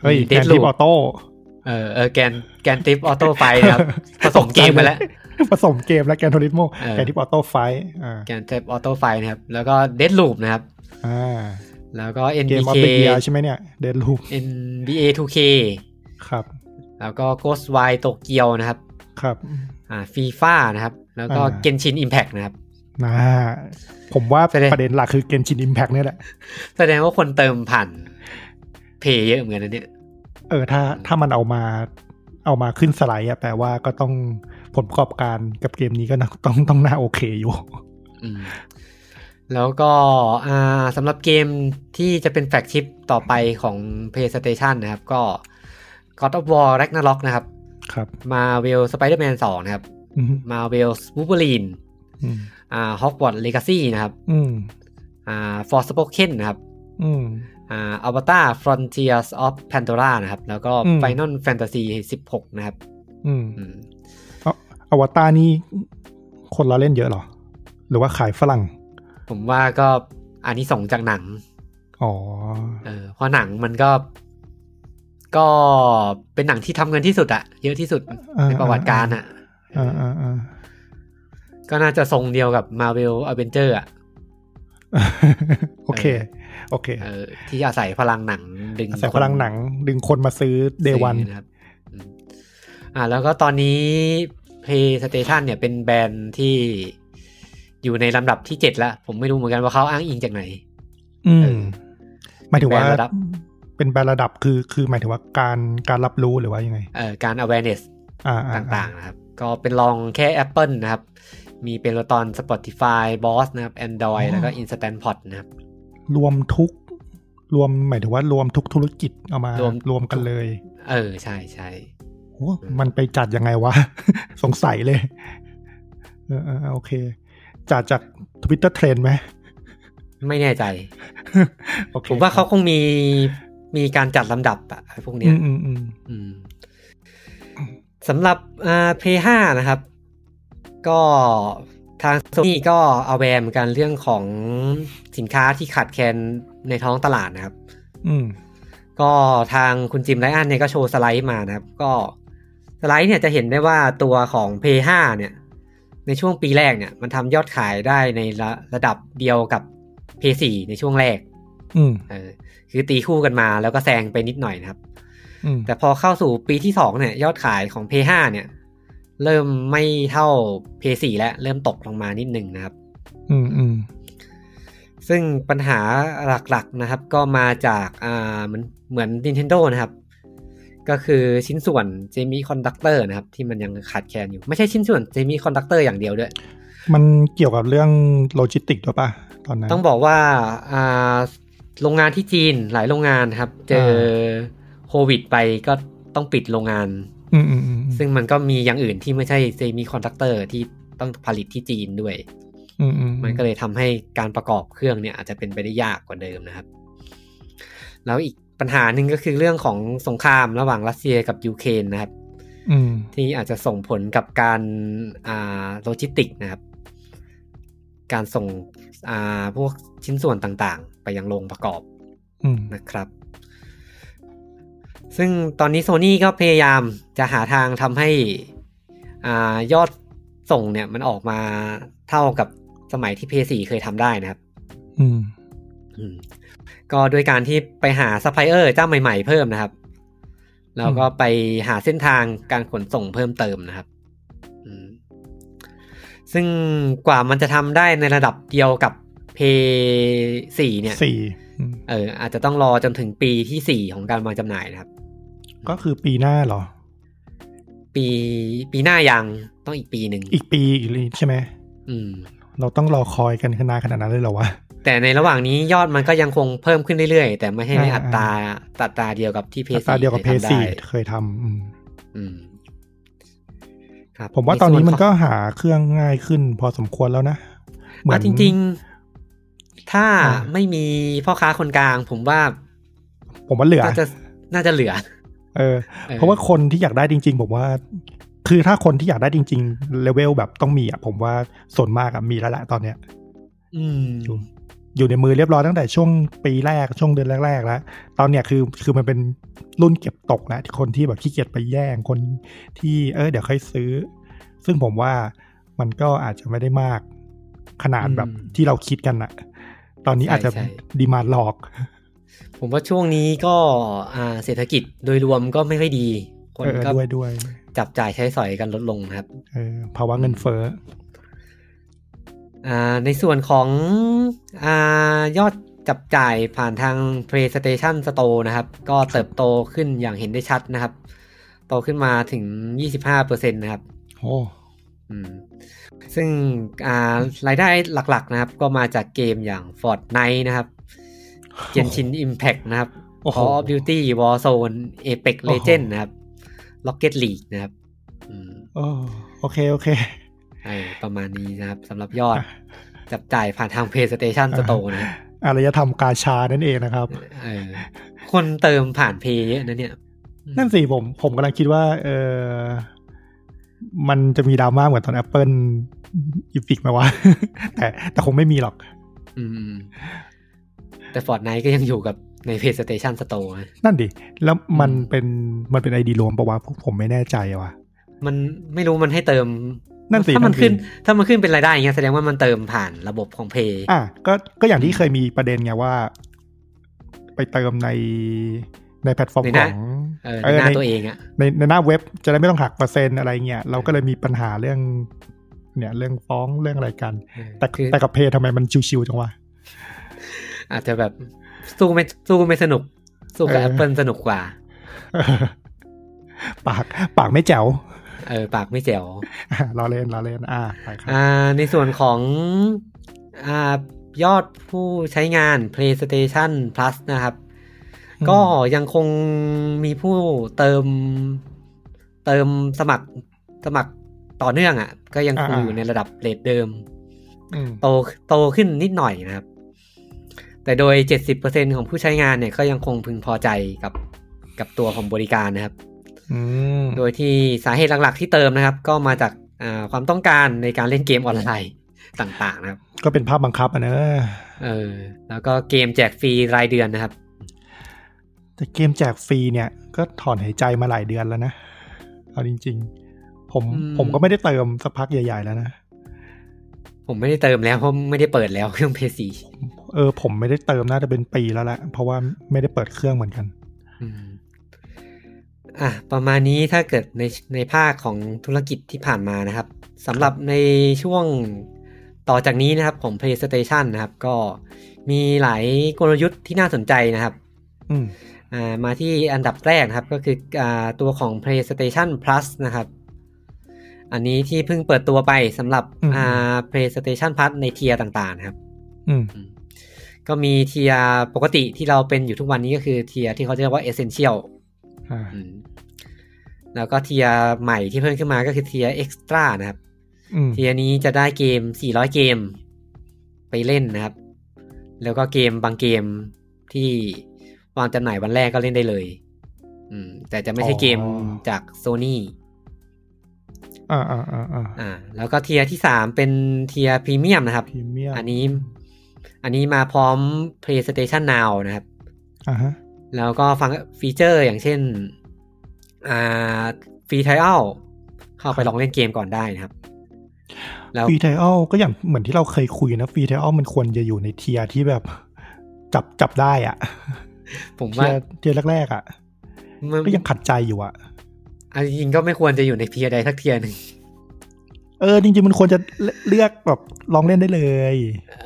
Speaker 4: เฮ้ยแก
Speaker 1: Dead
Speaker 4: นที่
Speaker 1: Loop
Speaker 4: ออโต้
Speaker 1: เออเออแกนแกนติฟออโต้ไฟ นะครับ ผสมเกมไปแล้ว
Speaker 4: ผสมเกมและแกนโทริสโม
Speaker 1: เออ
Speaker 4: แกนที่ออโต้ไฟท์อ่า
Speaker 1: แกนติฟออโต้ไฟนะครับ แล้วก็ Dead Loop นะครับ
Speaker 4: อ่า
Speaker 1: แล้วก็
Speaker 4: เกมออฟ
Speaker 1: NBK
Speaker 4: เดียใช่ไหมเนี่ยเดนลูป
Speaker 1: NBA 2K
Speaker 4: ครับ
Speaker 1: แล้วก็ Ghostwire Tokyo นะครับ
Speaker 4: ครับ
Speaker 1: อ่าฟีฟ่านะครับ แล้วก็
Speaker 4: อ่า
Speaker 1: เกนชินอิมแพกนะครับ
Speaker 4: นะผมว่า
Speaker 1: แสดง
Speaker 4: ประเด็นหลักคือเกนชินอิมแพกเนี่ยแหละ
Speaker 1: แสดงว่าคนเติมผ่านเพย์เยอะเหมือนกันนะเนี่ย
Speaker 4: เออถ้าถ้ามันเอามาเอามาขึ้นสไลด์อะแปลว่าก็ต้องผลประกอบการกับเกมนี้ก็ น่าต้องต้องน่าโอเคอยู่
Speaker 1: อืม แล้วก็อ่าสำหรับเกมที่จะเป็นแฟลกชิปต่อไปของ PlayStation นะครับ ก็ God of War Ragnarok นะครับ
Speaker 4: ครับ
Speaker 1: Marvel Spider-Man 2 นะครับ
Speaker 4: อืม
Speaker 1: Marvel Wolverine
Speaker 4: อืม
Speaker 1: อ่า Hogwarts Legacy นะครับ
Speaker 4: อืม
Speaker 1: อ่า Forspoken นะครับ
Speaker 4: อืม
Speaker 1: อ่า Avatar Frontiers of Pandora นะครับ แล้วก็
Speaker 4: อืม
Speaker 1: Final Fantasy 16 นะครับ
Speaker 4: อืม
Speaker 1: อืม
Speaker 4: อวตารนี่คนเราเล่นเยอะเหรอ หรือว่าขายฝรั่ง
Speaker 1: ผมว่าก็อันนี้ส่งส์จากหนัง
Speaker 4: อ๋อ
Speaker 1: เออเพราะหนังมันก็ ก็เป็นหนังที่ทำเงินที่สุดอะเยอะที่สุด
Speaker 4: อ่า
Speaker 1: ในประวัติการอะ
Speaker 4: อ่าอ่าอ่า
Speaker 1: ก็น่าจะทรงเดียวกับ Marvel Avenger อะ
Speaker 4: โอ เค โอเค
Speaker 1: เออ ที่อาศัยพลังหนังดึง
Speaker 4: อาศัยพลังหนัง
Speaker 1: ค
Speaker 4: ดึงคนมาซื้อเดวัน
Speaker 1: ซื้อะครับอืมอ่า แล้วก็ตอนนี้ PlayStation เนี่ยเป็นแบรนด์ที่อยู่ในลำดับที่เจ็ดแล้ว ผมไม่รู้เหมือนกันว่าเขาอ้างอิงจากไหน
Speaker 4: อื
Speaker 1: เออ
Speaker 4: มหมายถึงว่า
Speaker 1: เป็นแบรนด์ระดับ
Speaker 4: เป็นแบรนด์ระดับคือคือหมายถึงว่าการการรับรู้หรือว่ายังไง
Speaker 1: เออการ awareness
Speaker 4: อ่า
Speaker 1: ต่างๆนะครับ ก็เป็นรองแค่ Apple นะครับ มีเป็นโลตอน Spotify Boss นะครับ Android แล้วก็ Instant Pot นะครับ
Speaker 4: ๆรวมทุก รวมหมายถึงว่ารวมทุกธุรกิจเอามาร
Speaker 1: วม
Speaker 4: รวมกันเลย
Speaker 1: เออ ใช่ใช่
Speaker 4: โอ้มันไปจัดยังไงวะ สงสัยเลยเออเออเออโอเค จัดจากทวิตเตอร์เทรนไหม
Speaker 1: ไม่แน่ใจ
Speaker 4: โอเค
Speaker 1: ผมว่าเขาคงมีมีการจัดลำดับอะไอ้พวกเนี้
Speaker 4: อื
Speaker 1: ย
Speaker 4: มอืมอืม
Speaker 1: อืมสำหรับอ่า p 5นะครับ ก็ทางโซนี่ก็เอาแวร์เหมือนกันเรื่องของสินค้าที่ขาดแคลนในท้องตลาดนะครับ
Speaker 4: อืม
Speaker 1: ก็ทางคุณจิมไรอันเนี่ยก็โชว์สไลด์มานะครับ ก็สไลด์เนี่ยจะเห็นได้ว่าตัวของ p 5เนี่ย ในช่วงปีแรกเนี่ย มันทำยอดขายได้ในระระดับเดียวกับ p 4ในช่วงแรก
Speaker 4: อืม
Speaker 1: เออคือตีคู่กันมาแล้วก็แซงไปนิดหน่อยนะครับ
Speaker 4: อืม
Speaker 1: แต่พอเข้าสู่ปีที่ 2 เนี่ย ยอดขายของ p 5เนี่ย เริ่มไม่เท่า p 4แล้ว เริ่มตกลงมานิดหนึ่งนะครับ
Speaker 4: อืมอืม
Speaker 1: ซึ่งปัญหาหลักๆนะครับ ก็มาจากอ่าเหมือนเหมือน Nintendo นะครับ ก็คือชิ้นส่วนเจมิคอนดักเตอร์นะครับ ที่มันยังขาดแคลนอยู่ ไม่ใช่ชิ้นส่วนเจมิคอนดักเตอร์อย่างเดียวด้วย
Speaker 4: มันเกี่ยวกับเรื่องโลจิสติกส์ด้วยป่ะตอนนั้น
Speaker 1: ต้องบอกว่าอ่าโรงงานที่จีนหลายโรงงานนะครับ เจอ โควิดไปก็ต้องปิดโรงงาน
Speaker 4: อืมอืมอืม
Speaker 1: ซึ่งมันก็มีอย่างอื่นที่ไม่ใช่เซมิคอนดักเตอร์ที่ต้องผลิตที่จีนด้วย
Speaker 4: อืมอืม
Speaker 1: มันก็เลยทำให้การประกอบเครื่องเนี่ยอาจจะเป็นไปได้ยากกว่าเดิมนะครับ แล้วอีกปัญหาหนึ่งก็คือเรื่องของสงครามระหว่างรัสเซียกับยูเครนนะครับ
Speaker 4: อืม
Speaker 1: ที่อาจจะส่งผลกับการอ่าโลจิสติกส์นะครับ การส่งอ่าพวกชิ้นส่วนต่างๆ ไปยังโรงประกอบ
Speaker 4: อืม
Speaker 1: นะครับ ซึ่งตอนนี้โซนี่ก็พยายามจะหาทางทำให้อ่ายอดส่งเนี่ยมันออกมาเท่ากับสมัยที่ PS4 เคยทำได้นะครับ
Speaker 4: อืม
Speaker 1: อืมก็ด้วยการที่ไปหาซัพพลายเออร์เจ้าใหม่ๆเพิ่มนะครับ แล้วก็ไปหาเส้นทางการขนส่งเพิ่มเติมนะครับอืมซึ่งกว่ามันจะทำได้ในระดับเดียวกับ p 4เนี่ย
Speaker 4: สี่อืม
Speaker 1: เอออาจจะต้องรอจนถึงปีที่ 4 ของการวางจำหน่ายนะครับ
Speaker 4: ก็คือปีหน้าเหรอ
Speaker 1: ปีปีหน้ายังต้องอีกปีหนึ่ง
Speaker 4: อีกปีอีกเลยใช่ไหม
Speaker 1: อืม
Speaker 4: เราต้องรอคอยกันขนาดขนาดนั้นเลยเหรอวะ
Speaker 1: แต่ในระหว่างนี้ยอดมันก็ยังคงเพิ่มขึ้นเรื่อยๆ แต่ไม่ให้ใน
Speaker 4: อ่า
Speaker 1: อัตราอัตราเดียวกับที่ p
Speaker 4: อัตราเดียวกับเพ
Speaker 1: คทำได้
Speaker 4: ซีเคยทำอืม
Speaker 1: อืมครับ
Speaker 4: ผมว่าตอนนี้มันก็
Speaker 1: ใส่วข
Speaker 4: หาเครื่องง่ายขึ้นพอสมควรแล้วนะ
Speaker 1: องอ่ะจริง ๆ ถ้า
Speaker 4: อ่า
Speaker 1: ไม่มีพ่อค้าคนกลาง ผมว่า
Speaker 4: ผมว่าเหลือ
Speaker 1: น่าจะน่าจะเหลือ
Speaker 4: เออ
Speaker 1: เออ
Speaker 4: เพราะว่าคนที่อยากได้จริง ๆ ผมว่า คือถ้าคนที่อยากได้จริง ๆ เลเวลแบบต้องมีอ่ะ ผมว่าส่วนมากอ่ะมีแล้วแหละตอนเนี้ย
Speaker 1: อืม
Speaker 4: อยู่อยู่ในมือเรียบร้อยตั้งแต่ช่วงปีแรกช่วงเดือนแรก ๆ แล้ว ตอนเนี้ยคือคือมันเป็นรุ่นเก็บตกแล้วคนที่แบบขี้เกียจไปแย่งคนที่เออเดี๋ยวค่อยซื้อ ซึ่งผมว่ามันก็อาจจะไม่ได้มากขนาด
Speaker 1: อืม
Speaker 4: แบบที่เราคิดกันอะตอนนี้อาจจะ
Speaker 1: ใช่ใช่
Speaker 4: ดีมาหลอก
Speaker 1: ผมว่าช่วงนี้ก็อ่าเศรษฐกิจโดยรวมก็ไม่ค่อยดี คน
Speaker 4: เออ
Speaker 1: ก็
Speaker 4: ด้วยด้วย
Speaker 1: จับจ่ายใช้สอยกันลดลงนะครับ
Speaker 4: เออภาวะเงินเฟ้อ
Speaker 1: อ่าในส่วนของอายอดจับจ่ายผ่านทาง PlayStation Store นะครับ ก็เติบโตขึ้นอย่างเห็นได้ชัดนะครับ โตขึ้นมาถึง 25%นะครับ
Speaker 4: โอ้
Speaker 1: อืมซึ่งอ่ารายได้หลักๆนะครับ ก็มาจากเกมอย่าง Fortnite นะครับ Genshin Impact นะครับ
Speaker 4: โอ้โห
Speaker 1: Call of Duty Warzone Apex
Speaker 4: โอ้โห
Speaker 1: Legend นะครับ Rocket League นะครับอืม
Speaker 4: โอ้โอเคโอเค
Speaker 1: ไอประมาณนี้นะครับสำหรับย อดจับจ่ายผ่านทาง PlayStation Store นะครับ
Speaker 4: อารยธรรมกาชานั่นเองนะครับ
Speaker 1: เออคนเติมผ่านเพย์เยอะนะเนี่ย
Speaker 4: นั่นสิผมผมกำลังคิดว่า เออมันจะมีดราม่าเหมือนตอน Apple อีพิกไหมวะ แต่แต่คงไม่มีหรอก
Speaker 1: อืมแต่ฟอร์ดไนก็ยังอยู่กับในเพย์สเตชันสโตร์
Speaker 4: นั่นดิ แล้วมันเป็นมันเป็นไอดีรวมปะวะผมผมไม่แน่ใจว่ะ
Speaker 1: มันไม่รู้มันให้เติม
Speaker 4: นั่นสิ
Speaker 1: ถ้ามัน
Speaker 4: นั่นสิ
Speaker 1: ขึ้น ถ้ามันขึ้นเป็นรายได้อย่างเงี้ยแสดงว่ามันเติมผ่านระบบของเพย์
Speaker 4: อ่ะก็ก็อย่างที่เคยมีประเด็นไงว่า ไปเติมในในแพลตฟอร์มของ
Speaker 1: เออ
Speaker 4: เอ
Speaker 1: ในห
Speaker 4: อ
Speaker 1: น้า
Speaker 4: ใน
Speaker 1: ตัวเองอะ
Speaker 4: ในในหน้าเว็บจะได้ไม่ต้องหักเปอร์เซ็นต์อะไรเงี้ยเราก็เลยมีปัญหาเรื่อง เนี่ย เรื่องฟ้องเรื่องอะไรกัน แต่
Speaker 1: คือ
Speaker 4: แต่กับเพย์ทำไมมันชิวๆจังวะ
Speaker 1: อาจจะแบบสู้ไม่สู้ไม่สนุก สู้กับ
Speaker 4: เออ
Speaker 1: Apple สนุกกว่า
Speaker 4: เออ ปากปากไม่แจ๋ว
Speaker 1: เออ ปากไม่แจ๋ว
Speaker 4: อ่ะล้อเล่นล้อเล่นอ่าไปครับ
Speaker 1: อ่าในส่วนของอายอดผู้ใช้งาน PlayStation Plus นะครับ
Speaker 4: อืม
Speaker 1: ก็ยังคงมีผู้เติมเติมสมัครสมัครต่อเนื่องอะ่ะ ก็ยังคงอยู่ในระดับเรทเดิม
Speaker 4: อืม
Speaker 1: โตโตขึ้นนิดหน่อยนะครับ แต่โดย 70%ของผู้ใช้งานเนี่ยก็ยังคงพึงพอใจกับกับตัวของบริการนะครับ
Speaker 4: อืม
Speaker 1: โดยที่สาเหตุหลักๆที่เติมนะครับ ก็มาจากอ่าความต้องการในการเล่นเกมออนไลน์ต่างๆนะครับ
Speaker 4: ก็เป็นภาพบังคับอ่ะเนอะ
Speaker 1: เออแล้วก็เกมแจกฟรีรายเดือนนะครับ
Speaker 4: แต่เกมแจกฟรีเนี่ย ก็ถอนหายใจมาหลายเดือนแล้วนะเอาจริง ๆ ผม
Speaker 1: อืม
Speaker 4: ผมก็ไม่ได้เติมสักพักใหญ่ๆแล้วนะ
Speaker 1: ผมไม่ได้เติมแล้วเพราะไม่ได้เปิดแล้วเค รื่องเพย์ซี
Speaker 4: เออ ผมไม่ได้เติมน่าจะเป็นปีแล้วแหละเพราะว่าไม่ได้เปิดเครื่องเหมือนกัน
Speaker 1: อ่ะประมาณนี้ถ้าเกิดในในภาคของธุรกิจที่ผ่านมานะครับสำหรับในช่วงต่อจากนี้นะครับของ PlayStation นะครับ ก็มีหลายกลยุทธ์ที่น่าสนใจนะครับ
Speaker 4: อืม
Speaker 1: อ่ามาที่อันดับแรกนะครับก็คืออาตัวของ PlayStation Plus นะครับ อันนี้ที่เพิ่งเปิดตัวไปสำหรับอ่า PlayStation Plus ในเทียร์ต่างๆนะครับ
Speaker 4: อืม
Speaker 1: ก็มีเทียร์ปกติที่เราเป็นอยู่ทุกวันนี้ก็คือเทียร์ที่เขาเรียกว่า Essential
Speaker 4: อ่า
Speaker 1: อืมแล้วก็เทียร์ใหม่ที่เพิ่มขึ้นมาก็คือเทียร์เอ็กซ์ตร้านะครับ
Speaker 4: อืม
Speaker 1: เทียร์นี้จะได้เกม 400 เกมไปเล่นนะครับ แล้วก็เกมบางเกมที่วางจำหน่ายวันแรกก็เล่นได้เลย อืม แต่จะไม่ใช่เกมจากโซนี่
Speaker 4: อ่าอ่าอ่าอ่า
Speaker 1: อ่า แล้วก็เทียร์ที่สามเป็นเทียร์พรีเมียมนะครับ
Speaker 4: พรีเมียม
Speaker 1: อันนี้ อันนี้มาพร้อม PlayStation Now นะครับ
Speaker 4: อ่าฮะ
Speaker 1: แล้วก็ฟังฟีเจอร์อย่างเช่น อ่าฟรีไทอัลเข้าไปลองเล่นเกมก่อนได้นะครับ แล้ว
Speaker 4: ฟรีไทออลก็อย่างเหมือนที่เราเคยคุยนะฟรีไทออลมันควรจะอยู่ในเทียร์ที่แบบ จับจับได้อะ
Speaker 1: ผม
Speaker 4: เที
Speaker 1: ว่าย
Speaker 4: ร์เทียร์แรกๆอ่ะ
Speaker 1: มัน
Speaker 4: ก็ยังขัดใจอยู่อ่ะ
Speaker 1: อันจริงๆก็ไม่ควรจะอยู่ในเทียร์ใดทักเทียร์หนึ่ง
Speaker 4: เออจริงๆมันควรจะเลืเลือกแบบลองเล่นได้เลย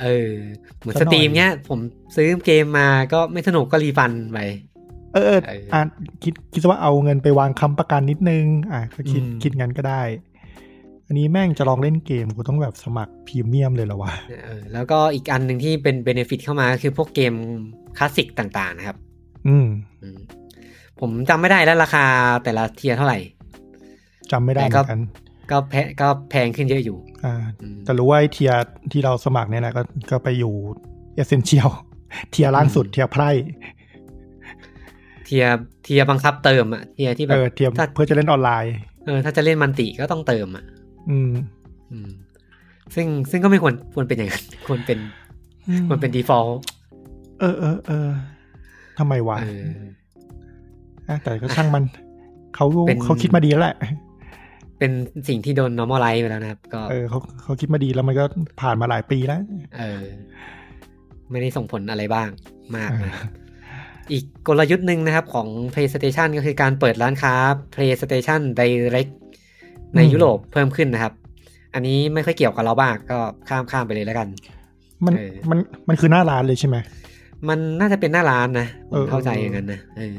Speaker 1: เออ เหมือน
Speaker 4: สั
Speaker 1: ส
Speaker 4: กหน่อย
Speaker 1: ตรีมเนี้ย ผมซื้อเกมมาก็ไม่สนุกก็รีฟันไป
Speaker 4: เออเออ
Speaker 1: เอออ่
Speaker 4: อ่ะคิดคิดซะว่าเอาเงินไปวางค้ำประกันนิดนึง อ่ะก็คิด
Speaker 1: อืม
Speaker 4: คิดงั้นก็ได้ อันนี้แม่งจะลองเล่นเกมกูต้องแบบสมัครพรีเมียมเลยเหรอวะ
Speaker 1: เออแล้วก็อีกอันหนึ่งที่เป็นเบเนฟิตเข้ามาก็คือพวกเกมคลาสสิกต่าง ๆ นะครับ
Speaker 4: อืม
Speaker 1: อืมผมจำไม่ได้แล้วราคาแต่ละเทียร์เท่าไหร่
Speaker 4: จำไม่ได้
Speaker 1: แต่
Speaker 4: เห
Speaker 1: ก็
Speaker 4: มือนกัน
Speaker 1: ก็แพงก็แพงขึ้นเยอะอยู่
Speaker 4: อ่า
Speaker 1: อืม
Speaker 4: แต่รู้ว่าไอ้เทียร์ที่เราสมัครเนี่ยแหละก็ก็ไปอยู่เอเซนเชียล เทียร์ล่างสุด
Speaker 1: อืม
Speaker 4: เทียร์ไพร่
Speaker 1: เทียร์เทียร์บังคับเติมอะเทียร์ที่แบ
Speaker 4: เอบ อเทียร์
Speaker 1: ถ้า
Speaker 4: เพื่อจะเล่นออนไลน์
Speaker 1: เออถ้าจะเล่นมันติก็ต้องเติมอะ
Speaker 4: อืม
Speaker 1: อืม ซึ่งซึ่งก็ไม่ควรควรเป็นอย่างนั้น ควรเป็นควรเป็น default
Speaker 4: เออเออเออทำไมวะ
Speaker 1: เออ
Speaker 4: อ่ะแต่ก็ช่างมันเขารู้
Speaker 1: เป็น
Speaker 4: เขาคิดมาดีแล้วแหละ
Speaker 1: เป็นสิ่งที่โดน normalize ไปแล้วนะครับ ก็
Speaker 4: เออเขาเขาคิดมาดีแล้วมันก็ผ่านมาหลายปีแล้ว
Speaker 1: เออ ไม่ได้ส่งผลอะไรบ้างมากนะ
Speaker 4: อ่า
Speaker 1: อีกกลยุทธ์หนึ่งนะครับของ PlayStation ก็คือการเปิดร้านค้า PlayStation Direct ในยุโรปเพิ่มขึ้นนะครับ อันนี้ไม่ค่อยเกี่ยวกับเราบ้างก็ข้ามข้ามไปเลยแล้วกัน
Speaker 4: มัน
Speaker 1: เออ
Speaker 4: มันมันคือหน้าร้านเลยใช่ไหม
Speaker 1: มันน่าจะเป็นหน้าร้านนะผ
Speaker 4: เอ
Speaker 1: ม
Speaker 4: อ
Speaker 1: เข้าใจอย่างนั้นนะเออ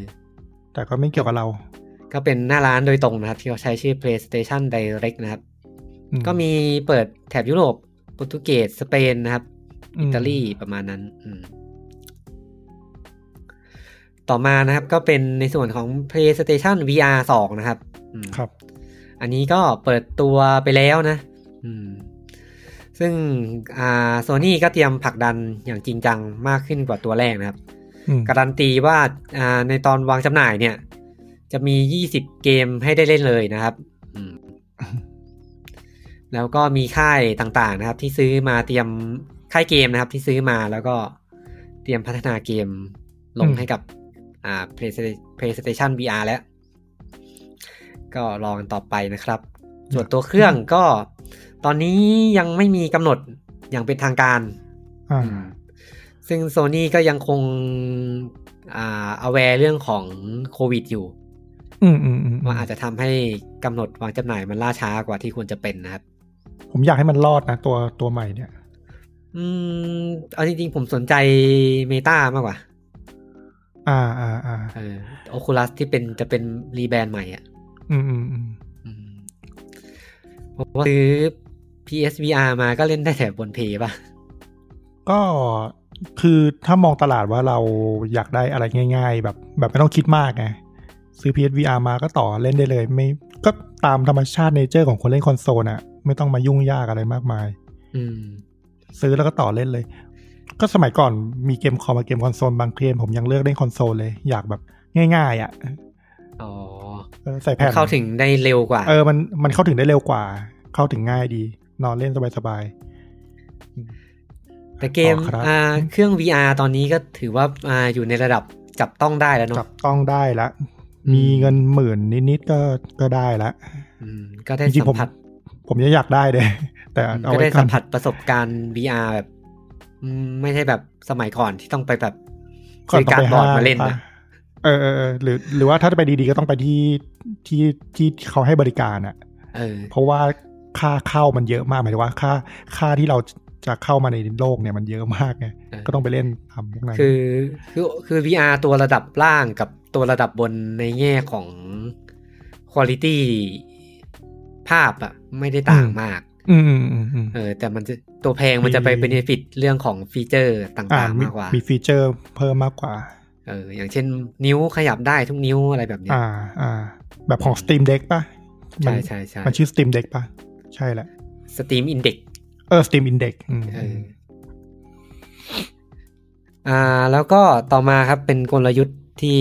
Speaker 4: แต่ก็ไม่เกี่ยวกับเรา
Speaker 1: ก็เป็นหน้าร้านโดยตรงนะครับ ที่เขาใช้ชื่อ PlayStation Direct นะครับ
Speaker 4: อื
Speaker 1: ก็มีเปิดแถบยุโรปโปรตุเกสสเปนนะครับ
Speaker 4: ม
Speaker 1: อิตาลีประมาณนั้น อืม ต่อมานะครับ ก็เป็นในส่วนของ PlayStation VR 2 นะครับอืม
Speaker 4: ครับ
Speaker 1: อันนี้ก็เปิดตัวไปแล้วนะ อืม ซึ่งอ่าโซนี่ก็เตรียมผลักดันอย่างจริงจังมากขึ้นกว่าตัวแรกนะครับ
Speaker 4: อืม
Speaker 1: การันตีว่าอ่าในตอนวางจำหน่ายเนี่ย จะมี 20 เกมให้ได้เล่นเลยนะครับอืมแล้วก็มีค่ายต่างๆนะครับ ที่ซื้อมาเตรียมค่ายเกมนะครับ ที่ซื้อมาแล้วก็เตรียมพัฒนาเกมลงให้กับอ่า PlayStation- PlayStation VR แล้ว ก็รอกันต่อไปนะครับ ส่วนตัวเครื่องก็ตอนนี้ยังไม่มีกำหนดอย่างเป็นทางการ
Speaker 4: อ่า
Speaker 1: ซึ่งโซนี่ก็ยังคงอ่า aware เรื่องของโควิดอยู่
Speaker 4: อืมอืมอืม
Speaker 1: ว่าอาจจะทำให้กำหนดวางจำหน่ายมันล่าช้ากว่าที่ควรจะเป็นนะครับ
Speaker 4: ผมอยากให้มันรอดนะตัวตัวใหม่เนี่ย
Speaker 1: อืม เอาจริงๆ ผมสนใจเมตามากกว่า
Speaker 4: อ่าอ่าอ่า
Speaker 1: เออโอคูลัสที่เป็นจะเป็นรีแบรนด์ใหม่อ่ะ
Speaker 4: อืมอืมอืม
Speaker 1: อืมผมว่าซื้อ PSVR มาก็เล่นได้แต่บนเพย์ป่ะ
Speaker 4: ก็คือถ้ามองตลาดว่าเราอยากได้อะไรง่าย ๆ แบบ แบบไม่ต้องคิดมากไงซื้อ PSVR มาก็ต่อเล่นได้เลย ไม่ก็ตามธรรมชาติเนเจอร์ของคนเล่นคอนโซลอะไม่ต้องมายุ่งยากอะไรมากมาย
Speaker 1: อืม
Speaker 4: ซื้อแล้วก็ต่อเล่นเลย ก็สมัยก่อนมีเกมคอมกับเกมคอนโซลบางเกมผมยังเลือกเล่นคอนโซลเลย อยากแบบง่ายๆ อ่ะ
Speaker 1: อ๋อ
Speaker 4: เออใส่แผ่น
Speaker 1: เข้าถึงได้เร็วกว่า
Speaker 4: เออมันมันเข้าถึงได้เร็วกว่า เข้าถึงง่ายดี นอนเล่นสบายๆ
Speaker 1: แต่เกม
Speaker 4: ต่อครับ
Speaker 1: อ่าเครื่อง VR ตอนนี้ก็ถือว่าอ่าอยู่ในระดับจับต้องได้แล้วเนอะ
Speaker 4: จับต้องได้ละ
Speaker 1: อืม
Speaker 4: มีเงินหมื่นนิดๆก็ก็ได้ละ
Speaker 1: อืมก็ได้
Speaker 4: จริง
Speaker 1: สั
Speaker 4: ๆผม ม
Speaker 1: ผัส
Speaker 4: ผมยังอยากได้เลย แต่เอา
Speaker 1: ก็
Speaker 4: ไว้
Speaker 1: ได้
Speaker 4: ก่อ
Speaker 1: สั
Speaker 4: น
Speaker 1: มผัสประสบการณ์ VR แบบอืมไม่ใช่แบบสมัยก่อนที่ต้องไปแบบ
Speaker 4: ก่อน
Speaker 1: ซื้
Speaker 4: ต้อ
Speaker 1: อา
Speaker 4: ก
Speaker 1: ง ร
Speaker 4: ไป
Speaker 1: บอร์ด
Speaker 4: ห้ง
Speaker 1: มาเล่นนะ
Speaker 4: เออเออเออหรือหรือว่าถ้าจะไปดีๆก็ต้องไปที่ที่ที่เขาให้บริการอะ
Speaker 1: เออ
Speaker 4: เพราะว่าค่าเข้ามันเยอะมากหมายถึงว่าค่าค่าที่เราจะเข้ามาในโลกเนี่ยมันเยอะมากไง
Speaker 1: เออ
Speaker 4: ก็ต้องไปเล่นทำพวกนั้น
Speaker 1: คือคือคือ VR ตัวระดับล่างกับตัวระดับบนในแง่ของคุณ i t y ภาพอะไม่ได้ต่างมาก
Speaker 4: อืมอืมอืมอืม
Speaker 1: เออ แต่มันจะตัวแพงมันจะไป
Speaker 4: มี
Speaker 1: เบนฟิตเรื่องของฟีเจอร์
Speaker 4: อ่า
Speaker 1: ต่าง ๆ
Speaker 4: มี
Speaker 1: มากกว่า
Speaker 4: มีฟีเจอร์เพิ่มมากกว่า
Speaker 1: เอออย่างเช่นนิ้วขยับได้ทุกนิ้วอะไรแบบเนี้ย
Speaker 4: อ่าอ่า แบบของ Steam Deck ป่ะมั
Speaker 1: ใช่
Speaker 4: น
Speaker 1: ใช่ใช่
Speaker 4: มันชื่อ Steam Deck ป่ะ ใช่แหละ
Speaker 1: สตรีมอินเด็ก
Speaker 4: เออ Steam Index อืม
Speaker 1: เออ อ่าแล้วก็ต่อมาครับเป็นกลยุทธ์ที่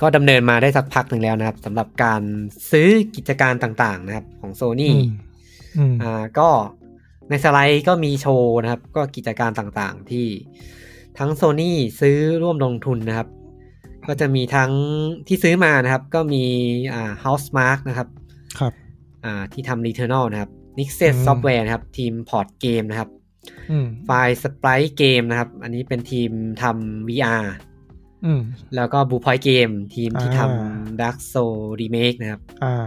Speaker 1: ก็ดำเนินมาได้สักพักหนึ่งแล้วนะครับสำหรับการซื้อกิจการต่างๆนะครับของโซ
Speaker 4: อื
Speaker 1: นี่
Speaker 4: มอืม
Speaker 1: อ่าก็ในสไลด์ก็มีโชว์นะครับ ก็กิจการต่างๆที่ทั้งโซ n y ซื้อร่วมลงทุนนะครับ ก็จะมีทั้งที่ซื้อมานะครับ ก็มีอ่า Housemark นะครับ
Speaker 4: ครับ
Speaker 1: อ่าที่ทำ Returnal นะครับ Nixes
Speaker 4: อืม
Speaker 1: Software นะครับ ทีม Port Game นะครับ
Speaker 4: อืม
Speaker 1: File Sprite Game นะครับ อันนี้เป็นทีมทำ VR
Speaker 4: อืม
Speaker 1: แล้วก็ Blue Point Game ทีมที่ท
Speaker 4: อ่า
Speaker 1: ำ Dark Soul Remake นะครับ
Speaker 4: อ่า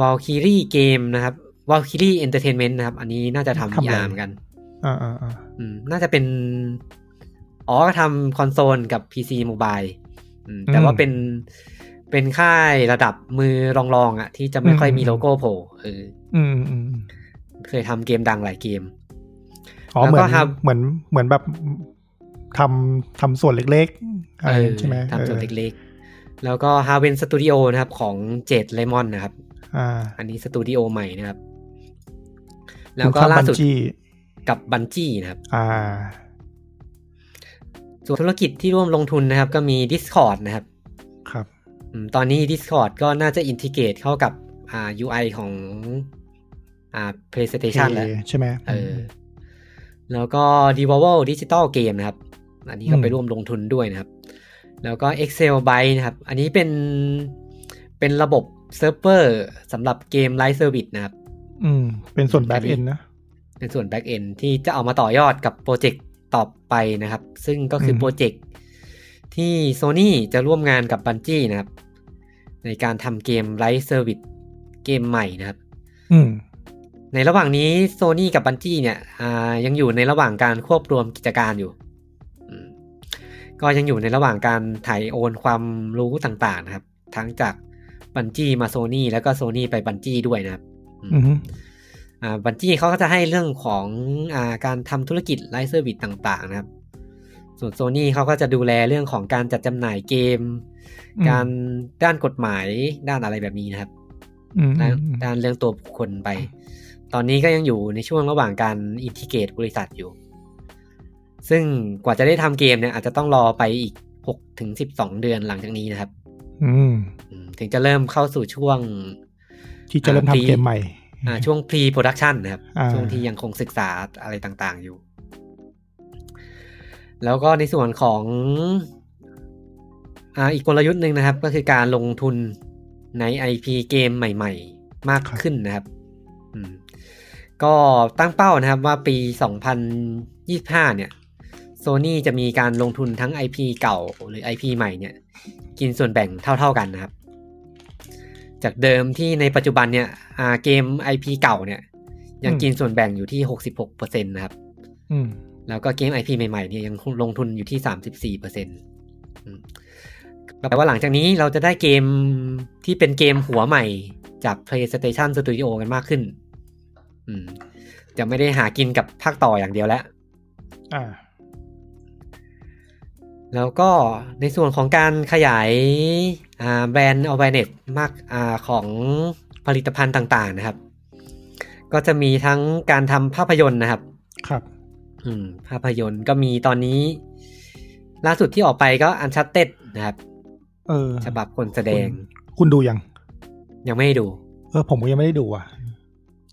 Speaker 1: Valkyrie Game นะครับ Valkyrie Entertainment นะครับ อันนี้น่าจะทำ
Speaker 4: ทำอะไร
Speaker 1: VR เหมือนกัน
Speaker 4: อ่าอ่าอ่า
Speaker 1: อืมน่าจะเป็น อ๋อก็ทำคอนโซลกับ PC Mobile อืมแต่ว่าเป็นเป็นค่ายระดับมือรองๆอ่ะ ที่จะไม่ค่อยมีโลโก้โผล่เออ
Speaker 4: อืมอืมอืม
Speaker 1: เคยทำเกมดังหลายเกม
Speaker 4: อ๋อ
Speaker 1: แล้ว
Speaker 4: เหมื
Speaker 1: ก็
Speaker 4: อน
Speaker 1: ทำ
Speaker 4: เหมือนเหมือนแบบทำทำส่วนเล็กๆอะไร
Speaker 1: เออ
Speaker 4: ใช่ไหม
Speaker 1: ทำส่วน
Speaker 4: ออ
Speaker 1: เล็กๆ แล้วก็ h a r v e n Studio นะครับ ของเจดเลมอนนะครับ
Speaker 4: อ่า
Speaker 1: อันนี้สตูดิโอใหม่นะครับ แล้วก็ล่าสุด
Speaker 4: คุณข้มบัญชี
Speaker 1: กับบันจี้นะครับ
Speaker 4: อ่า
Speaker 1: ส่วนธุรกิจที่ร่วมลงทุนนะครับ ก็มี Discord นะครับ
Speaker 4: ครับ
Speaker 1: อืมตอนนี้ Discord ก็น่าจะอินทิเกรตเข้ากับอ่า UI ของอ่า PlayStation แล้ว
Speaker 4: ใช่ไหม
Speaker 1: เออ แล้วก็ Devolver Digital Game นะครับ อันนี้ก็
Speaker 4: อืม
Speaker 1: ไปร่วมลงทุนด้วยนะครับ แล้วก็ Excel Byte นะครับ อันนี้เป็นเป็นระบบเซิร์ฟเวอร์สำหรับเกมไลฟ์เซอร์วิสนะครับ
Speaker 4: อืม เป็นส่วนแบดเอ็นนะ
Speaker 1: เป็นส่วน Back End ที่จะเอามาต่อยอดกับโปรเจกต์ต่อไปนะครับ ซึ่งก็คือ
Speaker 4: ม
Speaker 1: โปรเจกต์ที่ Sony จะร่วมงานกับ b u n g i นะครับ ในการทำเกมไลฟ์เซอร์วิสเกมใหม่นะครับ
Speaker 4: อืม
Speaker 1: ในระหว่างนี้ Sony กับ b u n g i เนี่ยอ่ายังอยู่ในระหว่างการควบรวมกิจการอยู่อืมก็ยังอยู่ในระหว่างการถ่ายโอนความรู้ต่างๆนะครับ ทั้งจาก b u n g i มา Sony แล้วก็ Sony ไป b u n g i ด้วยนะครับอืม
Speaker 4: อืม
Speaker 1: อ่าบันจี้เขาก็จะให้เรื่องของอ่าการทำธุรกิจไลฟ์เซอร์วิสต่างๆนะครับ ส่วนโซนี่เขาก็จะดูแลเรื่องของการจัดจำหน่ายเกม การด้านกฎหมายด้านอะไรแบบนี้นะครับ
Speaker 4: อืม
Speaker 1: ด้าน
Speaker 4: อืม
Speaker 1: ด้านเรื่องตัวบุคคลไป ตอนนี้ก็ยังอยู่ในช่วงระหว่างการอินทิเกตบริษัทอยู่ ซึ่งกว่าจะได้ทำเกมเนี่ยอาจจะต้องรอไปอีก6ถึง12 เดือนหลังจากนี้นะครับ
Speaker 4: อืม
Speaker 1: อืมถึงจะเริ่มเข้าสู่ช่วง
Speaker 4: ที่จะเริ่มทำเกมใหม่
Speaker 1: อ่าช่วง pre production นะครับ
Speaker 4: อ่า
Speaker 1: ช่วงที่ยังคงศึกษาอะไรต่างๆอยู่ แล้วก็ในส่วนของอ่าอีกกลยุทธ์หนึ่งนะครับ ก็คือการลงทุนใน IP เกมใหม่ๆ มากขึ้นนะครับอืมก็ตั้งเป้านะครับว่าปี 2025 เนี่ยโซ n y จะมีการลงทุนทั้ง IP เก่าหรือ IP ใหม่เนี่ย กินส่วนแบ่งเท่าๆกันนะครับ จากเดิมที่ในปัจจุบันเนี่ยอ่าเกม IP เก่าเนี่ย ยัง
Speaker 4: อืม
Speaker 1: กินส่วนแบ่งอยู่ที่ 66%นะครับ
Speaker 4: อืม
Speaker 1: แล้วก็เกม IP ใหม่ๆเนี่ยยังลงทุนอยู่ที่ 34เปอร์เซ็นต์แปลว่าหลังจากนี้เราจะได้เกมที่เป็นเกมหัวใหม่จาก PlayStation Studio กันมากขึ้น อืม จะไม่ได้หากินกับภาคต่ออย่างเดียวแล้ว
Speaker 4: อ่า
Speaker 1: แล้วก็ในส่วนของการขยายอ่าแบรนด์ออ a เนตมากอาของผลิตภัณฑ์ต่างๆนะครับ ก็จะมีทั้งการทำภาพยนตร์นะครับ
Speaker 4: ครับ
Speaker 1: อืม ภาพยนตร์ก็มีตอนนี้ ล่าสุดที่ออกไปก็อันชั r เต็ดนะครับ
Speaker 4: เออ
Speaker 1: ฉบับคนแสดง
Speaker 4: คุณคุณดูยัง
Speaker 1: ยังไม่ได้ดู
Speaker 4: เออ ผมก็ยังไม่ได้ดูอ่ะ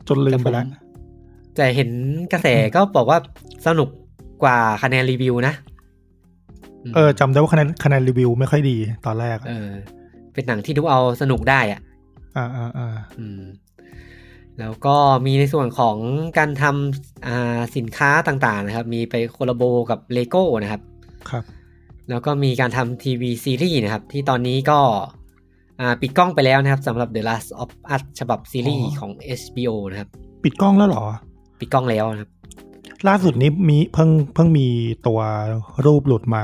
Speaker 4: จนลืมไปแล้ว
Speaker 1: ต่ผแต่เห็นกระแสก็บอกว่าสนุกกว่าคะแนนรีวิวนะม
Speaker 4: เออจำได้ว่าคะแนนคะแนนรีวิวไม่ค่อยดีตอนแรก
Speaker 1: เอ
Speaker 4: อะ
Speaker 1: อ เป็นหนังที่ดูเอาสนุกได้อ่ะ
Speaker 4: ่าอ่าอ่า
Speaker 1: อืมแล้วก็มีในส่วนของการทำอ่าสินค้าต่างๆนะครับ มีไปโคลาโบกับ LEGO นะครับ
Speaker 4: ครับ
Speaker 1: แล้วก็มีการทำทีวีซีรีส์นะครับ ที่ตอนนี้ก็อ่าปิดกล้องไปแล้วนะครับสำหรับ The Last of Us ฉบับซีรีส์
Speaker 4: อ๋อ
Speaker 1: ของ HBO นะครับ
Speaker 4: ปิดกล้องแล้วเหรอ
Speaker 1: ปิดกล้องแล้วนะครับ
Speaker 4: ล่าสุดนี้มีเพิ่งเพิ่งมีตัวรูปหลุดมา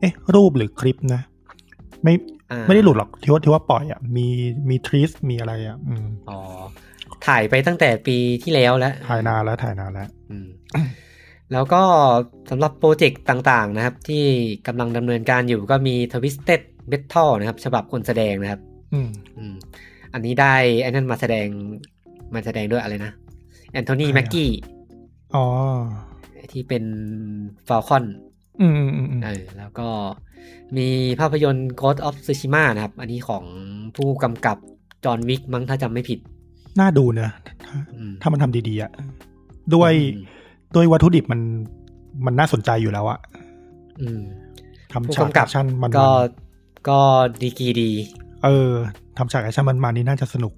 Speaker 4: เอ๊ะ รูปหรือคลิปนะ ไม่
Speaker 1: อ่า
Speaker 4: ไม่ได้หลุดหรอกที่ว่าที่ว่าปล่อยอ่ะมีมีทริสมีอะไรอ่ะ อืม
Speaker 1: อ๋อถ่ายไปตั้งแต่ปีที่แล้วแล้ว
Speaker 4: ถ่ายนานแล้วถ่ายนานแล้ว
Speaker 1: อืม แล้วก็สำหรับโปรเจกต์ต่างๆนะครับ ที่กำลังดำเนินการอยู่ก็มี Twisted Metal นะครับ ฉบับคนแสดงนะครับ
Speaker 4: อืม
Speaker 1: อืม อันนี้ได้ไอ้นั่นมาแสดงมาแสดงด้วยอะไรนะแอนโทนี
Speaker 4: ใครอะ
Speaker 1: แม็กกี้
Speaker 4: อ๋อ
Speaker 1: ที่เป็นฟาลคอน
Speaker 4: อืมอืมอืมอืม
Speaker 1: เออแล้วก็มีภาพยนตร์ Ghost of Tsushima นะครับ อันนี้ของผู้กำกับจอห์นวิกมั้งถ้าจำไม่ผิด
Speaker 4: น่าดูเนอะถ้า
Speaker 1: อืม
Speaker 4: ถ้ามันทำดีๆอะด้วย
Speaker 1: อืม
Speaker 4: ด้วยวัตถุดิบมันมันน่าสนใจอยู่แล้วอะ
Speaker 1: อืม
Speaker 4: ทำ
Speaker 1: ผู้
Speaker 4: ฉา
Speaker 1: กำ
Speaker 4: กแอ
Speaker 1: กับ
Speaker 4: คชั่นมัน
Speaker 1: ก็ก็ดีกรีดี
Speaker 4: เออทำฉากแอคชั่นมันมานี่น่าจะสนุก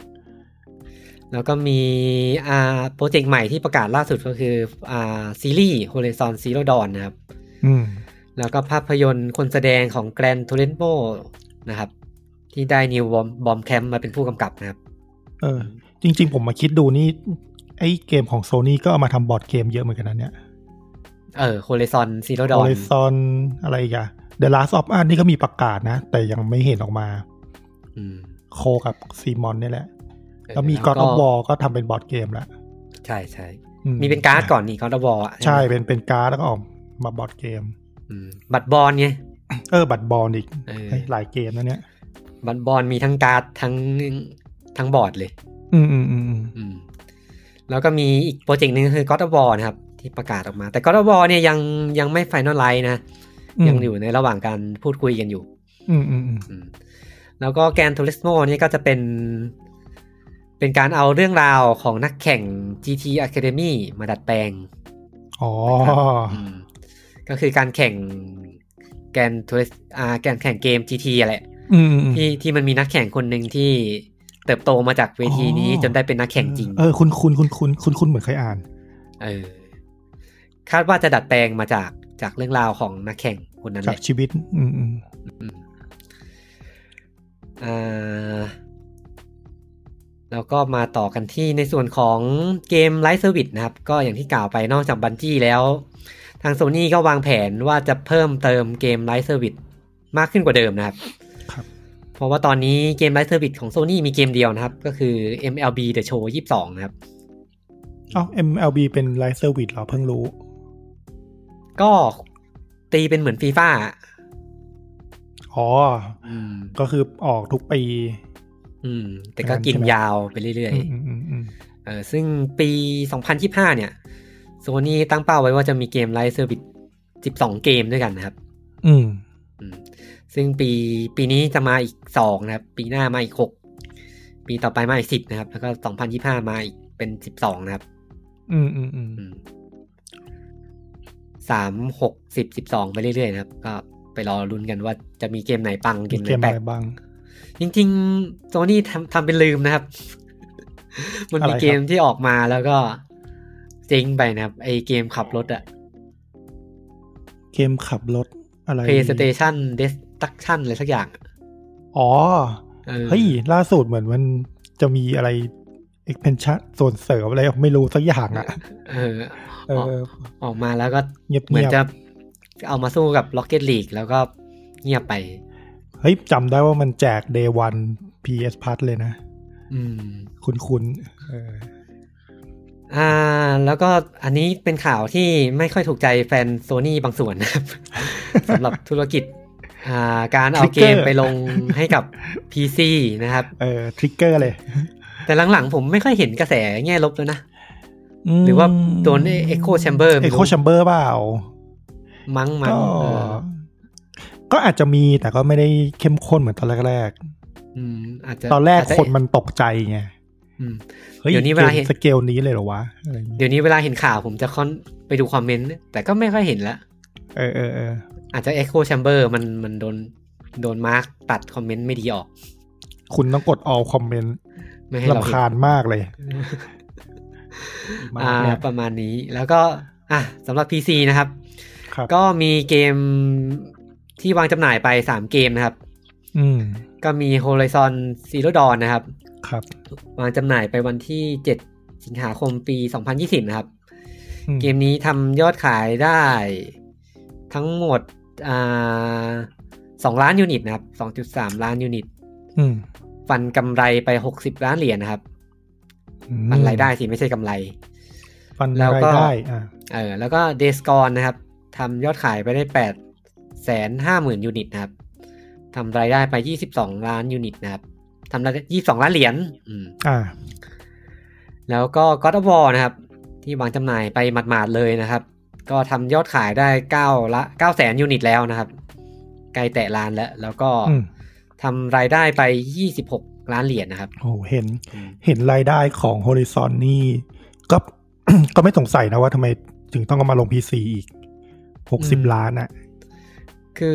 Speaker 1: แล้วก็มีอ่าโปรเจกต์ใหม่ที่ประกาศล่าสุดก็คืออ่าซีรีส์ Horizon Zero Dawn นะครับ
Speaker 4: อืม
Speaker 1: แล้วก็ภาพยนตร์คนแสดงของแกรน t ูเรนโบนะครับ ที่ได้นิวบอมแคมมาเป็นผู้กำกับนะครับ
Speaker 4: เออ จริง ๆ ผมมาคิดดูนี่ ไอ้เกมของโซนี่ก็เอามาทำบอร์ดเกมเยอะเหมือนกันนะเนี่ย
Speaker 1: เออ Horizon Zero
Speaker 4: โอ
Speaker 1: Dawn
Speaker 4: เลซอนอะไรอีกัน The Last of Us นี่ก็มีประกาศนะ แต่ยังไม่เห็นออกมา
Speaker 1: อืม
Speaker 4: โคกับซีมอนนี่แหละ
Speaker 1: เออ
Speaker 4: แล้วมี God of War ก็ทำเป็นบอร์ดเกมละ
Speaker 1: ใช่ใช่
Speaker 4: อื
Speaker 1: มีเป็นการ์ดก่อนนี่กอร์ดบอล
Speaker 4: ใช่เป็นเป็นการ์ดแล้วก็ออกมาบอร์ดเกม
Speaker 1: บัตรบอลไง
Speaker 4: เออ บัตรบอลอีก
Speaker 1: เออ
Speaker 4: เฮ้ยหลายเกมนะเนี่ย
Speaker 1: บัตรบอลมีทั้งการ์ดทั้งทั้งบอร์ดเลย
Speaker 4: อืมอืมอืมอืม
Speaker 1: อืม แล้วก็มีอีกโปรเจกต์หนึ่งคือกอร์ดบอลนะครับ ที่ประกาศออกมา แต่กอร์ดบอลเนี่ยยังยังไม่ไฟนอลไลน์นะ ยังอยู่ในระหว่างการพูดคุยกันอยู่
Speaker 4: อืมอืมอืม
Speaker 1: อืมแล้วก็แกนทูริสโมนี่ก็จะเป็น เป็นการเอาเรื่องราวของนักแข่ง GT Academy มาดัดแปลง
Speaker 4: อ๋อ
Speaker 1: อืมก็คือการแข่งแกนทัวริสอ่าแกนแข่งเกม GT อะแหละ
Speaker 4: อืมอืมอืม
Speaker 1: ที่ที่มันมีนักแข่งคนหนึ่งที่เติบโตมาจากเวทีนี้
Speaker 4: อ๋อ
Speaker 1: จนได้เป็นนักแข่งจริง
Speaker 4: เออคุณคุณคุณคุณคุณคุณเหมือนเคยอ่าน
Speaker 1: เออ คาดว่าจะดัดแปลงมาจากจากเรื่องราวของนักแข่งคนนั้นแห
Speaker 4: จาก
Speaker 1: ละ
Speaker 4: ชีวิต อืมอืม
Speaker 1: อ่าแล้วก็มาต่อกันที่ในส่วนของเกมไลฟ์เซอร์วิสนะครับ ก็อย่างที่กล่าวไปนอกจากบันจี้แล้ว ทางโซนี่ก็วางแผนว่าจะเพิ่มเติมเกมไลฟ์เซอร์วิสมากขึ้นกว่าเดิมนะครับ
Speaker 4: ครับ
Speaker 1: เพราะว่าตอนนี้เกมไลฟ์เซอร์วิสของ Sony มีเกมเดียวนะครับ ก็คือ MLB The Show 22 นะครับ
Speaker 4: เอ้า MLB เป็นไลฟ์เซอร์วิสเหรอเพิ่งรู้
Speaker 1: ก็ตีเป็นเหมือนฟีฟ่า
Speaker 4: อ๋อ
Speaker 1: อืม
Speaker 4: ก็คือออกทุกปี
Speaker 1: อืม แต่ก็กิน
Speaker 4: ใช่ไหม
Speaker 1: ยาวไปเรื่อย
Speaker 4: อืมอืมอืมอืม
Speaker 1: ๆเออซึ่งปี 2025 เนี่ย Sony ตั้งเป้าไว้ว่าจะมีเกมไลฟ์เซอร์วิส12 เกมด้วยกันนะครับ
Speaker 4: อืม
Speaker 1: อืม ซึ่งปีปีนี้จะมาอีก 2 นะครับ ปีหน้ามาอีก 6 ปีต่อไปมาอีก 10 นะครับ แล้วก็ 2025 มาอีกเป็น 12 นะครับ
Speaker 4: อืมอืมอืม
Speaker 1: อืมสามหกสิบสิบสองไปเรื่อยๆนะครับ ก็ไปรอลุ้นกันว่าจะมีเกมไหนปังเก
Speaker 4: มี
Speaker 1: มไห
Speaker 4: เก
Speaker 1: น
Speaker 4: ม
Speaker 1: แปลก
Speaker 4: อะไรบ้าง
Speaker 1: จริงๆโซนี่ทำทำเป็นลืมนะครับ มันมี
Speaker 4: อะไรครับ
Speaker 1: เกมที่ออกมาแล้วก็เจ๊งไปนะครับ ไอเกมขับรถอะ
Speaker 4: เกมขับรถอะไร
Speaker 1: PlayStation Destruction อะไรสักอย่างอะ
Speaker 4: อ๋อ
Speaker 1: ออ
Speaker 4: เฮ้ย ล่าสุดเหมือนมันจะมีอะไร expansion ส่วนเสริมอะไรไม่รู้สักอย่างอ่ะ
Speaker 1: เออ
Speaker 4: เอ
Speaker 1: ออก
Speaker 4: อ
Speaker 1: ออกมาแล้วก็
Speaker 4: เงียบๆ
Speaker 1: เหมือนจะเอามาสู้กับ Rocket League แล้วก็เงียบไป
Speaker 4: เฮ้ยจำได้ว่ามันแจก day one PS Plus เลยนะ
Speaker 1: อืม
Speaker 4: คุณคุณเออ
Speaker 1: อ่าแล้วก็อันนี้เป็นข่าวที่ไม่ค่อยถูกใจแฟนโซนี่บางส่วนนะครับ สำหรับธุรกิจอ่าการเอาเกม
Speaker 4: Trigger
Speaker 1: ไปลงให้กับ PC นะครับ
Speaker 4: เออทริกเกอร์เลย
Speaker 1: แต่หลังๆผมไม่ค่อยเห็นกระแสแง่ลบแล้วนะ หรือว่าโดน Echo Chamber ไม่รู้
Speaker 4: เอ็กโคแชมเบอร์เปล่า
Speaker 1: มั้งมั้ง
Speaker 4: ก็
Speaker 1: เออ
Speaker 4: ก็อาจจะมีแต่ก็ไม่ได้เข้มข้นเหมือนตอนแรก
Speaker 1: อืมอาจจะ
Speaker 4: ๆ ตอนแรก
Speaker 1: าจจะ
Speaker 4: คนมันตกใจไง
Speaker 1: อืม
Speaker 4: เฮ้ย
Speaker 1: เดี๋ยวนี้เวลาเห็น
Speaker 4: กมสเกลนี้เลยเหรอวะอะไรอย่างเงี้ย
Speaker 1: เดี๋ยวนี้เวลาเห็นข่าวผมจะค่อนไปดูคอมเมนต์แต่ก็ไม่ค่อยเห็นละ
Speaker 4: เออเออเออ
Speaker 1: อาจจะ Echo Chamber มันมันโดนโดนมาร์กตัดคอมเมนต์ไม่ดีออก
Speaker 4: คุณต้องกด all comment
Speaker 1: ไม่ให้เรา
Speaker 4: ลำ
Speaker 1: เห็น
Speaker 4: คาญมากเลยมาก
Speaker 1: อ่า
Speaker 4: เนี่ย
Speaker 1: ประมาณนี้แล้วก็อ่ะสำหรับ PC นะครับ
Speaker 4: ครับ
Speaker 1: ก็มีเกมที่วางจำหน่ายไป 3 เกมนะครับ
Speaker 4: อืม
Speaker 1: ก็มี Horizon Zero Dawn นะครับ
Speaker 4: ครับ
Speaker 1: วางจำหน่ายไปวันที่ 7 สิงหาคมปี 2020 นะครับ
Speaker 4: อืม
Speaker 1: เกมนี้ทำยอดขายได้ทั้งหมดอ่า2ล้านยูนิตนะครับ 2.3 ล้านยูนิต
Speaker 4: อืม
Speaker 1: ฟันกำไรไป 60 ล้านเหรียญนะครับ
Speaker 4: อืม
Speaker 1: มันรายได้สิไม่ใช่กำไร
Speaker 4: ฟัน
Speaker 1: แล้ว
Speaker 4: ราย
Speaker 1: ก็
Speaker 4: ได้อ่า
Speaker 1: เออแล้วก็เดสกอนนะครับทำยอดขายไปได้แปดแสนห้าหมื่นยูนิตนะครับทำรายได้ไปยี่สิบสองล้านยูนิตนะครับทำรายได้ยี่สองล้านเหรียญอืม
Speaker 4: อ่า
Speaker 1: แล้วก็ God of War นะครับ ที่วางจำหน่ายไปหมาดๆเลยนะครับ ก็ทำยอดขายได้9ละ9แสนยูนิตแล้วนะครับใกล้แตะล้านแล้ว แล้วก็
Speaker 4: อืม
Speaker 1: ทำรายได้ไป 26 ล้านเหรียญนะครับ
Speaker 4: โอ้เห็นเห็นรายได้ของ Horizon นี่ก็ ก็ไม่สงสัยนะว่าทำไมถึงต้องเอามาลง PC อีก หกสิบ
Speaker 1: อืม
Speaker 4: ล้านอ่ะ
Speaker 1: คือ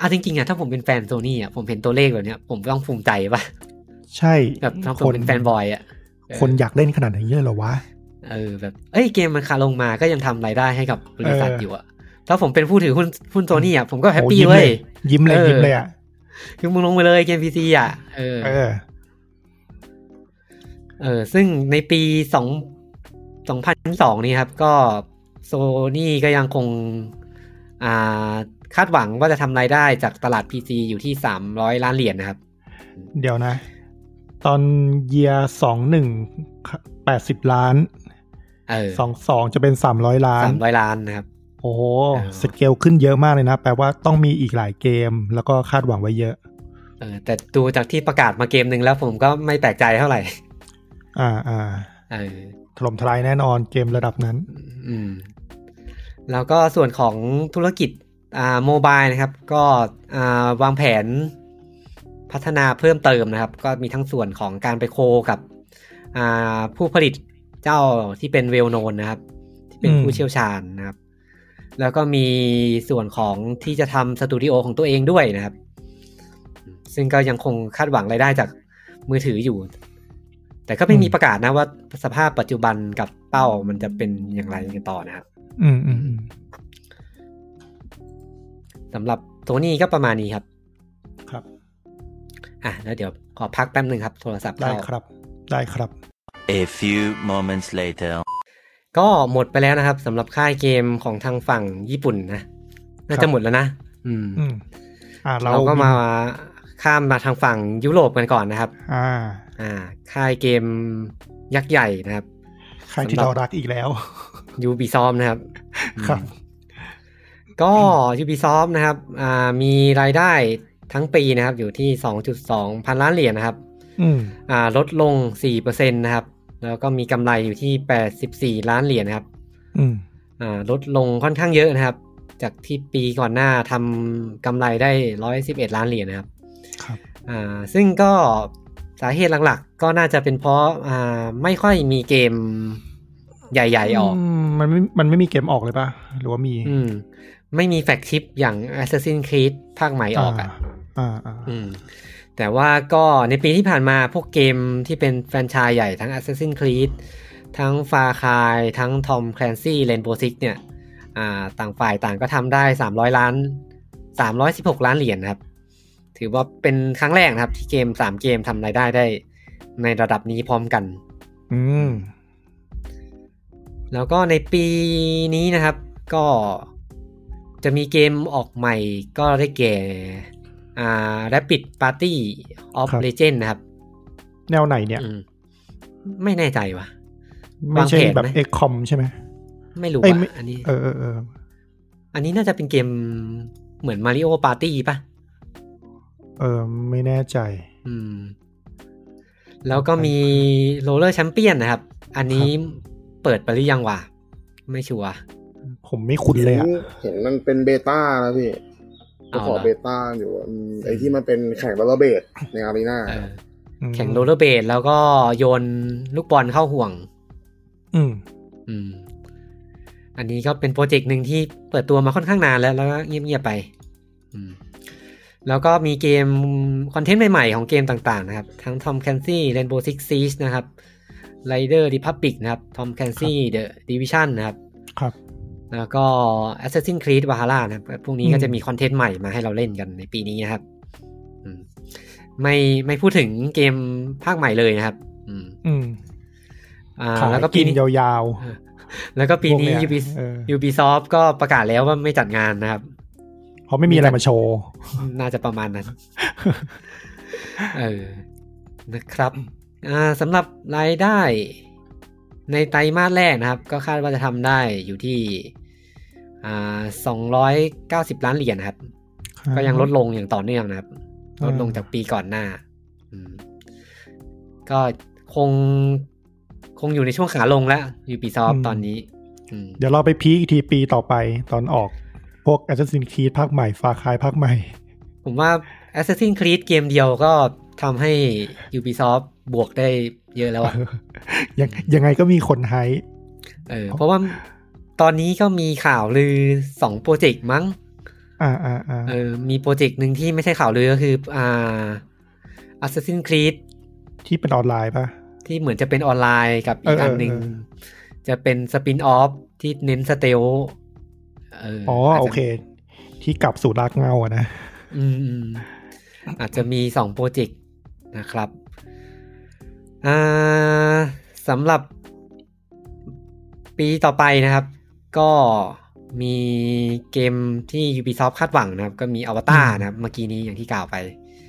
Speaker 1: อ่ะจริงๆอ่ะถ้าผมเป็นแฟนโซนี่อ่ะผมเห็นตัวเลขแบบเนี้ย ผมต้องภูมิใจปะ
Speaker 4: ใช่
Speaker 1: แบบถ้าผมเป็นแฟนบอยอ่ะเออ
Speaker 4: คนอยากเล่นขนาดนี้เลยเหรอวะ
Speaker 1: เออแบบเอ้ยเกมมันขาลงมาก็ยังทำรายได้ให้กับบริษัท
Speaker 4: เอออ
Speaker 1: อยู่อ่ะถ้าผมเป็นผู้ถือหุ้นหุ้นโซนี่อ่ะผมก็แฮปปี้
Speaker 4: โอ้
Speaker 1: เว้ย
Speaker 4: ยิ้มเลย
Speaker 1: เออ
Speaker 4: ยิ้มเลยอ่ะ
Speaker 1: คือมึงลงไปเลยเกมพีซีอ่ะเออ
Speaker 4: เออ
Speaker 1: เออซึ่งในปีสองสองพันสองนี้ครับ ก็โซนี่ก็ยังคงอ่าคาดหวังว่าจะทำรายได้จากตลาด PC อยู่ที่ 300 ล้านเหรียญนะครับ
Speaker 4: เดี๋ยวนะ ตอนเยียสองหนึ่งแปดสิบล้าน
Speaker 1: เออ
Speaker 4: สองสองจะเป็นสามร้อยล้าน
Speaker 1: สามร้อยล้านนะครับ
Speaker 4: โอ้โห
Speaker 1: เออ
Speaker 4: สเกลขึ้นเยอะมากเลยนะ แปลว่าต้องมีอีกหลายเกม แล้วก็คาดหวังไว้เยอะ
Speaker 1: เออแต่ดูจากที่ประกาศมาเกมหนึ่งแล้วผมก็ไม่แปลกใจเท่าไหร่
Speaker 4: อ่าอ่า
Speaker 1: เออ
Speaker 4: ถล่มทลายแน่นอนเกมระดับนั้น
Speaker 1: อืมแล้วก็ส่วนของธุรกิจอ่าโมบายนะครับ ก็อ่าวางแผนพัฒนาเพิ่มเติมนะครับ ก็มีทั้งส่วนของการไปโคกับอ่าผู้ผลิตเจ้าที่เป็นเวลโนนนะครับ ที่เป็น
Speaker 4: อืม
Speaker 1: ผู้เชี่ยวชาญนะครับ แล้วก็มีส่วนของที่จะทำสตูดิโอของตัวเองด้วยนะครับ ซึ่งก็ยังคงคาดหวังรายได้จากมือถืออยู่ แต่ก็ไม่มีประกาศนะว่าสภาพปัจจุบันกับเป้ามันจะเป็นอย่างไรกันต่อนะครับ
Speaker 4: อืมอืมอืม
Speaker 1: สำหรับโทนี่ก็ประมาณนี้ครับ
Speaker 4: ครับ
Speaker 1: อ่ะแล้วเดี๋ยวขอพักแป๊บหนึ่งครับ โทรศัพท์
Speaker 4: ได้
Speaker 1: เข้า
Speaker 4: ครับ ได้ครับ
Speaker 5: A few moments later.
Speaker 1: ก็หมดไปแล้วนะครับสำหรับค่ายเกมของทางฝั่งญี่ปุ่นนะ น่าจะหมดแล้วนะ อืม
Speaker 4: อืม อ่า เรา
Speaker 1: เราก็มาข้ามมาทางฝั่งยุโรปกันก่อนนะครับ
Speaker 4: อ่า
Speaker 1: อ่า ค่ายเกมยักษ์ใหญ่นะครับ
Speaker 4: ใครที่
Speaker 1: สำหรับ
Speaker 4: เรารักอีกแล้ว
Speaker 1: ยูบีซอมนะครับ
Speaker 4: ครับ
Speaker 1: ก็ Ubisoft นะครับอ่ามีรายได้ทั้งปีนะครับ อยู่ที่ 2.2 พันล้านเหรียญนะครับ
Speaker 4: อืม
Speaker 1: อ่าลดลง 4%นะครับ แล้วก็มีกำไรอยู่ที่ 84 ล้านเหรียญนะครับ
Speaker 4: อืม
Speaker 1: อ่าลดลงค่อนข้างเยอะนะครับ จากที่ปีก่อนหน้าทำกำไรได้ 111 ล้านเหรียญนะครับ
Speaker 4: ครับ
Speaker 1: อ่าซึ่งก็สาเหตุหลักๆ ก็น่าจะเป็นเพราะอ่าไม่ค่อยมีเกมใหญ่ๆออก
Speaker 4: มมันไม่ มันไม่มีเกมออกเลยป่ะ หรือว่ามี
Speaker 1: อืมไม่มีแฟกชิปอย่าง Assassin's Creed ภาคใหม่ออกอ่ะ
Speaker 4: อ่าอ่าอ่า
Speaker 1: อืมแต่ว่าก็ในปีที่ผ่านมาพวกเกมที่เป็นแฟรนไชส์ใหญ่ทั้ง Assassin's Creed ทั้ง Far Cry ทั้ง Tom Clancy Rainbow Six เนี่ยอ่าต่างฝ่ายต่างก็ทำได้ 300 ล้าน 316 ล้านเหรียญนะครับ ถือว่าเป็นครั้งแรกนะครับ ที่เกม 3 เกมทำรายได้ได้ในระดับนี้พร้อมกัน
Speaker 4: อืม
Speaker 1: แล้วก็ในปีนี้นะครับ ก็จะมีเกมออกใหม่ก็ได้แก่อ่า Rapid Party of
Speaker 4: ครับ
Speaker 1: Legend นะครับ
Speaker 4: แนวไหนเนี่ย
Speaker 1: อืมไม่แน่ใจว่ะ
Speaker 4: ไม่
Speaker 1: วาง
Speaker 4: ใช่
Speaker 1: แผน
Speaker 4: แบบ
Speaker 1: ไหม
Speaker 4: เอ็กคอมใช่ไหม
Speaker 1: ไม่รู้
Speaker 4: เอ้ย
Speaker 1: ว่ะ
Speaker 4: ไม่
Speaker 1: อันนี้
Speaker 4: เออเออเออ
Speaker 1: อันนี้น่าจะเป็นเกมเหมือนมาริโอปาร์ตี้ป่ะ
Speaker 4: เออ ไม่แน่ใจ
Speaker 1: อืม แล้วก็มีโรลเลอร์แชมเปี้ยนนะครับ อันนี้เปิดไปหรือยังวะ ไม่ชัวร์
Speaker 4: ผมไม่คุ้นเลยอ่ะ
Speaker 3: เห็นมันเป็นเบต้านะพี่
Speaker 1: เอาเหรอ
Speaker 3: ขอเบต้าอยู่อืมไอที่มันเป็นแข่งบอลเบดในอารีนา
Speaker 1: เออแข่งโรลเลอร์เบดแล้วก็โยนลูกบอลเข้าห่วง
Speaker 4: อืม
Speaker 1: อืม อันนี้ก็เป็นโปรเจกต์หนึ่งที่เปิดตัวมาค่อนข้างนานแล้ว แล้วก็เงียบๆไป อืม แล้วก็มีเกมคอนเทนต์ใหม่ๆ ของเกมต่างๆ นะครับ ทั้ง Tom Clancy Rainbow Six Siege นะครับ Rider Republic นะครับ Tom Clancy The Division นะครับ
Speaker 4: ครับ
Speaker 1: แล้วก็ Assassin's Creed Valhalla นะครับพวกนี้ก็จะมีคอนเทนต์ใหม่มาให้เราเล่นกันในปีนี้นะครับ อืม ไม่ไม่พูดถึงเกมภาคใหม่เลยนะครับ อืม
Speaker 4: อืม
Speaker 1: อ่า
Speaker 4: ขาย
Speaker 1: แล้วก็ปี
Speaker 4: กิน
Speaker 1: นี้
Speaker 4: ยาว
Speaker 1: เออแล้วก็ปีนี้
Speaker 4: พวกเย
Speaker 1: Ubis-
Speaker 4: เออ
Speaker 1: Ubisoft ก็ประกาศแล้วว่าไม่จัดงานนะครับ
Speaker 4: เพราะไม่มีอะไรมาโชว์
Speaker 1: น่าจะประมาณ นั้น เออ นะครับ อ่าสำหรับรายได้ ในไตรมาสแรกนะครับ ก็คาดว่าจะทำได้อยู่ที่อ่าสองร้อยเก้าสิบล้านเหรียญครับ
Speaker 4: ครับ
Speaker 1: ก็ยังลดลงอย่างต่อเนื่องนะครับ
Speaker 4: อ่า
Speaker 1: ลดลงจากปีก่อนหน้า อืม ก็คงคงอยู่ในช่วงขาลงแล้วอยู่ปีซอฟตอนนี้ อืม
Speaker 4: เดี๋ยวเราไปพีคอีกทีปีต่อไปตอนออก พวก Assassin's Creed ภาคใหม่ฟาคายภาคใหม่
Speaker 1: ผมว่า Assassin's Creed เกมเดียวก็ทำให้ Ubisoft บวกได้เยอะแล้วอะ
Speaker 4: ยังยังไงก็มีคนไฮป์
Speaker 1: เออเพราะว่าตอนนี้ก็มีข่าวลือสองโปรเจกต์มั้ง
Speaker 4: อ่าอ่าอ่า
Speaker 1: เออมีโปรเจกต์หนึ่งที่ไม่ใช่ข่าวลือก็คืออ่า Assassin's Creed
Speaker 4: ที่เป็นออนไลน์ปะ
Speaker 1: ที่เหมือนจะเป็นออนไลน์กับอีก
Speaker 4: เอออั
Speaker 1: อันหนึ่ง
Speaker 4: เออ
Speaker 1: จะเป็นสปินออฟที่เน้นสเตลเออ
Speaker 4: อ๋อ
Speaker 1: อาจจะ
Speaker 4: โอเค ที่กลับสู่รากเหงาอะนะ
Speaker 1: อืมอืมอาจจะมีสองโปรเจกต์นะครับอ่าสำหรับปีต่อไปนะครับ ก็มีเกมที่ Ubisoft คาดหวังนะครับ ก็มีอวตาร
Speaker 4: อืม
Speaker 1: นะครับ เมื่อกี้นี้อย่างที่กล่าวไป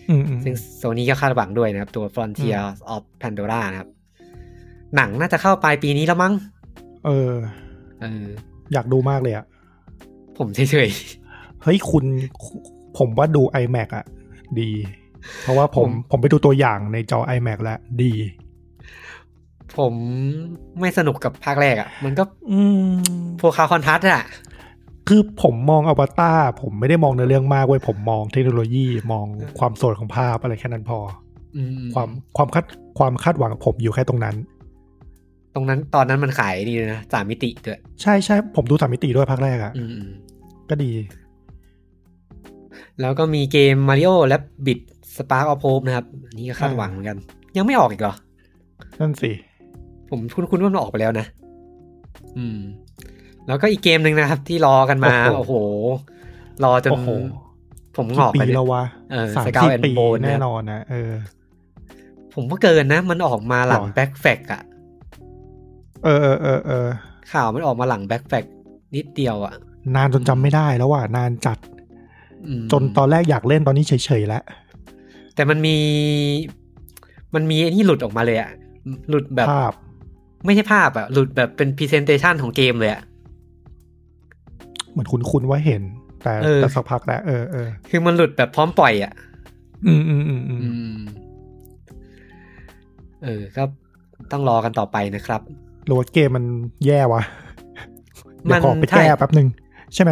Speaker 4: อืมอืม
Speaker 1: ซึ่งโซนี่ก็คาดหวังด้วยนะครับ ตัว Frontier
Speaker 4: อืม
Speaker 1: of Pandora นะครับ หนังน่าจะเข้าปลายปีนี้แล้วมั้ง
Speaker 4: เออ
Speaker 1: เออ
Speaker 4: อยากดูมากเลยอะ
Speaker 1: ผมเฉย
Speaker 4: เฮ้ยคุณผมว่าดู iMac อะดี เพราะว่าผ
Speaker 1: ผม
Speaker 4: มผมไปดูตัวอย่างในจอ iMac แล้วดี
Speaker 1: ๆ ผมไม่สนุกกับภาคแรกอะ่ะ มันก็
Speaker 4: อืม
Speaker 1: พวกคาคอนทัสอะ่ะ
Speaker 4: คือผมมองอวตารผมไม่ได้มองในอเรื่องมากเว้ยผมมองเทคโนโลยีมองความสวยของภาพอะไรแค่นั้นพอ
Speaker 1: อื
Speaker 4: ความความคาดความคาดหวังของผมอยู่แค่ตรงนั้น
Speaker 1: ตรงนั้นตอนนั้นมันขายดีเลยนะสามมิติด้วย
Speaker 4: ใช่ใช่ผมดูสามมิติด้วยภาคแรกอะ
Speaker 1: อืม
Speaker 4: ก็ดี
Speaker 1: ๆแล้วก็มีเกม Mario และ Bit Spark of Hope นะครับ อันนี้ก็คาดหวังเหมือนกัน ยังไม่ออกอีกเหรอ
Speaker 4: นั่นสิ
Speaker 1: ผมคุ้นคุ้นๆว่ามันออกไปแล้วนะ อืม แล้วก็อีกเกมหนึ่งนะครับ ที่รอกันมา
Speaker 4: โอ้
Speaker 1: โอ้
Speaker 4: โห
Speaker 1: โห รอจน
Speaker 4: โอ้โห
Speaker 1: ผมง
Speaker 4: กี่
Speaker 1: อก
Speaker 4: ปี
Speaker 1: ไปเลย
Speaker 4: แล้ววะ
Speaker 1: เออ
Speaker 4: สาม
Speaker 1: Skull
Speaker 4: สี่
Speaker 1: and
Speaker 4: ปี
Speaker 1: Bones
Speaker 4: แน่
Speaker 1: นะ
Speaker 4: นอนนะเออ
Speaker 1: ผมว่าเกินนะ มันออกมาหลัง
Speaker 4: หรอ
Speaker 1: แบ็คแฟกอะ
Speaker 4: เออเออเออเออ
Speaker 1: ข่าวมันออกมาหลังแบ็คแฟกนิดเดียวอะ
Speaker 4: นานจนจำไม่ได้แล้วว่ะนานจัด
Speaker 1: อืม
Speaker 4: จนตอนแรกอยากเล่นตอนนี้เฉยๆแล้ว
Speaker 1: แต่มันมี มันมีไอ้นี่หลุดออกมาเลยอะหลุดแบบ
Speaker 4: ภาพ
Speaker 1: ไม่ใช่ภาพอะหลุดแบบเป็นพรีเซนเตชันของเกมเลยอะ
Speaker 4: เหมือนคุ้นๆว่าเห็น แต่
Speaker 1: เออ
Speaker 4: แต่สักพักแล้วเออเออ
Speaker 1: คือมันหลุดแบบพร้อมปล่อยอะ
Speaker 4: อืมอืมอืมอืม
Speaker 1: อืม เออก็ต้องรอกันต่อไปนะครับ
Speaker 4: หรือว่าเกมมันแย่วะเดี๋ยวขอไป
Speaker 1: มันใช่
Speaker 4: แก้แป๊บหนึ่งใช่ไหม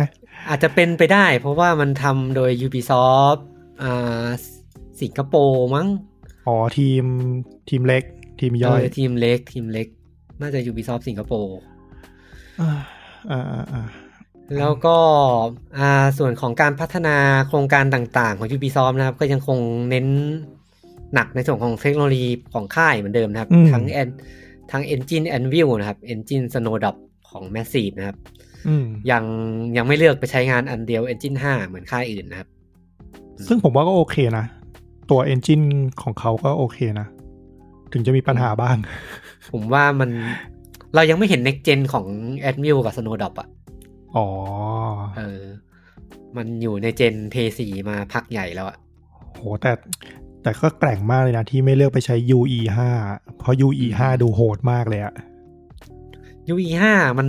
Speaker 1: อาจจะเป็นไปได้เพราะว่ามันทำโดย Ubisoft อ่าสิงคโปร์มั้ง
Speaker 4: อ๋อทีมทีมเล็ก ทีม
Speaker 1: เอย่
Speaker 4: อย
Speaker 1: อทีมเล็ก ทีมเล็ก น่าจะ Ubisoft สิงคโปร์
Speaker 4: อ่าอ่าอ่าอ่า
Speaker 1: แล้วก็อ่าส่วนของการพัฒนาโครงการต่างๆ ของ Ubisoft นะครับ ก็ยังคงเน้นหนักในส่วนของเทคโนโลยีของค่ายเหมือนเดิมนะครับ
Speaker 4: อืม
Speaker 1: ทั้งแอนทั้ง Engine Anvil นะครับ Engine Snowdrop ของ Massive นะครับ
Speaker 4: อืม
Speaker 1: ยังยังไม่เลือกไปใช้งาน Unreal Engine 5 เหมือนค่ายอื่นนะครับ
Speaker 4: ซึ่งผมว่าก็โอเคนะ ตัวเอนจินของเขาก็โอเคนะ ถึงจะมีปัญหาบ้าง
Speaker 1: ผมว่ามันเรายังไม่เห็น next gen ของ Admil กับ Snowdrop อ่ะ
Speaker 4: อ๋อ
Speaker 1: เออ มันอยู่ในเจน p 4มาพักใหญ่แล้วอ่ะ
Speaker 4: โห แต่แต่ก็แกร่งมากเลยนะที่ไม่เลือกไปใช้ UE 5เพราะ UE 5ดูโหดมากเลยอะ
Speaker 1: UE 5มัน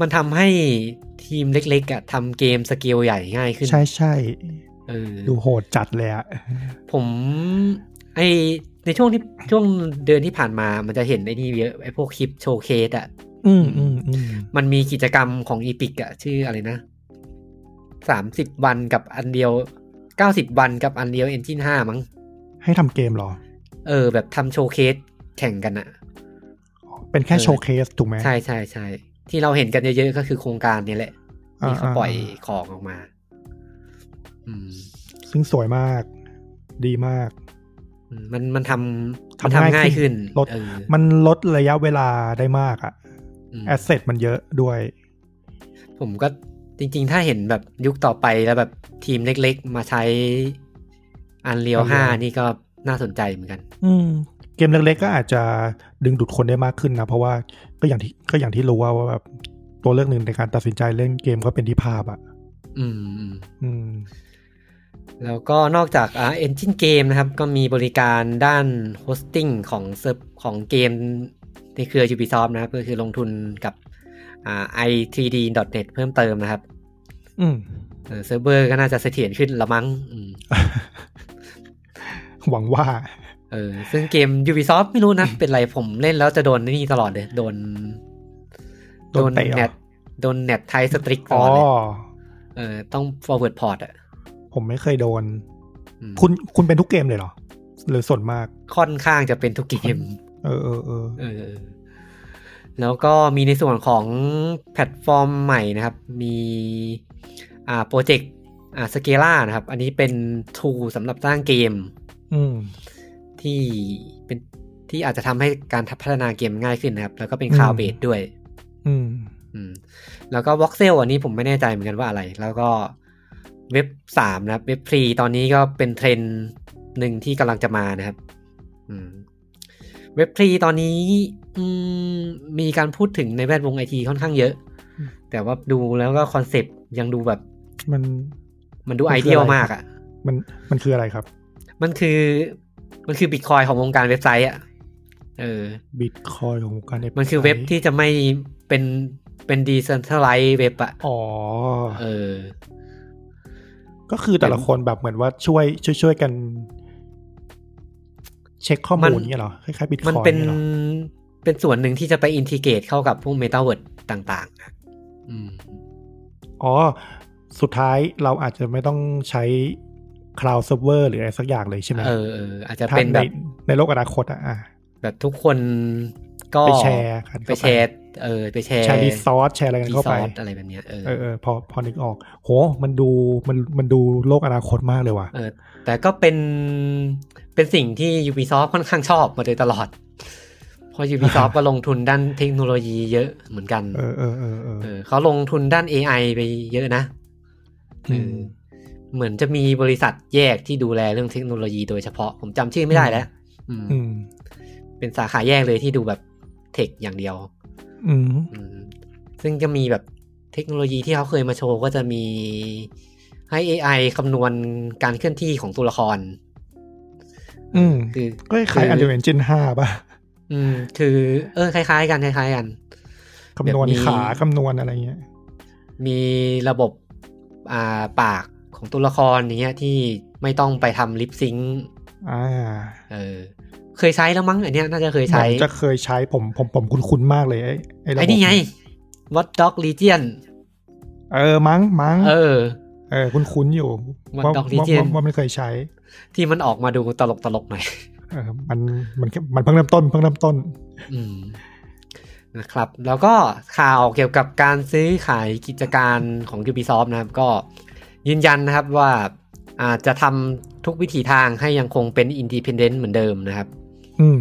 Speaker 1: มันทำให้ทีมเล็กๆอ่ะทำเกมสเกลใหญ่ง่ายขึ้น
Speaker 4: ใช่ใช่
Speaker 1: เออ
Speaker 4: ดูโหดจัดเลยอะ
Speaker 1: ผมไอในช่วงที่ช่วงเดือนที่ผ่านมามันจะเห็นไอ้นี่เยอะไอพวกคลิปโชว์เคสอ่ะ
Speaker 4: อืมอืมอืม
Speaker 1: มันมีกิจกรรมของอีพิกอะชื่ออะไรนะสามสิบวันกับอันเดียวเก้าสิบวันกับอันเดียวเอนจินห้ามั้ง
Speaker 4: ให้ทำเกมเหรอ
Speaker 1: เออ แบบทำโชว์เคสแข่งกันอะ
Speaker 4: เป็นแค่โชว์เคส ถูกไหม
Speaker 1: ใช่ใช่ใช่ที่เราเห็นกันเยอะๆก็คือโครงการเนี้แหละที่เขาปล่อยของออกมา อืม
Speaker 4: ซึ่งสวยมาก ดีมาก
Speaker 1: อืมมันมันทำ
Speaker 4: ทำ
Speaker 1: มัน
Speaker 4: ง่าย
Speaker 1: ทำง่ายขึ้น
Speaker 4: ขึ้นลด
Speaker 1: เออ
Speaker 4: มันลดระยะเวลาได้มากอะ
Speaker 1: อืม
Speaker 4: แอสเซทมันเยอะด้วย
Speaker 1: ผมก็จริงๆ ถ้าเห็นแบบยุคต่อไปแล้วแบบทีมเล็กๆ มาใช้อันเลียวห้า
Speaker 4: Unreal
Speaker 1: นี่ก็น่าสนใจเหมือนกัน
Speaker 4: อืมเกมเล็กๆก็อาจจะดึงดูดคนได้มากขึ้นนะ เพราะว่าก็อย่างที่ก็อย่างที่รู้ว่าว่าแบบตัวเลือกหนึ่งในการตัดสินใจเล่นเกมก็เป็นที่ภาพอ่ะ
Speaker 1: อืมอืม
Speaker 4: อืม
Speaker 1: แล้วก็นอกจากอ่า engine game นะครับ ก็มีบริการด้าน hosting ของเซิร์ฟของเกม นี่คือ Ubisoft นะครับก็คือลงทุนกับอ่า i3d.net เพิ่มเติมนะครับ
Speaker 4: อืม
Speaker 1: เออเซิร์ฟเวอร์ก็น่าจะเสถียรขึ้นละมั้งอืม
Speaker 4: หวังว่า
Speaker 1: เออซึ่งเกม Ubisoft ไม่รู้นะ เป็นไรผมเล่นแล้วจะโดนนี่ตลอดเลย โดน
Speaker 4: โดนเตะเหรอ
Speaker 1: เน็ตโดนเน็ตไทยสตริกต
Speaker 4: อ๋
Speaker 1: ล
Speaker 4: อ
Speaker 1: อดเลยเออต้อง forward port อ่ะ
Speaker 4: ผมไม่เคยโดน
Speaker 1: อืม
Speaker 4: คุณคุณเป็นทุกเกมเลยเหรอ หรือส่วนมาก
Speaker 1: ค่อนข้างจะเป็นทุกเกม
Speaker 4: เออเออเออ
Speaker 1: เออ แล้วก็มีในส่วนของแพลตฟอร์มใหม่นะครับ มีอ่าโปรเจกต์อ่าสเกล่านะครับ อันนี้เป็น tool สำหรับสร้างเกม
Speaker 4: อืม
Speaker 1: ที่เป็นที่อาจจะทำให้การพัฒนาเกมง่ายขึ้นนะครับ แล้วก็เป็น
Speaker 4: อืม
Speaker 1: คลาวเบดด้วย
Speaker 4: อืม
Speaker 1: อืมแล้วก็ voxel อันนี้ผมไม่แน่ใจเหมือนกันว่าอะไร แล้วก็เว็บสามนะครับ เว็บฟรีตอนนี้ก็เป็นเทรนด์หนึ่งที่กำลังจะมานะครับ อืมเว็บฟรีตอนนี้อืมมีการพูดถึงในแวดวงไอทีค่อนข้างเยอะ
Speaker 4: อืม
Speaker 1: แต่ว่าดูแล้วก็คอนเซปต์ยังดูแบบ
Speaker 4: มัน
Speaker 1: มันดู
Speaker 4: มัน
Speaker 1: ไอ
Speaker 4: คือ
Speaker 1: เดียล
Speaker 4: อะไร
Speaker 1: มากอะ่ะ
Speaker 4: มันมันคืออะไรครับ
Speaker 1: มันคือมันคือบิตคอยของวงการเว็บไซต์อะ่ะเออ
Speaker 4: บิตคอยของวงการ FTX
Speaker 1: มันคือเว็บที่จะไม่เป็นเป็นดีเซนทรัลไลซ์เว็บอะ
Speaker 4: อ๋อ
Speaker 1: เออ
Speaker 4: ก็คือแต่ละคนแบบเหมือนว่าช่วยช่วยช่วยกัน เช็คข้อมูล
Speaker 1: มัน
Speaker 4: เงี้ยเหรอคล้ายๆบิตคอย
Speaker 1: มันเป็น
Speaker 4: เงี้ยเหรอ
Speaker 1: เป็นส่วนหนึ่งที่จะไปอินทิเกตเข้ากับพวกเมตาเวิร์ดต่างๆอืม
Speaker 4: อ๋อ สุดท้ายเราอาจจะไม่ต้องใช้ cloud server หรืออะไรสักอย่างเลยใช่ไหม
Speaker 1: เออเอออาจจะ
Speaker 4: ถ้า
Speaker 1: เป็น
Speaker 4: ใน
Speaker 1: แบบ
Speaker 4: ในโลกอนาคตอะอ่ะ
Speaker 1: แบบทุกคนก็
Speaker 4: ไปแชร์กันเข้าไป
Speaker 1: ไปแชร์ เออ ไปแชร์
Speaker 4: แชร์รีซอสแชร์อะไรกันเข้าไป
Speaker 1: รีซอสอะไรแบบเนี้ยเออ
Speaker 4: เออเออพอพอนึกออก โห มันดูมันมันดูโลกอนาคตมากเลยว่ะ
Speaker 1: เออ แต่ก็เป็นเป็นสิ่งที่ Ubisoft ค่อนข้างชอบมาโดยตลอด เพราะ Ubisoft ก็ลงทุนด้านเทคโนโลยีเยอะเหมือนกัน
Speaker 4: เออเออเออเออ
Speaker 1: เออเขาลงทุนด้าน AI ไปเยอะนะเออ
Speaker 4: ม
Speaker 1: เหมือนจะมีบริษัทแยกที่ดูแลเรื่องเทคโนโลยีโดยเฉพาะ ผมจำชื่อไม่ได้แล้วอืม
Speaker 4: อืม
Speaker 1: เป็นสาขาแยกเลยที่ดูแบบเทคอย่างเดียว
Speaker 4: อืม
Speaker 1: อืมซึ่งจะมีแบบเทคโนโลยีที่เขาเคยมาโชว์ก็จะมีให้ AI คำนวณการเคลื่อนที่ของตัวละคร
Speaker 4: อืม
Speaker 1: คือ
Speaker 4: ก็คล้ายๆ Unreal Engine 5 ป่ะ
Speaker 1: อืม คือเออคล้ายๆ กันคล้ายๆกัน
Speaker 4: คำนวณ
Speaker 1: แบบมี
Speaker 4: ขาคำนวณอะไรเงี้ย
Speaker 1: มีระบบอ่าปากของตัวละครอย่างเงี้ยที่ไม่ต้องไปทำลิปซิง
Speaker 4: อ่า
Speaker 1: เออเคยใช้แล้วมั้งอันเนี้ยน่าจะเคยใช้
Speaker 4: เหมือนจะเคยใช้ผมผมผมคุ้นๆมากเลยไอ้ไอ้ระบบ
Speaker 1: ไอ้นี่ไง Watch Dog Legion
Speaker 4: เออ มั้งมั้ง
Speaker 1: เออ
Speaker 4: เออคุ้นๆอยู่
Speaker 1: มัน
Speaker 4: ว่า
Speaker 1: Dog
Speaker 4: ว่า
Speaker 1: Legion
Speaker 4: ว่าว่าไม่เคยใช้
Speaker 1: ที่มันออกมาดูตลกตลกๆหน่อย
Speaker 4: เออมันมันมันเพิ่งเริ่มต้นเพิ่งเริ่มต้น
Speaker 1: อืมนะครับ แล้วก็ข่าวเกี่ยวกับการซื้อขายกิจการของ Ubisoft นะครับ ก็ยืนยันนะครับว่าอาจจะทำทุกวิถีทางให้ยังคงเป็นอินดีพ n เดนต์เหมือนเดิมนะครับ
Speaker 4: อืม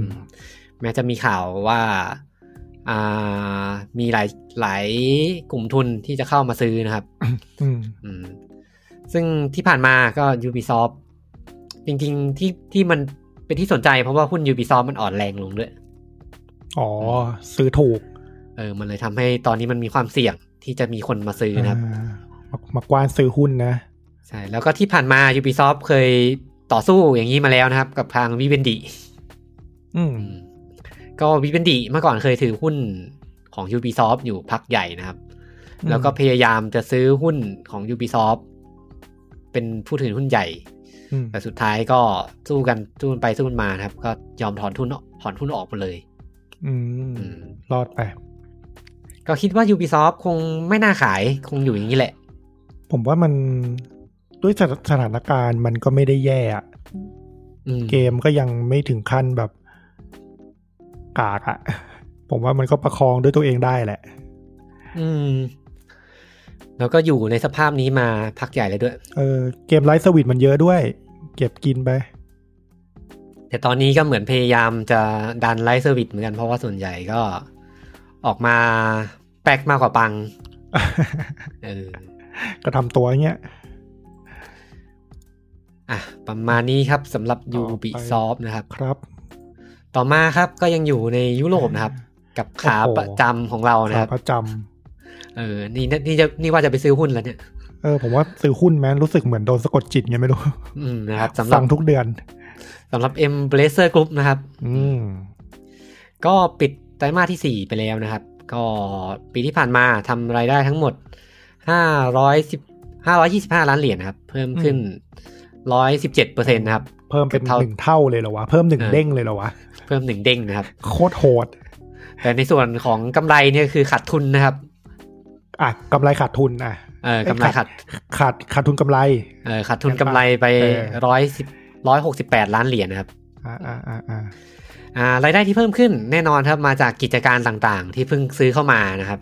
Speaker 1: แม้จะมีข่าวว่าอ่ามีหลายหลายกลุ่มทุนที่จะเข้ามาซื้อนะครับ
Speaker 4: อืม
Speaker 1: อืมซึ่งที่ผ่านมาก็ Ubisoft จริงๆที่ที่มันเป็นที่สนใจเพราะว่าหุ้น Ubisoft มันอ่อนแรงลงด้วย
Speaker 4: อ๋อ ซื้อถูก
Speaker 1: เออ มันเลยทำให้ตอนนี้มันมีความเสี่ยงที่จะมีคนมาซื้อนะครับ
Speaker 4: อ่ามามากว้านซื้อหุ้นนะ
Speaker 1: ใช่ แล้วก็ที่ผ่านมา Ubisoft เคยต่อสู้อย่างนี้มาแล้วนะครับ กับทางวิเวนดี
Speaker 4: อืม
Speaker 1: ก็วิเวนดีเมื่อก่อนเคยถือหุ้นของ Ubisoft อยู่พักใหญ่นะครับ
Speaker 4: อืม
Speaker 1: แล้วก็พยายามจะซื้อหุ้นของ Ubisoft เป็นผู้ถือหุ้นใหญ่
Speaker 4: อืม
Speaker 1: แต่สุดท้ายก็สู้กันสู้กันไปสู้กันมานะครับ ก็ยอมถอนทุนถอนหุ้นออกไปเลย
Speaker 4: อืม
Speaker 1: อืม
Speaker 4: รอดไป
Speaker 1: ก็คิดว่า Ubisoft คงไม่น่าขายคงอยู่อย่างนี้แหละ
Speaker 4: ผมว่ามันด้วยสถาสถานการณ์มันก็ไม่ได้แย่อะ
Speaker 1: อืม
Speaker 4: เกมก็ยังไม่ถึงขั้นแบบกากอะ ผมว่ามันก็ประคองด้วยตัวเองได้แหละ
Speaker 1: อืม แล้วก็อยู่ในสภาพนี้มาพักใหญ่เลยด้วย
Speaker 4: เออเกมไลฟ์สวิตมันเยอะด้วย เก็บกินไป
Speaker 1: แต่ตอนนี้ก็เหมือนพยายามจะดันไลฟ์เซอร์วิสเหมือนกันเพราะว่าส่วนใหญ่ก็ออกมาแปลกมากกว่าปัง เออ
Speaker 4: ก็ทำตัวอย่างเงี้ย
Speaker 1: อ่ะ ประมาณนี้ครับสำหรับ
Speaker 4: ต่อไป
Speaker 1: Ubisoft นะครับ
Speaker 4: ครับ
Speaker 1: ต่อมาครับก็ยังอยู่ในยุโรปนะครับ กับขา
Speaker 4: โอ้โห
Speaker 1: ประจำของเรานะ
Speaker 4: ขา
Speaker 1: ครับ
Speaker 4: ประจ
Speaker 1: เออ นี่นี่นี่จะนี่ว่าจะไปซื้อหุ้นแล้วเนี่ย
Speaker 4: ำเออ ผมว่าซื้อหุ้นแม้รู้สึกเหมือนโดนสะกดจิตไงไม่รู้
Speaker 1: อืมนะครับสำหรั
Speaker 4: สั่
Speaker 1: บ
Speaker 4: งทุกเดือน
Speaker 1: สำหรับ Embracer Group นะครับ
Speaker 4: อืม
Speaker 1: ก็ปิดต ตรมาสที่ 4 ไปแล้วนะครับ ก็ปีที่ผ่านมาทำรายได้ทั้งหมด 510 525 ล้านเหรียญนะครับ เพิ่มขึ้น 117%นะครับ
Speaker 4: เพิ่มเป็น
Speaker 1: เท่า
Speaker 4: หนึ่งเท่าเลยเหรอวะ เพิ่มหนึ่งเด้งเลยเหรอวะ
Speaker 1: เพิ่มหนึ่งเด้งนะครับ
Speaker 4: โคตรโหด
Speaker 1: แต่ในส่วนของกำไรเนี่ยคือขาดทุนนะครับ
Speaker 4: อ่ะกำไรขาดทุนอ่ะ
Speaker 1: เออกำไรขาด
Speaker 4: ขาดขาดทุนกำไร
Speaker 1: เออขาดทุนกำไรไป
Speaker 4: เออ
Speaker 1: ร้อยสิบร้อยหกสิบแปดล้านเหรียญนะครับ
Speaker 4: อ่าอ่าอ่าอ่า
Speaker 1: อ่ารายได้ที่เพิ่มขึ้นแน่นอนครับมาจากกิจการต่างๆ ที่เพิ่งซื้อเข้ามานะครับ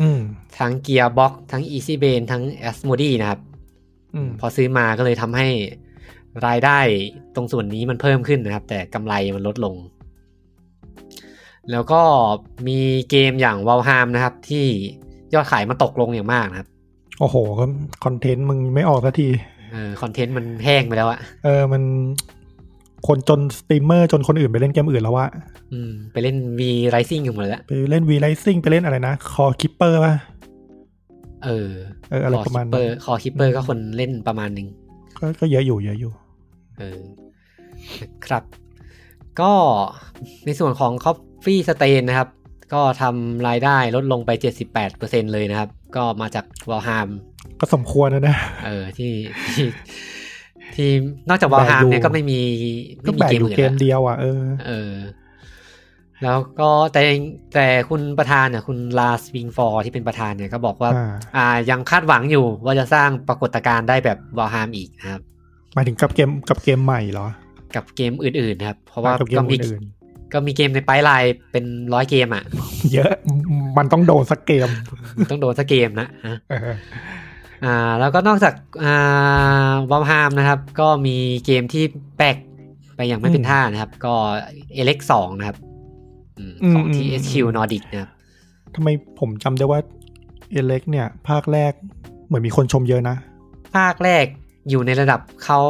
Speaker 4: อืม
Speaker 1: ทั้งเกียร์บ็อกทั้ง Easy b a n ทั้ง a s m o d e นะครับ
Speaker 4: อืม
Speaker 1: พอซื้อมาก็เลยทำให้รายได้ตรงส่วนนี้มันเพิ่มขึ้นนะครับ แต่กำไรมันลดลง แล้วก็มีเกมอย่างว a ลฮามนะครับ ที่ยอดขายมันตกลงอย่างมากนะครับ
Speaker 4: โอ้โหก็คอนเทนต์มึงไม่ออกสักที
Speaker 1: คอนเทนต์มันแห้งไปแล้วอะ
Speaker 4: เออมันคนจนสตรีมเมอร์จนคนอื่นไปเล่นเกมอื่นแล้ววะ
Speaker 1: อืมไปเล่น V Rising กันหมดแล้ว
Speaker 4: ไปเล่นวีไลซิ่งไปเล่นอะไรนะคอคิปเปอร์ป่ะ
Speaker 1: เออ
Speaker 4: เอออะไรประมาณนั้
Speaker 1: ค
Speaker 4: น
Speaker 1: อคิปเปอร์คอคิปเปอร์ก็คนเล่นประมาณหนึ่ง
Speaker 4: ก็ก็เยอะอยู่เยอะอยู่
Speaker 1: เออครับ ก็ในส่วนของ Coffee Stain นะครับ ก็ทำรายได้ลดลงไป 78%เลยนะครับ ก็มาจากวอลฮาม
Speaker 4: ก็สมควรนะนะ
Speaker 1: เออที่ที่ที่นอกจากวอลฮามเนี่ย
Speaker 4: Value
Speaker 1: ก็ไม่มี
Speaker 4: ก็
Speaker 1: ไม่มี
Speaker 4: แบก
Speaker 1: เกม
Speaker 4: อยู่
Speaker 1: อื่นแล้
Speaker 4: เกม
Speaker 1: ว
Speaker 4: เดียวอ่ะเออ
Speaker 1: เออ แล้วก็แต่แต่คุณประธานเนี่ยคุณลาสวิงฟอร์ที่เป็นประธานเนี่ยก็บอกว่า
Speaker 4: อ่า
Speaker 1: อ่ายังคาดหวังอยู่ว่าจะสร้างปรากฏการณ์ได้แบบวอลฮามอีกนะครับ
Speaker 4: หมายถึงกับเกมกับเกมใหม่เหรอ
Speaker 1: กับเกมอื่นๆนะครับ เพราะว่า
Speaker 4: กับเก
Speaker 1: ก็
Speaker 4: ม
Speaker 1: มี
Speaker 4: อื่น
Speaker 1: ก็มีเกมในไพป์ไลน์เป็นร้อยเกมอ่ะ
Speaker 4: ๆเยอะมันต้องโดนสักเกม
Speaker 1: ต้องโดนสักเกมนะฮะ
Speaker 4: เออ
Speaker 1: อ่า แล้วก็นอกจากอ่าวอมฮามนะครับ ก็มีเกมที่แปลกไปอย่างไม่เป็นท่านะครับ ก็เอเล็กสองนะครับอืมของที่ SQ Nordic นะครับ
Speaker 4: ทำไมผมจำได้ว่าเอเล็กเนี่ย ภาคแรกเหมือนมีคนชมเยอะนะ
Speaker 1: ภาคแรกอยู่ในระดับเขา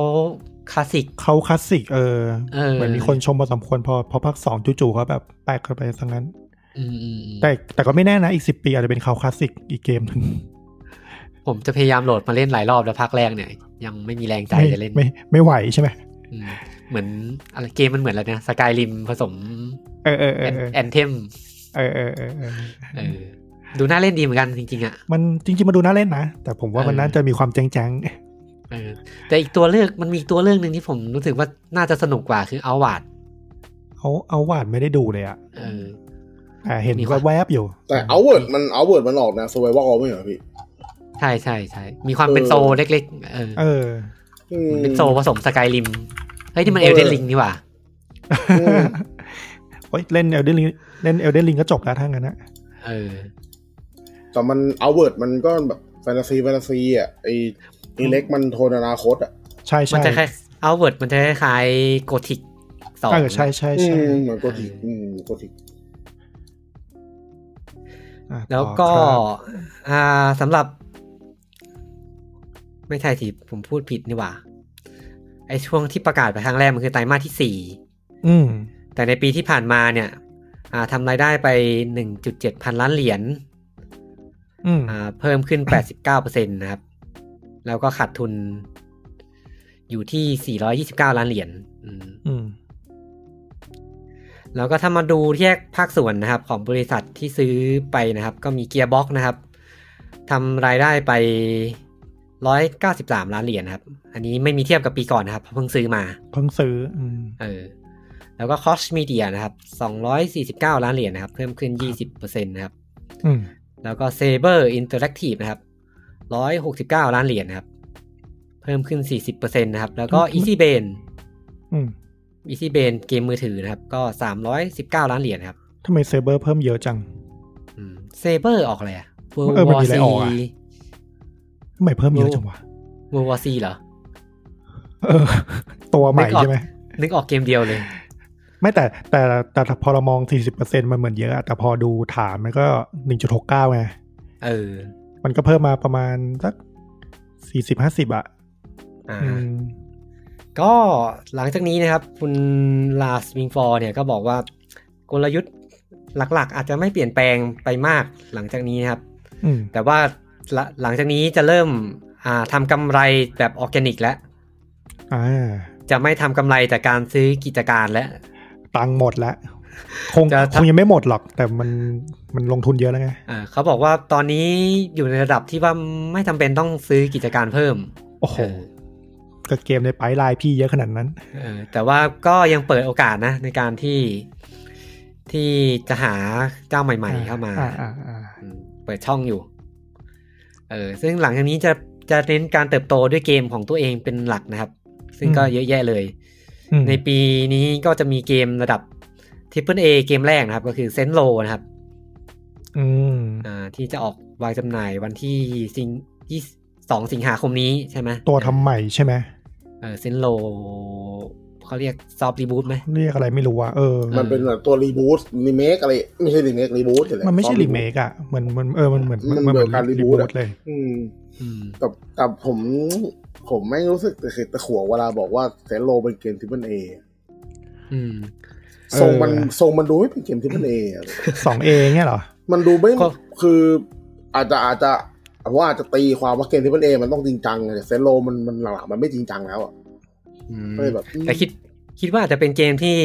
Speaker 1: คลาสสิก
Speaker 4: เขาคลาสสิกเออ
Speaker 1: เออ
Speaker 4: เหมือนมีคนชมพอสมควรพอพอภาคสองจู่ๆเขาแบบแปลกเข้าไปซะงั้น
Speaker 1: อืมอืมอืม
Speaker 4: แต่แต่ก็ไม่แน่นะ อีกสิปีอาจจะเป็นเขาคลาสสิกอีกเกมหนึ่ง
Speaker 1: ผมจะพยายามโหลดมาเล่นหลายรอบแล้วภาคแรกเนี่ย ยังไม่มีแรงใจ
Speaker 4: ไม่
Speaker 1: จะเล่น
Speaker 4: ไม่ไม่ไหวใช่ไหม
Speaker 1: อืมเหมือนอะไรเกมมันเหมือนอะไรนะสกายริมผสม
Speaker 4: เออเออเออเออ
Speaker 1: แอนเทม
Speaker 4: เออเออเออเออ
Speaker 1: เออดูน่าเล่นดีเหมือนกันจริงๆอ่ะ
Speaker 4: มันจริงๆมาดูน่าเล่นนะ แต่ผมว่ามัน
Speaker 1: เออ
Speaker 4: น่าจะมีความแจ้ง
Speaker 1: เออแต่อีกตัวเลือกมันมีอีกตัวเลือกหนึ่งที่ผมรู้สึกว่าน่าจะสนุกกว่าคือเอาวาด
Speaker 4: ๆเอาเอาวาดไม่ได้ดูเลยอะ
Speaker 1: เออ
Speaker 4: แต่เห็น
Speaker 1: มีความ
Speaker 4: แวบๆอยู่
Speaker 3: แต่เอาเวิร์ดมันเอาเวิร์ดมันออกแนว survival ไม่เหรอพี่
Speaker 1: ใช่ใช่ใช่มีความเป็น
Speaker 3: เออ
Speaker 1: โซเล็กๆเออ
Speaker 4: เออ
Speaker 3: อืม
Speaker 1: มันเป็นโซผสมสกายริมเฮ้ยนี่มันเอ
Speaker 3: เอ
Speaker 1: ล
Speaker 3: อ
Speaker 1: เดนลิงนี่หว่า
Speaker 3: อืม
Speaker 4: โอ๊ยเล่นเอลเดนลิงเล่นเอลเดนลิงก็จบแล้วทั้างนั้นนะ
Speaker 1: เออ
Speaker 3: แต่มันเอาเวิร์ดมันก็แบบแฟนตาซีแฟนตาซีอ่ะไออีเล็กมันโทนอนาคตอ่ะ
Speaker 4: ใช่
Speaker 1: มัน
Speaker 4: ใช่
Speaker 1: จะคล้ายเอาเวิร์ดมันจะคล้ายโกธิกสอง
Speaker 4: เออใช่ใช่
Speaker 3: อื
Speaker 4: ใช่
Speaker 3: มเหมือนโกธิอืมโกธิ
Speaker 4: อ่ะ
Speaker 1: แล้ว
Speaker 4: ต่อ
Speaker 1: ก็
Speaker 4: ครับ
Speaker 1: อ่าสำหรับ ไม่ใช่สิผมพูดผิดนี่หว่า ไอช่วงที่ประกาศไปครั้งแรกมันคือไตรมาสที่สี่
Speaker 4: อืม
Speaker 1: แต่ในปีที่ผ่านมาเนี่ยอ่าทำรายได้ไป 1.7 พันล้านเหรียญ
Speaker 4: อืม
Speaker 1: อ่าเพิ่มขึ้น 89%นะครับ แล้วก็ขาดทุนอยู่ที่ 429 ล้านเหรียญอืม
Speaker 4: อืม
Speaker 1: แล้วก็ถ้ามาดูแยกภาคส่วนนะครับ ของบริษัทที่ซื้อไปนะครับ ก็มีเกียร์บ็อกนะครับทำรายได้ไป 193 ล้านเหรียญนะครับ อันนี้ไม่มีเทียบกับปีก่อนนะครับเพราะเพิ่งซื้อมา
Speaker 4: เพิ่งซื้ออืม
Speaker 1: เออแล้วก็คอสมีเดียนะครับ 249 ล้านเหรียญนะครับ เพิ่มขึ้น 20%นะครับ
Speaker 4: อืม
Speaker 1: แล้วก็ Saber Interactive นะครับ 169 ล้านเหรียญนะครับ เพิ่มขึ้น 40%นะครับ แล้วก็ Easy b a n
Speaker 4: อืม
Speaker 1: Easy b a n เกมมือถือนะครับ ก็ 319 ล้านเหรียญนะครับ
Speaker 4: ทำไมเซเบอร์เพิ่มเยอะจัง
Speaker 1: อืม Saber ออกอะไรอะ World
Speaker 4: เออมัน
Speaker 1: War
Speaker 4: มีอะไร
Speaker 1: C
Speaker 4: ออกอะ ทำไมเพิ่มเยอะจังวะ
Speaker 1: World War C เหรอ
Speaker 4: เออ ตัวใหม่
Speaker 1: นึกออก
Speaker 4: ใช่ไหม
Speaker 1: นึกออกเกมเดียวเลย
Speaker 4: ไม่แต่แต่แต่แต่พอเรามอง 40%มันเหมือนเยอะอะแต่พอดูฐานมันก็ 1.69 ไง
Speaker 1: เออ
Speaker 4: มันก็เพิ่มมาประมาณสัก 40-50 อ่ะ
Speaker 1: อ่า
Speaker 4: อืม
Speaker 1: ก็หลังจากนี้นะครับ คุณลาสวิงฟอร์เนี่ยก็บอกว่ากลยุทธ์หลักๆ อาจจะไม่เปลี่ยนแปลงไปมากหลังจากนี้นะครับ
Speaker 4: อืม
Speaker 1: แต่ว่าหลหลังจากนี้จะเริ่มอ่าทำกำไรแบบออร์แกนิก แล้ว
Speaker 4: อ่า
Speaker 1: จะไม่ทำกำไรจากการซื้อกิจการแล้ว
Speaker 4: ตังค์หมดแล้ว คง
Speaker 1: จะ
Speaker 4: ค
Speaker 1: ทำ
Speaker 4: งยังไม่หมดหรอก แต่มันมันลงทุนเยอะแล้วไง
Speaker 1: อ่าเขาบอกว่าตอนนี้อยู่ในระดับที่ว่าไม่จำเป็นต้องซื้อกิจการเพิ่ม
Speaker 4: โอ้โห
Speaker 1: เออ
Speaker 4: ก็เกมในไปไลน์พี่เยอะขนาดนั้น
Speaker 1: เออแต่ว่าก็ยังเปิดโอกาสนะ ในการที่ที่จะหาเจ้าใหม่ ๆ เข้ามา
Speaker 4: อ่าอ่าอ่า
Speaker 1: อืมเปิดช่องอยู่ เออซึ่งหลังจากนี้จะจะเน้นการเติบโตด้วยเกมของตัวเองเป็นหลักนะครับ ซึ่งก็เยอะแยะเลย
Speaker 4: อืม
Speaker 1: ในปีนี้ก็จะมีเกมระดับทิปเปิลเอเกมแรกนะครับ ก็คือเซนโลนะครับ
Speaker 4: อืม
Speaker 1: อ่าที่จะออกวางจำหน่ายวันที่สิงที่สองสิงหาคมนี้ใช่ไหม
Speaker 4: ตัวทำใหม่ใช่ไหม
Speaker 1: เออเซนโลเขาเรียกซอฟต์รีบูตไหม
Speaker 4: เรียกอะไรไม่รู้ว่าเออ
Speaker 1: อ
Speaker 3: มันเป็นแบบตัวรีบูตรีเมคอะไรไม่ใช่รีเมครีบูต
Speaker 4: มันไม่ใช่รีเมคอะเหมือนมันเออมันเหมือน
Speaker 3: มันเหมือนการ reboot อะ
Speaker 4: เลย
Speaker 3: อืม
Speaker 1: อืม
Speaker 3: แต่แต่ผมผมไม่รู้สึกแต่คือตะขวงเวลาบอกว่าเซนโลเป็นเกมทิปเปิลเอ
Speaker 1: อืม
Speaker 3: ทรงมัน
Speaker 4: เออ
Speaker 3: ทรงมันดูไม่เป็นเกมทิปเปิลเอ
Speaker 4: สองเอเนี่ยเหรอ
Speaker 3: มันดูไม่
Speaker 1: ก็
Speaker 3: คืออาจจะอาจจะผมว่าอาจจะตีความว่าเกมทิปเปิลเอมันต้องจริงจังไงแต่เซนโลมันมันหลังๆมันไม่จริงจังแล้วอ่ะ
Speaker 1: อืม
Speaker 3: ก็เลยแบบอืม
Speaker 1: แต่คิดคิดว่าอาจจะเป็นเกมที่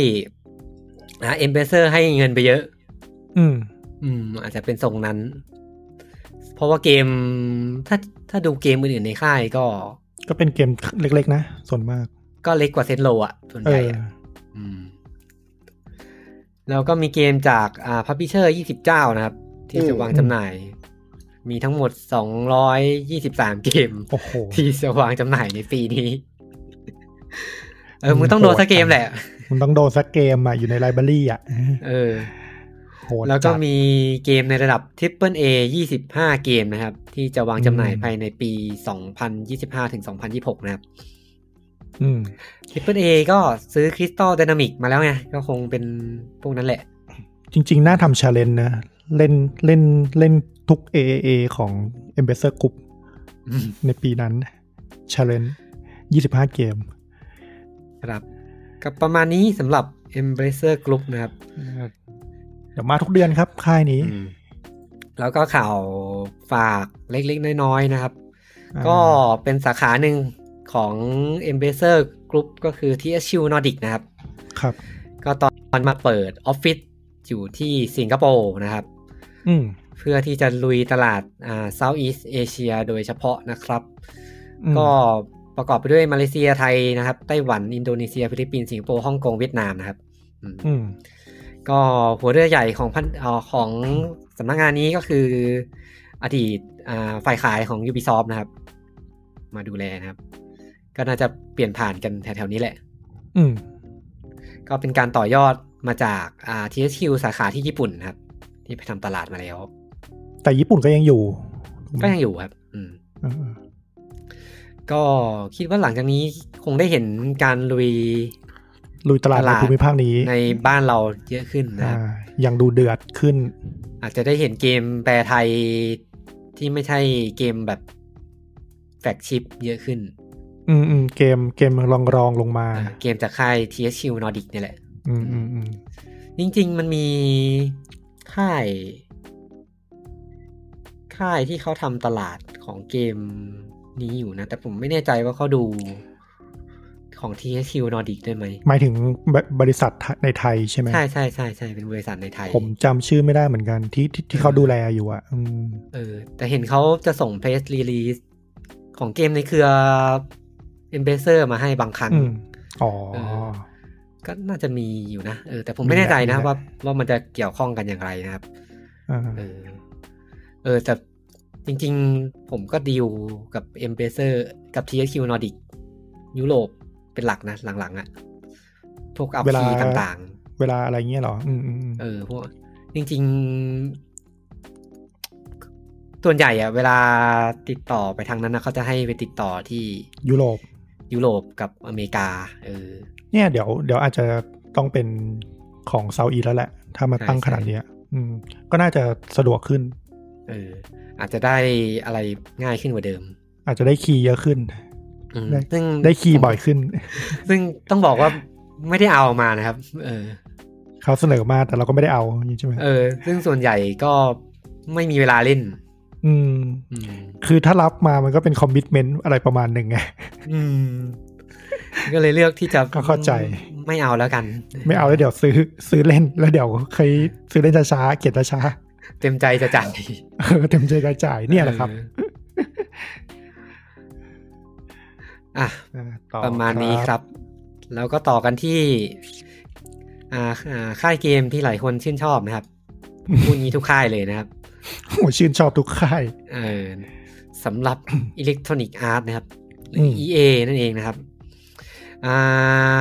Speaker 1: นะเอ็มเบเซอร์ให้เงินไปเยอะ
Speaker 4: อืม
Speaker 1: อืม อาจจะเป็นทรงนั้น เพราะว่าเกมถ้าถ้าดูเกมอื่นๆในค่ายก็
Speaker 4: ก็เป็นเกมเล็กๆ นะ ส่วนมาก
Speaker 1: ก็เล็กกว่าเซนโลอ่ะส่วน
Speaker 4: เอ
Speaker 1: ใหญ่
Speaker 4: อ
Speaker 1: อะ อืมแล้วก็มีเกมจากอ่าพับพิเชอร์ยี่สิบเจ้านะครับ ที่จะวางจำหน่าย มีทั้งหมดสองร้อยยี่สิบสามเกม
Speaker 4: โอ้โห
Speaker 1: ที่จะวางจำหน่ายในปีนี้ เออมึงต้องโดนสักเกมแหละ
Speaker 4: มันต้องโดนสักเกมอะอยู่ในไลบรารีอะ
Speaker 1: เออ
Speaker 4: โหด
Speaker 1: แล้วก็
Speaker 4: จัด
Speaker 1: มีเกมในระดับ Triple A 25 เกมนะครับ ที่จะวางจำหน่าย
Speaker 4: อืม
Speaker 1: ภายในปี 2025ถึง2026 นะครับ
Speaker 4: อืม
Speaker 1: Triple A ก็ซื้อ Crystal Dynamic มาแล้วไง ก็คงเป็นพวกนั้นแหละ
Speaker 4: จริงๆ น่าทำชาเลนนะ เล่นเล่นเล่นทุก AAA ของ e m b a s s a d o r Group
Speaker 1: อืม
Speaker 4: ในปีนั้นชาเลนยี่สิบห้าเกม
Speaker 1: ครับกับประมาณนี้สำหรับ Embracer Group นะครับ
Speaker 4: เดี๋ยวมาทุกเดือนครับ ค่ายนี้
Speaker 1: แล้วก็ข่าวฝากเล็กๆ น้อยๆ นะครับ
Speaker 4: อ่า
Speaker 1: ก็เป็นสาขาหนึ่งของ Embracer Group ก็คือ THQ Nordic นะครับ
Speaker 4: ครับ
Speaker 1: ก็ตอนมาเปิดออฟฟิศอยู่ที่สิงคโปร์นะครับ
Speaker 4: อืม
Speaker 1: เพื่อที่จะลุยตลาดอ่า Southeast Asia โดยเฉพาะนะครับ
Speaker 4: อืม
Speaker 1: ก็ประกอบไปด้วยมาเลเซียไทยนะครับ ไต้หวัน อินโดนีเซีย ฟิลิปปินส์สิงคโปร์ฮ่องกงเวียดนามนะครับอืม
Speaker 4: อืม
Speaker 1: ก็หัวเรือใหญ่ของพันเออของสำนักงานนี้ก็คืออดีตอ่าฝ่ายขายของ Ubisoft นะครับ มาดูแลนะครับ ก็น่าจะเปลี่ยนผ่านกันแถวๆนี้แหละ
Speaker 4: อืม
Speaker 1: ก็เป็นการต่อยอดมาจากอ่า THQ สาขาที่ญี่ปุ่นนะครับ ที่ไปทำตลาดมาแล้ว
Speaker 4: แต่ญี่ปุ่นก็ยังอยู่
Speaker 1: ก็ยังอยู่ครับอืม
Speaker 4: เออ
Speaker 1: ก็คิดว่าหลังจากนี้คงได้เห็นการลุย
Speaker 4: ลุยตลาดในภูมิภาคนี้
Speaker 1: ในบ้านเราเยอะขึ้นนะครับ
Speaker 4: อ่ายังดูเดือดขึ้น
Speaker 1: อาจจะได้เห็นเกมแปลไทยที่ไม่ใช่เกมแบบแฟกชิปเยอะขึ้น
Speaker 4: อืมอืมเกมเกมรองรองลงมา
Speaker 1: เออเกมจากค่าย THQ Nordic เนี่ยแหละ
Speaker 4: อืมอืมอืม
Speaker 1: จริง ๆ มันมีค่าย ค่ายที่เขาทำตลาดของเกมนี้อยู่นะ แต่ผมไม่แน่ใจว่าเขาดูของ THQ Nordic ด้วยไหม
Speaker 4: หมายถึงบบริษัทในไทยใช่ไหม
Speaker 1: ใช่ใช่ใช่ใช่เป็นบริษัทในไทย
Speaker 4: ผมจำชื่อไม่ได้เหมือนกันที่ที่ที่เขาดูแลอยู่อ่ะ อืม
Speaker 1: เออแต่เห็นเขาจะส่งเพรสรีลีสของเกมในเครือ e m b a s s e r มาให้บางครั้ง
Speaker 4: อืมอ๋อ
Speaker 1: เออ ก็น่าจะมีอยู่นะเออแต่ผม
Speaker 4: มี
Speaker 1: ไม่
Speaker 4: แหละ
Speaker 1: แน่ใจนะ
Speaker 4: มีแหละ
Speaker 1: ว่าว่ามันจะเกี่ยวข้องกันอย่างไรนะครับ
Speaker 4: อ่า
Speaker 1: เออเออแต่จริงๆผมก็ดีลกับ e m b a s s e r กับ THQ Nordic ยุโรปเป็นหลักนะหลังๆอะพวกอัพ
Speaker 4: เวลา
Speaker 1: คีต่าง
Speaker 4: เวลาอะไรเงี้ยเหรอ อืมอืมอืม
Speaker 1: ๆ เออพวกจริงๆ ส่วนใหญ่อะเวลาติดต่อไปทางนั้นนะเขาจะให้ไปติดต่อที่
Speaker 4: ยุโรป
Speaker 1: ยุโรปกับอเมริกา เออ
Speaker 4: เนี่ยเดี๋ยวเดี๋ยวอาจจะต้องเป็นของเซาอีแล้วแหละ ถ้ามาตั้ง
Speaker 1: ใช่
Speaker 4: ขนาดเนี้ย อืม ก็น่าจะสะดวกขึ้น
Speaker 1: เออ อาจจะได้อะไรง่ายขึ้นกว่าเดิม
Speaker 4: อาจจะได้คีย์เยอะขึ้น
Speaker 1: อืม
Speaker 4: ได้
Speaker 1: ซึ่ง
Speaker 4: ได้คีย์บ่อยขึ้น
Speaker 1: ซึ่งต้องบอกว่าไม่ได้เอามานะครับ เออ
Speaker 4: เขาเสนอมาแต่เราก็ไม่ได้เอาอย่างนี้ใช่ไหม
Speaker 1: เออ ซึ่งส่วนใหญ่ก็ไม่มีเวลาเล่น
Speaker 4: อืม
Speaker 1: อืม
Speaker 4: คือถ้ารับมามันก็เป็นคอมมิชเมนต์อะไรประมาณหนึ่งไง
Speaker 1: อืมก็เลยเลือกที่จะ
Speaker 4: ก็เข้าใจ
Speaker 1: ไม่เอาแล้วกัน
Speaker 4: ไม่เอาแล้วเดี๋ยวซื้อซื้อเล่นแล้วเดี๋ยวเคยซื้อเล่นช้าๆเก็บช้า
Speaker 1: เต็มใจจะจ่าย
Speaker 4: ๆเออเต็มใจจะจ่ายเนี่ยแหละครับ
Speaker 1: อ่ะ
Speaker 4: เออต่อ
Speaker 1: ประมาณนี้ครับ แล้วก็ต่อกันที่อ่าอ่าค่ายเกมที่หลายคนชื่นชอบ นะครับ พูดงี้ทุกค่ายเลยนะครับ
Speaker 4: โอ้ชื่นชอบทุกค่าย
Speaker 1: เออสำหรับ Electronic Arts นะครับ หรือ อ
Speaker 4: ม
Speaker 1: EA นั่นเองนะครับอ่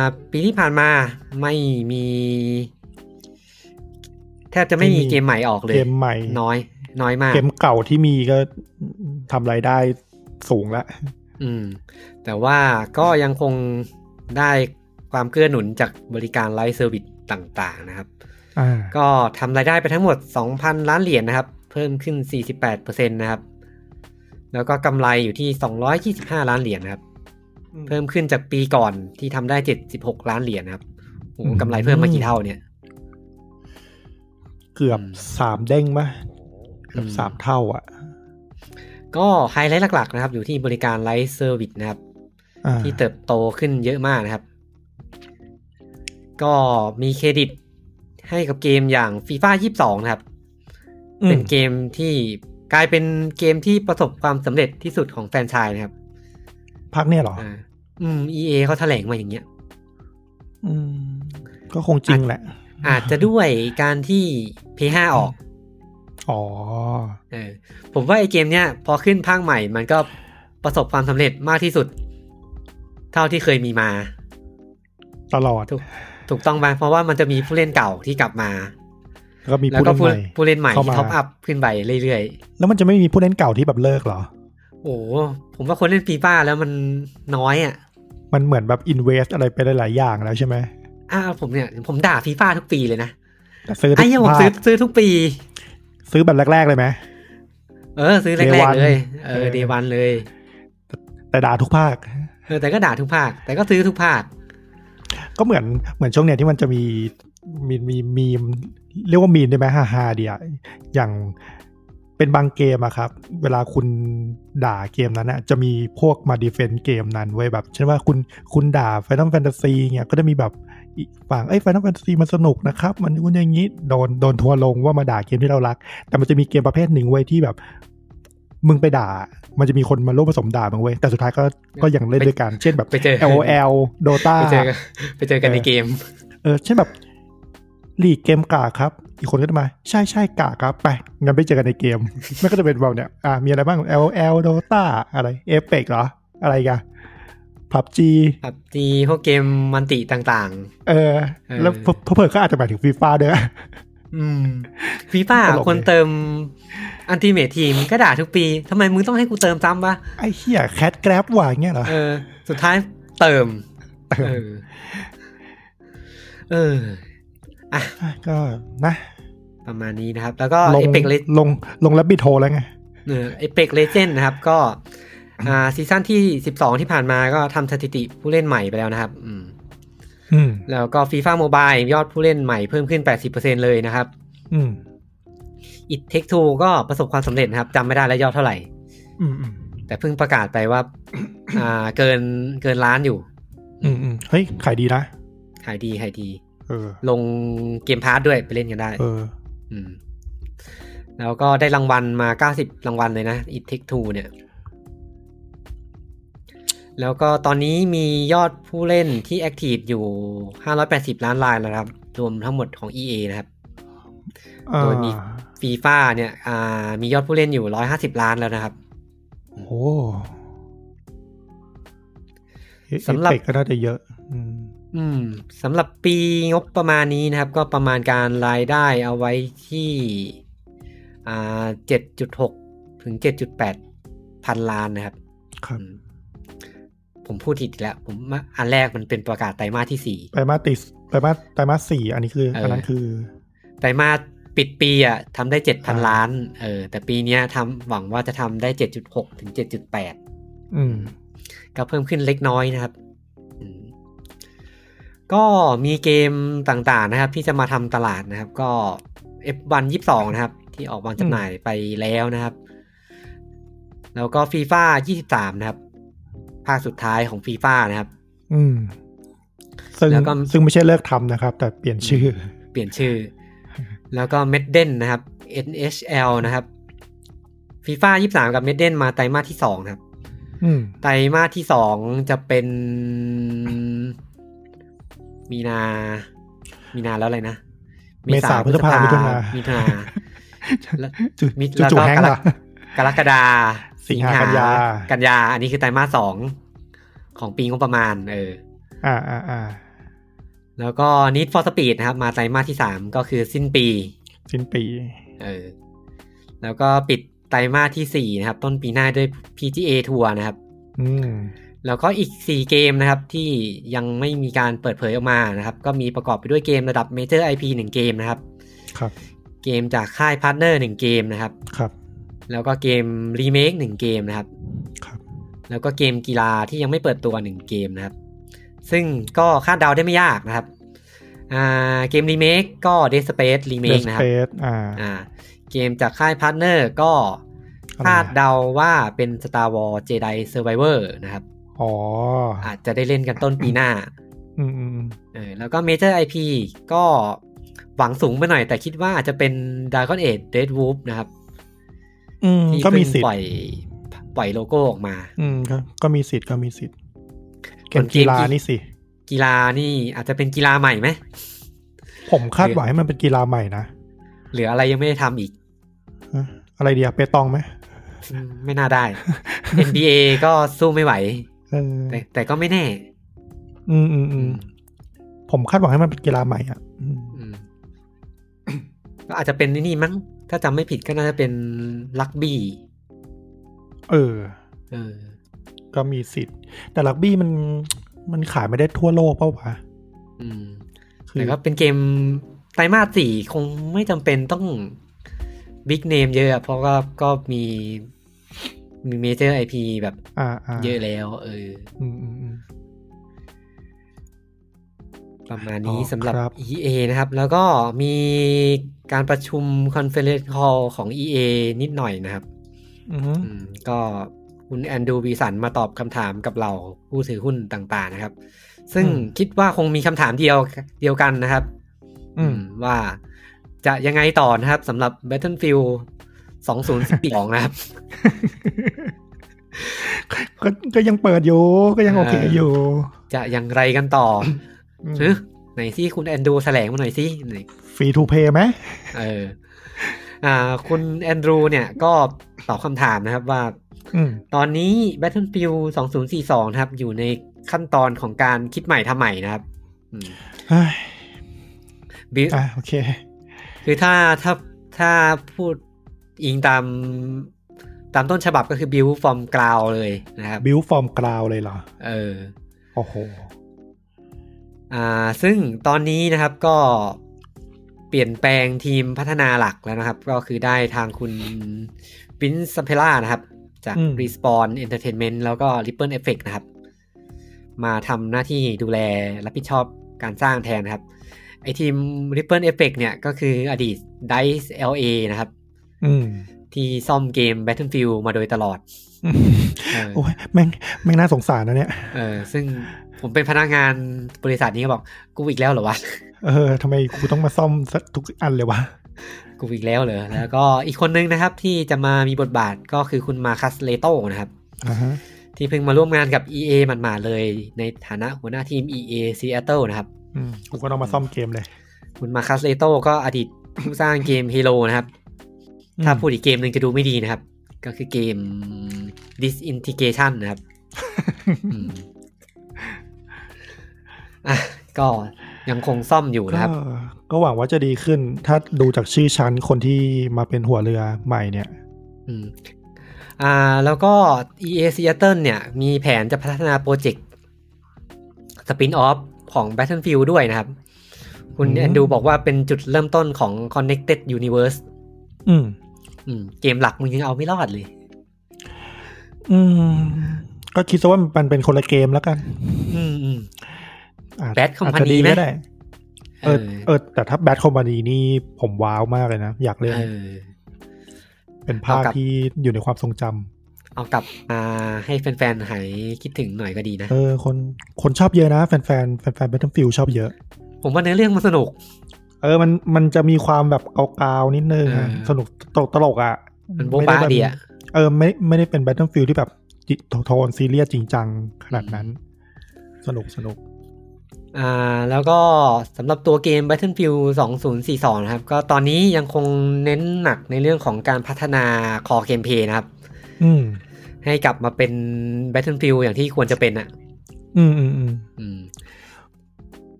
Speaker 1: าปีที่ผ่านมาไม่มี แทบจะไม่มี
Speaker 4: ไม่มี
Speaker 1: เกมใหม่ออกเลย
Speaker 4: เกมใหม่
Speaker 1: น้อย น้อยมาก
Speaker 4: เกมเก่าที่มีก็ทำรายได้สูงละ
Speaker 1: อืม แต่ว่าก็ยังคงได้ความเกื้อหนุนจากบริการไลฟ์เซอร์วิสต่างๆนะครับ
Speaker 4: อ่า
Speaker 1: ก็ทำรายได้ไปทั้งหมด 2,000 ล้านเหรียญนะครับ เพิ่มขึ้น 48%นะครับ แล้วก็กำไรอยู่ที่ 225 ล้านเหรียญนะครับ เพิ่มขึ้นจากปีก่อนที่ทำได้ 76 ล้านเหรียญนะครับโอ้โหกำไรเพิ่มมากี่เท่าเนี่ย
Speaker 4: เกือบ
Speaker 1: อืม
Speaker 4: สามเด้งปะเกือบ
Speaker 1: อืม
Speaker 4: สามเท่า อ่ะ
Speaker 1: ก็ไฮไลท์หลักๆนะครับ อยู่ที่บริการไลฟ์เซอร์วิสนะครับ
Speaker 4: อ่า
Speaker 1: ที่เติบโตขึ้นเยอะมากนะครับ ก็มีเครดิตให้กับเกมอย่าง FIFA 22 นะครับ เป็นเกมที่กลายเป็นเกมที่ประสบความสำเร็จที่สุดของแฟรนไชายนะครับ
Speaker 4: พักเนี่ยเหรอ
Speaker 1: อ่าอืม EA เขาแถลงมาอย่างเงี้ย
Speaker 4: อืม ก็คงจริงแหละ
Speaker 1: อาจจะด้วยการที่ P5 ออก
Speaker 4: อ๋อ
Speaker 1: เออ ผมว่าไอเกมเนี้ยพอขึ้นภาคใหม่ มันก็ประสบความสำเร็จมากที่สุด เท่าที่เคยมีมา
Speaker 4: ตลอด
Speaker 1: ถูกถูกต้องไหมเพราะว่ามันจะมีผู้เล่นเก่าที่กลับมา
Speaker 4: แล้วก็มี
Speaker 1: แล้ว
Speaker 4: ผู้
Speaker 1: ก็
Speaker 4: เล่น
Speaker 1: ผู้
Speaker 4: ใหม่
Speaker 1: ผู้เล่นใหม่
Speaker 4: ข้า
Speaker 1: ที่
Speaker 4: มา
Speaker 1: ท็อปอัพขึ้นไปเรื่อย
Speaker 4: แล้วมันจะไม่มีผู้เล่นเก่าที่แบบเลิกเหรอ
Speaker 1: ๆ โอ้โหผมว่าคนเล่นฟีฟ่าแล้วมันน้อยอ่ะ
Speaker 4: มันเหมือนแบบอินเวสอะไรไปหลายๆอย่างแล้วใช่ไหม
Speaker 1: อ้าวผมเนี่ย ผมด่าฟีฟ่าทุกปีเลยนะ
Speaker 4: แต่ซื้อทุ
Speaker 1: ไอ้
Speaker 4: ก
Speaker 1: เหี้ยผม
Speaker 4: ภา
Speaker 1: ซื้อ
Speaker 4: ค
Speaker 1: ซื้อทุกปี
Speaker 4: ซื้อแบบแรก ๆ เลยไหม
Speaker 1: เออ ซื้อแร
Speaker 4: Day
Speaker 1: ก
Speaker 4: one
Speaker 1: ๆเลย เออ
Speaker 4: เออ
Speaker 1: เดวันเลย
Speaker 4: แต่ด่าทุกภาค
Speaker 1: เออแต่ก็ด่าทุกภาค แต่ก็ซื้อทุกภาค
Speaker 4: ก็เหมือนเหมือนช่วงเนี้ยที่มันจะมีมีมีมีมเรียกว่ามีมได้ไหมฮ่าฮาๆดีอะอย่างเป็นบางเกมอะครับ เวลาคุณด่าเกมนั้นอะจะมีพวกมาดีเฟนเกมนั้นไว้ยแบบเช่นว่าคุณคุณด่า Final Fantasy เนี่ยก็จะมีแบบอีกฝั่งเอ้ย Final Fantasy มันสนุกนะครับ มันนู่นอย่างนี้โดนโดนทัวร์ลงว่ามาด่าเกมที่เรารัก แต่มันจะมีเกมประเภทหนึ่งไว้ยที่แบบ มึงไปด่า มันจะมีคนมาร่วมผสมด่ามึงเว้ยแต่สุดท้ายก็ก็ยังเล่นด้วยกันเช่นแบบ
Speaker 1: ไปเจอ
Speaker 4: LOL Dota
Speaker 1: ไปเจอกันไปเจอกันในเกม
Speaker 4: เออเช่นแบบลีกเกมกากครับ อีกคนก็จะมา ใช่ใช่กากครับ ไปงั้นไปเจอกันในเกม มันก็จะเป็นแบบเนี้ยอ่ามีอะไรบ้าง LL Dota อะไร Apex เหรอ อะไรกันพับจี
Speaker 1: ครับจีพวกเกมมันติต่าง
Speaker 4: เออ แล้ว
Speaker 1: เออ
Speaker 4: เพเพิ่ก็อาจจะ หมายถึงฟีฟ่าด้วย
Speaker 1: ๆ อืมฟีฟ่า
Speaker 4: ตลกดี
Speaker 1: คนเติมอันติเมททีมก็ด่าทุกปีทำไมมึงต้องให้กูเติมซ้ำวะ
Speaker 4: ไอ้เหี้ยแคทแกร็บว่างเงี้ยเหรอ
Speaker 1: เออ สุดท้ายเติม
Speaker 4: เอ
Speaker 1: เออ
Speaker 4: อ
Speaker 1: เออ
Speaker 4: ก็นะ
Speaker 1: ประมาณนี้นะครับ แล้วก็
Speaker 4: ลง
Speaker 1: เอ e ป l กเลส
Speaker 4: ลงลงแล้วบิดโทแล้วไง
Speaker 1: เอเปกเลเจนนะครับ ก็ อ่าซีซั่นที่ 12 ที่ผ่านมาก็ทำสถิติผู้เล่นใหม่ไปแล้วนะครับ อืม
Speaker 4: อืม
Speaker 1: แล้วก็ฟีฟ่าโมบายยอดผู้เล่นใหม่เพิ่มขึ้น 80%เลยนะครับ
Speaker 4: อืม
Speaker 1: อิทเทคทูก็ประสบความสำเร็จนะครับจำไม่ได้แล้วยอดเท่าไหร่
Speaker 4: อืมอืม
Speaker 1: แต่เพิ่งประกาศไปว่า อ่าเกินเกินล้านอยู่
Speaker 4: อืมอืมเฮ้ยขายดีนะ
Speaker 1: ขายดีขายดี
Speaker 4: เออ
Speaker 1: ลงเกมพาร์ทด้วยไปเล่นกันได้
Speaker 4: เออ
Speaker 1: มแล้วก็ได้รางวัลมา 90 รางวัลเลยนะอิทเทคทูเนี่ย แล้วก็ตอนนี้มียอดผู้เล่นที่แอคทีฟอยู่ 580 ล้านรายแล้วนะครับรวมทั้งหมดของ EA นะครับ โดยมี ฟีฟ่าเนี่ยอ่ามียอดผู้เล่นอยู่ 150 ล้านแล้วนะครับ
Speaker 4: โอ้
Speaker 1: สำหรับ
Speaker 4: เอฟเฟกต์ก็น่าจะเยอะ อืม
Speaker 1: อืมสำหรับปีงบประมาณนี้นะครับ ก็ประมาณการรายได้เอาไว้ที่อ่า7.6 ถึง 7.8 พันล้านนะครับ
Speaker 4: ครับ
Speaker 1: อืมผมพูดผิดอีกแล้ว ผมว่าอันแรกมันเป็นประกาศไตรมาสที่
Speaker 4: ไตรมาสติสไตรมาสไตรมาสสี่อันนี้คือ
Speaker 1: เอออั
Speaker 4: อันนั้นคือ
Speaker 1: 4 ไตรมาสปิดปีอ่ะทำได้
Speaker 4: อ่า
Speaker 1: 7,000 ล้าน เออ แต่ปีเนี้ยทำหวังว่าจะทำได้ 7.6 ถึง 7.8
Speaker 4: อืม
Speaker 1: ก็เพิ่มขึ้นเล็กน้อยนะครับอืมก็มีเกมต่างๆนะครับ ที่จะมาทำตลาดนะครับ ก็ F1 22 นะครับ ที่ออกวางจำหน่ายไปแล้วนะครับ แล้วก็ FIFA 23 นะครับ ภาคสุดท้ายของ FIFA นะครับ
Speaker 4: อืม ซึ่ง
Speaker 1: แล้วก็
Speaker 4: ซึ่งไม่ใช่เลิกทำนะครับ แต่เปลี่ยนชื่อ
Speaker 1: เปลี่ยนชื่อ แล้วก็เมดเดนนะครับ NHL นะครับฟีฟ่ายี่สามกับเมดเดนมาไตรมาสที่สองนะครับ
Speaker 4: อืม
Speaker 1: ไตรมาสที่สองจะเป็น มีนา มีนาแล้วอะไรนะ
Speaker 4: เมษาพฤษภามิถุนา
Speaker 1: มิถุนา แล้ว
Speaker 4: จุด
Speaker 1: มิ
Speaker 4: จุด
Speaker 1: แล้ว
Speaker 4: จุ
Speaker 1: ก็
Speaker 4: แห้ง
Speaker 1: กร
Speaker 4: เหรอ
Speaker 1: กกรกฎา
Speaker 4: สิงหากันยา
Speaker 1: กันยา อันนี้คือไตรมาสสองของปีงบประมาณ เออ
Speaker 4: อ่าอ่าอ่า
Speaker 1: แล้วก็ Need for Speed นะครับ มาไตรมาสที่สามก็คือสิ้นปี
Speaker 4: สิ้นปี
Speaker 1: เออ แล้วก็ปิดไตรมาสที่สี่นะครับ ต้นปีหน้าด้วย PGA ทัวร์นะครับ
Speaker 4: อืม
Speaker 1: แล้วก็อีก 4 เกมนะครับที่ยังไม่มีการเปิดเผยออกมานะครับ ก็มีประกอบไปด้วยเกมระดับ Major IP 1 เกมนะครับ
Speaker 4: ครับ
Speaker 1: เกมจากค่ายพาร์ทเนอร์ 1 เกมนะครับ
Speaker 4: ครับ
Speaker 1: แล้วก็เกมรีเมค1 เกมนะครับ
Speaker 4: ครับ
Speaker 1: แล้วก็เกมกีฬาที่ยังไม่เปิดตัว 1 เกมนะครับ ซึ่งก็คาดเดาได้ไม่ยากนะครับอ่าเกมรีเมคก็ Dead Space Remake
Speaker 4: Dead
Speaker 1: นะครับ
Speaker 4: Space อ่า
Speaker 1: อ่าเกมจากค่ายพาร์ทเนอร์ก็
Speaker 4: อะไรอ่ะ
Speaker 1: คาดเดาว่าเป็น Star Wars Jedi Survivor นะครับ
Speaker 4: อ๋อ
Speaker 1: อาจจะได้เล่นกันต้นปีหน้า
Speaker 4: อืมอืม
Speaker 1: เออแล้วก็ Major IP ก็หวังสูงไปหน่อย แต่คิดว่าอาจจะเป็น Dragon Age Dead Wolf นะครับ
Speaker 4: อืม
Speaker 1: ที่
Speaker 4: ก็
Speaker 1: เพิ่
Speaker 4: มี
Speaker 1: ง
Speaker 4: สิท
Speaker 1: ป
Speaker 4: ธิ์
Speaker 1: ล่อยปล่อยโลโก้ออกมา
Speaker 4: อืมก็ก็มีสิทธิ์ก็มีสิทธิ์เก
Speaker 1: ส่ว
Speaker 4: ม
Speaker 1: นเกม
Speaker 4: กีฬา
Speaker 1: ที่
Speaker 4: นี่สิ
Speaker 1: กีฬานี่อาจจะเป็นกีฬาใหม่ไหม
Speaker 4: ผมคาด
Speaker 1: เกม
Speaker 4: หวังให้มันเป็นกีฬาใหม่นะ
Speaker 1: หรืออะไรยังไม่ได้ ทำอีก
Speaker 4: ฮะอะไรเดียวเปตองไหม
Speaker 1: อืมไม่น่าได้ NBA ก็สู้ไม่ไหว
Speaker 4: เออ
Speaker 1: แต่แต่ก็ไม่แน่
Speaker 4: อืมอืมอืมผมคาดหวังให้มันเป็นกีฬาใหม่อ่ะอืม
Speaker 1: อืม ก็อาจจะเป็นนี่มั้ง ถ้าจำไม่ผิดก็น่าจะเป็นลักบี้
Speaker 4: เออ
Speaker 1: เออ
Speaker 4: ก็มีสิทธิ์ แต่ลักบี้มันมันขายไม่ได้ทั่วโลกเปล่าวะ
Speaker 1: อืม
Speaker 4: คือ
Speaker 1: แต่ก็เป็นเกมไตรมาสสี่คงไม่จำเป็นต้องบิ๊กเนมเยอะอะเพราะก็ก็มีมีเมเจอร์ไอพีแบบ
Speaker 4: อ่าอ่า
Speaker 1: เยอะแล้ว เออ
Speaker 4: อืมอืมอืม
Speaker 1: ประมาณนี้
Speaker 4: อ๋อ
Speaker 1: สำหรับ
Speaker 4: ครับ
Speaker 1: EA นะครับ แล้วก็มีการประชุมคอนเฟอเรนซ์คอลของ EA นิดหน่อยนะครับ
Speaker 4: อืม
Speaker 1: อืมก็คุณแอนดรูวีสันมาตอบคำถามกับเราผู้ถือหุ้นต่างๆนะครับ ซึ่ง
Speaker 4: อืม
Speaker 1: คิดว่าคงมีคำถามเดียวเดียวกันนะครับ
Speaker 4: อืม
Speaker 1: ว่าจะยังไงต่อนะครับสำหรับ Battlefield 2012 นะครับ
Speaker 4: ก็ก็ยังเปิดอยู่ ก็ยังโอเค
Speaker 1: เอออ
Speaker 4: อยู่
Speaker 1: จะอย่างไรกันต่อ
Speaker 4: อืม
Speaker 1: หรือไหนสิคุณแอนดรูแถลงมาหน่อยสิไหน
Speaker 4: ฟรีทูเพย์ไหม
Speaker 1: เอออ่าคุณแอนดรูเนี่ยก็ตอบคำถามนะครับว่า
Speaker 4: อืม
Speaker 1: ตอนนี้ Battlefield 2042 นะครับ อยู่ในขั้นตอนของการคิดใหม่ทำใหม่นะครับอืม
Speaker 4: เฮ้ย
Speaker 1: Build
Speaker 4: อ่ะโอเค
Speaker 1: คือถ้าถ้าถ้าพูดอิงตามตามต้นฉบับก็คือ build from ground เลยนะครับ
Speaker 4: บิวฟอร์มกราวเลยเหรอ
Speaker 1: เออ
Speaker 4: โอ้โห
Speaker 1: อ่า ซึ่งตอนนี้นะครับก็เปลี่ยนแปลงทีมพัฒนาหลักแล้วนะครับ ก็คือได้ทางคุณวินซัมเพล่านะครับ จาก
Speaker 4: อืม
Speaker 1: Respawn Entertainment แล้วก็ Ripple Effect นะครับ มาทำหน้าที่ดูแลรับผิดชอบการสร้างแทนนะครับ ไอทีม Ripple Effect เนี่ยก็คืออดีต DICE LA นะครับ
Speaker 4: อืม
Speaker 1: ที่ซ่อมเกม Battlefield มาโดยตลอด เออ
Speaker 4: โอ้ยแม่งแม่งน่าสงสารนะเนี่ย
Speaker 1: เออ ซึ่งผมเป็นพนักงานบริษัทนี้ก็บอก กูอีกแล้วเหรอวะ
Speaker 4: เออทำไมกูต้องมาซ่อมสักทุกอันเลยวะ
Speaker 1: กูอีกแล้วเหรอ แล้วก็อีกคนนึงนะครับที่จะมามีบทบาทก็คือคุณมาคัสเลโตนะครับ
Speaker 4: อ่าฮะ
Speaker 1: ที่เพิ่งมาร่วมงานกับ EA มันมาดๆเลย ในฐานะหัวหน้าทีม EA Seattle นะครับ
Speaker 4: อืมกูก็ต้องมาซ่อมเกมเลย
Speaker 1: คุณมาคัสเลโตก็อดีต ผู้สร้างเกม Halo นะครับ
Speaker 4: อืม
Speaker 1: ถ้าพูดอีกเกมหนึ่งจะดูไม่ดีนะครับ ก็คือเกม Disintegration นะครับอืมอ่ะก็ยังคงซ่อมอยู่
Speaker 4: ก็
Speaker 1: นะครับ
Speaker 4: ก็หวังว่าจะดีขึ้น ถ้าดูจากชื่อชั้นคนที่มาเป็นหัวเรือใหม่เนี่ย
Speaker 1: อืมอ่าแล้วก็ EA Seattle เนี่ย มีแผนจะพัฒนาโปรเจกต์สปินออฟของ Battlefield ด้วยนะครับ คุณ
Speaker 4: อืม
Speaker 1: แอนดูบอกว่าเป็นจุดเริ่มต้นของ Connected Universe
Speaker 4: อืม
Speaker 1: อืมเกมหลักมึงยังเอาไม่รอดเลย
Speaker 4: อืม ก็คิดซะว่ามันเป็นคนละเกมแล้วกัน
Speaker 1: อืมอืม
Speaker 4: อ่ะ
Speaker 1: Bad Company
Speaker 4: อาจจะดี
Speaker 1: ไหม
Speaker 4: ก็ได้
Speaker 1: เอ
Speaker 4: เออ
Speaker 1: อ
Speaker 4: เออ แต่ถ้าแบทคอมพานีนี่ผมว้าวมากเลยนะ อยากเล่น
Speaker 1: เออ
Speaker 4: เป็นภาพ
Speaker 1: เอากลับ
Speaker 4: ที่อยู่ในความทรงจำ
Speaker 1: เอากลับมาให้แฟนๆหายคิดถึงหน่อยก็ดีนะ
Speaker 4: เออคนคนชอบเยอะนะแฟนแฟนแฟนแฟนแบทเทิลฟิลชอบเยอะ
Speaker 1: ผมว่าเนื้อเรื่องมันสนุก
Speaker 4: เออมันมันจะมีความแบบเกาๆนิดนึงอะ
Speaker 1: เออ
Speaker 4: สนุกตลกตลกอ่ะ
Speaker 1: มันโบ๊ะบ้า
Speaker 4: ไไแบบ
Speaker 1: ดีอะ
Speaker 4: เออไม่ไม่ได้เป็นแบทเทิลฟิลที่แบบจิโทนซีเรียสจริงจังขนาดนั้น สนุกสนุก
Speaker 1: อ่าแล้วก็สำหรับตัวเกม Battlefield 2042 นะครับ ก็ตอนนี้ยังคงเน้นหนักในเรื่องของการพัฒนาคอเกมเพย์นะครับ
Speaker 4: อืม
Speaker 1: ให้กลับมาเป็น Battlefield อย่างที่ควรจะเป็นอ่ะ
Speaker 4: อืมอืมอืม
Speaker 1: อืม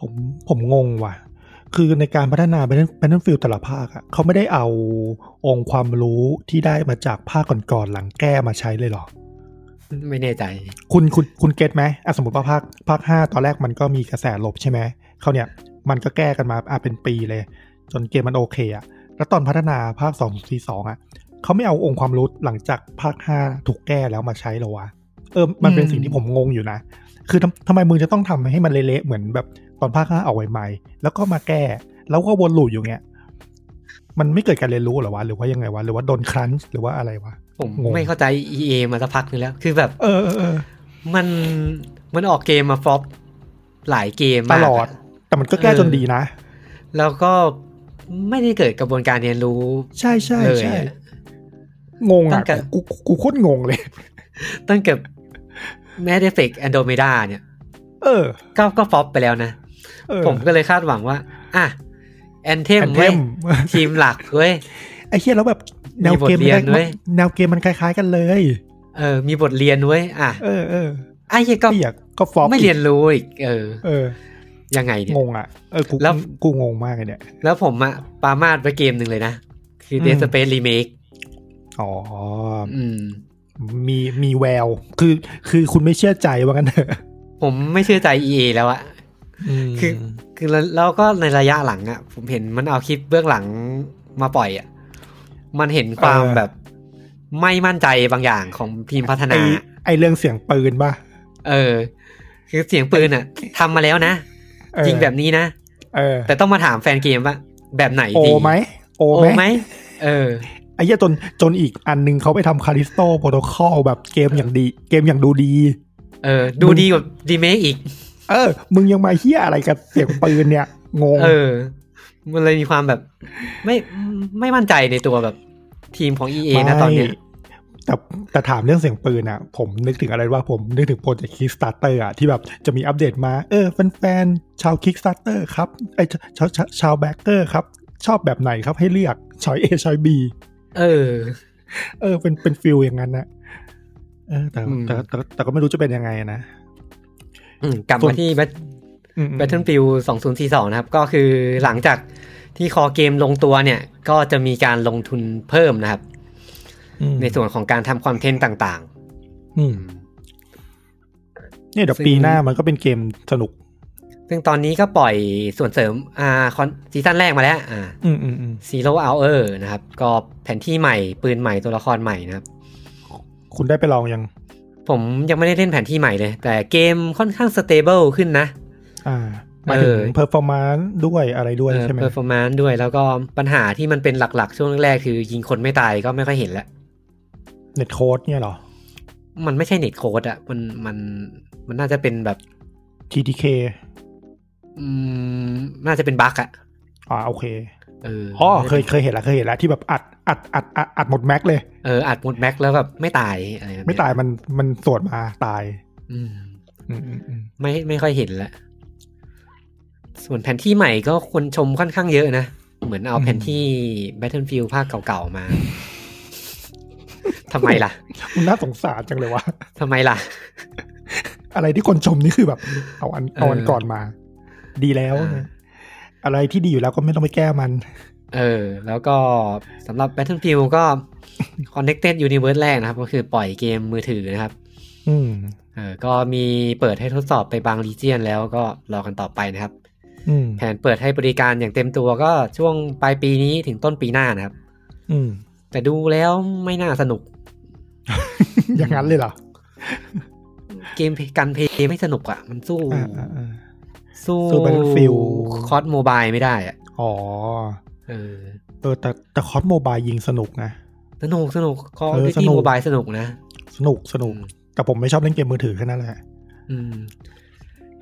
Speaker 4: ผมผมงงว่ะ คือในการพัฒนาแบทเทิลฟิลแต่ละภาคอะเขาไม่ได้เอาองค์ความรู้ที่ได้มาจากภาคก่อนๆหลังแก้มาใช้เลยเหรอ
Speaker 1: ไม่แน่ใจ
Speaker 4: คุณคุณคุณเก็ตไหมอ่ะสมมติว่าภาคภาคห้าตอนแรกมันก็มีกระแสลบใช่ไหม เขาวเนี่ยมันก็แก้กันมาอ่ะเป็นปีเลย จนเกมมันโอเคอ่ะ แล้วตอนพัฒนาภาคสองสี่สองอ่ะเขาไม่เอาองค์ความรู้หลังจากภาคห้าถูกแก้แล้วมาใช้เหรอวะ เออ มันเป็น
Speaker 1: อืม
Speaker 4: สิ่งที่ผมงงอยู่นะ คือทำทำไมมึงจะต้องทำให้มันเละๆเหมือนแบบตอนภาคห้าเอาใหม่ๆแล้วก็มาแก้ แล้วก็วนลูปอยู่เงี้ย มันไม่เกิดการเรียนรู้เหรอวะ หรือว่ายังไงวะ หรือว่าโดนครั้นช์หรือว่าอะไรวะ
Speaker 1: ผม
Speaker 4: งง
Speaker 1: ไม่เข้าใจ EA มาสักพักนึงแล้ว คือแบบ
Speaker 4: เออเออเออ
Speaker 1: มันมันออกเกมมาฟลอปหลายเกม
Speaker 4: ต
Speaker 1: มาก
Speaker 4: ลอด แต่มันก็แก้จนดีนะ
Speaker 1: แล้วก็ไม่ได้เกิดกระบวนการเรียนรู้
Speaker 4: ใช่ใช่
Speaker 1: เลย
Speaker 4: ใช่
Speaker 1: อะ
Speaker 4: งง
Speaker 1: ตั้
Speaker 4: อ่ะ
Speaker 1: งแต่
Speaker 4: กูกูกูโคตรงงเลย
Speaker 1: ตั้งแต่แมดเฟกแอนโดเมดาเนี่ย
Speaker 4: เออ
Speaker 1: ก็ก็ฟลอปไปแล้วนะ
Speaker 4: เออ
Speaker 1: ผมก็เลยคาดหวังว่า อ่ะ แอนเทม
Speaker 4: แอนเท
Speaker 1: เว้ย
Speaker 4: ม
Speaker 1: ทีมหลักเว้ย
Speaker 4: ไอ้เชี่ยแล้วแบบ แนวเกม
Speaker 1: มีบทเรียน
Speaker 4: มัน
Speaker 1: เว้ย
Speaker 4: แนวเกมมันคล้าย ๆกันเลย
Speaker 1: เออ มีบทเรียนเว้ย อ่ะ
Speaker 4: เออเออ
Speaker 1: ไอ้เหี้ยก็
Speaker 4: ก็อยากก็ฟอป
Speaker 1: ไม่เรียนรู้อีก เออ
Speaker 4: เออ
Speaker 1: ยังไงเนี่ย
Speaker 4: งงอ่ะเออกู
Speaker 1: แล้ว
Speaker 4: กูงงมากเลยเนี่ย
Speaker 1: แล้วผมอะปามาดไปเกมหนึ่งเลยนะ คือ
Speaker 4: ม
Speaker 1: เดสเปซรีเมค
Speaker 4: อ๋อ
Speaker 1: อืม
Speaker 4: มีมีแวว คือคือคุณไม่เชื่อใจว่างั้นเถอะ
Speaker 1: ผมไม่เชื่อใจ EA แล้วอะ คือ คือแล้วแล้วก็ในระยะหลังอะผมเห็นมันเอาคลิปเบื้องหลังมาปล่อยอะมันเห็นความแบบ ไม่มั่นใจบางอย่างของทีมพัฒ
Speaker 4: ไอ
Speaker 1: นา
Speaker 4: ไอเรื่องเสียงปืนป่ะ
Speaker 1: เออ คือเสียงปืนอะทำมาแล้วนะ
Speaker 4: เออ
Speaker 1: จริงแบบนี้นะ
Speaker 4: เออ
Speaker 1: แต่ต้องมาถามแฟนเกมว่าแบบไหน
Speaker 4: โอ
Speaker 1: ดี
Speaker 4: ไหมโอ
Speaker 1: โอ
Speaker 4: ไหม
Speaker 1: ไหมเออ
Speaker 4: ไอ้เหี้ยจนจนอีกอันหนึงเขาไปทำคาริสโตโปรโตคอลแบบเกมอย่างดี เกมอย่างดูดี
Speaker 1: เออ ดูดีกว่าดีเมคอีก
Speaker 4: เออ มึงยังมาเฮี้ยอะไรกับเสียงปืนเนี่ย งง
Speaker 1: เออ มันเลยมีความแบบ ไม่ไม่มั่นใจในตัวแบบทีมของ EA นะตอนเนี้ย
Speaker 4: ไม่แต่แต่ถามเรื่องเสียงปืนอ่ะ ผมนึกถึงอะไรว่าผมนึกถึงโปรเจกต์คิกสตาร์เตอร์อ่ะ ที่แบบจะมีอัปเดตมา เออแฟนๆชาวคิกสตาร์เตอร์ครับไอ้ยชาวชาวชาวแบ็กเกอร์ครับ ชอบแบบไหนครับให้เลือกชอยเอชอยบี
Speaker 1: เออ
Speaker 4: เออเป็นเป็นฟิลอย่างนั้นนะเออแต่
Speaker 1: อืม
Speaker 4: แต่แต่แต่ก็ไม่รู้จะเป็นยังไงนะ
Speaker 1: อืมกลับ
Speaker 4: ส่ว
Speaker 1: มาน ที่ Bat-
Speaker 4: อืมอืม
Speaker 1: Battlefield 2042 นะครับ ก็คือหลังจากที่คอเกมลงตัวเนี่ย ก็จะมีการลงทุนเพิ่มนะครับ
Speaker 4: อืม
Speaker 1: ในส่วนของการทำคอนเทนต์ต่าง
Speaker 4: อืมเนี่ยเดี๋ยว
Speaker 1: ซึ่ง
Speaker 4: ปีหน้ามันก็เป็นเกมสนุก
Speaker 1: ๆ ซึ่งตอนนี้ก็ปล่อยส่วนเสริมอ่าคอนซีซั่นแรกมาแล้ว อ่า
Speaker 4: อืมอืมอืม
Speaker 1: Zero Hour นะครับ ก็แผนที่ใหม่ปืนใหม่ตัวละครใหม่นะครับ
Speaker 4: คุณได้ไปลองยัง
Speaker 1: ผมยังไม่ได้เล่นแผนที่ใหม่เลย แต่เกมค่อนข้างสเตเบิลขึ้นนะ
Speaker 4: อ่าหมายถึง
Speaker 1: เออ
Speaker 4: เพอร์ฟอร์มานด้วยอะไรด้วยใช่ไหม
Speaker 1: เพอร์ฟอร์แมนซ์ด้วยแล้วก็ปัญหาที่มันเป็นหลักๆ ช่วงแรกๆ คือยิงคนไม่ตายก็ไม่ค่อยเห็นละ
Speaker 4: เน็ตโค้ดเนี่ยเหรอ
Speaker 1: มันไม่ใช่เน็ตโค้ดอะมันมันมันน่าจะเป็นแบบ
Speaker 4: TTK
Speaker 1: อืมน่าจะเป็นบั๊กอะ
Speaker 4: อ่าโอเค
Speaker 1: เออ
Speaker 4: อ๋อ
Speaker 1: น่าจะ
Speaker 4: เคยเคยเห็นละเคยเห็นละที่แบบอัดอัดอัดอัดอัดหมดแม็กเลย
Speaker 1: เอออัดหมดแม็กแล้วแบบไม่ตายอะไรแบบเนี้
Speaker 4: ไม่ตายมันมันสวดมาตาย
Speaker 1: อืม
Speaker 4: อืมอืมอืม
Speaker 1: ไม่ไม่ค่อยเห็นละ ส่วนแผนที่ใหม่ก็คนชมค่อนข้างเยอะนะ เหมือนเอาแผนที่ Battlefield ภาคเก่าๆมา ทำไมล่ะ
Speaker 4: มันน่าสงสารจังเลยวะ
Speaker 1: ทำไมล่ะ
Speaker 4: อะไรที่คนชมนี่คือแบบ เอาอันเอาอัน
Speaker 1: เออ
Speaker 4: ก่อนมา ดีแล้ว
Speaker 1: อ่า
Speaker 4: อะไรที่ดีอยู่แล้วก็ไม่ต้องไปแก้มัน
Speaker 1: เออ แล้วก็สำหรับ Battlefield ก็ Connected Universe แรกนะครับ ก็คือปล่อยเกมมือถือนะครับ
Speaker 4: อืม
Speaker 1: เออ ก็มีเปิดให้ทดสอบไปบาง e g i o n แล้วก็รอกันต่อไปนะครับ
Speaker 4: อืม
Speaker 1: แผนเปิดให้บริการอย่างเต็มตัวก็ช่วงปลายปีนี้ถึงต้นปีหน้านะครับ
Speaker 4: อืม
Speaker 1: แต่ดูแล้วไม่น่าสนุก
Speaker 4: อย่างนั้นเลยเหรอ
Speaker 1: เกมการเพลย์ไม่สนุกอะ่ะ มันสู้
Speaker 4: อ่าอ่าอ่า
Speaker 1: สู้
Speaker 4: สู้ Battlefield
Speaker 1: คอสโมบายไม่ได้อะ่ะ
Speaker 4: อ๋อ
Speaker 1: เออ
Speaker 4: เออแต่แต่คอสโมบายยิงสนุกนะ
Speaker 1: สนุกสนุกคอส
Speaker 4: เออ
Speaker 1: ดิ
Speaker 4: ส
Speaker 1: จิ
Speaker 4: นุก
Speaker 1: โมบายสนุกนะ
Speaker 4: สนุกสนุก แต่ผมไม่ชอบเล่นเกมมือถือแค่นั้นแหละ
Speaker 1: อืม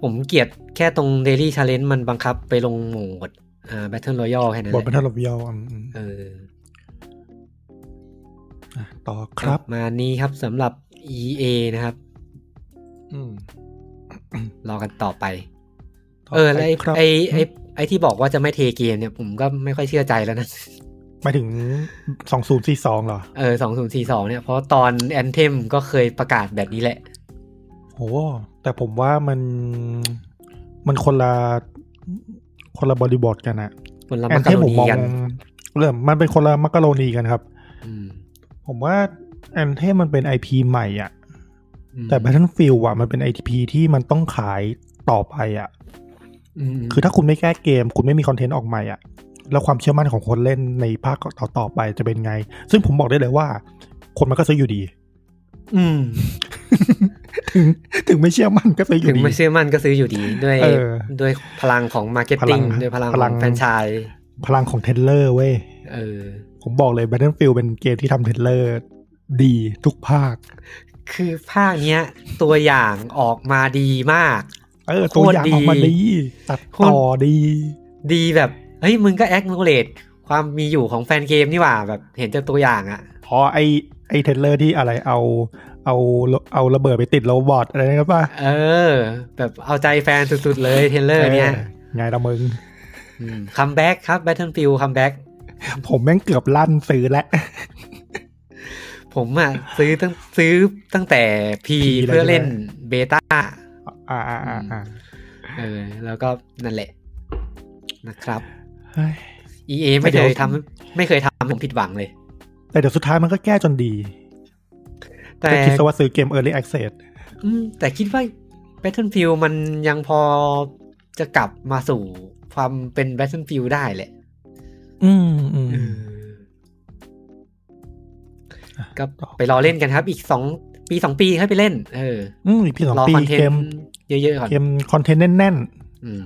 Speaker 1: ผมเกลียดแค่ตรง Daily Challenge มันบังคับไปลงโหมดอ่า Battle Royale แค่นั้น
Speaker 4: บ
Speaker 1: แหละ
Speaker 4: ทบรรทัดรบยอม
Speaker 1: เออ
Speaker 4: อ่ะต่อครับ
Speaker 1: ประมาณนี้ครับสำหรับ EA นะครับ
Speaker 4: อืม
Speaker 1: รอกันต่อไป
Speaker 4: ต่อไป
Speaker 1: เออแล้วไอ้
Speaker 4: ครับ
Speaker 1: ไอ้ไอ้ไอ้ที่บอกว่าจะไม่เทเกมเนี่ย ผมก็ไม่ค่อยเชื่อใจแล้วนะ
Speaker 4: หมายถึงสองศูนย์สี่สองเหรอ
Speaker 1: เออสองศูนย์สี่สองเนี่ย เพราะตอนแอนเทมก็เคยประกาศแบบนี้แหละ
Speaker 4: โห แต่ผมว่ามัน มันคนละ คนละบริบทกันอะ
Speaker 1: บนลำ
Speaker 4: แอ
Speaker 1: มัน กกะ
Speaker 4: เทม
Speaker 1: โร
Speaker 4: ผม
Speaker 1: นี
Speaker 4: มอง
Speaker 1: กัน
Speaker 4: เริ่มมันเป็นคนละมักกะโรนีกันครับ
Speaker 1: อืม
Speaker 4: ผมว่าแอนเทมมันเป็น IP ใหม่อ่ะ
Speaker 1: อืม
Speaker 4: แต่ Battlefield อ่ะมันเป็น ITP ที่มันต้องขายต่อไปอ่ะ
Speaker 1: มม
Speaker 4: คือถ้าคุณไม่แก้เกม คุณไม่มีคอนเทนต์ออกใหม่อ่ะ แล้วความเชื่อมั่นของคนเล่นในภาคต่อๆไปจะเป็นไง ซึ่งผมบอกได้เลยว่า คนมันก็ซื้ออยู่ดี
Speaker 1: อืม
Speaker 4: ถึงถึงไม่เชื่อมั่นก็ซื้ออยู่
Speaker 1: ถึง
Speaker 4: ดี
Speaker 1: ไม่เชื่อมั่นก็ซื้ออยู่ดีด้วย
Speaker 4: เออ
Speaker 1: ด้วยพลังของมาร์เก็ตติ้ง
Speaker 4: พลัง
Speaker 1: ด้วยพลัง
Speaker 4: พ
Speaker 1: ข
Speaker 4: ลั
Speaker 1: อง
Speaker 4: ง
Speaker 1: แฟรนไชาย
Speaker 4: พลังของเทรลเลอร์เว้ย
Speaker 1: เออ
Speaker 4: ผมบอกเลย Battlefield เป็นเกมที่ทำเทรลเลอร์ดีทุกภาค
Speaker 1: คือภาคเนี้ย ตัวอย่างออกมาดีมาก
Speaker 4: เออตัวอย่างออกมาดี ตัดต่อดี
Speaker 1: ดีแบบ เฮ้ย มึงก็แอคโนเลดความมีอยู่ของแฟนเกมนี่หว่าแบบเห็นจากตัวอย่างอะ
Speaker 4: พอไอไอเทรลเลอร์ที่อะไรเอา เอาเอาระเบิดไปติดโรบอทอะไรนะครับป่ะ
Speaker 1: เออ แบบเอาใจแฟนสุดๆเลยเทเลอร์เนี่ย
Speaker 4: ไงละมึง
Speaker 1: คัมแบ็กครับ Battlefield คัมแบ็ก
Speaker 4: ผมแม่งเกือบลั่นซื้อแล้ว
Speaker 1: ผมอ่ะ ซื้อตั้งซื้อตั้งแต่พี
Speaker 4: พีเลย
Speaker 1: เพื่อเล่น
Speaker 4: ใช่ไห
Speaker 1: เบต้า
Speaker 4: อ่าอ่าอ่าอ่า
Speaker 1: เออ แล้วก็นั่นแหละนะครับ
Speaker 4: เฮ้ย
Speaker 1: EA
Speaker 4: ไม่
Speaker 1: ไม่
Speaker 4: เดี๋
Speaker 1: เค
Speaker 4: ยว
Speaker 1: ยทำไม่เคยทำให้ผมผิดหวังเลย
Speaker 4: แต่เดี๋ยวสุดท้ายมันก็แก้จนดี
Speaker 1: แต่
Speaker 4: ก็คิดซะว่าซื้อเกม Early Access
Speaker 1: อืมแต่คิดว่า Battlefield มันยังพอจะกลับมาสู่ความเป็น Battlefield ได้แหละ
Speaker 4: อืมอืม อ่ะ
Speaker 1: ก็ไปรอเล่นกันครับ อีกสองปีสองปีให้ไปเล่น เออ
Speaker 4: อืมอีกพี่สอง
Speaker 1: รอ
Speaker 4: ปี
Speaker 1: คอนเทน
Speaker 4: เกม
Speaker 1: ต์เยอะๆก่อน
Speaker 4: เกมคอนเทนต์แน่น
Speaker 1: อืม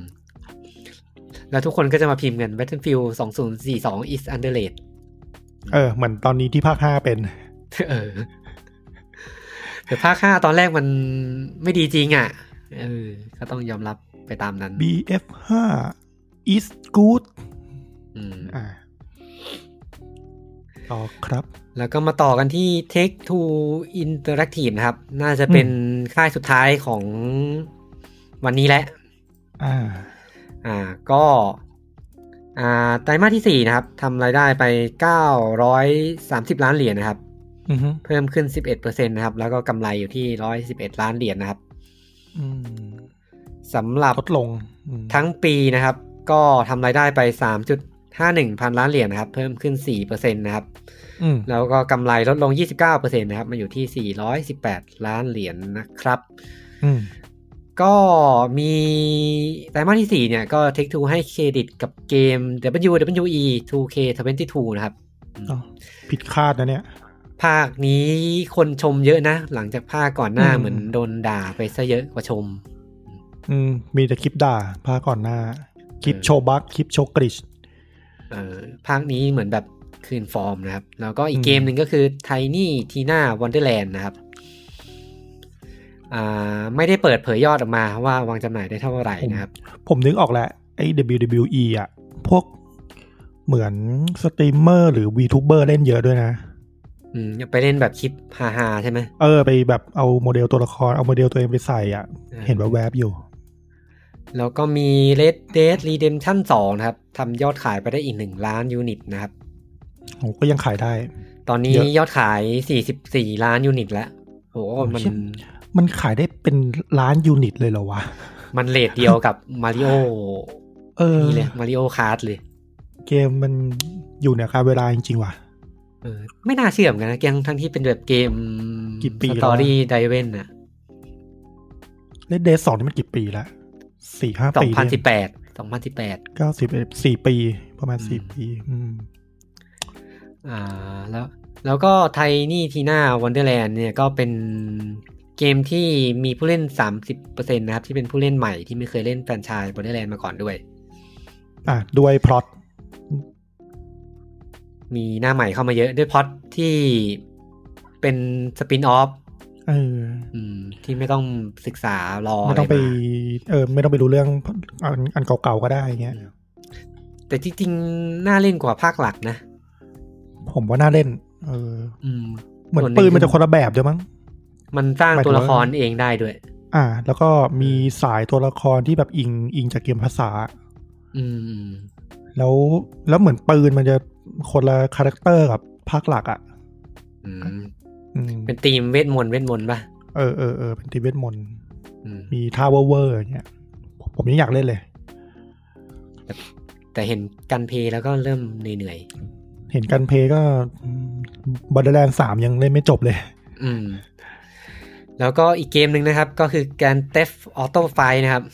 Speaker 1: แล้วทุกคนก็จะมาพิมพ์กัน Battlefield 2042 is underrated
Speaker 4: ๆเออ เหมือนตอนนี้ที่ภาคห้าเป็น
Speaker 1: เออแต่ภาคห้าตอนแรกมันไม่ดีจริงอ่ะ เออ ก็ต้องยอมรับไปตามนั้น
Speaker 4: BF5 is good
Speaker 1: อืม
Speaker 4: อ่าต่อครับ
Speaker 1: แล้วก็มาต่อกันที่ Take Two Interactive นะครับ น่าจะเป็นค่ายสุดท้ายของวันนี้แหละ
Speaker 4: อ่า
Speaker 1: อ่าก็อ่าไตรมาสที่ 4 นะครับทำรายได้ไป 930 ล้านเหรียญนะครับ
Speaker 4: อือฮึ
Speaker 1: เพิ่มขึ้น 11%นะครับ แล้วก็กำไรอยู่ที่ 111 ล้านเหรียญนะครับ
Speaker 4: อืม
Speaker 1: สำหรับ
Speaker 4: ลดลงอืม
Speaker 1: ทั้งปีนะครับ ก็ทำรายได้ไป 3.51 พันล้านเหรียญนะครับ เพิ่มขึ้น 4%นะครับ
Speaker 4: อืม
Speaker 1: แล้วก็กำไรลดลง 29%นะครับ มาอยู่ที่ 418 ล้านเหรียญนะครับ
Speaker 4: อืม
Speaker 1: ก็มีไตรมาสที่ 4 เนี่ย ก็ Take Two ให้เครดิตกับเกม WWE 2K22 นะครับ
Speaker 4: เอาผิดคาดนะเนี่ย
Speaker 1: ภาคนี้คนชมเยอะนะ หลังจากภาคก่อนหน้า
Speaker 4: อืม
Speaker 1: เหมือนโดนด่าไปซะเยอะกว่าชม
Speaker 4: อืม มีแต่คลิปด่าภาคก่อนหน้า คลิปโชว์บักคลิปโชว์กริช
Speaker 1: เออภาคนี้เหมือนแบบคืนฟอร์มนะครับ แล้วก็อีก
Speaker 4: อืม
Speaker 1: เกมหนึ่งก็คือ Tiny Tina Wonderland นะครับอ่าไม่ได้เปิดเผยยอดออกมาว่าวางจำหน่ายได้เท่าไหร่นะครับ
Speaker 4: ผมนึกออกแล้วไอ้ WWE อ่ะ พวกเหมือนสตรีมเมอร์หรือวีทูเบอร์เล่นเยอะด้วยนะ
Speaker 1: อืมไปเล่นแบบคลิปฮาฮาๆใช่ไหม
Speaker 4: เออ ไปแบบเอาโมเดลตัวละคร เอาโมเดลตัวเองไปใส่อ่ะ เห็นแวบๆอยู่
Speaker 1: แล้วก็มี Red Dead Redemption 2 นะครับทำยอดขายไปได้อีก 1 ล้านยูนิตนะครับ
Speaker 4: ผมก็ยังขายได้
Speaker 1: ตอนนี้
Speaker 4: เยอะ
Speaker 1: ยอดขาย 44 ล้านยูนิตแล้วโอ้โหมัน
Speaker 4: เชี่ย มันขายได้เป็นล้านยูนิตเลยเหรอวะ
Speaker 1: มันเลทเดียวกับมาริโอ
Speaker 4: เออ
Speaker 1: นี่เลยมาริโอคาร์ดเลย
Speaker 4: เกมมันอยู่เหนือการเวลาจริงๆว่ะ
Speaker 1: เออไม่น่าเชื่อเหมอนกันนะยังทั้งที่เป็นแบบเกม
Speaker 4: กี่ปี
Speaker 1: ส
Speaker 4: แล้ว
Speaker 1: ตอรี่ไดเวนอะ
Speaker 4: เล่นเดสสองนี่มันกี่ปีละสี่ห้า
Speaker 1: สอง
Speaker 4: ปี
Speaker 1: พันสิบแปดสองพันสิบแปด
Speaker 4: เก้าสิบสี่ปี ประมาณ
Speaker 1: อืม
Speaker 4: สี่ปี อืม
Speaker 1: อ่าแล้วแล้วก็ไทนี่ทีน่าวันเดอร์แลนด์เนี่ยก็เป็นเกมที่มีผู้เล่น 30%นะครับ ที่เป็นผู้เล่นใหม่ที่ไม่เคยเล่นแฟรนไชส์วันเดอร์แลนด์มาก่อนด้วย
Speaker 4: อ่ะ ด้วยพล็อต
Speaker 1: มีหน้าใหม่เข้ามาเยอะด้วยพล็อดที่เป็นสปินออฟ
Speaker 4: เออ
Speaker 1: อืม ที่ไม่ต้องศึกษารอ
Speaker 4: ไม่ต้องไป
Speaker 1: ะรมา
Speaker 4: เออ ไม่ต้องไปรู้เรื่องอันอันเก่าๆก็ได้อย่างเงี้ย
Speaker 1: แต่ที่จริงน่าเล่นกว่าภาคหลักนะ
Speaker 4: ผมว่าน่าเล่น เออ
Speaker 1: อืม
Speaker 4: เหมือน
Speaker 1: ส่วนหนึ่ง
Speaker 4: ปืนมันจะคนละแบบด้วยมั้ง
Speaker 1: มันสร้าง
Speaker 4: หมายถึง
Speaker 1: ตัวละครเองได้ด้วย
Speaker 4: อ่า แล้วก็มีสายตัวละครที่แบบอิงอิงจากเกมภาษา
Speaker 1: อืมอืม
Speaker 4: แล้วแล้วเหมือนปืนมันจะคนละคาแรคเตอร์กับภาคหลักอ่ะ
Speaker 1: อืม
Speaker 4: อืม
Speaker 1: เป็นทีมเวทมนต์เวทมนต์ป่ะ
Speaker 4: เออเออเออเป็นทีเวทมนต์
Speaker 1: อืม
Speaker 4: มีทาวเวอร์อย่างเงี้ยผมผมยังอยากเล่นเลย
Speaker 1: แต่เห็นกันเพลย์แล้วก็เริ่มเหนื่อย
Speaker 4: เห็นกันเพลย์ก็บอดแลนสามยังเล่นไม่จบเลย
Speaker 1: ๆอืม แล้วก็อีกเกมหนึ่งนะครับ ก็คือการเทฟออโต้ไฟนะครับ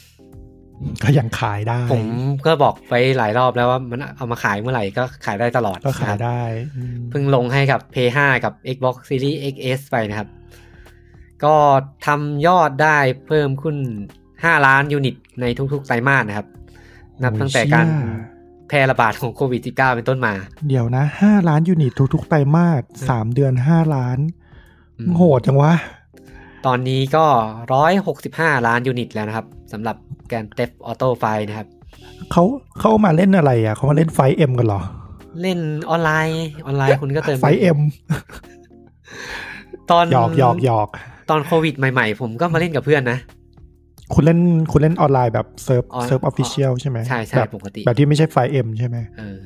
Speaker 4: ก็ยังขายได้
Speaker 1: ผมก็บอกไปหลายรอบแล้วว่ามันเอามาขายเมื่อไหร่ก็ขายได้ตลอด
Speaker 4: ก็
Speaker 1: นะ
Speaker 4: ขาย
Speaker 1: ครับ
Speaker 4: ได้อืม
Speaker 1: เพิ่งลงให้กับ p 5กับ Xbox Series XS ไปนะครับ ก็ทำยอดได้เพิ่มขึ้น 5 ล้านยูนิตในทุกๆไตรมาสนะครับ นับตั้งแต่การ
Speaker 4: โอ้ยเชี่ย
Speaker 1: แพร่ระบาดของโควิด -19 เป็นต้นมา
Speaker 4: เดี๋ยวนะห้าล้านยูนิตทุกๆไตรมาสสามเดือนห้าล้าน
Speaker 1: อืม
Speaker 4: โหดจังวะ
Speaker 1: ตอนนี้ก็ 165 ล้านยูนิตแล้วนะครับสำหรับแกนเทฟออโต้ไฟนะครับ
Speaker 4: เขาเขาเอามาเล่นอะไรอ่ะ เขามาเล่นไฟเอ็มกันเหรอ
Speaker 1: เล่นออนไลน์ออนไลน์คุณก็เติม
Speaker 4: ไฟเอ็ม
Speaker 1: ตอน
Speaker 4: หยอกหยอกหยอก
Speaker 1: ตอนโควิดใหม่ๆ ผมก็มาเล่นกับเพื่อนนะ
Speaker 4: คุณเล่นคุณเล่นออนไลน์แบบเซิร์ฟ
Speaker 1: ออน
Speaker 4: เซิร์ฟออฟฟิเชียล
Speaker 1: อ๋อ
Speaker 4: ใช่ไหม
Speaker 1: ใช่ใช่
Speaker 4: แบบ
Speaker 1: ปกติ
Speaker 4: แบบที่ไม่ใช่ไฟเอ็มใช่ไหม
Speaker 1: เออ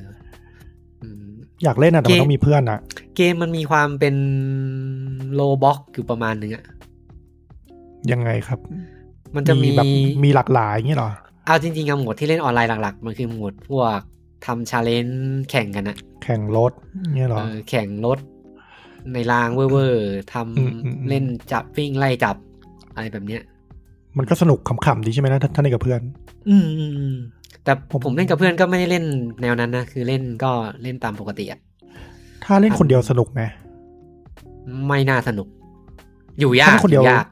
Speaker 1: อืม
Speaker 4: อยากเล่นอ่ะ แต่มัน
Speaker 1: เกม
Speaker 4: ต้องมีเพื่อนอ่ะ
Speaker 1: เกมมันมีความเป็นโลบ็อกอยู่ประมาณหนึงอะ
Speaker 4: ยังไงครับ
Speaker 1: มันจะมี
Speaker 4: แบบมีหลากหลายอย่างงี้เหรอ
Speaker 1: เอาจริงๆอะหมวดที่เล่นออนไลน์หลักๆ มันคือหมวดพวกทำชาเลนจ์แข่งกันอะ
Speaker 4: แข่งรถเงี้ยเหรอ
Speaker 1: เออแข่งรถในรางเว่อร์ๆท
Speaker 4: อืมอืมอืม
Speaker 1: ำเล่นจับวิ่งไล่จับอะไรแบบเนี้ย
Speaker 4: มันก็สนุกขำๆดีใช่ไหมนะถ้าถ้าเล่นกับเพื่อน
Speaker 1: อืมอืมอืมแต่
Speaker 4: ผม
Speaker 1: ผมเล่นกับเพื่อนก็ไม่ได้เล่นแนวนั้นนะ คือเล่นก็เล่นตามปกติอะ
Speaker 4: ถ้าเล่นคนเดียวสนุกไหม
Speaker 1: ไม่น่าสนุก อยู่ยา
Speaker 4: ถ้าก เล่นคนเดียว
Speaker 1: อยาก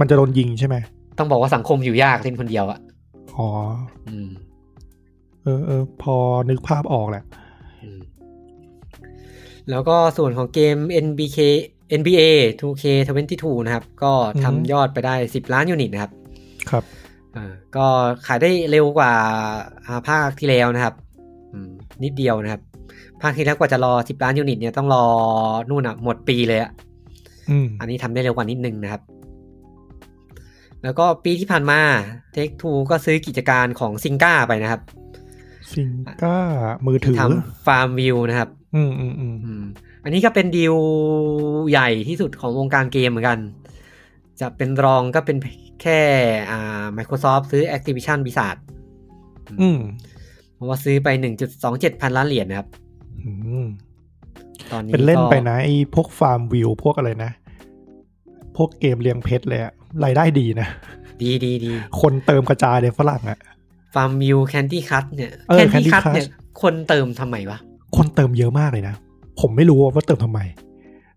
Speaker 4: มันจะโดนยิงใช่ไหม
Speaker 1: ต้องบอกว่าสังคมอยู่ยากเล่นคนเดียวอะ
Speaker 4: อ๋อ
Speaker 1: อืม
Speaker 4: เออเออพอนึกภาพออกแหละ
Speaker 1: อืมแล้วก็ส่วนของเกม NBK NBA 2K22 นะครับ ก็
Speaker 4: อืม
Speaker 1: ทำยอดไปได้ 10 ล้านยูนิตนะครับ
Speaker 4: ครับ
Speaker 1: เออก็ขายได้เร็วกว่าอ่าภาคที่แล้วนะครับอืมนิดเดียวนะครับ ภาคที่แล้วกว่าจะรอ 10 ล้านยูนิตเนี่ยต้องรอนู่นอ่ะ หมดปีเลยอะ
Speaker 4: อืม
Speaker 1: อันนี้ทำได้เร็วกว่านิดนึงนะครับ แล้วก็ปีที่ผ่านมา Take Two ก็ซื้อกิจการของซิงก้าไปนะครับ
Speaker 4: ซิงก้ามือถือ
Speaker 1: ทำฟาร์มวิวนะครับ
Speaker 4: อืมอืมอืม
Speaker 1: อืมอันนี้ก็เป็นดีลใหญ่ที่สุดของวงการเกมเหมือนกัน จะเป็นรองก็เป็นแค่อ่า Microsoft ซื้อ Activision Blizzard
Speaker 4: อืม
Speaker 1: เพราะว่าซื้อไป 1.27 พันล้านเหรียญนะครับ
Speaker 4: อืม
Speaker 1: ตอนนี้
Speaker 4: เป็นเล่น
Speaker 1: ก็
Speaker 4: ไปนะไอ้พวกฟาร์มวิวพวกอะไรนะ พวกเกมเลี้ยงเพชรเลยอะรายได้ดีนะ
Speaker 1: ดีดีดี
Speaker 4: คนเติมกระจายเลยฝรั่งอะ
Speaker 1: ฟาร์มวิวแคนดี้คัทเนี่ย
Speaker 4: เอ
Speaker 1: แค
Speaker 4: อ
Speaker 1: น
Speaker 4: Candy
Speaker 1: ดี้คัท
Speaker 4: Crush
Speaker 1: เนี่ย คนเติมทำไมวะ
Speaker 4: คนเติมเยอะมากเลยนะ ผมไม่รู้ว่าเติมทำไม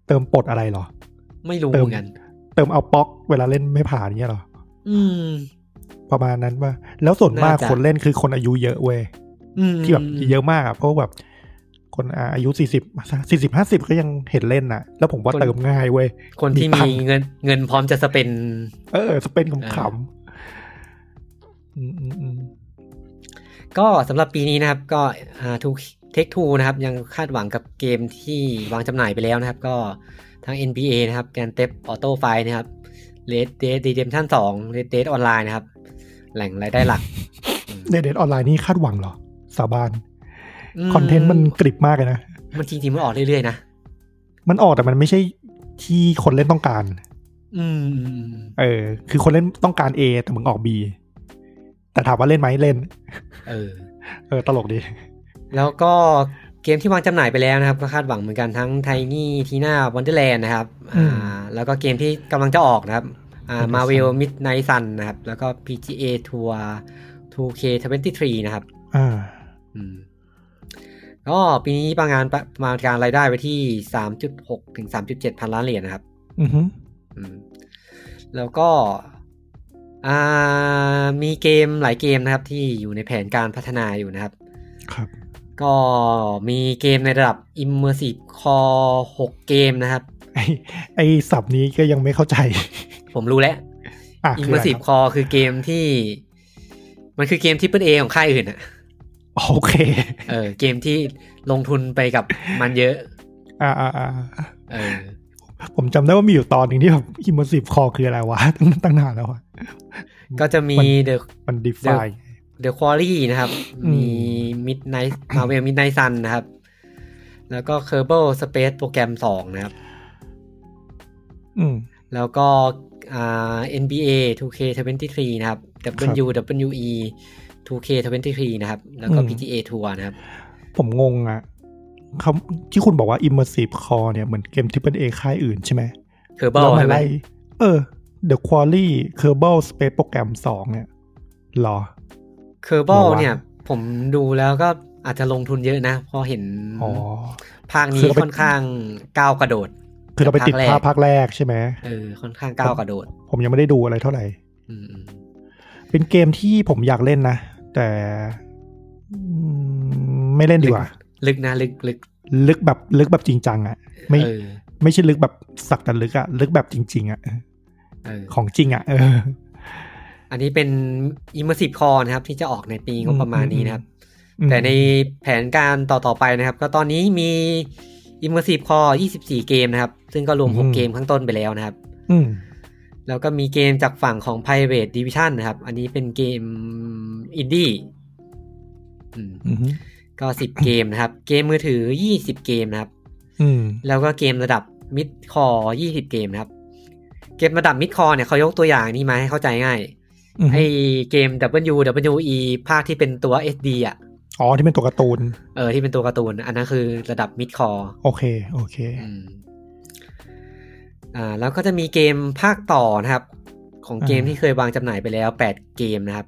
Speaker 4: เติมปลดอะไรเหรอ
Speaker 1: ไม่รู้
Speaker 4: เติ
Speaker 1: เห
Speaker 4: ม
Speaker 1: มือนกัน
Speaker 4: เติมเอาป๊อกเวลาเล่นไม่ผ่านเงี้ยเหรอ
Speaker 1: อืม
Speaker 4: ประมาณนั้นป่ะ แล้วส่วนมาก
Speaker 1: น่าจะ
Speaker 4: คนเล่นคือคนอายุเยอะเว้ย
Speaker 1: อืม
Speaker 4: ที่แบบเยอะมากอะเพราะแบบ คนอ่ะอายุสี่สิบสี่สิบห้าสิบก็ยังเห็นเล่นนะแล้วผมว่าเติมง่ายเว้ย
Speaker 1: คนที่
Speaker 4: มีตั
Speaker 1: มี
Speaker 4: งค์
Speaker 1: เงินเงินพร้อมจะสเปน
Speaker 4: เออสเปนข
Speaker 1: เอ
Speaker 4: ำๆอืมอืมอืม
Speaker 1: ก็สำหรับปีนี้นะครับก็ทูเทคทูนะครับ ยังคาดหวังกับเกมที่วางจำหน่ายไปแล้วนะครับ ก็ทั้ง NBA นะครับแกนเต็บออโต้ไฟนะครับเลดเดดดีเดมชั่นสองเลดเดดออนไลน์นะครับ แหล่งรายได้หลัก
Speaker 4: เดทเดทออนไลน์นี่คาดหวังเหรอ สาบาน
Speaker 1: ม
Speaker 4: คอนเทนต์มันกริบมากเลยนะ
Speaker 1: มันจริงๆ มันออกเรื่อยๆนะ
Speaker 4: มันออกแต่มันไม่ใช่ที่คนเล่นต้องการ
Speaker 1: อืมอืมอืม
Speaker 4: เออ คือคนเล่นต้องการ A แต่มึงออก B แต่ถามว่าเล่นไหมเล่น
Speaker 1: เออ
Speaker 4: เออ ตลกดี
Speaker 1: แล้วก็เกมที่วางจำหน่ายไปแล้วนะครับ ก็คาดหวังเหมือนกันทั้งไทนี่ทีน่าวันเดอร์แลนด์นะครับ
Speaker 4: อื
Speaker 1: อ่
Speaker 4: มา
Speaker 1: แล้วก็เกมที่กำลังจะออกนะครับอ่า
Speaker 4: Midnight
Speaker 1: มาเวล
Speaker 4: Sun
Speaker 1: มิดไนท์ซันนะครับ แล้วก็ PGA ทัวร์ 2K23 นะครับ
Speaker 4: อ่า
Speaker 1: อืมก็ปีนี้ประมาณประมาณการรายได้ไว้ที่ 3.6 ถึง 3.7 พันล้านเหรียญนะครับ
Speaker 4: อือฮึ
Speaker 1: อืมแล้วก็อ่ามีเกมหลายเกมนะครับ ที่อยู่ในแผนการพัฒนาอยู่นะครับ
Speaker 4: ครับ
Speaker 1: ก็มีเกมในระดับ Immersive Core 6 เกมนะครับ
Speaker 4: ไอ้ไอ้ศัพท์นี้ก็ยังไม่เข้าใจ
Speaker 1: ผมรู้แล้ว
Speaker 4: อ่ะ
Speaker 1: อิม
Speaker 4: คื
Speaker 1: เม
Speaker 4: อ
Speaker 1: อร์
Speaker 4: อะไร
Speaker 1: ซีฟ
Speaker 4: ครับ
Speaker 1: คอคือเกมที่ มันคือเกมที่เป็นเอของค่ายอื่น อะ
Speaker 4: โอเค
Speaker 1: เออเกมที่ลงทุนไปกับมันเยอะ
Speaker 4: อ่าอ่าอ่า
Speaker 1: เอ อ
Speaker 4: ผมจำได้ว่ามีอยู่ตอนหนึ่งที่แบบอิมเมอร์ซีฟคอคืออะไรว ะ ตั้งตั้งนานแล้วอะ
Speaker 1: ก็จะมี The
Speaker 4: มันดีฟาย
Speaker 1: The Quarry นะครับ
Speaker 4: อืม
Speaker 1: มี Midnight Marvel Midnight Sun นะครับ แล้วก็ Kerbal Space Program 2 นะครับ
Speaker 4: อืม
Speaker 1: แล้วก็อ่า NBA 2K23 นะครับ WWE 2K23 นะครับ แล้วก็
Speaker 4: อืม
Speaker 1: PGA Tour นะครับ
Speaker 4: ผมงงอะคำที่คุณบอกว่า Immersive Core เนี่ยเหมือนเกมที่เป็นเอค่ายอื่นใช่ไหม
Speaker 1: Kerbal
Speaker 4: แว
Speaker 1: ใช่
Speaker 4: มา
Speaker 1: ไหม
Speaker 4: ไล่เออ The Quarry Kerbal Space Program 2 เนี่ยหรอ
Speaker 1: Kerbal
Speaker 4: ระวัง
Speaker 1: เนี่ย ผมดูแล้วก็อาจจะลงทุนเยอะนะ เพอเห็น
Speaker 4: อ๋อ
Speaker 1: ภาค
Speaker 4: คื
Speaker 1: นี้
Speaker 4: อเราไป
Speaker 1: ค่อนข้างก้าวกระโดด
Speaker 4: คือเราไปติดภาพ
Speaker 1: จก
Speaker 4: ภาคแรกใช่ไหม
Speaker 1: แรกเออค่อนข้างก้าวกระโดด
Speaker 4: ผมยังไม่ได้ดูอะไรเท่าไหร่
Speaker 1: อืมอืม
Speaker 4: เป็นเกมที่ผมอยากเล่นนะ แต่อืมไม่เล่นดีกว่า
Speaker 1: ลึกนะลึกลึก
Speaker 4: ลึกแบบลึกแบบจริงจังอะไม่
Speaker 1: เออ
Speaker 4: ไม่ใช่ลึกแบบสักแต่ลึกอะลึกแบบจริง ๆอะ
Speaker 1: เออ
Speaker 4: ของจริงอะเออ
Speaker 1: อันนี้เป็น Immersive Core นะครับ ที่จะออกในปีงบประมาณนี้นะครับ
Speaker 4: อืม
Speaker 1: แต่ในแผนการต่อ ๆ ไปนะครับ ก็ตอนนี้มี Immersive Core 24 เกมนะครับ ซึ่งก็รวม
Speaker 4: อื
Speaker 1: 6
Speaker 4: ม
Speaker 1: เกมข้างต้นไปแล้วนะครับ
Speaker 4: อืม
Speaker 1: แล้วก็มีเกมจากฝั่งของ Private Division นะครับ อันนี้เป็นเกมอินดี้อืม
Speaker 4: อืม
Speaker 1: ก็ 10 เกมนะครับ เกมมือถือ 20 เกมนะครับ
Speaker 4: อืม
Speaker 1: แล้วก็เกมระดับมิดคอ20 เกมนะครับ เกมระดับมิดคอเนี่ยเขายกตัวอย่างนี้มาให้เข้าใจง่าย ไอเกม WWE ภาคที่เป็นตัว SD อ่ะ
Speaker 4: อ๋อที่เป็นตัวการ์ตูน
Speaker 1: เออที่เป็นตัวการ์ตูน อันนั้นคือระดับมิดคอร์
Speaker 4: โอเค โอเค
Speaker 1: อ่าแล้วก็จะมีเกมภาคต่อนะครับ ของเกม
Speaker 4: อ่า
Speaker 1: ที่เคยวางจำหน่ายไปแล้ว 8 เกมนะครับ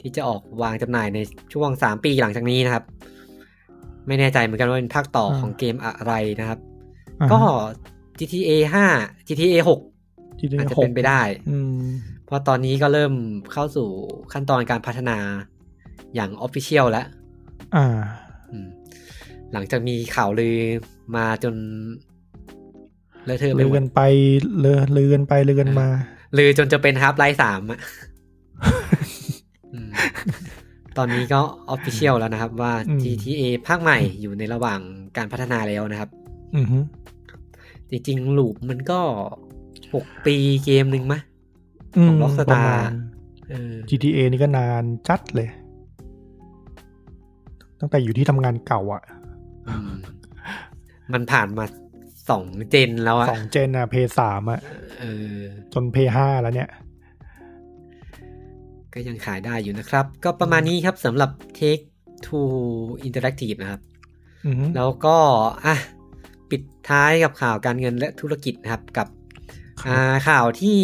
Speaker 1: ที่จะออกวางจำหน่ายในช่วง 3 ปีหลังจากนี้นะครับ ไม่แน่ใจเหมือนกันว่าเป็นภาคต่อของเกมอะไรนะครับ
Speaker 4: อ่าฮะ
Speaker 1: ก็ GTA 5 GTA 6
Speaker 4: ที่ได้
Speaker 1: อาจจะ
Speaker 4: ห
Speaker 1: เป็
Speaker 4: ก
Speaker 1: นไปได้
Speaker 4: อืม
Speaker 1: เพราะตอนนี้ก็เริ่มเข้าสู่ขั้นตอนการพัฒนาอย่างออฟฟิเชียลแล้ว
Speaker 4: อ่า
Speaker 1: อืมหลังจากมีข่าวลือมาจนเลอะเทอะไปห
Speaker 4: เลื
Speaker 1: ม
Speaker 4: อ
Speaker 1: ด
Speaker 4: นไปเลือเลือนไปเลือนมา
Speaker 1: ลือจนจะเป็นฮาร์ปไลท์สาม อะอืมตอนนี้ก็ออฟฟิเชียลแล้วนะครับ ว่า
Speaker 4: อืม
Speaker 1: GTA ภาคใหม่อยู่ในระหว่างการพัฒนาแล้วนะครับ
Speaker 4: อือฮึ
Speaker 1: จริงๆลูปมันก็หกปีเกมหนึ่งมะ
Speaker 4: อื
Speaker 1: ข
Speaker 4: ม
Speaker 1: อง Rockstar
Speaker 4: ประมาณ
Speaker 1: เออ
Speaker 4: GTA นี่ก็นานจัดเลย ตั้งแต่อยู่ที่ทำงานเก่าอ่ะ
Speaker 1: อืมมันผ่านมาสองเจนแล้วอะ
Speaker 4: สองเจนอ่ะเพย์สามอ่ะ
Speaker 1: เออ
Speaker 4: จนเพย์ห้าแล้วเนี่ย
Speaker 1: ก็ยังขายได้อยู่นะครับ ก็ประมาณนี้ครับสำหรับ Take Two Interactive นะครับ
Speaker 4: อือฮึ
Speaker 1: แล้วก็อ่ะปิดท้ายกับข่าวการเงินและธุรกิจนะครับกับอ่าข่าวที่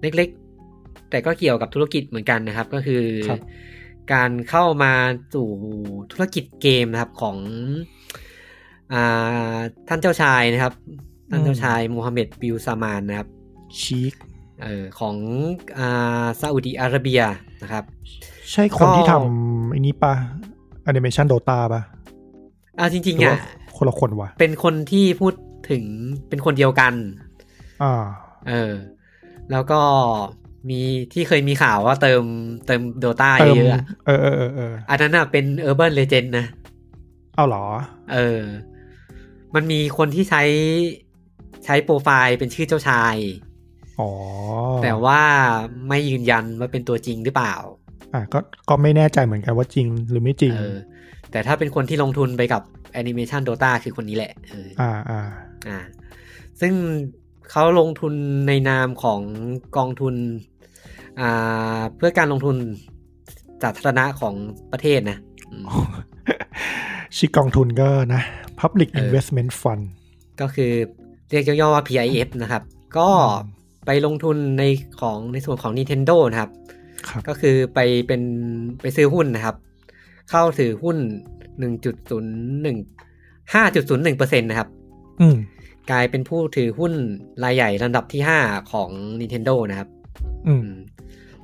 Speaker 1: เล็กๆ แต่ก็เกี่ยวกับธุรกิจเหมือนกันนะครับ ก็คือ
Speaker 4: ครับ
Speaker 1: การเข้ามาสู่ธุรกิจเกมนะครับของอ่าท่านเจ้าชายนะครับ ท่านเจ้าชายมูฮัมเหม็ดบิลซามานนะครับ
Speaker 4: ชีค
Speaker 1: เออของอ่าซาอุดีอาระเบียนะครับ
Speaker 4: ใช่คน
Speaker 1: ก็
Speaker 4: ที่ทำไอันนี้ปะแอนิเมชันโดตาปะ
Speaker 1: อ่าจริง
Speaker 4: หรื
Speaker 1: ๆ
Speaker 4: ว่า
Speaker 1: อ่ะ
Speaker 4: คนละคนวะ
Speaker 1: เป็นคนที่พูดถึงเป็นคนเดียวกัน
Speaker 4: อ่า
Speaker 1: เออ แล้วก็มีที่เคยมีข่าวว่าเติมเติมโดตา
Speaker 4: เติม
Speaker 1: เยอะๆอะ
Speaker 4: เออเออเออเออ
Speaker 1: อันนั้นน่ะเป็น Urban Legend นะ
Speaker 4: เอาเหรอ
Speaker 1: เออ มันมีคนที่ใช้ใช้โปรไฟล์เป็นชื่อเจ้าชาย
Speaker 4: อ๋อ
Speaker 1: แต่ว่าไม่ยืนยันว่าเป็นตัวจริงหรือเปล่า
Speaker 4: อ่ะก็ก็ไม่แน่ใจเหมือนกันว่าจริงหรือไม่จริง
Speaker 1: เออ แต่ถ้าเป็นคนที่ลงทุนไปกับแอนิเมชันโดตาคือคนนี้แหละเออ
Speaker 4: อ่าอ่า
Speaker 1: อ่าซึ่งเขาลงทุนในนามของกองทุนอ่าเพื่อการลงทุนสาธารณะของประเทศนะอืม
Speaker 4: ชื่อกองทุนก็นะ Public
Speaker 1: เออ
Speaker 4: Investment Fund
Speaker 1: ก็คือเรียกย่อๆว่า PIF นะครับ ก็
Speaker 4: อืม
Speaker 1: ไปลงทุนในของในส่วนของ Nintendo นะครับ
Speaker 4: ครับ
Speaker 1: ก็คือไปเป็นไปซื้อหุ้นนะครับ เข้าถือหุ้น 1.01 5.01%นะครับ
Speaker 4: อืม
Speaker 1: กลายเป็นผู้ถือหุ้นรายใหญ่ลำดับที่ 5 ของ Nintendo นะครับ
Speaker 4: อืม
Speaker 1: อืม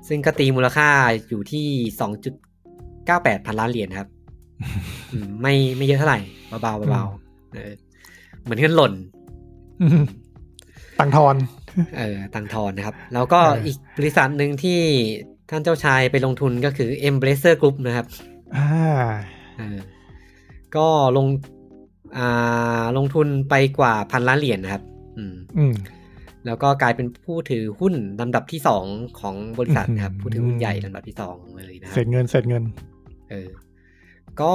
Speaker 1: ซึ่งก็ตีมูลค่าอยู่ที่ 2.98 พันล้านเหรียญครับอืมไม่ไม่เยอะเท่าไหร่เบาๆเบาๆเออเหมือนเงินหล่น
Speaker 4: อืมตังทอน
Speaker 1: เออตังทอนนะครับ แล้วก็
Speaker 4: เอออี
Speaker 1: อีกบริษัทหนึ่งที่ท่านเจ้าชายไปลงทุนก็คือ Embracer Group นะครับ
Speaker 4: อ่า
Speaker 1: เออก็ลงอ่าลงทุนไปกว่าพันล้านเหรียญนะครับ อืม
Speaker 4: อืม
Speaker 1: แล้วก็กลายเป็นผู้ถือหุ้นลำดับที่สองของบริษัทนะครับ
Speaker 4: อืม
Speaker 1: ผู้ถือหุ้นใหญ่ลำดับที่สองเลยนะค
Speaker 4: เส
Speaker 1: รั
Speaker 4: ร็
Speaker 1: บ
Speaker 4: จเงินเสร็จเงิน
Speaker 1: เออก็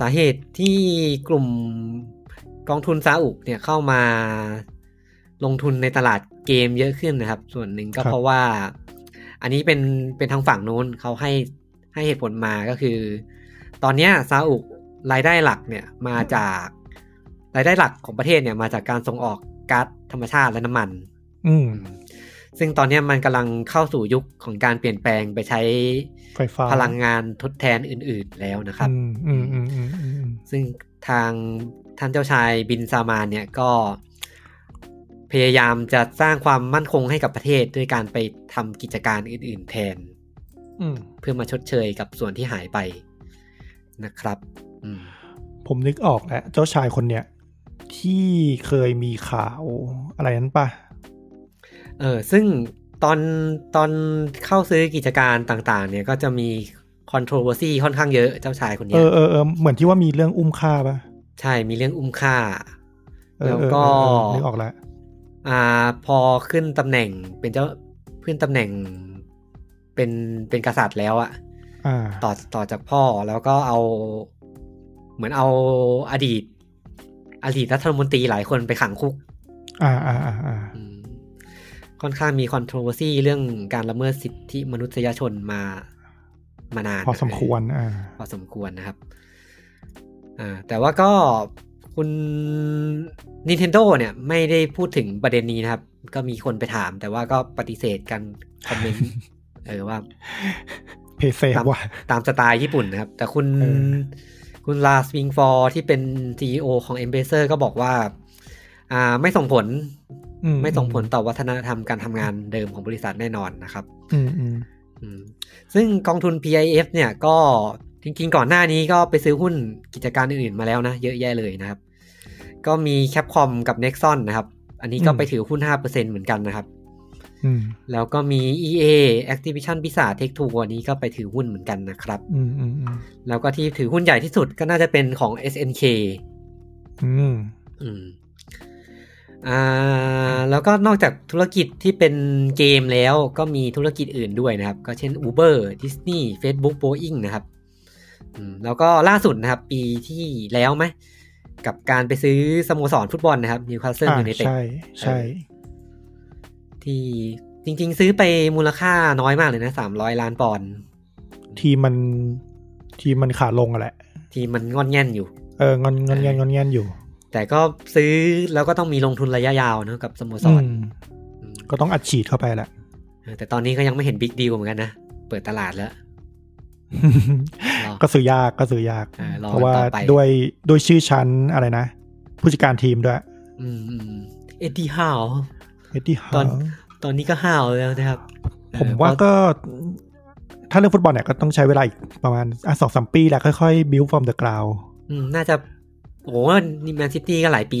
Speaker 1: สาเหตุที่กลุ่มกองทุนซาอุเนี่ยเข้ามาลงทุนในตลาดเกมเยอะขึ้นนะครับ ส่วนหนึ่งก็
Speaker 4: ครับ
Speaker 1: เพราะว่า อันนี้เป็นเป็นทางฝั่งนู้นเขาให้ให้เหตุผลมาก็คือ ตอนเนี้ยซาอุรายได้หลักเนี่ยมาจากรายได้หลักของประเทศเนี่ยมาจากการส่งออกก๊าซธรรมชาติและน้ำมัน
Speaker 4: อืม
Speaker 1: ซึ่งตอนเนี้ยมันกำลังเข้าสู่ยุคของการเปลี่ยนแปลงไปใช้
Speaker 4: ไฟฟ้า
Speaker 1: พลังงานทดแทนอื่นๆแล้วนะครับ
Speaker 4: อืมอืมอืมอืมอืม
Speaker 1: ซึ่งทางท่านเจ้าชายบินซามานเนี่ยก็พยายามจะสร้างความมั่นคงให้กับประเทศด้วยการไปทำกิจการอื่นๆแทน
Speaker 4: อืม
Speaker 1: เพื่อมาชดเชยกับส่วนที่หายไปนะครับอืม
Speaker 4: ผมนึกออกแล้วเจ้าชายคนเนี้ยที่เคยมีข่าวอะไรนั้นปะ
Speaker 1: เออซึ่งตอนตอนเข้าซื้อกิจการต่างๆ เนี่ยก็จะมี controversy ค่อนข้างเยอะเจ้าชายคน
Speaker 4: เอ
Speaker 1: เนี้ย
Speaker 4: อเออเออเหมือนที่ว่ามีเรื่องอุ้มฆ่าปะ
Speaker 1: ใช่ มีเรื่องอุ้มฆ่า
Speaker 4: เออ
Speaker 1: แล้ว
Speaker 4: เออ
Speaker 1: ก็
Speaker 4: เออเออนึกออกแล้ว
Speaker 1: อ่า พอขึ้นตำแหน่งเป็นเจ้าขึ้นตำแหน่งเป็นเป็นกษัตริย์แล้วอะ
Speaker 4: อ่า
Speaker 1: ต่อต่อจากพ่อแล้วก็เอา เหมือนเอาอดีต อดีตรัฐมนตรีหลายคนไปขังคุก
Speaker 4: อ่าอ่าอ่าอ่า
Speaker 1: อืมค่อนข้างมี controversy เรื่องการละเมิดสิทธิมนุษยชนมามานาน
Speaker 4: พอสมควรอ่า
Speaker 1: พอสมควรนะครับ อ่า แต่ว่าก็คุณ Nintendo เนี่ย ไม่ได้พูดถึงประเด็นนี้นะครับ ก็มีคนไปถาม แต่ว่าก็ปฏิเสธกันคอมเมน ต์ เออว่า
Speaker 4: เพเซฟ
Speaker 1: ตาม
Speaker 4: ว่ะ
Speaker 1: ตามสไตล์ญี่ปุ่นนะครับ แต่คุณ
Speaker 4: เออ
Speaker 1: คุณลาสวิงฟอร์ที่เป็น CEO ของ e m b a s s e r ก็บอกว่า อ่า ไม่ส่งผล
Speaker 4: อื
Speaker 1: ไม่ส่งผลต่อวัฒนธรรมการทำงานเดิมของบริษัทแน่นอนนะครับ
Speaker 4: อืมอืม
Speaker 1: อืมซึ่งกองทุน PIF เนี่ยก็จริงๆ ก่อนหน้านี้ก็ไปซื้อหุ้นกิจการอื่นๆมาแล้วนะ เยอะแยะเลยนะครับ ก็มีแคปคอมกับ Nexon นะครับ อันนี้ก็ไปถือหุ้น 5%เหมือนกันนะครับ
Speaker 4: อืม
Speaker 1: แล้วก็มี EA Activision Blizzard Take Two อันนี้ก็ไปถือหุ้นเหมือนกันนะครับ
Speaker 4: อืมอืมอืม
Speaker 1: แล้วก็ที่ถือหุ้นใหญ่ที่สุดก็น่าจะเป็นของ SNK
Speaker 4: อืม
Speaker 1: อืมอ่าแล้วก็นอกจากธุรกิจที่เป็นเกมแล้วก็มีธุรกิจอื่นด้วยนะครับ ก็เช่น Uber Disney Facebook Boeing นะครับอืมแล้วก็ล่าสุดนะครับ ปีที่แล้วไหมกับการไปซื้อสโมสรฟุตบอลนะครับ Newcastle
Speaker 4: อ่า
Speaker 1: United
Speaker 4: ใช่ใช่
Speaker 1: ที่จริง ๆ ซื้อไปมูลค่าน้อยมากเลยนะสามร้อยล้านปอนด์
Speaker 4: ทีมมันทีมมันขาลงอะแหละ
Speaker 1: ที่มันงอนแง่นอยู่
Speaker 4: เอองอนงอนเงียนงอนเงียนอยู่
Speaker 1: แต่ก็ซื้อแล้วก็ต้องมีลงทุนระยะยาวนะกับสโมสร
Speaker 4: ม
Speaker 1: อืม
Speaker 4: ก็ต้องอัดฉีดเข้าไปแหละ
Speaker 1: เออแต่ตอนนี้ก็ยังไม่เห็นบิ๊กดีลเหมือนกันนะ เปิดตลาดแล้ว รอ
Speaker 4: ก็ซื้อยากก็ซื้อยาก
Speaker 1: เออรอ
Speaker 4: เพราะว่า
Speaker 1: ต่อไป
Speaker 4: ด้วยด้วยชื่อชั้นอะไรนะ ผู้จัดการทีมด้วย
Speaker 1: อืมอืมเอ็ดดี้ฮาว
Speaker 4: เอ็ดดี้ฮา
Speaker 1: ตอน ตอนนี้ก็ฮาวแล้วนะครับ
Speaker 4: ผม
Speaker 1: เออ
Speaker 4: ว่า
Speaker 1: ก็
Speaker 4: ก็ ถ้าเรื่องฟุตบอลเนี่ยก็ต้องใช้เวลาอีกประมาณสองสามปีแหละค่อยๆ build from the ground
Speaker 1: อืมน่าจะ โอ้โหนี่แมนซิตี้ก็หลายปี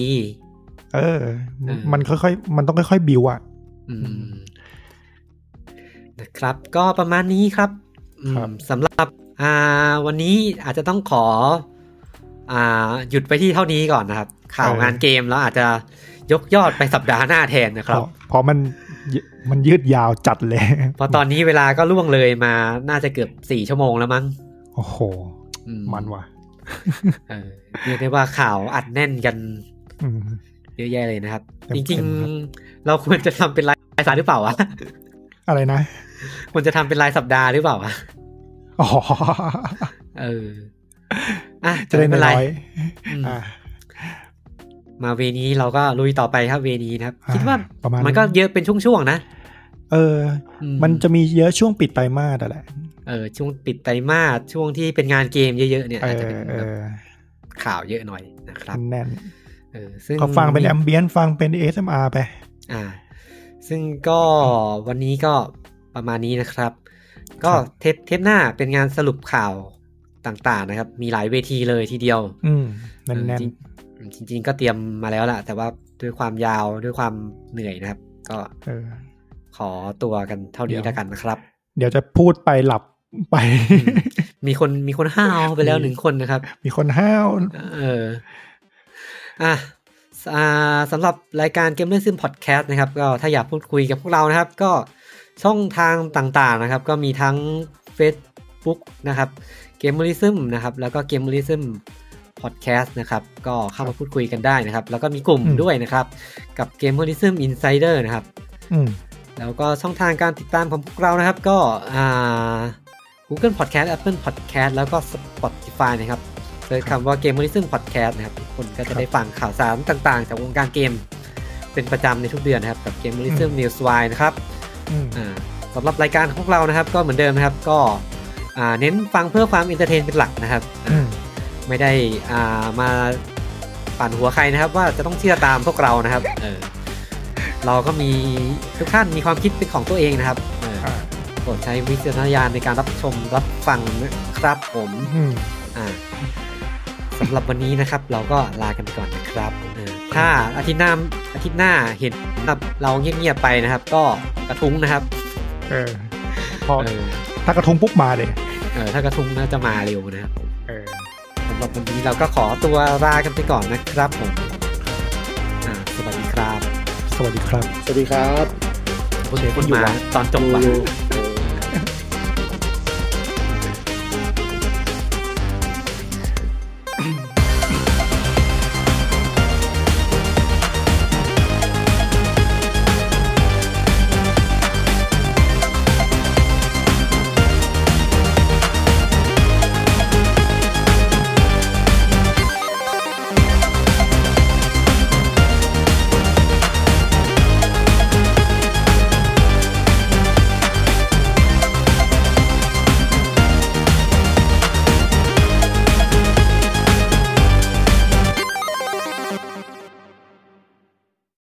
Speaker 4: เออ
Speaker 1: อืม
Speaker 4: มันค่อยๆ มันต้องค่อยๆ build อ่ะ
Speaker 1: อื
Speaker 4: อื
Speaker 1: ม
Speaker 4: ม
Speaker 1: นะครับ ก็ประมาณนี้ครับอืม
Speaker 4: ครับ
Speaker 1: สำหรับอ่าวันนี้อาจจะต้องขอ อ่า หยุดไปที่เท่านี้ก่อนนะครับ ข่าวงานเกมแล้วอาจจะยกยอดไปสัปดาห์หน้าแทนนะค
Speaker 4: เพ
Speaker 1: รับ
Speaker 4: ราะเพราะมันมันยืดยาวจัดเลย
Speaker 1: เพราะตอนนี้เวลาก็ล่วงเลยมาน่าจะเกือบสี่ชั่วโมงแล้วมั้ง
Speaker 4: โอ้โห
Speaker 1: อื
Speaker 4: มันว่ะ
Speaker 1: เออเรียกได้ว่าข่าวอัดแน่นกัน
Speaker 4: อืม
Speaker 1: เยอะแยะเลยนะครับ
Speaker 4: เต็มๆ
Speaker 1: จริง
Speaker 4: ครับ
Speaker 1: ๆ เราควรจะทำเป็นรายสารหรือเปล่าวะ
Speaker 4: อะไรนะ
Speaker 1: ควรจะทำเป็นรายสัปดาห์หรือเปล่าวะ
Speaker 4: อ๋อ
Speaker 1: เอออ่ะ
Speaker 4: จะได้
Speaker 1: ม่
Speaker 4: ไม่
Speaker 1: ป็ร
Speaker 4: น้อย
Speaker 1: อืม
Speaker 4: อ่า
Speaker 1: มาเวนี้เราก็ลุยต่อไปครับเวนี้นะครับ
Speaker 4: อ่า
Speaker 1: คิดว่า
Speaker 4: ประมาณนั้น
Speaker 1: มันก็เยอะเป็นช่วงๆนะ
Speaker 4: เออ
Speaker 1: อื
Speaker 4: มันจะมีเยอะช่วงปิดไตรมาสอะแหละ
Speaker 1: เออช่วงปิดไตรมาสช่วงที่เป็นงานเกมเยอะๆเนี่ย
Speaker 4: เอ
Speaker 1: อาจจะ
Speaker 4: อ
Speaker 1: เป็น
Speaker 4: เอ
Speaker 1: แบบ
Speaker 4: อ
Speaker 1: ข่าวเยอะหน่อยนะครับ
Speaker 4: แน่น
Speaker 1: เออ ซึ่ง
Speaker 4: ก็ฟังเป็นแอมเบียนฟังเป็น ASMR ไป
Speaker 1: อ่า ซึ่งก็วันนี้ก็ประมาณนี้นะครับ ก็
Speaker 4: ครับ
Speaker 1: เทปเทปหน้าเป็นงานสรุปข่าวต่างๆนะครับ มีหลายเวทีเลยทีเดียว
Speaker 4: อืมแน่น
Speaker 1: เออจริงจริง ๆ ก็เตรียมมาแล้วล่ะ แต่ว่า ด้วยความยาวด้วยความเหนื่อยนะครับ ก็
Speaker 4: เออ
Speaker 1: ขอตัวกันเท่านี้
Speaker 4: เดี๋ยว
Speaker 1: แล้วกันนะครับ
Speaker 4: เดี๋ยวจะพูดไปหลับไป
Speaker 1: มีคนมีคนห้าวไปแล้วหนึ่งคนนะครับ
Speaker 4: มีคนห้าว
Speaker 1: เออ อ่ะสอ่าสำหรับรายการ g a m e r s i m Podcast นะครับ ก็ถ้าอยากพูดคุยกับพวกเรานะครับ ก็ช่องทางต่างๆนะครับ ก็มีทั้ง Facebook นะครับ g a m e r i s m นะครับ แล้วก็ g a m e r i s m Podcast นะครับ ก็เข้ามาพูดคุยกันได้นะครับ แล้วก็มีกลุ่มด้วยนะครับ กับ g a m e r i s m Insider นะครับ
Speaker 4: อืม
Speaker 1: แล้วก็ช่องทางการติดตามของพวกเรานะครับ ก็อ่า Google Podcast Apple Podcast แล้วก็ Spotify นะครับเซิร์ชคำว่า Gamerism Podcast นะครับทุกคนก็จะได้ฟังข่าวสารต่างๆ จากวงการเกม เป็นประจำในทุกเดือนนะครับ กับ Gamerism
Speaker 4: อืม
Speaker 1: News Wire นะครับ
Speaker 4: อืม
Speaker 1: อ่าสำหรับรายการของพวกเรานะครับ ก็เหมือนเดิมนะครับ ก็อ่าเน้นฟังเพื่อความอินเตอร์เทนเป็นหลักนะครับ
Speaker 4: อื
Speaker 1: อ่ามไม่ได้อ่ามาปั่นหัวใครนะครับ ว่าจะต้องเชื่อตามพวกเรานะครับเออเราก็มีทุกท่านมีความคิดเป็นของตัวเองนะครับเออ
Speaker 4: อ่า
Speaker 1: โปรดใช้วิจารณญาณในการรับชมรับฟังนะครับผม
Speaker 4: อืม
Speaker 1: อ่าสำหรับวันนี้นะครับ เราก็ลากันไปก่อนนะครับเออถ้าอาทิตย์หน้าอาทิตย์หน้าเห็นเราเงียบๆไปนะครับ ก็กระทุ้งนะครับ
Speaker 4: เออ พอ
Speaker 1: เออ
Speaker 4: ถ้ากระทงปุ๊บมาเลย
Speaker 1: เออถ้ากระทุ้งน่าจะมาเร็วนะครับ
Speaker 4: เออ
Speaker 1: สำหรับวันนี้เราก็ขอตัวลากันไปก่อนนะครับผมอ่าสวัสดีครับ
Speaker 4: สวัสดีครับ
Speaker 3: สวัสดีครับ
Speaker 1: คุณคุณมาตอนจบว่ะ